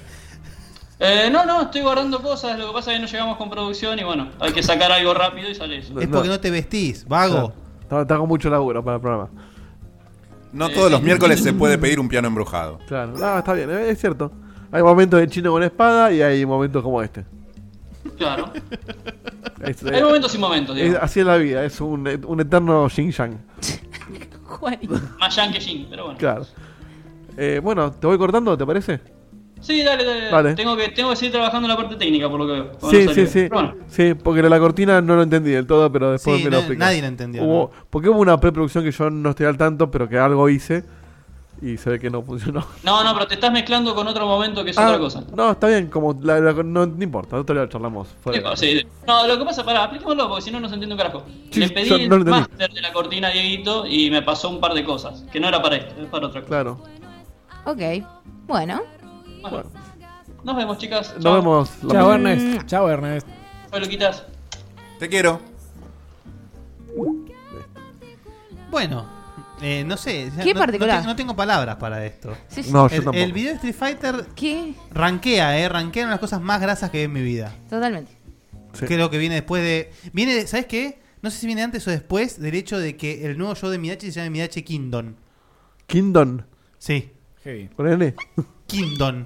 Speaker 13: Eh, no, no, estoy guardando cosas, lo que pasa es que no llegamos con producción y bueno, hay que sacar algo rápido y sale eso.
Speaker 7: Es porque no te vestís, vago.
Speaker 3: Está, está con mucho laburo para el programa.
Speaker 5: No todos los miércoles se puede pedir un piano embrujado.
Speaker 3: Claro, Ah, está bien, eh, es cierto. Hay momentos de chino con espada y hay momentos como este.
Speaker 13: Claro.
Speaker 3: Es- eh,
Speaker 13: Hay momentos y momentos,
Speaker 3: es-
Speaker 13: digamos.
Speaker 3: Así es la vida, es un, un eterno yin yang.
Speaker 13: Más yang que Jin, pero bueno.
Speaker 3: Claro. Eh, bueno, te voy cortando, ¿te parece?
Speaker 13: Sí, dale, dale.
Speaker 3: Dale.
Speaker 13: Tengo, que, tengo que seguir trabajando en la parte técnica, por lo que veo. para
Speaker 3: sí,
Speaker 13: no salir.
Speaker 3: sí, sí.
Speaker 13: Pero bueno,
Speaker 3: Sí, porque lo de la cortina no lo entendí del todo, pero después
Speaker 7: Sí,
Speaker 3: me
Speaker 7: no-
Speaker 3: lo expliqué.
Speaker 7: nadie lo entendió,
Speaker 3: Hubo, Porque hubo una preproducción que yo no estoy al tanto, pero que algo hice y se ve que no funcionó.
Speaker 13: no, no, pero te estás mezclando con otro momento que es
Speaker 3: Ah,
Speaker 13: otra cosa.
Speaker 3: No, está bien, como la- la- no, no importa, otro día lo charlamos. fuera.
Speaker 13: Sí, sí. No, lo que pasa, pará, apliquémoslo porque si no, no se entiende un carajo.
Speaker 3: Sí,
Speaker 13: Le pedí
Speaker 3: yo no lo
Speaker 13: el
Speaker 3: entendí.
Speaker 13: máster de la cortina a Dieguito y me pasó un par de cosas. Que no era para esto, es para otra cosa.
Speaker 3: Claro.
Speaker 2: Ok. Bueno.
Speaker 13: Bueno. Nos vemos, chicas.
Speaker 3: Nos vemos.
Speaker 1: Chao, Ernest. Chao, Ernest.
Speaker 13: Chao, Luquitas.
Speaker 5: Te quiero.
Speaker 7: Bueno, eh, no sé. ya
Speaker 2: Qué
Speaker 7: no,
Speaker 2: particular.
Speaker 7: No, te- no tengo palabras para esto.
Speaker 2: Sí, sí.
Speaker 3: No,
Speaker 7: el,
Speaker 3: yo tampoco.
Speaker 7: El video de Street Fighter
Speaker 2: ¿Qué?
Speaker 7: rankea, ¿eh? Rankea una de las cosas más grasas que vi en mi vida.
Speaker 2: Totalmente.
Speaker 7: Creo que viene después de. Viene, de- ¿Sabes qué? No sé si viene antes o después del hecho de que el nuevo show de Midachi se llama Midachi Kingdom.
Speaker 3: Kingdom.
Speaker 7: Sí.
Speaker 1: Heavy.
Speaker 3: Con N.
Speaker 7: Kingdom.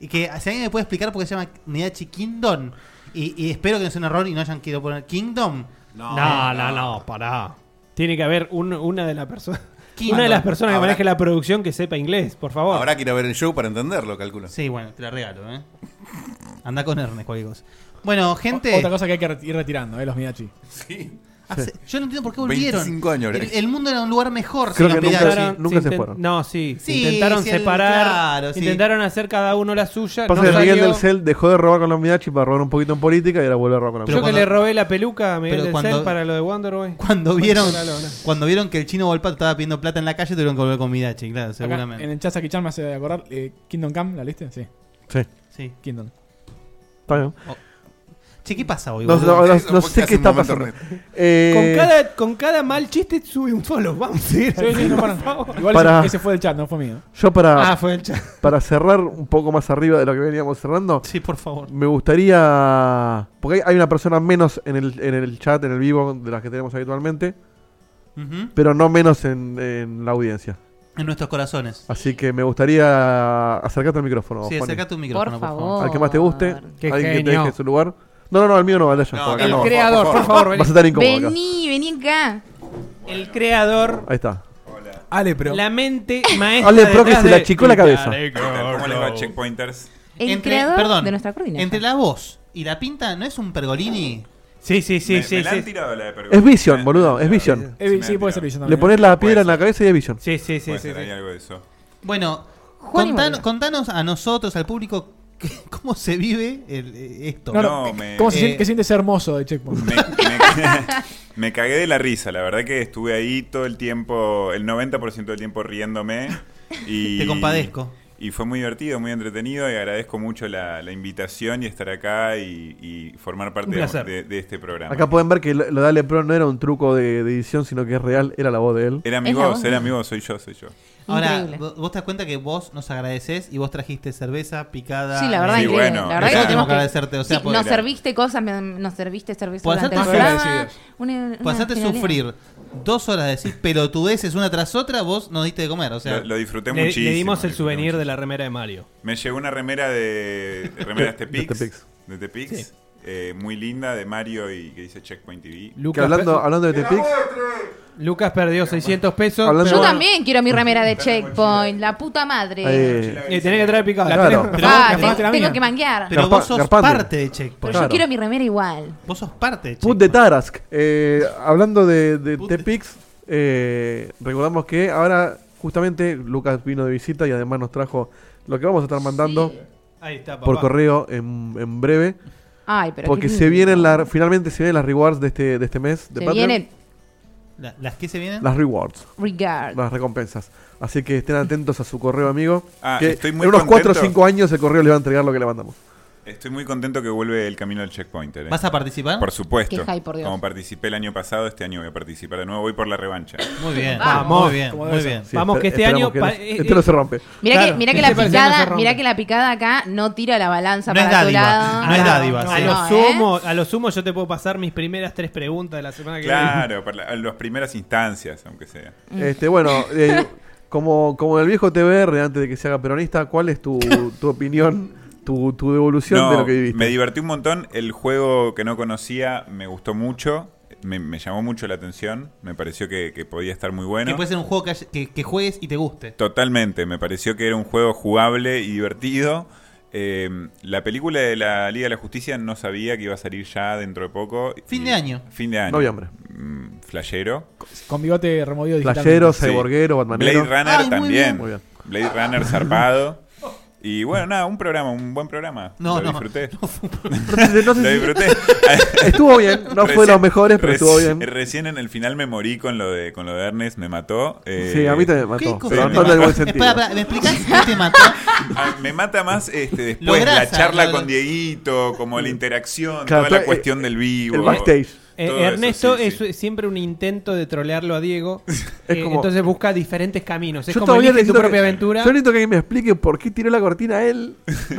Speaker 7: Y que si alguien me puede explicar por qué se llama Midachi Kingdom. Y, y espero que no sea un error y no hayan querido poner Kingdom.
Speaker 6: No, no, no, pará. Tiene que haber un- una de las personas.
Speaker 3: ¿eh?
Speaker 7: Kingdom.
Speaker 6: Una de las personas que
Speaker 7: Habrá-
Speaker 6: maneje la producción que sepa inglés, por favor.
Speaker 5: Habrá que ir a ver el show para entenderlo, calculo.
Speaker 7: Sí, bueno, te la regalo, ¿eh? Anda con Ernest, cualquier cosa. Bueno, gente.
Speaker 1: Otra cosa que hay que ir retirando, eh, los Miyachi.
Speaker 5: Sí.
Speaker 7: Hace- Yo no entiendo por qué volvieron.
Speaker 15: 25 años,
Speaker 7: El,
Speaker 15: Rex.
Speaker 7: el mundo era un lugar mejor.
Speaker 15: Creo
Speaker 7: si
Speaker 15: que
Speaker 7: lo
Speaker 15: nunca-
Speaker 7: miraran.
Speaker 15: sí, nunca se fueron.
Speaker 6: No, sí. se
Speaker 7: Sí,
Speaker 6: intentaron
Speaker 7: sí, el-
Speaker 6: separar.
Speaker 7: claro, sí.
Speaker 6: Intentaron hacer cada uno la suya.
Speaker 3: Pasa
Speaker 6: no
Speaker 3: que Miguel
Speaker 6: salió.
Speaker 3: del Cel dejó de robar con la Midachi para robar un poquito en política y ahora vuelve a robar con la
Speaker 6: Yo que le robé la peluca a Miguel
Speaker 7: Pero
Speaker 6: del
Speaker 7: cuando-
Speaker 6: Cel para lo de Wonderboy.
Speaker 7: Cuando vieron,
Speaker 6: La lona.
Speaker 7: cuando vieron que el chino Volpato estaba pidiendo plata en la calle, tuvieron que volver con Midachi, claro,
Speaker 1: Acá,
Speaker 7: seguramente.
Speaker 1: en el Chasaki Chan me hace acordar. eh, Kingdom Come, ¿la leíste? Sí.
Speaker 3: Sí.
Speaker 7: Sí. Oh.
Speaker 1: Kingdom.
Speaker 3: Está bien.
Speaker 7: Che, ¿qué pasa hoy?
Speaker 3: No,
Speaker 7: boludo?
Speaker 3: no, no, no sé qué está pasando.
Speaker 6: Con,
Speaker 3: Eh,
Speaker 6: cada, con cada mal chiste sube un follow. Vamos a ir.
Speaker 1: Sí, sí, no, para.
Speaker 6: por favor.
Speaker 1: Igual
Speaker 3: Para-
Speaker 1: ese, ese fue del chat, no fue mío.
Speaker 3: Yo para,
Speaker 6: Ah, fue el chat.
Speaker 3: para cerrar un poco más arriba de lo que veníamos cerrando.
Speaker 7: Sí, por favor.
Speaker 3: Me gustaría. Porque hay- hay una persona menos en el, en el chat, en el vivo, de las que tenemos habitualmente.
Speaker 7: Ujú.
Speaker 3: Pero no menos en, en la audiencia.
Speaker 7: En nuestros corazones.
Speaker 3: Así que me gustaría acercarte al micrófono.
Speaker 7: Sí,
Speaker 3: Juani.
Speaker 7: acercate un micrófono,
Speaker 2: Por
Speaker 7: por, favor.
Speaker 3: Al que más te guste.
Speaker 6: Qué
Speaker 3: alguien que te
Speaker 6: genio.
Speaker 3: deje su lugar. No, no, no, al mío no, al de allá.
Speaker 15: No,
Speaker 3: acá
Speaker 15: el
Speaker 3: no.
Speaker 6: creador, por favor, vení.
Speaker 3: Vas a estar incómodo acá.
Speaker 2: Vení, vení acá.
Speaker 6: El creador,
Speaker 3: Ahí está.
Speaker 1: Ale Pro.
Speaker 6: la mente maestra.
Speaker 3: Ale Pro que
Speaker 6: detrás eh,
Speaker 3: se la
Speaker 6: de-
Speaker 3: chicó la cabeza.
Speaker 15: ¿Cómo les va, checkpointers?
Speaker 2: El
Speaker 7: Entre-
Speaker 2: creador
Speaker 7: perdón,
Speaker 2: de nuestra coordinación.
Speaker 7: Entre la voz y la pinta, ¿no es un pergolini?
Speaker 6: Sí, sí, sí,
Speaker 15: Me-
Speaker 6: sí.
Speaker 15: me la
Speaker 6: sí.
Speaker 15: han tirado la de Pergolini.
Speaker 3: Es Vision, boludo, es Vision.
Speaker 1: Eh, sí, puede ser Vision
Speaker 3: Le
Speaker 1: también.
Speaker 3: pones la piedra en la cabeza y es Vision.
Speaker 6: Sí, sí, sí.
Speaker 15: Puede
Speaker 6: sí,
Speaker 15: ser,
Speaker 6: sí.
Speaker 15: hay algo de eso.
Speaker 7: Bueno,
Speaker 2: Juan y
Speaker 7: contan-
Speaker 2: Moria.
Speaker 7: contanos a nosotros, al público, qué- cómo se vive el- eh, esto.
Speaker 1: No,
Speaker 15: No,
Speaker 1: no,
Speaker 15: me-
Speaker 1: ¿Cómo se
Speaker 7: eh,
Speaker 1: siente, qué siente ser hermoso de Checkpoint?
Speaker 15: Me, me- me cagué de la risa, la verdad que estuve ahí todo el tiempo, el 90% del tiempo riéndome. Y,
Speaker 7: Te compadezco.
Speaker 15: Y fue muy divertido, muy entretenido y agradezco mucho la, la invitación y estar acá y, y formar parte
Speaker 6: Un
Speaker 15: de,
Speaker 6: placer.
Speaker 15: de- de este programa.
Speaker 3: Acá pueden ver que lo lo de Ale Pro no era un truco de, de edición, sino que es real, era la voz de él.
Speaker 15: Era mi
Speaker 2: Es la
Speaker 15: voz,
Speaker 2: voz.
Speaker 15: era mi voz, soy yo, soy yo.
Speaker 7: Ahora,
Speaker 2: Increíble.
Speaker 7: vo- vos te das cuenta que vos nos agradeces y vos trajiste cerveza picada.
Speaker 2: Sí, la verdad,
Speaker 15: Sí,
Speaker 2: increíble.
Speaker 15: bueno,
Speaker 2: la
Speaker 15: claro.
Speaker 2: verdad que tenemos
Speaker 7: Tenemos que agradecerte, o sea, Pues
Speaker 2: Sí,
Speaker 7: por-
Speaker 2: nos
Speaker 15: claro.
Speaker 2: serviste cosas, me- nos serviste cerveza
Speaker 7: Por
Speaker 2: durante el
Speaker 7: hacerte
Speaker 2: programa.
Speaker 6: agradecidos.
Speaker 2: Una, una
Speaker 7: Por hacerte
Speaker 2: genialidad.
Speaker 7: sufrir dos horas de decir pelotudeces una tras otra, vos nos diste de comer. O sea,
Speaker 15: lo, lo disfruté
Speaker 6: Le,
Speaker 15: muchísimo.
Speaker 6: le dimos
Speaker 15: lo
Speaker 6: el
Speaker 15: disfruté
Speaker 6: souvenir
Speaker 15: muchísimo.
Speaker 6: de la remera de Mario.
Speaker 15: Me llegó una remera de. Remera de Tepix.
Speaker 3: Tepix.
Speaker 15: De Tepix. eh, muy linda, de Mario y que dice Checkpoint TV.
Speaker 3: Que
Speaker 6: Lucas,
Speaker 3: hablando, hablando de Tepix,
Speaker 6: Lucas perdió 600 pesos.
Speaker 3: Hablando-
Speaker 6: pero
Speaker 2: Yo
Speaker 6: bueno,
Speaker 2: también quiero mi remera de Checkpoint, la puta madre.
Speaker 3: eh,
Speaker 6: eh, tenés que traer picada.
Speaker 3: Claro.
Speaker 6: La tenés-
Speaker 3: Pero
Speaker 2: Ah,
Speaker 6: capaz
Speaker 2: tengo-
Speaker 6: te la
Speaker 2: tengo
Speaker 6: mía.
Speaker 2: que manguear. Pero
Speaker 7: pero
Speaker 3: garpa-
Speaker 7: vos sos
Speaker 3: garpante.
Speaker 7: parte de Checkpoint.
Speaker 3: claro.
Speaker 2: yo quiero mi remera igual.
Speaker 7: Vos sos parte de
Speaker 3: Put
Speaker 7: Checkpoint.
Speaker 3: de Tarask. Eh, hablando de, de
Speaker 7: Put
Speaker 3: Tepix, eh, recordamos que ahora justamente Lucas vino de visita y además nos trajo lo que vamos a estar mandando
Speaker 6: Ahí está, papá.
Speaker 3: por correo en, en breve.
Speaker 2: Ay, pero
Speaker 3: porque
Speaker 2: qué
Speaker 3: se
Speaker 2: lindo.
Speaker 3: vienen la, finalmente se vienen las rewards de este, de este mes de
Speaker 2: Se
Speaker 3: Patreon.
Speaker 2: vienen
Speaker 7: La- ¿Las que se vienen?
Speaker 3: Las rewards,
Speaker 2: regard.
Speaker 3: las recompensas. Así que estén atentos a su correo, amigo.
Speaker 15: Ah,
Speaker 3: que
Speaker 15: estoy muy
Speaker 3: en unos 4 o
Speaker 15: contento.
Speaker 3: 5 años el correo le va a entregar lo que le mandamos.
Speaker 15: Estoy muy contento que vuelve el camino del Checkpointer. eh.
Speaker 7: ¿Vas a participar?
Speaker 15: Por supuesto.
Speaker 2: Qué hype, por Dios.
Speaker 15: Como participé el año pasado, este año voy a participar de nuevo. Voy por la revancha.
Speaker 7: Muy bien.
Speaker 6: Vamos.
Speaker 7: Muy bien.
Speaker 1: Como
Speaker 7: Muy
Speaker 1: debe
Speaker 7: bien.
Speaker 3: Sí,
Speaker 6: Vamos,
Speaker 3: esper-
Speaker 6: que este
Speaker 3: esperamos
Speaker 6: año
Speaker 3: que
Speaker 6: pa-
Speaker 3: no-
Speaker 6: eh,
Speaker 3: este no
Speaker 6: eh,
Speaker 3: se rompe.
Speaker 2: Mirá,
Speaker 6: Claro.
Speaker 2: que, mirá que
Speaker 6: Este
Speaker 2: la
Speaker 6: parece que no se
Speaker 2: picada,
Speaker 6: rompe.
Speaker 2: mirá que la picada acá no tira la balanza
Speaker 7: No es
Speaker 2: para tu
Speaker 7: dádiva,
Speaker 2: lado.
Speaker 7: no es dádiva,
Speaker 2: Ah, no,
Speaker 6: A
Speaker 7: sí.
Speaker 6: lo,
Speaker 2: no, ¿eh?
Speaker 6: sumo, a lo sumo yo te puedo pasar mis primeras tres preguntas de la semana que viene.
Speaker 15: Claro, para la- las primeras instancias, aunque sea.
Speaker 2: Mm.
Speaker 3: Este, bueno, eh, como, como en el viejo TBR, antes de que se haga peronista, ¿cuál es tu, tu opinión, tu, tu devolución de
Speaker 15: No,
Speaker 3: lo que viviste?
Speaker 15: me divertí un montón. El juego que no conocía me gustó mucho. Me, me llamó mucho la atención. Me pareció que, que podía estar muy bueno.
Speaker 7: Que puede ser un juego que, hay- que- que juegues y te guste.
Speaker 15: Totalmente, me pareció que era un juego jugable y divertido. Eh, la película de la Liga de la Justicia no sabía que iba a salir ya dentro de poco.
Speaker 7: Fin
Speaker 15: Y-
Speaker 7: de año.
Speaker 15: Fin de año.
Speaker 3: Noviembre.
Speaker 15: Mm, Flashero.
Speaker 1: Con bigote removido digitalmente.
Speaker 3: Playero,
Speaker 15: Sí.
Speaker 3: cyborguero,
Speaker 15: Blade
Speaker 3: batmanero.
Speaker 15: Runner
Speaker 7: Ay, muy
Speaker 15: también.
Speaker 3: bien. Muy bien.
Speaker 15: Blade Runner zarpado. Y bueno, nada, un programa, un buen programa.
Speaker 7: No,
Speaker 15: Lo
Speaker 7: no.
Speaker 15: disfruté.
Speaker 3: No sé
Speaker 15: Lo
Speaker 3: si-
Speaker 15: disfruté.
Speaker 3: estuvo bien, no fue de
Speaker 15: Recién-
Speaker 3: los mejores, pero
Speaker 15: reci-
Speaker 3: estuvo bien.
Speaker 15: Recién en el final me morí con lo de con lo de Ernest, me mató. Eh,
Speaker 3: Sí, a mí también me mató.
Speaker 7: ¿Qué cosa?
Speaker 3: Pero
Speaker 15: Sí,
Speaker 3: no en
Speaker 15: me
Speaker 3: el buen
Speaker 15: mató.
Speaker 3: sentido.
Speaker 7: Espera, espera, ¿me explicás qué te mató?
Speaker 15: Ah, me mata más este, después
Speaker 7: Lográs,
Speaker 15: la charla
Speaker 7: lo-
Speaker 15: con Dieguito, como la interacción,
Speaker 3: Claro,
Speaker 15: toda
Speaker 3: todo-
Speaker 15: la cuestión del vivo.
Speaker 3: El backstage.
Speaker 6: Eh,
Speaker 15: Todo eso,
Speaker 6: Ernesto
Speaker 15: sí, sí.
Speaker 6: es siempre un intento de trolearlo a Diego. eh,
Speaker 3: como-
Speaker 6: Entonces busca diferentes caminos. Es
Speaker 3: Yo
Speaker 6: como
Speaker 3: todavía
Speaker 6: elige tu
Speaker 3: necesito
Speaker 6: propia
Speaker 3: que-
Speaker 6: aventura.
Speaker 3: Yo necesito que alguien me explique por qué tiró la cortina él de
Speaker 2: Yo te, yo
Speaker 3: allá,
Speaker 7: Porque-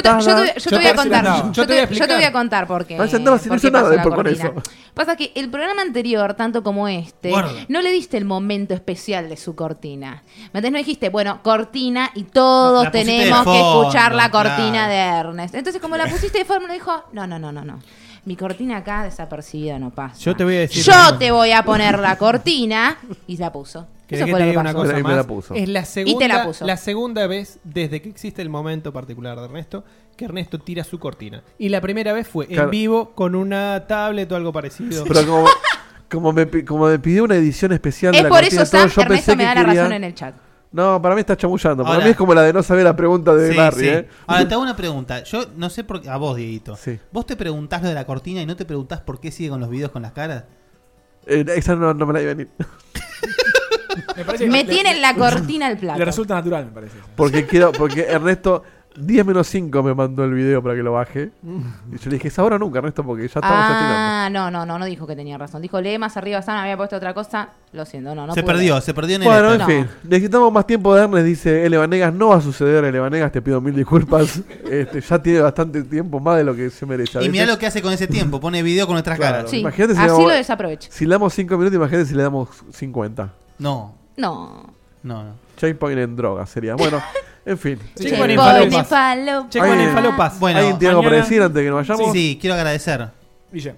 Speaker 2: te-
Speaker 3: cortada.
Speaker 2: yo te voy a contar.
Speaker 6: andaba.
Speaker 2: Yo, te, yo te voy a contar por qué.
Speaker 3: Ah, ya andaba sin
Speaker 2: por qué
Speaker 3: decir nada
Speaker 2: pasó la
Speaker 3: después con
Speaker 2: cortina.
Speaker 3: eso.
Speaker 2: Pasa que el programa anterior, tanto como este,
Speaker 7: Guarda.
Speaker 2: no le diste el momento especial de su cortina. ¿Me entendés? No dijiste, bueno, cortina y todos
Speaker 7: La pusiste
Speaker 2: tenemos
Speaker 7: de
Speaker 2: que
Speaker 7: fondo,
Speaker 2: escuchar la cortina
Speaker 7: claro.
Speaker 2: de Ernest. Entonces, como la pusiste de forma, dijo, no, no, no, no, no. Mi cortina acá desapercibida no pasa.
Speaker 6: Yo te voy a decir
Speaker 2: Yo
Speaker 6: lo mismo.
Speaker 2: te voy a poner la cortina y la puso.
Speaker 6: ¿Querés
Speaker 2: Eso fue
Speaker 6: que te
Speaker 2: lo que
Speaker 6: diga una
Speaker 2: pasó.
Speaker 6: cosa
Speaker 3: Ahí me
Speaker 6: más?
Speaker 3: la puso.
Speaker 6: Es la segunda,
Speaker 2: la puso.
Speaker 6: segunda vez desde que existe el momento particular de Ernesto que Ernesto tira su cortina. Y la primera vez fue
Speaker 3: Claro.
Speaker 6: en vivo con una tablet o algo parecido.
Speaker 3: Pero como, Como me, pi- como me pidió una edición especial
Speaker 2: Es
Speaker 3: de la
Speaker 2: por
Speaker 3: cortina
Speaker 2: eso,
Speaker 3: y
Speaker 2: Sam,
Speaker 3: todo, yo
Speaker 2: Ernesto
Speaker 3: pensé
Speaker 2: me
Speaker 3: que
Speaker 2: da la
Speaker 3: quería-
Speaker 2: razón en el chat.
Speaker 3: No, para mí está chamullando. Para
Speaker 7: Ahora-
Speaker 3: mí es como la de no saber la pregunta de
Speaker 7: Sí,
Speaker 3: Barry,
Speaker 7: sí. Ah,
Speaker 3: ¿eh?
Speaker 7: Ahora te hago una pregunta. Yo no sé por qué. A vos, Dieguito. ¿Vos te preguntás lo de la cortina y no te preguntás por qué sigue con los videos con las caras?
Speaker 3: Eh, esa no, no me la iba a venir.
Speaker 2: Me tienen la cortina al plato.
Speaker 1: Le resulta natural, me parece.
Speaker 3: Porque quiero, porque Ernesto 10 menos 5 me mandó el video para que lo baje. Y yo le dije, es ahora o nunca, Ernesto, porque ya estamos atinando.
Speaker 2: Ah, no, no, no, no dijo que tenía razón. Dijo, lee más arriba, Sam, había puesto otra cosa. Lo siento, no, no. pude leer.
Speaker 3: Bueno, en
Speaker 2: No.
Speaker 3: fin. Necesitamos más tiempo de Ernest, dice L. Vanegas. No va a suceder, L. Vanegas, te pido mil disculpas. Este, ya tiene bastante tiempo, más de lo que se merece.
Speaker 7: Y mirá lo que hace con ese tiempo. Pone video con nuestras
Speaker 3: Claro,
Speaker 7: caras.
Speaker 2: Sí,
Speaker 3: imagínate si
Speaker 2: así
Speaker 3: damos-
Speaker 2: lo desaprovecha.
Speaker 3: Si le damos 5 minutos, imagínate si le damos 50.
Speaker 7: No.
Speaker 2: No.
Speaker 7: No, no.
Speaker 3: Checkpoint en drogas sería. Bueno, en fin.
Speaker 7: Checkpoint en
Speaker 2: Checkpoint en falopas. falopas. Checkpoint en falopas.
Speaker 7: Bueno,
Speaker 3: ¿Alguien tiene algo para
Speaker 7: mañana-
Speaker 3: decir antes de que nos vayamos?
Speaker 7: Sí, sí, quiero agradecer.
Speaker 1: Guille.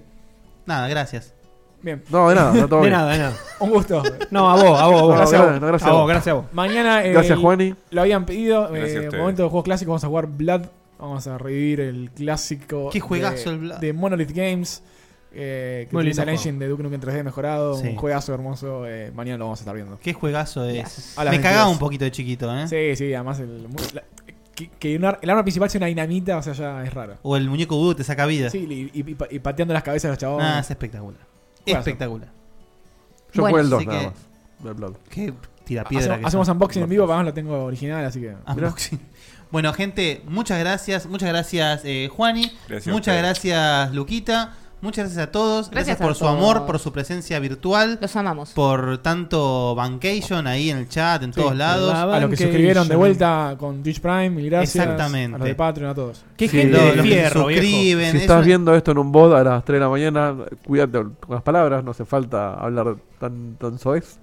Speaker 7: Nada, gracias.
Speaker 1: Bien.
Speaker 3: No, de nada, está todo
Speaker 6: De
Speaker 3: bien.
Speaker 6: nada, de nada.
Speaker 1: Un gusto.
Speaker 6: No, a vos, a vos, a vos.
Speaker 1: Gracias a vos.
Speaker 6: No, gracias a vos, gracias a vos.
Speaker 1: Mañana. eh,
Speaker 6: Gracias, Juani.
Speaker 1: Lo habían pedido.
Speaker 6: Gracias a
Speaker 1: eh,
Speaker 6: ustedes.
Speaker 1: momento de juegos clásicos. Vamos a jugar Blood. Vamos a revivir el clásico.
Speaker 7: Qué juegazo
Speaker 1: de,
Speaker 7: el Blood.
Speaker 1: De Monolith Games. eh, que
Speaker 7: Muy
Speaker 1: utiliza el
Speaker 7: lindo
Speaker 1: engine de Duke Nukem 3D mejorado.
Speaker 7: Sí.
Speaker 1: Un juegazo hermoso. eh, mañana lo vamos a estar viendo.
Speaker 7: Qué juegazo es.
Speaker 1: Yes. A las
Speaker 7: Me cagaba
Speaker 1: 22.
Speaker 7: un poquito de chiquito, ¿eh?
Speaker 1: Sí, sí, además el. la- que, que un ar- el arma principal sea una dinamita, o sea, ya es raro.
Speaker 7: O el muñeco vudú te saca vida.
Speaker 1: Sí, y, y- y pa- y pateando las cabezas de los chabones.
Speaker 7: Ah, es espectacular.
Speaker 1: Juegazo.
Speaker 7: Espectacular.
Speaker 1: Yo jugué el
Speaker 7: así
Speaker 1: dos,
Speaker 7: que-
Speaker 1: nada
Speaker 7: Qué tira piedra.
Speaker 1: Hacemos, hacemos unboxing en vivo, además lo tengo original, así que.
Speaker 7: Unboxing. Bueno, gente, muchas gracias. Muchas gracias, eh, Juani.
Speaker 1: Gracias a
Speaker 7: muchas
Speaker 1: ustedes.
Speaker 7: gracias, Luquita. Muchas gracias a todos.
Speaker 2: Gracias
Speaker 7: Gracias, por
Speaker 2: a
Speaker 7: su amor,
Speaker 2: todos.
Speaker 7: por su presencia virtual.
Speaker 2: Los amamos.
Speaker 7: Por tanto Bancation ahí en el chat, en todos lados.
Speaker 1: A los que se suscribieron de vuelta con Twitch Prime, mil gracias.
Speaker 7: Exactamente.
Speaker 1: A los de Patreon, a todos.
Speaker 3: Sí, los- los que se
Speaker 7: viejo.
Speaker 3: Si estás viendo esto en un bot a las 3 de la mañana, cuídate con las palabras, no hace falta hablar tan, tan soez.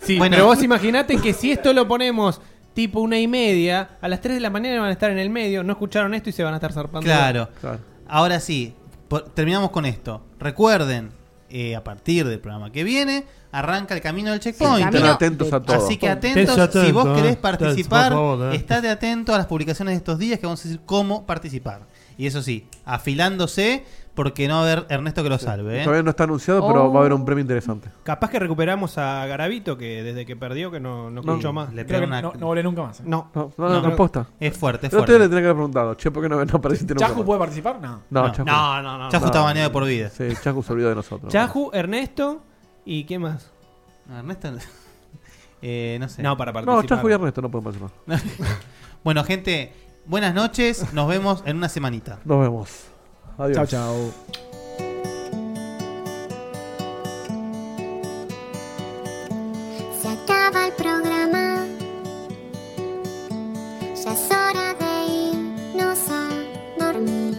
Speaker 6: Sí,
Speaker 3: Bueno.
Speaker 6: pero vos imaginate que si esto lo ponemos tipo una y media, a las 3 de la mañana van a estar en el medio, no escucharon esto y se van a estar zarpando.
Speaker 7: Claro. Ahora sí, por- terminamos con esto. Recuerden, eh, a partir del programa que viene, arranca el camino del checkpoint.
Speaker 3: Sí, el camino Estén atentos a todo.
Speaker 7: Así que atentos,
Speaker 3: Atentos,
Speaker 7: si vos
Speaker 3: atentos,
Speaker 7: querés
Speaker 3: eh.
Speaker 7: participar,
Speaker 3: Por favor, eh.
Speaker 7: estate atento a las publicaciones de estos días que vamos a decir cómo participar. Y eso sí, afilándose porque no va a haber Ernesto que lo salve. ¿eh?
Speaker 3: Todavía no está anunciado, pero va a haber un premio interesante.
Speaker 6: Capaz que recuperamos a Garavito, que desde que perdió que no, no
Speaker 3: No.
Speaker 6: escuchó más.
Speaker 7: Le Creo pega que una- no-
Speaker 1: no volé nunca más.
Speaker 6: No.
Speaker 3: No, no, no, no, posta.
Speaker 7: Es fuerte, es
Speaker 3: Yo a
Speaker 7: fuerte.
Speaker 3: ustedes le tenía que haber preguntado, che, ¿por qué no, no apareciste nunca?
Speaker 1: ¿Chacu
Speaker 3: más?
Speaker 1: puede participar? No.
Speaker 3: No,
Speaker 7: No.
Speaker 3: Chacu.
Speaker 7: No, no, no, Chacu no. está baneado de por vida.
Speaker 3: Sí, Chacu se olvidó de nosotros.
Speaker 6: Yahoo, Ernesto y ¿qué más?
Speaker 7: Ernesto... Eh, no sé.
Speaker 6: No, para
Speaker 3: No, Chacu y Ernesto no pueden participar.
Speaker 7: bueno, gente, buenas noches. Nos vemos en una semanita.
Speaker 3: Nos vemos. Adiós.
Speaker 1: Chao, chao.
Speaker 16: Se acaba el programa. Ya es hora de irnos a dormir.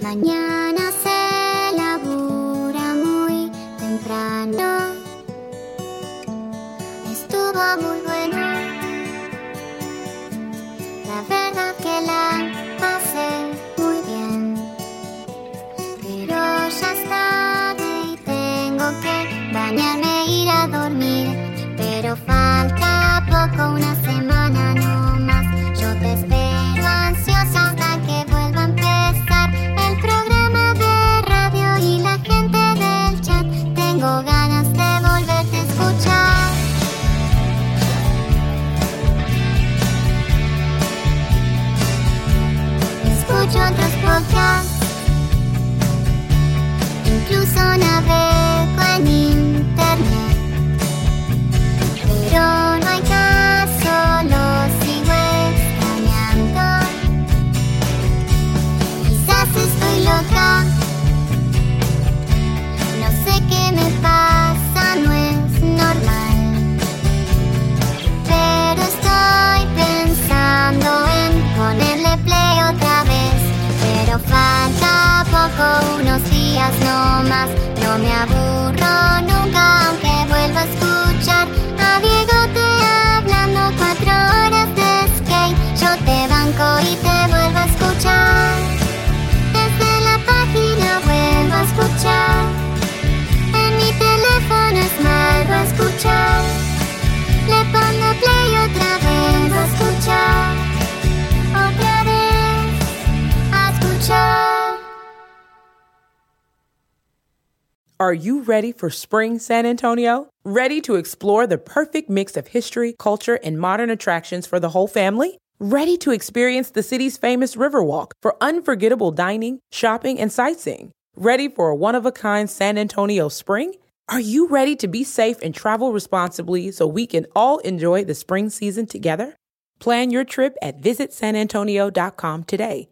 Speaker 16: Mañana se labura muy temprano. Estuvo muy bueno. La verdad que la pasé muy bien. Pero ya es tarde y tengo que bañarme e ir a dormir. Pero falta poco, una semana no más. Yo te espero ansiosa hasta que vuelva a empezar el programa de radio y la gente del chat. Tengo ganas de volverte a escuchar. Escucho otros podcasts. Incluso navego en internet Pero no hay caso, lo sigo extrañando Quizás estoy loca No sé qué me pasa, no es normal Pero estoy pensando en ponerle play otra vez pero falta poco, unos días no más. No me aburro nunca, aunque vuelva a escuchar a Diego te hablando cuatro horas de skate. Yo te banco y te vuelvo a escuchar. Desde la página vuelvo a escuchar. En mi teléfono es vuelvo a escuchar. Le pongo play otra vez, vuelvo a escuchar. Otra vez a escuchar.
Speaker 17: Are you ready for spring, San Antonio? Ready to explore the perfect mix of history, culture, and modern attractions for the whole family? Ready to experience the city's famous Riverwalk for unforgettable dining, shopping, and sightseeing? Ready for a one of a kind San Antonio spring? Are you ready to be safe and travel responsibly so we can all enjoy the spring season together? Plan your trip at visitsanantonio.com today.